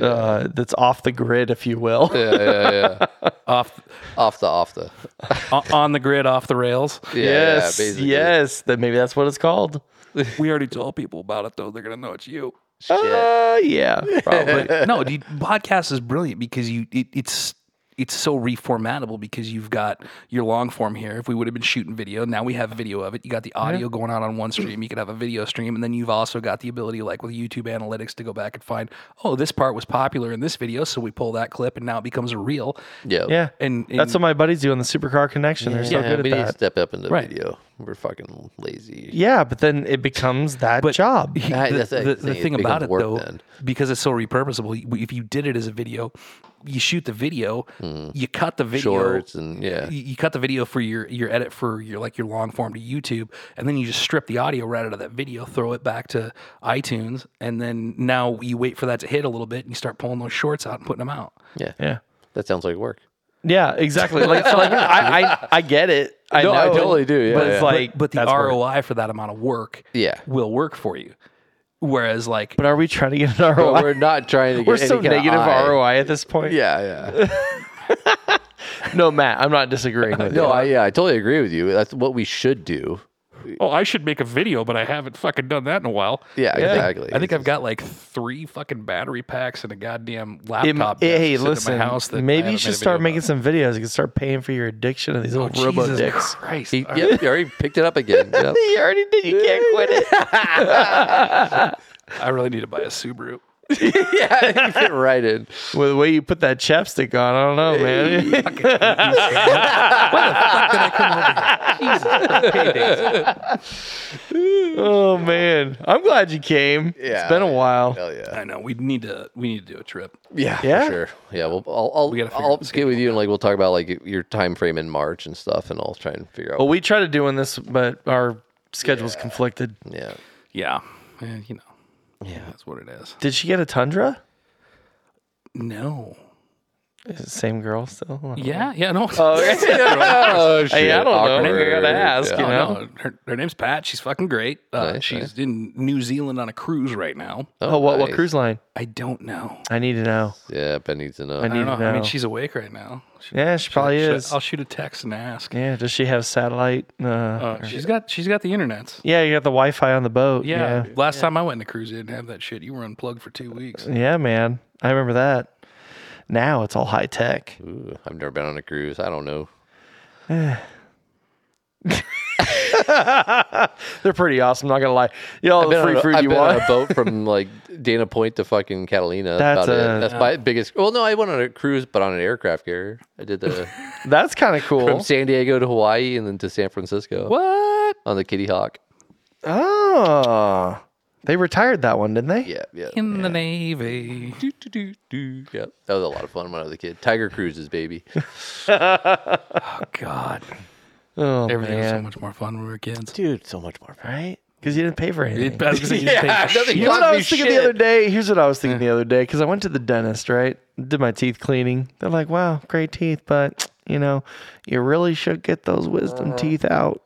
D: uh, that's off the grid, if you will.
A: yeah yeah yeah
C: [laughs] off
A: off the off the [laughs]
C: o- on the grid off the rails
A: yeah,
D: [laughs] yes,
A: yeah, basically.
D: yes. That maybe that's what it's called.
C: [laughs] we already told people about it though they're gonna know it's you
A: Shit.
D: Uh, [laughs] yeah, probably.
C: but no, dude, podcast is brilliant because you it, it's it's so reformatable because you've got your long form here. If we would have been shooting video, now we have video of it. You got the audio going out on one stream. You could have a video stream, and then you've also got the ability, like with YouTube analytics, to go back and find, oh, this part was popular in this video, so we pull that clip, and now it becomes a reel.
A: yeah
D: yeah,
C: And, and
D: that's what my buddies do on the Supercar Connection. They're so
A: yeah,
D: good
A: we
D: at
A: need to
D: that.
A: step up into
C: Right.
A: video. We're fucking lazy.
D: Yeah, but then it becomes that job.
A: Ah,
C: the,
A: that's the
C: the-
A: thing,
C: the
A: it
C: thing about
A: becomes
C: it
A: work
C: though,
A: then.
C: because it's so repurposable. y- If you did it as a video, you shoot the video, you cut the video,
A: Hmm. Shorts and yeah.
C: you, you cut the video for your your edit for your like your long form to YouTube, and then you just strip the audio right out of that video, throw it back to iTunes, and then now you wait for that to hit a little bit, and you start pulling those shorts out and putting them out.
A: Yeah.
D: Yeah.
A: That sounds like work.
D: Yeah, exactly. Like, like I, I, I get it. I
A: No, I
D: know it,
A: totally do, yeah,
D: but it's
A: yeah.
D: like,
C: But the
D: that's work.
C: ROI for that amount of work,
A: Yeah.
D: [laughs]
C: will work for you. Whereas like
D: But are we trying to get an ROI?
A: But we're not trying to get
D: We're
A: any
D: so
A: kinda
D: negative
A: eye.
D: ROI at this point.
A: Yeah,
D: [laughs]
A: yeah.
D: No, Matt, I'm not disagreeing with
A: No,
D: you.
A: I yeah, I totally agree with you. That's what we should do.
C: oh, I should make a video, but I haven't fucking done that in a while.
A: Yeah, exactly.
C: I think I've got like three fucking battery packs and a goddamn
D: It-
C: laptop. desk
D: hey,
C: sitting in
D: listen.
C: my house that I
D: maybe
C: haven't
D: you
C: made
D: should
C: a
D: start
C: video
D: making
C: about.
D: some videos. You can start paying for your addiction of these little robo
C: Jesus
D: dicks.
C: Christ.
A: He, yep, you already picked it up again. Yep. [laughs]
D: [laughs] You already did. You can't quit it.
C: I really need to buy a Subaru.
A: yeah, you fit right in.
D: Well, the way you put that chapstick on, I don't know, man. [laughs] oh man, I'm glad you came.
A: Yeah.
D: it's been a while.
A: Hell yeah.
C: I know we need to we need to do a trip.
A: Yeah.
D: Yeah.
A: For sure. Yeah. Well, I'll I'll,
C: gotta figure
A: I'll
C: out the
A: get with you and like we'll talk about like your time frame in March and stuff, and I'll try and figure out.
D: Well, we tried to do one this, but our schedules conflicted.
A: yeah.
C: Yeah, Eh, you know, yeah, that's what it is.
D: Did she get a tundra?
C: No.
D: Is it the same girl still?
C: Yeah, yeah, no.
F: oh, shit.
D: Hey, I don't know. I think I gotta
F: Awkward.
D: ask.
F: Yeah.
D: You
C: No,
D: know.
C: no, her, her name's Pat. She's fucking great. Uh,
A: Nice,
C: she's
A: nice.
C: in New Zealand on a cruise right now.
D: Oh, what what
A: nice.
D: cruise line?
C: I don't know.
D: I need to know.
A: Yeah, Ben needs to know.
D: I
C: I
D: need
C: don't know.
D: to know.
C: I mean, she's awake right now. She,
D: yeah, she probably
C: should-
D: is.
C: I'll shoot a text and ask.
D: yeah, does she have satellite? Uh,
C: Uh, she's got she's got the internets.
D: yeah, you got the Wi-Fi on the boat.
C: Yeah.
D: Yeah,
C: Last time I went on a cruise, they didn't have that shit. You were unplugged for two weeks.
D: yeah, man. I remember that. Now it's all high tech.
A: Ooh, I've never been on a cruise. I don't know.
D: They're pretty awesome. Not gonna lie. You all the
A: Been on
D: free
A: a-
D: food
A: I've
D: you
A: been
D: want.
A: on a boat
D: [laughs]
A: from like Dana Point to fucking Catalina. That's,
D: That's
A: about
D: a-
A: it. That's my biggest. Well, no, I went on a cruise, but on an aircraft carrier. I did the
D: [laughs] That's
A: [laughs]
D: kind of cool.
A: from San Diego to Hawaii and then to San Francisco.
D: what?
A: on the Kitty Hawk?
D: Oh, they retired that one, didn't they?
A: Yeah, yeah.
C: In the Navy.
A: Yeah, that was a lot of fun when I was a kid. Tiger Cruises,
D: [laughs]
A: baby.
C: Oh, God.
D: Oh
C: Everything was so
D: man,
C: much more fun when we were kids.
A: Dude, so much more fun.
D: right? Because you didn't pay for anything.
C: It- I was gonna say,
D: [laughs]
C: you just paid for shit.
D: You know what I was thinking the other day? Here's what I was thinking the other day because I went to the dentist, right? Did my teeth cleaning. They're like, wow, great teeth, but you know, you really should get those
A: Uh-huh.
D: wisdom teeth out.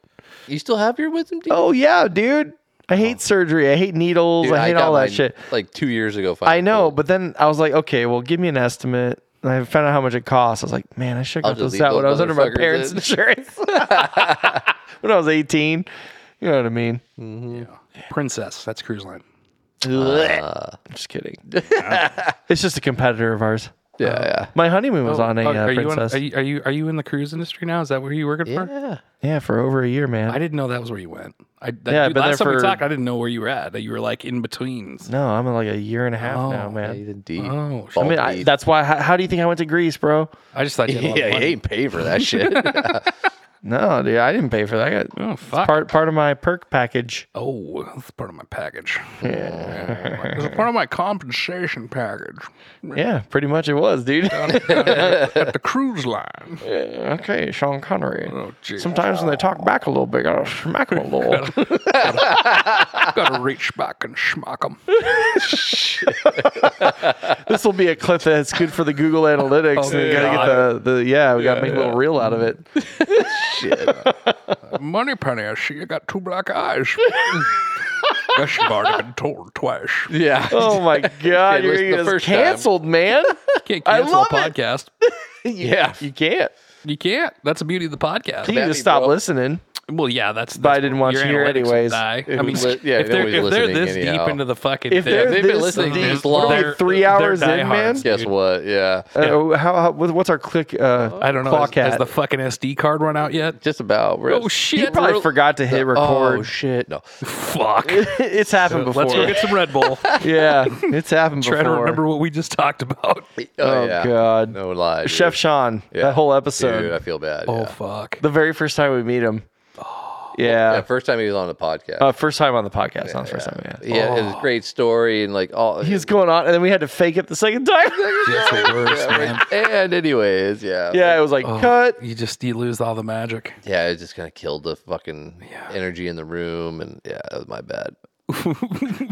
A: You still have your wisdom teeth?
D: Oh, yeah, dude. I hate surgery. I hate needles.
A: Oh. Dude,
D: I hate
A: got
D: all that
A: mine,
D: shit.
A: Like two years ago.
D: I know, but then I was like, okay, well, give me an estimate. And I found out how much it costs. I was like, man, I should
A: I'll
D: have got those
A: delete
D: out when I
A: those
D: was under my
A: motherfuckers
D: parents'
A: then.
C: [laughs]
D: insurance [laughs] when I was 18. You know what I mean?
C: Princess. That's cruise line.
D: I'm
C: [laughs]
D: just kidding. it's just a competitor of ours.
A: Yeah,
D: My honeymoon was on a
C: Oh,
D: uh,
C: are, you on,
D: princess.
C: are, you, are you are you in the cruise industry now? Is that where you're working
A: yeah.
C: for?
A: Yeah.
D: yeah, for over a year, man.
C: I didn't know that was where you went. I, that,
D: Yeah, I've
C: dude,
D: been
C: last
D: there
C: time we
D: for-
C: talked, I didn't know where you were at. That you were like in betweens.
D: no, I'm like a year and a half now, man.
A: He's a deep.
C: Oh, shit.
D: I
A: [laughs]
D: mean, I, that's why. How, how do you think I went to Greece, bro?
C: I just thought you had a lot
A: yeah,
C: of
A: he
C: money.
A: ain't pay for
D: [laughs]
A: that shit.
D: No, dude, I didn't pay for that. I got
C: Oh,
D: it's
C: fuck.
D: part part of my perk package.
C: Oh, that's part of my package. It's part of my compensation package
D: Yeah, pretty much it was, dude.
C: at the cruise
D: [laughs]
C: line.
D: okay, Sean Connery.
C: Oh, jeez.
D: Sometimes when they talk back a little bit, I smack 'em a little.
C: Gotta reach back and schmuck them.
D: [laughs] this will be a clip that's good for the Google Analytics. and we gotta get the, the yeah, we gotta make a little reel out of it.
C: Money penny, I see you got two black eyes. Guess you've already been told twice.
A: yeah.
D: Oh my god, you're
A: listen the
D: gonna get us
A: first time.
D: canceled, man.
C: Can't
D: I
C: cancel a
D: love it.
C: podcast.
A: Yeah.
D: You can't.
C: You can't. That's the beauty of the podcast.
D: You need
A: Batty,
D: to stop
A: bro.
D: listening.
C: Well, yeah, that's. that's
D: But I didn't want
C: your
D: you here
C: analytics would
D: anyways.
C: die. I
A: Who
C: mean,
A: li- yeah,
C: if they're,
A: nobody's
C: if they're
A: listening
C: this
A: anyhow.
C: deep into the fucking
D: If
C: thing,
D: they're
A: they've been
D: this
A: listening
D: deep-
A: this
D: what are they,
A: long-
D: three
C: they're
D: hours in, man.
C: diehards,
A: Guess
C: dude.
A: what? Yeah.
D: Uh, how, how what- what's our click? Uh,
C: I don't know. Has,
D: Clock
C: has
D: at?
C: the fucking SD card run out yet?
A: Just about. We're
C: Oh
A: at-
C: shit!
D: you probably
C: We're-
D: forgot to hit
A: Oh
D: record.
A: shit! No.
C: Fuck.
D: [laughs] it's happened before.
C: Let's go get some Red Bull.
D: yeah, it's happened before.
C: Try to remember what we just talked about.
D: Oh,
A: yeah.
D: God.
A: No lie. dude.
D: Chef Sean.
A: Yeah.
D: That whole episode.
A: Dude, I feel bad.
C: Oh
A: yeah.
C: fuck.
D: The very first time we meet him. Yeah.
A: Oh. Yeah, first time he was on the podcast.
D: Uh, first time on the podcast. not the first time. Yeah.
A: yeah, it was a great story and like all. [laughs]
D: He was going on, and then we had to fake it the second time.
C: That's the worst, man.
A: and anyways, yeah,
D: yeah, it was
A: Oh.
D: like cut.
C: You just you lose all the magic.
A: yeah. It just kind of killed the fucking energy in the room, and yeah, that was my bad.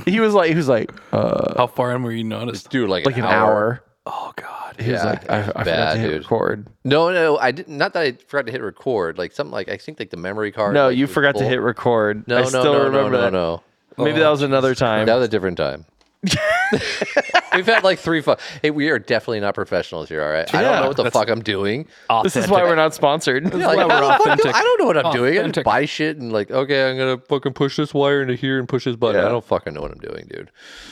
D: He was like, he was like, uh,
C: How far in were you noticed?
A: Dude, like,
D: like an hour.
C: Oh god.
D: He was
A: Yeah,
D: like, I, I
A: it was
D: forgot
A: bad,
D: to hit
A: dude.
D: record.
A: No, no, I didn't. Not that I forgot to hit record. Like something like I think like the memory card.
D: No,
A: like,
D: you
A: was
D: forgot to
A: full.
D: hit record.
A: No,
D: I
A: no,
D: still
A: no,
D: remember
A: no,
D: that.
A: no,
D: Maybe that was another time.
A: no. That was a different
D: [laughs]
A: time. We've had like three. Fu- hey, we are definitely not professionals here. All right, I
D: Yeah,
A: don't know what the fuck I'm doing.
D: this
A: [laughs]
D: is why we're not sponsored.
A: Like,
C: why
A: how
C: we're
A: the fuck do-
C: authentic.
A: I don't know what I'm doing. I
C: Authentic.
A: just buy shit and like, okay, I'm gonna fucking push this wire into here and push this button.
D: Yeah.
A: I don't fucking know what I'm doing, dude.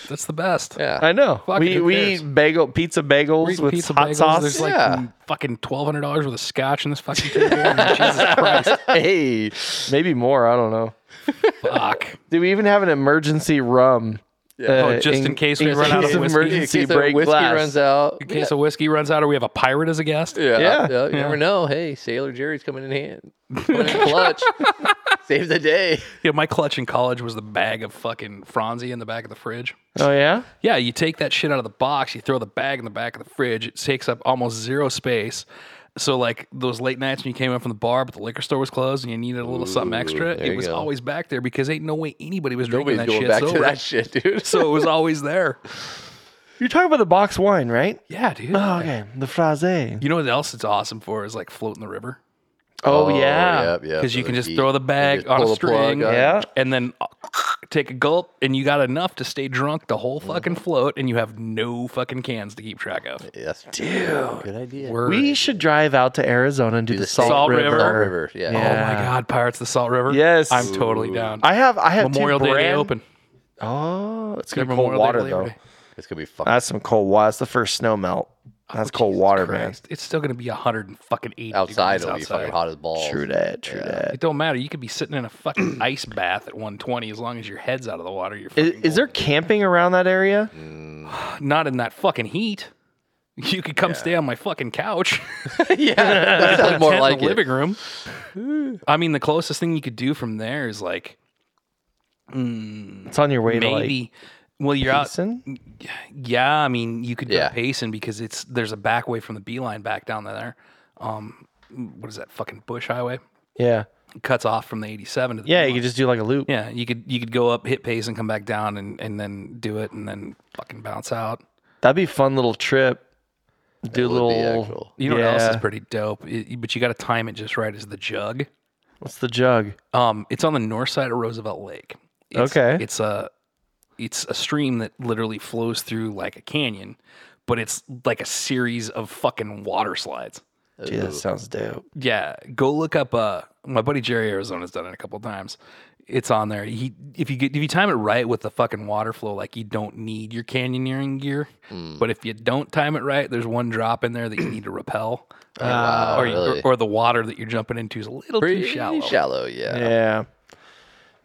C: That's the best.
A: Yeah,
D: I know.
C: Fuck it,
D: we
C: who
D: we
C: cares?
D: eat bagel pizza bagels
C: Free
D: with
C: pizza
D: hot
C: bagels.
D: sauce. [laughs]
C: There's like
A: Yeah.
C: fucking twelve hundred dollars worth of scotch in this fucking table. [laughs] Jesus Christ.
A: hey,
D: Maybe more. I don't know.
C: Fuck.
D: Do we even have an emergency rum? uh,
C: Oh, just in case we run out of
D: case
C: whiskey.
D: Emergency
A: in case
D: break
A: the whiskey
D: glass.
A: runs out.
C: In case a whiskey runs out or we have a pirate as a guest.
A: Yeah,
D: Yeah.
A: yeah. you never know. Hey, Sailor Jerry's coming in
C: [laughs]
A: hand, coming in clutch, save the day.
C: Yeah, my clutch in college was the bag of fucking Franzi in the back of the fridge.
D: Oh yeah.
C: Yeah, you take that shit out of the box, you throw the bag in the back of the fridge. It takes up almost zero space. So like those late nights when you came up from the bar, but the liquor store was closed and you needed a little something extra,
A: there
C: it
A: you
C: was
A: go.
C: always back there because ain't no way anybody was drinking
A: Nobody's going
C: that shit
A: [laughs] back to
C: [laughs] sober.
A: that shit, dude.
C: so it was always there.
D: You're talking about the box wine, right?
C: Yeah, dude.
D: Oh, okay. The phrase.
C: You know what else it's awesome for is like float in the river
D: Oh, yeah.
A: Yep, yep.
C: because you can just
A: Eat.
C: throw the
A: just
C: bag on a
A: pull the plug
C: string,
A: on.
D: Yeah.
C: and then uh, take a gulp, and you got enough to stay drunk the whole
A: Mm-hmm.
C: fucking float, and you have no fucking cans to keep track of.
A: Yes.
D: Dude.
A: Good idea.
C: Word.
D: We should drive out to Arizona and do, the, Salt,
C: Salt
D: River.
C: River.
A: Salt River. Yeah.
C: oh
D: Yeah.
C: my god, Pirates of the Salt River.
D: Yes.
C: I'm totally down.
D: I have I have
C: Memorial
D: two
C: Day they
D: brand-
C: open.
D: Oh, it's gonna be
C: Their Memorial
D: cold
C: Day
D: water
C: to Labor
D: though.
C: Day.
A: It's gonna be fun.
D: That's some cold water. That's the first snow melt. That's cold water,
C: Oh, Christ, It's still gonna be a hundred and fucking eight
A: outside,
C: degrees
A: it'll be
C: outside.
A: fucking hot as balls.
D: man. True that. True that.
C: It don't matter. You could be sitting in a fucking [clears throat] ice bath at 120 as long as your head's out of the water. You're
D: Is,
C: fucking
D: is there camping around that area?
C: Mm. golden. not in that fucking heat. You could come stay on my fucking couch.
A: [laughs]
C: [laughs]
A: That sounds more
C: tent in
A: like
C: the
A: it.
C: living room. [sighs] I mean, the closest thing you could do from there is like
D: It's on your way
C: maybe. well, you're
D: to like
C: out.
D: Mason.
C: Yeah, I mean, you could go
A: Yeah.
C: to Payson because it's there's a back way from the beeline back down there. Um, what is that fucking bush highway?
D: Yeah.
C: It cuts off from the 87 to the
D: Yeah, you
C: Beeline.
D: could just do like a loop.
C: yeah. You could you could go up, hit Payson, come back down, and and then do it, and then fucking bounce out.
D: That'd be a fun little trip. Do a
A: would be
D: little.
A: actual.
C: You know what else
D: Yeah.
C: is pretty dope? It- but you got to time it just right. Is the jug?
D: What's the jug?
C: Um, it's on the north side of Roosevelt Lake. It's,
D: Okay.
C: It's a it's a stream that literally flows through like a canyon, but it's like a series of fucking water slides.
D: Gee, that sounds dope.
C: Yeah, go look up. Uh, my buddy Jerry Arizona's done it a couple times. It's on there. He if you get if you time it right with the fucking water flow, like you don't need your canyoneering gear.
A: Hmm.
C: But if you don't time it right, there's one drop in there that you need
A: [clears throat]
C: to repel,
A: Wow,
C: or, you- or-
A: Ah, really?
C: or the water that you're jumping into is a little
A: pretty
C: too
A: shallow.
C: shallow.
A: yeah.
D: Yeah.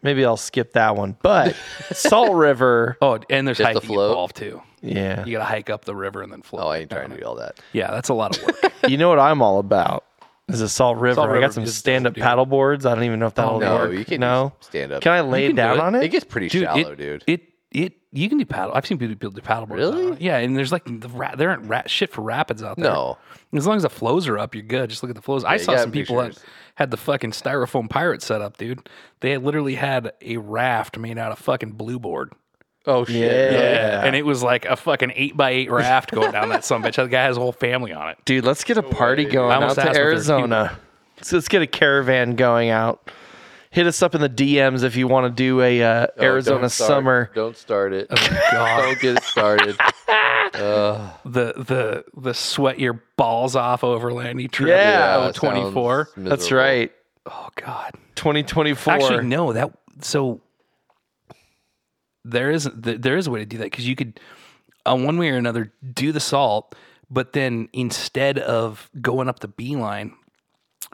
D: Maybe I'll skip that one.
C: [laughs]
D: But Salt River.
C: Oh, and there's
A: Just the
C: hiking
A: float?
C: involved too.
D: Yeah.
C: You got to hike up the river and then float.
A: Oh, I ain't trying to do all that.
C: Yeah, that's a lot of
A: [laughs]
C: work.
D: You know what I'm all about? Is a Salt River. I
C: River
D: got some
C: is dope,
D: stand up
C: dude. Oh,
D: paddle boards. I don't even know if that'll
A: No,
D: work.
A: you can
D: no.
A: stand up.
D: Can I lay
C: can do
D: down
C: it.
D: on
A: It
D: it?
A: gets pretty shallow,
C: it,
A: dude.
C: It it you can do paddle. I've seen people do paddle boards.
A: Really?
C: now. Yeah, and there's like the rat, there aren't rat shit for rapids out there.
A: No.
C: as long as the flows are up, you're good. Just look at the flows. I saw
A: got
C: some people that
A: pictures.
C: had the fucking styrofoam pirate set up, dude. They had literally had a raft made out of fucking blue board.
A: oh shit.
D: Yeah.
C: and it was like a fucking eight by eight raft going down that sumbitch. That guy has a whole family on it.
D: Dude, let's get a party going
C: I
D: out
C: almost
D: to
C: asked if there's people.
D: Arizona. So let's get a caravan going out. Hit us up in the DMs if you want to do a uh,
A: Oh,
D: Arizona
A: don't start-
D: summer. Oh,
A: Don't start it. [laughs] don't get it
D: [laughs]
A: started.
D: oh,
C: The the the sweat your balls off over Landy Trail.
D: Yeah,
C: Oh, 24.
A: sounds
D: That's
A: miserable.
D: right.
C: Oh God.
D: 2024.
C: Actually, no. That so there isn't th- there is a way to do that because you could, on one way or another, do the salt, but then instead of going up the beeline,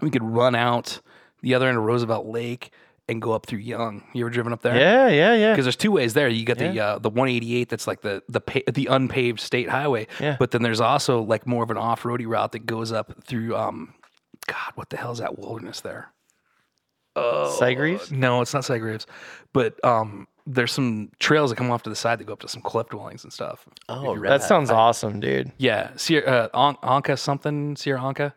C: we could run out the other end of Roosevelt Lake and go up through Young. You ever driven up there?
D: Yeah, yeah, yeah.
C: Because there's two ways there. You got the uh, the 188 that's like the the pa- the unpaved state highway.
D: Yeah.
C: But then there's also like more of an off roady route that goes up through um, God, what the hell is that wilderness there? Oh,
D: Segreves?
C: No, it's not Segreves, but um, there's some trails that come off to the side that go up to some cliff dwellings and stuff.
A: Oh, right.
D: That sounds awesome, dude.
C: Yeah, Sierra uh, An- Anka something Sierra Anka.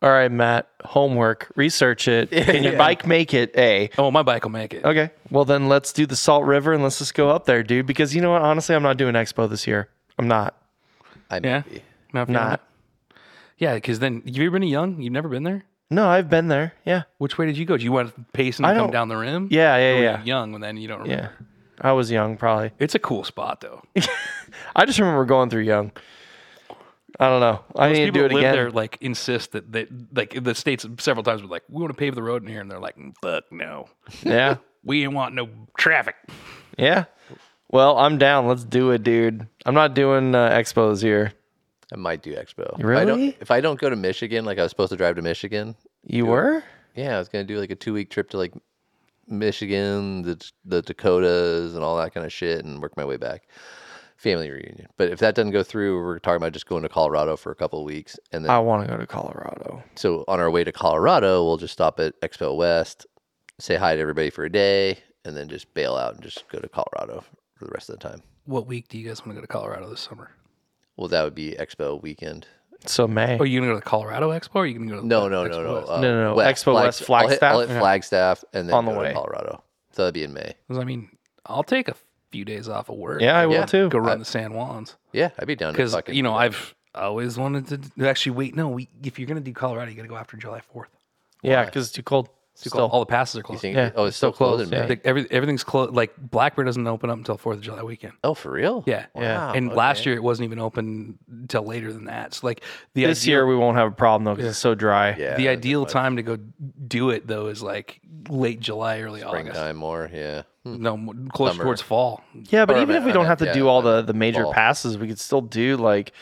D: All right, Matt. Homework. Research [laughs] it. Can your bike make it? A.
C: Oh, my bike will make it.
D: Okay. Well, then let's do the Salt River and let's just go up there, dude. Because you know what? Honestly, I'm not doing Expo this year. I'm not.
A: I may
C: Yeah,
A: be.
C: not. feeling
D: Not.
C: it? Yeah, because then you've ever been to Young? You've never been there.
D: No, I've been there. Yeah.
C: Which way did you go? Did you went pacing and
D: I
C: come
D: don't-
C: down the rim?
D: Yeah. Yeah.
C: Or
D: Yeah.
C: Young, and then you don't. Remember.
D: Yeah. I was young, probably.
C: It's a cool spot though.
D: I just remember going through young. I don't know. I need to
C: People
D: do
C: who
D: it
C: live
D: again.
C: there like insist that they like the states several times were like, we want to pave the road in here, and they're like, fuck no, [laughs]
D: Yeah.
C: we ain't want no traffic.
D: Yeah. Well, I'm down. Let's do it, dude. I'm not doing uh, Expo this year.
A: I might do Expo. If I
D: Really?
A: don't, if I don't go to Michigan, like I was supposed to drive to Michigan.
D: You were?
A: Yeah, I was gonna do like a two week trip to like Michigan, the the Dakotas, and all that kind of shit, and work my way back. Family reunion. But if that doesn't go through, we're talking about just going to Colorado for a couple of weeks, and then
D: I want to go to Colorado.
A: so on our way to Colorado, we'll just stop at Expo West, say hi to everybody for a day, and then just bail out and just go to Colorado for the rest of the time.
C: What week do you guys want to go to Colorado this summer?
A: Well, that would be Expo weekend.
D: So May.
C: Oh, you gonna go to the Colorado Expo? Or are you gonna go? To
A: No,
C: the
A: no,
C: Expo
A: no, no,
C: West?
A: uh,
D: No, no, no. Expo West,
A: I'll hit- I'll hit
D: Flagstaff?
A: Flagstaff, and then
D: On the
A: go
D: way.
A: to Colorado. So that'd be in May.
C: 'Cause I mean, I'll take a few days off of work.
D: Yeah, I will
A: Yeah.
D: too.
C: Go run the San Juans.
A: Yeah, I'd be down to
C: Because,
A: fucking.
C: you know, I've always wanted to d- actually wait. No, we, if you're going to do Colorado, you got to go after July 4th.
D: Yeah, because it's too cold.
C: Still.
D: Still.
C: All the passes are closed.
A: think-
D: yeah,
A: oh, it's still closed. in May.
C: Like, every, everything's closed. Like Blackbird doesn't open up until 4th of July weekend.
A: Oh, for real?
C: Yeah.
D: Yeah.
A: Wow,
C: and
A: okay.
C: last year it wasn't even open till later than that. So like the
D: This
C: ideal,
D: year we won't have a problem though because it's so dry.
A: Yeah.
C: the ideal time to go do it though is like late July, early August.
A: Springtime more. Yeah. Hmm.
C: No, m- closer
A: Summer.
C: towards fall.
D: Yeah, but
A: Or
D: even
A: I
D: if we
A: meant-
D: don't have to
A: yeah,
D: do all
A: I
D: the the major
A: ball.
D: passes, we could still do like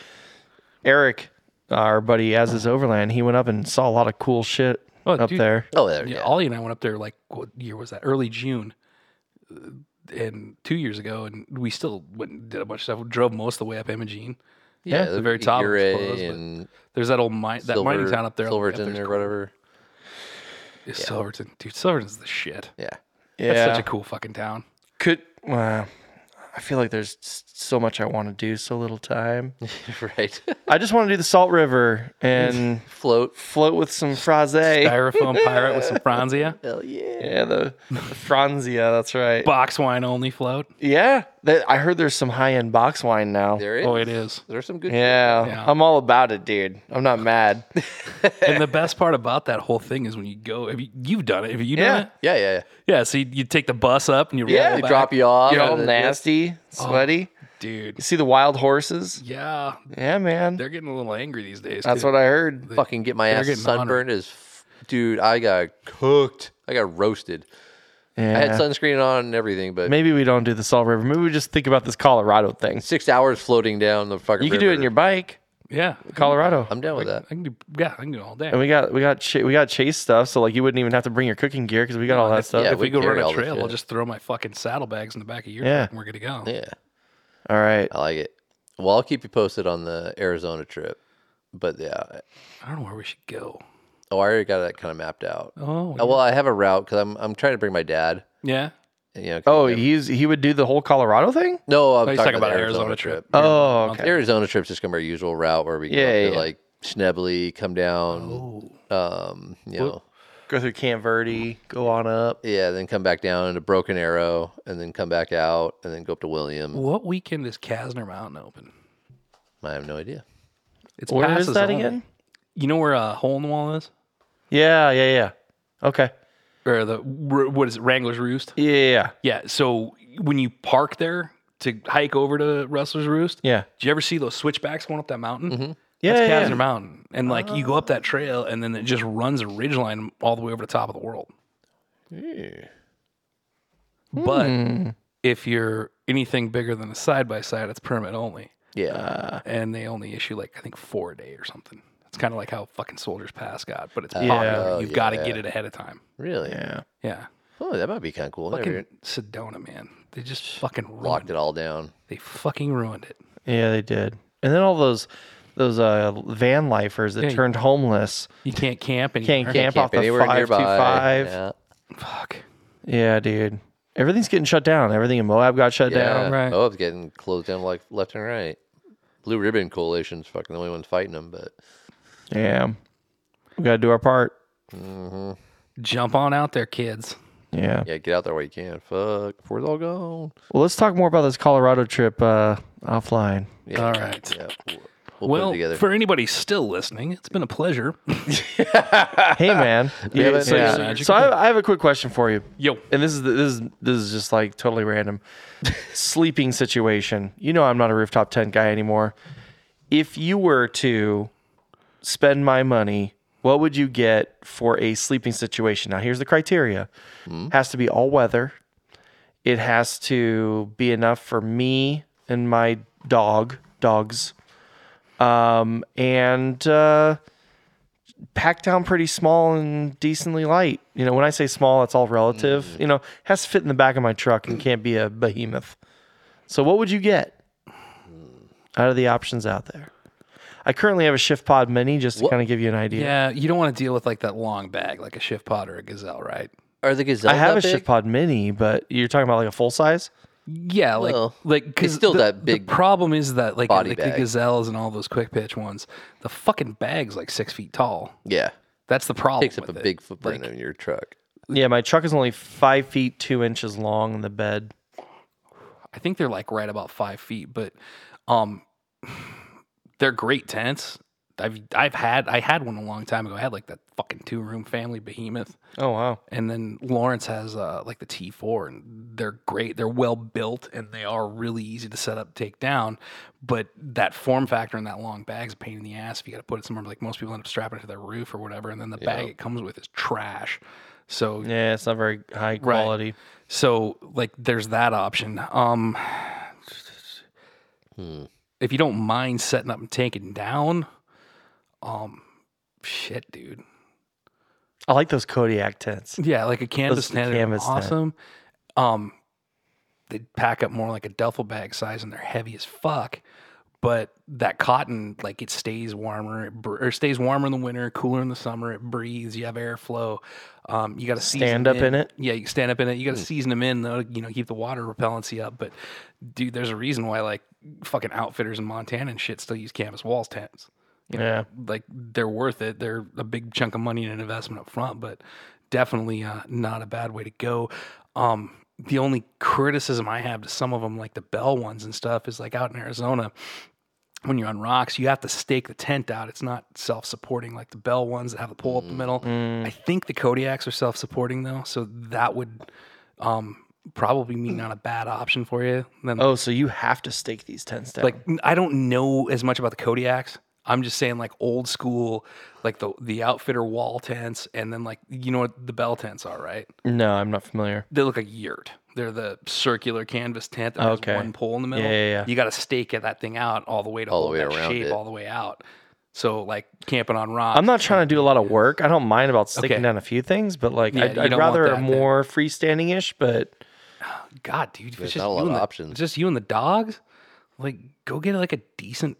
D: Eric, our buddy, has his overland. He went up and saw a lot of cool shit
C: Oh,
D: up
C: dude.
D: there.
A: Oh, there.
C: Yeah,
A: Yeah.
C: Ollie and I went up there like what year was that? Early June, uh, and two years ago, and we still went and did a bunch of stuff. We drove most of the way up Imogene.
A: Yeah.
C: the very top was
A: Uray
C: closed, but
A: and
C: There's that old mine, that mining
A: Silver-
C: town up there, up
A: Silverton
C: there's
A: or whatever.
C: It's Silverton, dude. Silverton's the shit.
A: Yeah. [laughs]
D: Yeah,
C: That's such a cool fucking town.
D: could. Well, I feel like there's s- so much I want to do, so little time.
A: right.
D: I just want to do the Salt River
C: [laughs]
D: and
A: Float.
D: float with some
A: [laughs]
D: froze.
C: Styrofoam pirate with some Franzia,
A: Hell yeah.
D: Yeah, the, the Franzia. That's right.
C: box wine only float.
D: Yeah, that, I heard there's some high end box wine now.
A: There is.
C: Oh, it is.
A: There's some good.
D: Yeah,
C: Yeah.
D: I'm all about it, dude. I'm not [laughs] mad.
C: And the best part about that whole thing is when you go, if you, you've done it, if you
D: Yeah.
C: done it,
A: Yeah. Yeah. yeah.
C: yeah. So you, you take the bus up and you
D: Yeah, Oh.
C: roll
A: They
C: back.
A: drop you off.
D: You're
A: and
D: all
A: then-
D: nasty, sweaty.
C: dude.
D: You see the wild horses?
C: Yeah,
D: Yeah, man.
C: they're getting a little angry these days.
D: That's
C: too.
D: what I heard.
A: fucking get my ass
C: getting honored.
A: sunburned as f- dude i got cooked i got roasted i had
D: Yeah.
A: sunscreen on and everything but
D: Maybe we don't do the Salt River. Maybe we just think about this Colorado thing.
A: six hours floating down the fucking
D: You could do it in
A: river.
D: your bike,
C: Yeah,
D: Colorado.
A: i'm down with that
C: I can do. Yeah, I can do it all day.
D: And we got we got cha- we got chase stuff, so like you wouldn't even have to bring your cooking gear because we got all that stuff.
A: yeah.
C: if we
A: we
C: go
A: carry
C: run
A: all
C: a
A: this
C: trail, I'll
A: shit.
C: just throw my fucking saddlebags in the back of your
D: Yeah.
C: truck and we're good to go.
A: yeah
D: All right.
A: i like it well i'll keep you posted on the arizona trip but yeah
C: I don't know where we should go.
A: oh i already got that kind of mapped out
C: Oh,
A: Uh, well i have a route because I'm, I'm trying to bring my dad
C: yeah.
A: you know 'cause
D: Oh,
A: I'm-
D: he's he would do the whole Colorado thing.
A: no i'm
C: Oh, he's
A: talking,
C: talking
A: about,
C: about
A: the arizona,
C: Arizona
A: trip,
C: trip.
D: Oh, okay.
A: The arizona trip's just gonna be our usual route where we go
D: Yeah,
A: up
D: yeah,
A: to,
D: yeah.
A: like Schnebly, come down
C: Oh,
A: um you know
D: Go through Camp Verde, go on up.
A: Yeah, then come back down to Broken Arrow, and then come back out, and then go up to William.
C: what weekend is Casner Mountain open?
A: I have no idea.
C: It's
D: Where is
C: passes
D: that
C: only.
D: again?
C: You know where a uh, hole in the wall is,
D: Yeah, yeah, yeah. Okay.
C: or the where- what is it, Wrangler's Roost?
D: Yeah, yeah,
C: Yeah. So when you park there to hike over to Rustler's Roost,
D: yeah.
C: Do you ever see those switchbacks going up that mountain? Mm-hmm.
D: Yeah,
C: That's
D: yeah,
C: Casner
D: yeah.
C: Mountain. And like you go up that trail and then it just runs a ridgeline all the way over the top of the world. But if you're anything bigger than a side by side, it's permit only.
A: Yeah,
C: And they only issue like I think four a day or something. It's kind of like how fucking Soldiers Pass got, but it's
D: Oh,
C: popular. You've got to
A: yeah.
C: get it ahead of time.
A: really?
D: Yeah.
C: Yeah.
A: Oh, that might be kind of cool. Never
C: Fucking Sedona, man. They just fucking ruined
A: locked
C: it.
A: it all down.
C: They fucking ruined it.
D: Yeah, they did. And then all those those uh, van lifers that
C: you-
D: turned homeless
C: You can't camp and
D: can't camp off the
A: anywhere
D: five two five. Yeah.
A: Yeah.
C: Fuck.
D: dude. Everything's getting shut down. Everything in Moab got shut
A: yeah.
D: down.
C: right.
A: Oh, it's getting closed down like left and right. Blue Ribbon Coalition's fucking the only one fighting them, but
D: Yeah, we got to do our part.
C: Jump on out there, kids.
D: Yeah.
A: yeah, get out there while you can. Fuck, before it's all gone.
D: Well, let's talk more about this Colorado trip uh, offline.
A: Yeah.
C: All right.
A: Yeah, we'll, we'll put it
C: Well,
A: together.
C: for anybody still listening, it's been
A: [laughs]
C: a pleasure.
D: hey, man. Yeah,
A: but-
D: so
A: yeah.
D: so, I, I have a quick question for you.
C: Yo,
D: And this is the, this is this is just like totally random. Sleeping situation. You know, I'm not a rooftop tent guy anymore. If you were to spend my money, what would you get for a sleeping situation? Now, here's the criteria: has to be all weather. It has to be enough for me and my dog, dogs, um, and uh, packed down pretty small and decently light. You know, when I say small, it's all relative.
A: Mm.
D: You know, has to fit in the back of my truck and can't be a behemoth. So, what would you get out of the options out there? I currently have a Shift Pod Mini, just to kind of give you an idea.
C: yeah, you don't want to deal with like that long bag, like a shift pod or a gazelle, right?
A: Are the gazelles
D: I have a
A: that big?
D: Shift Pod Mini, but you're talking about like a full size.
C: Yeah, like
A: Well,
C: like because
A: it's still
C: the,
A: that big
C: The problem is that like,
A: body
C: like the
A: bag.
C: gazelles and all those quick pitch ones, the fucking bag's like six feet tall.
A: Yeah,
C: That's the problem.
A: takes up a
C: with it.
A: big footprint in your truck.
D: Yeah, my truck is only five feet two inches long in the bed.
C: I think they're like right about five feet, but um, [sighs] they're great tents. I've I've had I had one a long time ago. I had like that fucking two room family behemoth,
D: Oh wow.
C: and then Lawrence has uh, like the T four, and they're great. They're well built, and they are really easy to set up, take down. But that form factor and that long bag's a pain in the ass. If you got to put it somewhere, like most people end up strapping it to their roof or whatever, and then the bag it comes with is trash. So
D: Yeah, it's not very high quality.
C: so like there's that option. Um if you don't mind setting up and taking down, um shit, dude.
D: I like those Kodiak tents.
C: Yeah, like a canvas
D: Those
C: tent
D: canvas
C: canvas
D: tent.
C: awesome. Um they pack up more like a duffel bag size and they're heavy as fuck. But that cotton, like it stays warmer, it br- or stays warmer in the winter, cooler in the summer. It breathes. You have airflow. Um, you got to
D: Stand up in it? Hmm.
C: yeah, you stand up in it. You got to season them in though. You know, keep the water repellency up. But dude, there's a reason why like fucking outfitters in Montana and shit still use canvas walls tents.
D: Yeah.
C: Like they're worth it. They're a big chunk of money and an investment up front, but definitely uh, not a bad way to go. Um, the only criticism I have to some of them, like the Bell ones and stuff, is like out in Arizona, when you're on rocks, you have to stake the tent out. It's not self supporting like the Bell ones that have the pole up the middle. I think the Kodiaks are self supporting though, so that would um, probably mean not a bad option for you. Then,
D: Oh, so you have to stake these tents down.
C: like, I don't know as much about the Kodiaks. I'm just saying, like old school, like the the outfitter wall tents, and then like you know what the bell tents are, right?
D: no, I'm not familiar.
C: They look like yurt. They're the circular canvas tent that
D: Okay.
C: has one pole in the middle.
D: Yeah, yeah, yeah.
C: You got to stake it- that thing out all the way to
A: All the
C: hold
A: way
C: that
A: around
C: shape
A: it.
C: all the way out. So like camping on rocks.
D: I'm not trying to do a lot of work. I don't mind about sticking
C: Okay.
D: down a few things, but like
C: Yeah,
D: I'd,
C: you
D: I'd
C: don't want
D: rather
C: that then.
D: more freestanding ish. But
C: God, dude, if
A: There's
C: it's just
A: not a lot
C: you
A: of
C: and the,
A: options.
C: Just you and the dogs. Like, go get like a decent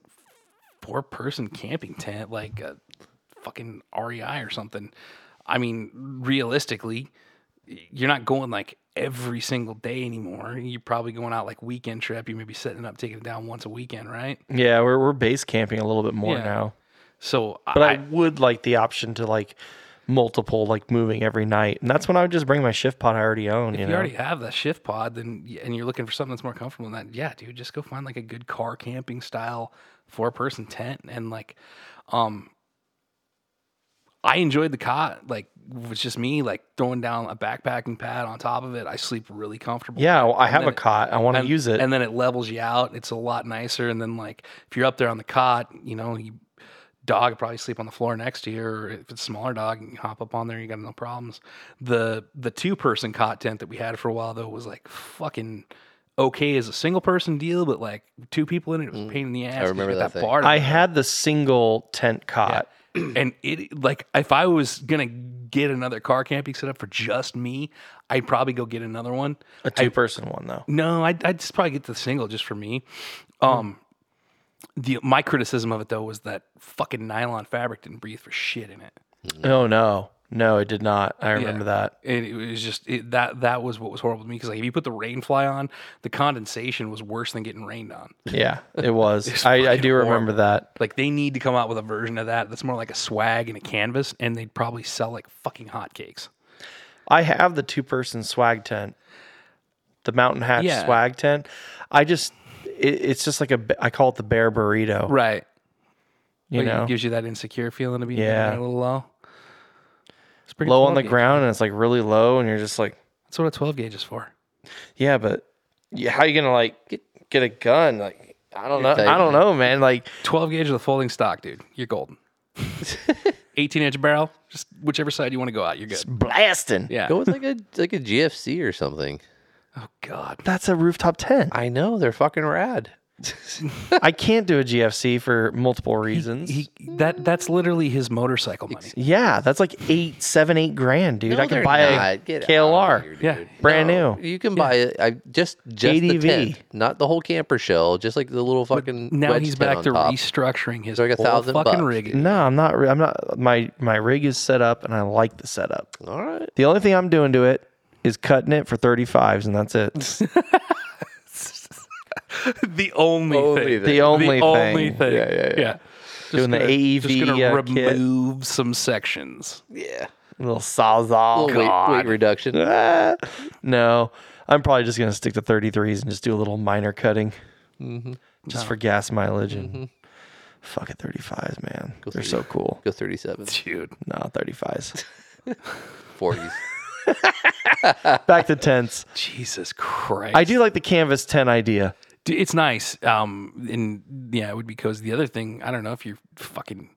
C: four-person camping tent, like a fucking REI or something. I mean, realistically, y- you're not going like every single day anymore. You're probably going out like weekend trip. You may be setting it up, taking it down once a weekend, right?
D: yeah, we're we're base camping a little bit more
C: Yeah.
D: now.
C: So,
D: But I,
C: I,
D: would like the option to like multiple, like moving every night, and that's when I would just bring my shift pot I already own. You
C: if
D: know,
C: you already have that shift pod, then y- and you're looking for something that's more comfortable than that, yeah, dude, just go find like a good car camping style four person tent and like, um, I enjoyed the cot. Like it was just me like throwing down a backpacking pad on top of it. I sleep really comfortable.
D: yeah, well, I have
C: then
D: a
C: it-
D: cot. I want to
C: and-
D: use it.
C: And then it levels you out. It's a lot nicer. And then like if you're up there on the cot, you know, you dog would probably sleep on the floor next to you, or if it's a smaller dog, you can hop up on there, you got no problems. The the two person cot tent that we had for a while though was like fucking okay as a single person deal, but like two people in it, it was a pain in the ass. 'cause you
A: Mm. remember
C: got
A: that thing.
C: bar to
D: I had the single tent cot.
C: [clears throat] and it like if I was gonna get another car camping setup for just me, I'd probably go get another one.
D: A two person one though.
C: No, I'd, I'd just probably get the single just for me. Um, the my criticism of it though was that fucking nylon fabric didn't breathe for shit in it.
D: Oh no, no, it did not. I
C: [laughs]
D: remember that.
C: And it was just it, that that was what was horrible to me because like if you put the rain fly on, the condensation was worse than getting rained on.
D: Yeah, it was. I, I do remember that.
C: Like they need to come out with a version of that that's more like a swag and a canvas, and they'd probably sell like fucking hotcakes.
D: I have the two person swag tent, the Mountain Hatch
C: Yeah.
D: swag tent. I just, it, it's just like a, b- I call it the bear burrito.
C: Right.
D: You know,
C: it gives you that insecure feeling of being
D: Yeah.
C: down a little low. It's pretty
D: low on the
C: 12 gauge.
D: ground and it's like really low, and you're just like,
C: That's what a twelve gauge is for.
D: yeah, but yeah, how you gonna like get, get a gun? Like, I don't know.
A: tight,
D: I don't know, man. Like,
C: 12 gauge of the folding stock, dude. You're golden. 18 inch barrel, just whichever side you want to go out, you're good.
D: blasting.
C: Yeah.
A: Go with like a like a GFC or something.
C: Oh God.
D: That's a rooftop tent.
A: I know they're fucking rad.
D: I can't do a GFC for multiple reasons.
C: He, that that's literally his motorcycle money.
D: yeah, that's like eight, seven, eight grand, dude. I can buy a KLR.
C: Yeah.
D: Brand
A: No,
D: new.
A: You can buy it. I just just the
D: ADV.
A: tent, not the whole camper shell. Just like the little fucking.
C: Now
A: wedge
C: he's
A: tent
C: back
A: on
C: to
A: top.
C: restructuring his
A: It's like a
C: whole
A: thousand
C: fucking
A: bucks,
D: [laughs]
C: rig.
D: No, I'm not. re- I'm not. My my rig is set up, and I like the setup.
A: All right.
D: The only thing I'm doing to it is cutting it for 35s, and
C: [laughs]
D: that's it.
C: The only, thing.
D: The only
C: the
D: thing.
C: only thing. Yeah, yeah,
D: Doing the AEV
C: Just gonna
D: uh, kit.
C: remove some sections.
A: Yeah.
D: Little sawzall.
A: Little weight, weight reduction.
D: Ah, no, I'm probably just gonna stick to 33s and just do a little minor cutting,
C: Mm-hmm.
D: just for gas mileage and fuck it, 35s, man. They're so cool.
A: Go
D: [laughs]
A: 37,
C: dude.
D: No,
C: [laughs]
D: 35s.
A: 40s.
D: Back to tents.
C: Jesus Christ.
D: I do like the canvas tent idea.
C: D- it's nice. Um, and yeah, it would be because the other thing, I don't know if you're fucking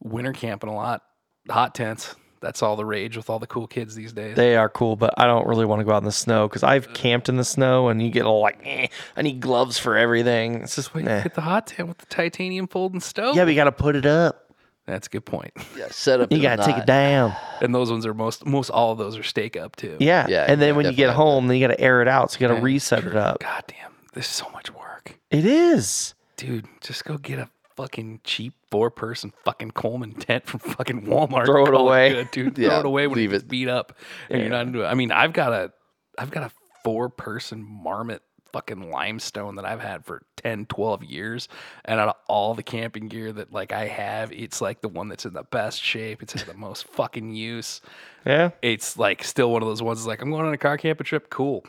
C: winter camping a lot, hot tents. That's all the rage with all the cool kids these days.
D: They are cool, but I don't really want to go out in the snow because
A: Uh,
D: I've camped in the snow and you get all like, eh, I need gloves for everything. It's just, eh.
C: Hit the hot tent with the titanium folding stove.
D: yeah, but you got to put it up.
C: That's a good point. [laughs]
A: Yeah, set up.
D: You
A: and
D: got to take
A: not.
D: it down.
C: And those ones are most, most all of those are stake up too.
D: Yeah.
A: Yeah,
D: and then
A: yeah,
D: when you get
A: definitely.
D: home, then you got to air it out. So you got to reset it up.
C: God damn, this is so much work.
D: It is.
C: Dude, just go get a fucking cheap four person fucking Coleman tent from fucking Walmart.
D: Throw it
C: Call
D: away.
C: good, dude. Throw
A: Yeah,
C: it away when
A: leave
C: it's
A: it.
C: beat up and you're not into it. I mean, I've got a I've got a four person marmot fucking limestone that I've had for 10, 12 years. And out of all the camping gear that like I have, it's like the one that's in the best shape. It's in the most fucking use.
D: Yeah.
C: It's like still one of those ones that's like, I'm going on a car camping trip, cool.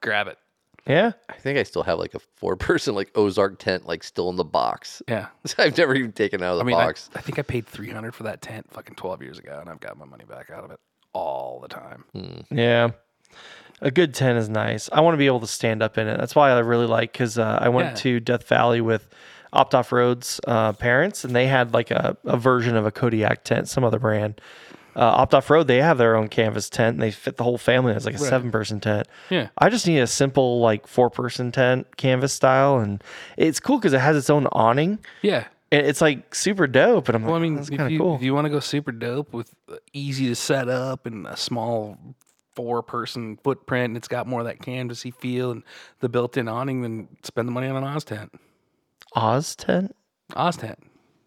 C: Grab it.
D: Yeah.
A: I think I still have like a four person like Ozark tent like still in the box. [laughs]
C: Yeah.
A: I've never even taken it out of the
C: I mean, I,
A: box.
C: I think I paid 300 for that tent fucking 12 years ago, and I've got my money back out of it all the time.
D: Yeah. A good tent is nice. I want to be able to stand up in it. That's why I really like because uh, I went
C: Yeah.
D: to Death Valley with Opt Off Road's uh, parents, and they had like a, a version of a Kodiak tent, some other brand. Uh, Opt Off Road, they have their own canvas tent, and they fit the whole family. It's like a seven person tent.
C: Yeah.
D: I just need a simple like four person tent, canvas style, and it's cool because it has its own awning.
C: Yeah.
D: And it's like super dope, and I'm
C: Well, I
D: like, "Oh,
C: mean,
D: that's
C: if
D: kind
C: you,
D: of cool.
C: if you want to go super dope with uh, easy to set up and a small four person footprint, and it's got more of that canvasy feel and the built in awning, then spend the money on an Oz tent.
D: Oz tent? [laughs]
C: Oz tent.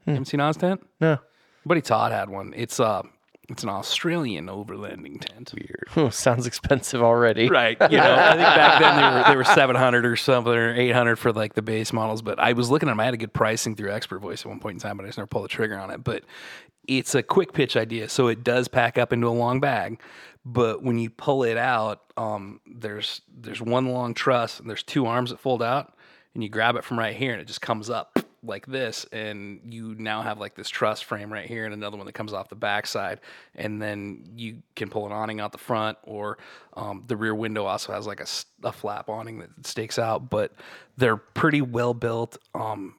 C: You haven't seen Oz tent?
D: Hmm. No.
C: Buddy Todd had one. It's uh, it's an Australian overlanding tent. Weird.
D: sounds expensive already.
C: [laughs] Right. You know, I think back then they were, they [laughs] were 700 or something or 800 for like the base models. But I was looking at them. I had a good pricing through Expert Voice at one point in time, but I just never pulled the trigger on it. But it's a quick pitch idea. So it does pack up into a long bag. But when you pull it out, um, there's there's one long truss and there's two arms that fold out and you grab it from right here and it just comes up like this and you now have like this truss frame right here and another one that comes off the backside and then you can pull an awning out the front or um, the rear window also has like a, s- a flap awning that stakes out but they're pretty well built um,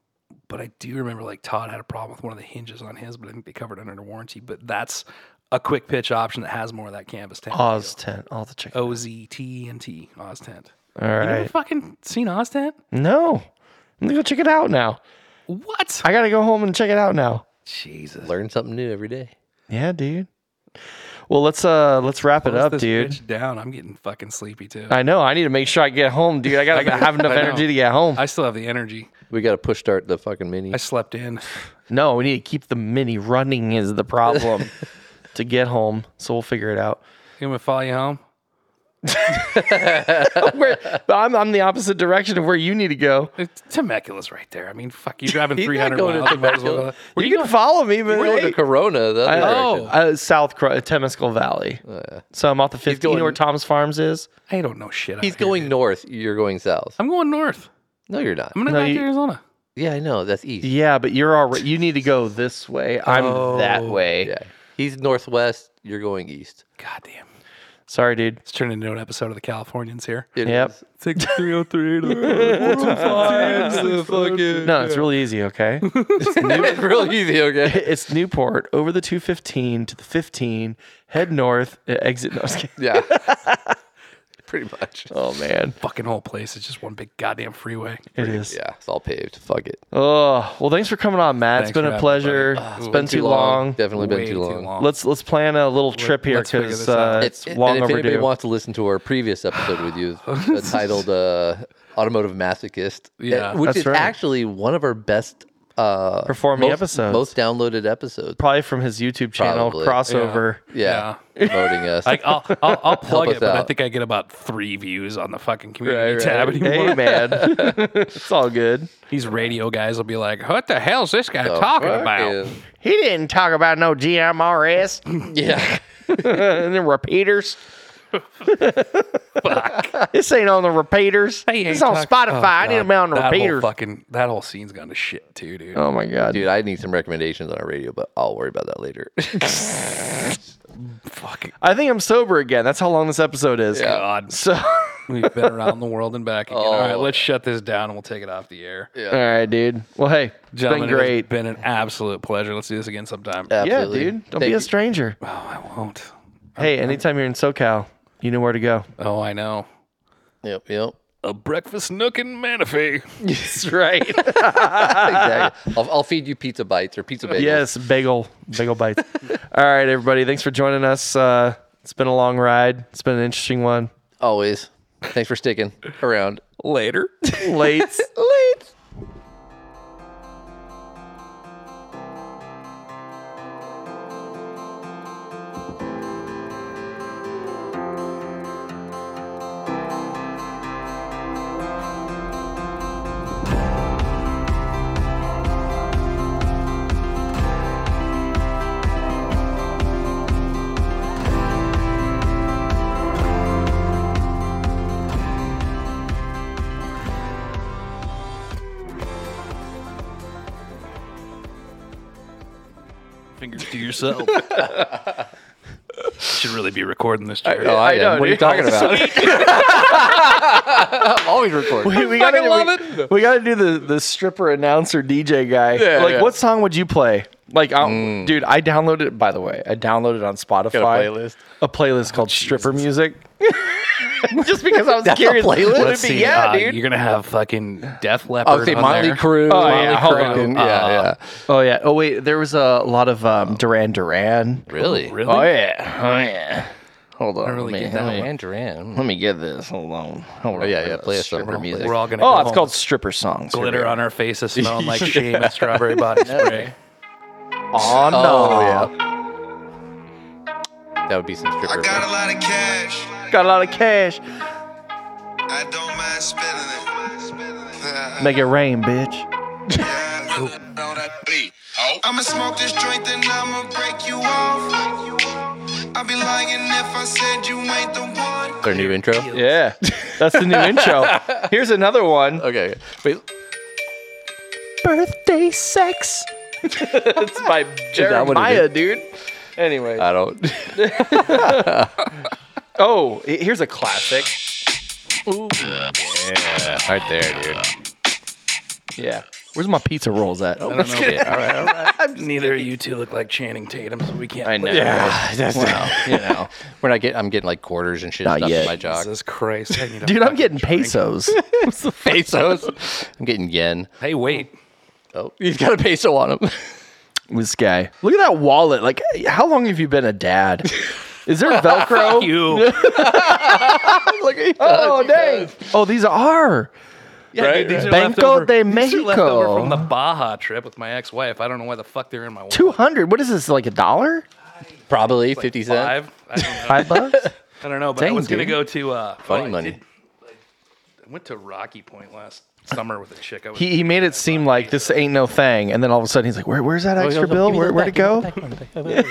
C: but i do remember like todd had a problem with one of the hinges on his but i think they covered it under warranty but that's a quick pitch option that has more of that canvas tent
D: Oz tent. I'll have to check. it.
C: o-z-t-n-t oz tent
D: All
C: you
D: right.
C: never fucking seen oz tent
D: No. I'm gonna go check it out now.
C: what
D: I gotta go home and check it out now.
C: jesus
A: Learn something new every day.
D: Yeah, dude. Well, let's uh let's wrap it
C: Close
D: up,
C: this
D: dude.
C: bitch down. I'm getting fucking sleepy too. I,
D: I know. I need to make sure I get home, dude. I gotta have enough
C: I know.
D: energy to get home.
C: still have the energy.
A: We got to push start the fucking mini.
C: I slept in.
D: no, we need to keep the mini running is the problem to get home. So we'll figure it out.
C: You want me to follow you home?
D: Where, but I'm I'm the opposite direction of where you need to go.
C: It's Temecula's right there. I mean, fuck, you're
A: [laughs]
C: driving
A: You're not
C: 300
A: going to
C: miles. You might as well
A: Temecula.
C: go-
D: you can follow me, but
A: We're going to Corona. The other direction.
D: uh, South Cro- Temescal Valley. So I'm off the 15. You know
A: going-
D: where Tom's Farms is?
C: I don't know shit. out
A: He's
C: here.
A: going north. You're going south.
C: I'm going north.
A: No, you're not.
C: I'm gonna
D: No,
C: go back
D: you-
C: to Arizona.
A: Yeah, I know. That's east.
D: Yeah, but you're already. You need to go this way. I'm
C: Oh,
D: that way.
A: Yeah. He's northwest. You're going east.
C: Goddamn,
D: Sorry, dude.
C: it's turned into an episode of the Californians
A: [laughs]
C: here.
A: It
D: Yep.
A: is.
C: Take the 303.
D: No, it's really
C: [laughs]
D: easy. Okay,
A: it's real easy.
D: [laughs]
A: Okay.
D: it's Newport over the 215 to the 15. Head north. uh, Exit. No, I'm
C: [laughs]
D: just kidding. [laughs]
A: Yeah. Pretty much.
D: oh man,
C: [laughs] Fucking whole place is just one big goddamn freeway.
D: [laughs] it is.
A: Yeah. It's all paved. Fuck it.
D: Oh well, thanks for coming on, Matt.
C: Thanks
D: it's been
C: for
D: a
C: having me,
D: pleasure.
C: buddy.
D: it's
C: Ooh,
D: been too long.
A: Definitely
C: Way
A: been too long. [laughs]
D: Let's let's plan a little trip here
C: let's figure
D: because
C: this
D: uh,
C: out.
D: it's long
A: and if anybody
D: overdue.
A: wants to listen to our previous episode with you, it's titled uh, "Automotive Masochist," eh,
C: Yeah.
A: which
D: That's
A: is
D: right.
A: actually one of our best uh,
D: Performing
A: most,
D: episodes.
A: most downloaded episodes.
D: Probably from his YouTube channel
A: Probably.
D: crossover.
A: Yeah, promoting us.
C: Like uh, I'll, I'll, I'll plug
A: us
C: it, but I
A: out.
C: think I get about three views on the fucking
A: Right,
C: community
A: right.
C: tab anymore.
D: Hey man, [laughs] it's all good.
C: These radio guys will be like, "What the hell's this guy talking
A: Oh, Fuck
C: about?" [laughs]
A: yeah.
D: He [laughs] didn't talk about no GMRS
A: Yeah.
D: and then repeaters.
C: [laughs]
B: This ain't on the repeaters.
C: They ain't
B: It's on
C: talk- Oh,
B: Spotify. I need
C: God,
B: them out on
C: that
B: repeaters.
C: Whole fucking, that whole scene's gone to shit too, dude.
B: oh my god.
A: Dude, I need some recommendations on our radio, but I'll worry about that later.
C: Fucking
B: I think I'm sober again. That's how long this episode is.
C: Oh, God.
B: So, Oh. all
C: [laughs] We've been around the world and back again. All right, let's shut this down and we'll take it off the air. Yeah.
B: right, dude. Well, hey, it's been great.
C: It's been an absolute pleasure. Let's do this again sometime.
B: yeah,
A: Absolutely.
B: dude. Don't
A: Thank
B: be
A: you.
B: a stranger.
C: Oh, I won't.
B: Hey, anytime you're in SoCal, you know where to go.
C: Oh, I know.
A: Yep, yep.
C: A breakfast nook in Manaphy.
B: That's right.
A: Exactly. I'll, I'll feed you pizza bites or pizza bagels.
B: [laughs] yes, bagel, bagel bites. all right, everybody. Thanks for joining us. Uh, it's been a long ride. It's been an interesting one.
A: Always. Thanks for sticking around.
C: Later. [laughs]
B: Late.
A: Late.
C: Fingers
B: [laughs]
C: to yourself. Should really be recording this. Jerry.
A: Oh, I,
B: I
A: am.
B: know,
A: What are you
B: dude. [laughs]
C: [laughs]
A: talking about? [laughs] I'm always recording.
B: we gotta, we, we gotta do the, the stripper announcer DJ guy. like,
A: yeah.
B: what song would you play? Like, I'll, dude, I downloaded it. By the way, I downloaded it on Spotify
A: playlist?
B: Mm. a playlist called stripper music. [laughs] Just because I was
A: That's a
B: curious,
A: playlist?
B: would it
A: Let's
B: be-
A: see,
B: yeah,
C: Uh,
B: dude.
C: You're gonna have fucking Death Leopard.
A: I would say
C: on
A: Motley
C: there.
A: Crue.
B: Oh,
A: Motley
B: yeah, hold on.
A: Crue. Yeah,
C: Uh,
A: yeah.
B: Oh yeah. Oh wait, there was a lot of um, Duran Duran.
A: Really?
C: Really?
B: Oh yeah. Oh yeah. Hold on.
C: really
B: let, me,
C: get
B: let,
C: that
A: Duran
B: me,
A: Duran.
B: let me get this. Hold on. Hold on.
A: yeah,
B: Where
A: yeah,
B: the
A: play us some.
B: stripper
A: I'll play
B: music.
A: it.
C: We're all gonna. go
B: Oh, it's
C: home.
B: called stripper songs.
C: glitter on our faces, smelling like shame and strawberry body spray.
B: Oh no.
A: Oh, yeah. That would be some
G: I
A: stripper.
G: got a lot of cash.
B: Got a lot of cash.
G: I don't mind spending
D: [laughs]
G: it.
B: Make it rain, bitch.
G: I'ma smoke this joint and I'ma break you off. I'd be lying if I said you ain't the one.
A: Their new intro.
B: Yeah, that's the new intro.
C: [laughs]
B: Here's another one.
A: Okay. Wait,
B: Birthday sex. it's
D: [laughs]
B: by
A: what it
B: Jeremiah,
A: is?
B: dude. Anyway,
D: Uh,
A: I don't. [laughs]
B: oh, he- here's a classic.
A: Yeah, right there, dude.
B: Yeah. Where's my pizza rolls at? Oh,
C: don't know. all right, all right. Neither of you two look like Channing Tatum, so we can't.
B: I know. Yeah, that's you know.
A: We're not getting. I'm getting like quarters and shit
B: Not
A: stuffed
B: yet.
A: in my jock.
C: Jesus Christ, I need a
B: Dude, I'm
C: fucking
B: getting [laughs]
C: drink.
B: pesos.
A: Pesos. I'm getting yen.
C: Hey, wait.
A: Oh, he's got a peso on him. [laughs]
B: this guy. Look at that wallet. Like, how long have you been a dad? Is [laughs] there Velcro? [laughs]
C: You.
B: oh, dang. Oh, these are.
C: Yeah, dude, these are
B: Banco
C: leftover-
B: de
C: These are leftover
B: Mexico.
C: from the Baja trip with my ex-wife. I don't know why the fuck they're in my wallet. [laughs]
B: 200. What is this? Like a dollar?
A: Probably fifty cents.
C: Five. I don't know.
B: Five bucks?
C: I don't know, but I
B: Dang,
C: was gonna
B: dude.
C: go to uh,
A: Funny
C: oh, I
A: money.
C: did- I went to Rocky Point last summer with a chick. I
B: [laughs]
C: was
B: he, he made it seem like this ain't no thing. And then all of a sudden he's like, Where, where's that extra bill? Where, where'd it go?
C: no,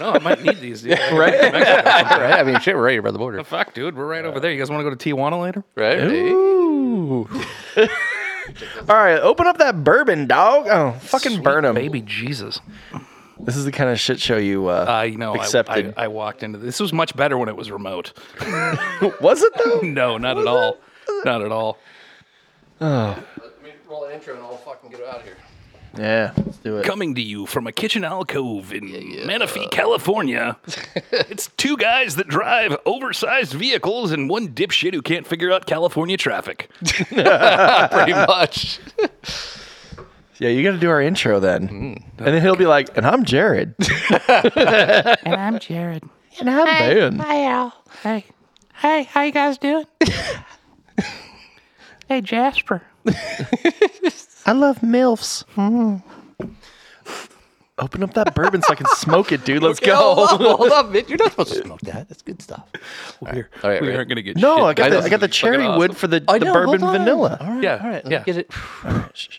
C: "Oh, I might need these, dude. right?
A: right? I mean, shit, we're right by the border,
C: Fuck, dude, we're right over there. You guys want to go to Tijuana later?
A: right?
B: Ooh. all right, open up that bourbon, dog. Oh, fucking burn him.
C: Baby Jesus.
B: This is the kind of shit show you uh,
C: Uh, you know, I-
B: accepted.
C: I, I, walked into this. was much better when it was remote. [laughs]
B: was it though?
C: No, not at all. Not at all.
A: Let me roll an intro and I'll fucking get out of here.
B: Yeah, let's do it.
C: Coming to you from a kitchen alcove in Menifee, California. it's two guys that drive oversized vehicles and one dipshit who can't figure out California traffic.
A: Pretty much.
B: Yeah, you got to do our intro then, and then he'll be like, "And I'm Jared,
H: And I'm Jared.
B: and I'm Ben."
H: Hi, Al. Hey. Hey, how you guys doing? hey, Jasper.
B: I love milfs." Open up that bourbon so I can smoke it, dude. Let's go.
A: Hold up, hold up, bitch. You're not supposed to smoke that. That's good stuff.
C: We're,
A: All right,
C: we
A: right.
C: aren't going to get
B: No,
C: shit
B: Oh, I got
C: done.
B: the I got the cherry wood for the, the
A: know,
B: bourbon
A: hold on.
B: vanilla.
A: All right,
C: Yeah,
A: all right. Let me
C: yeah.
A: Get it.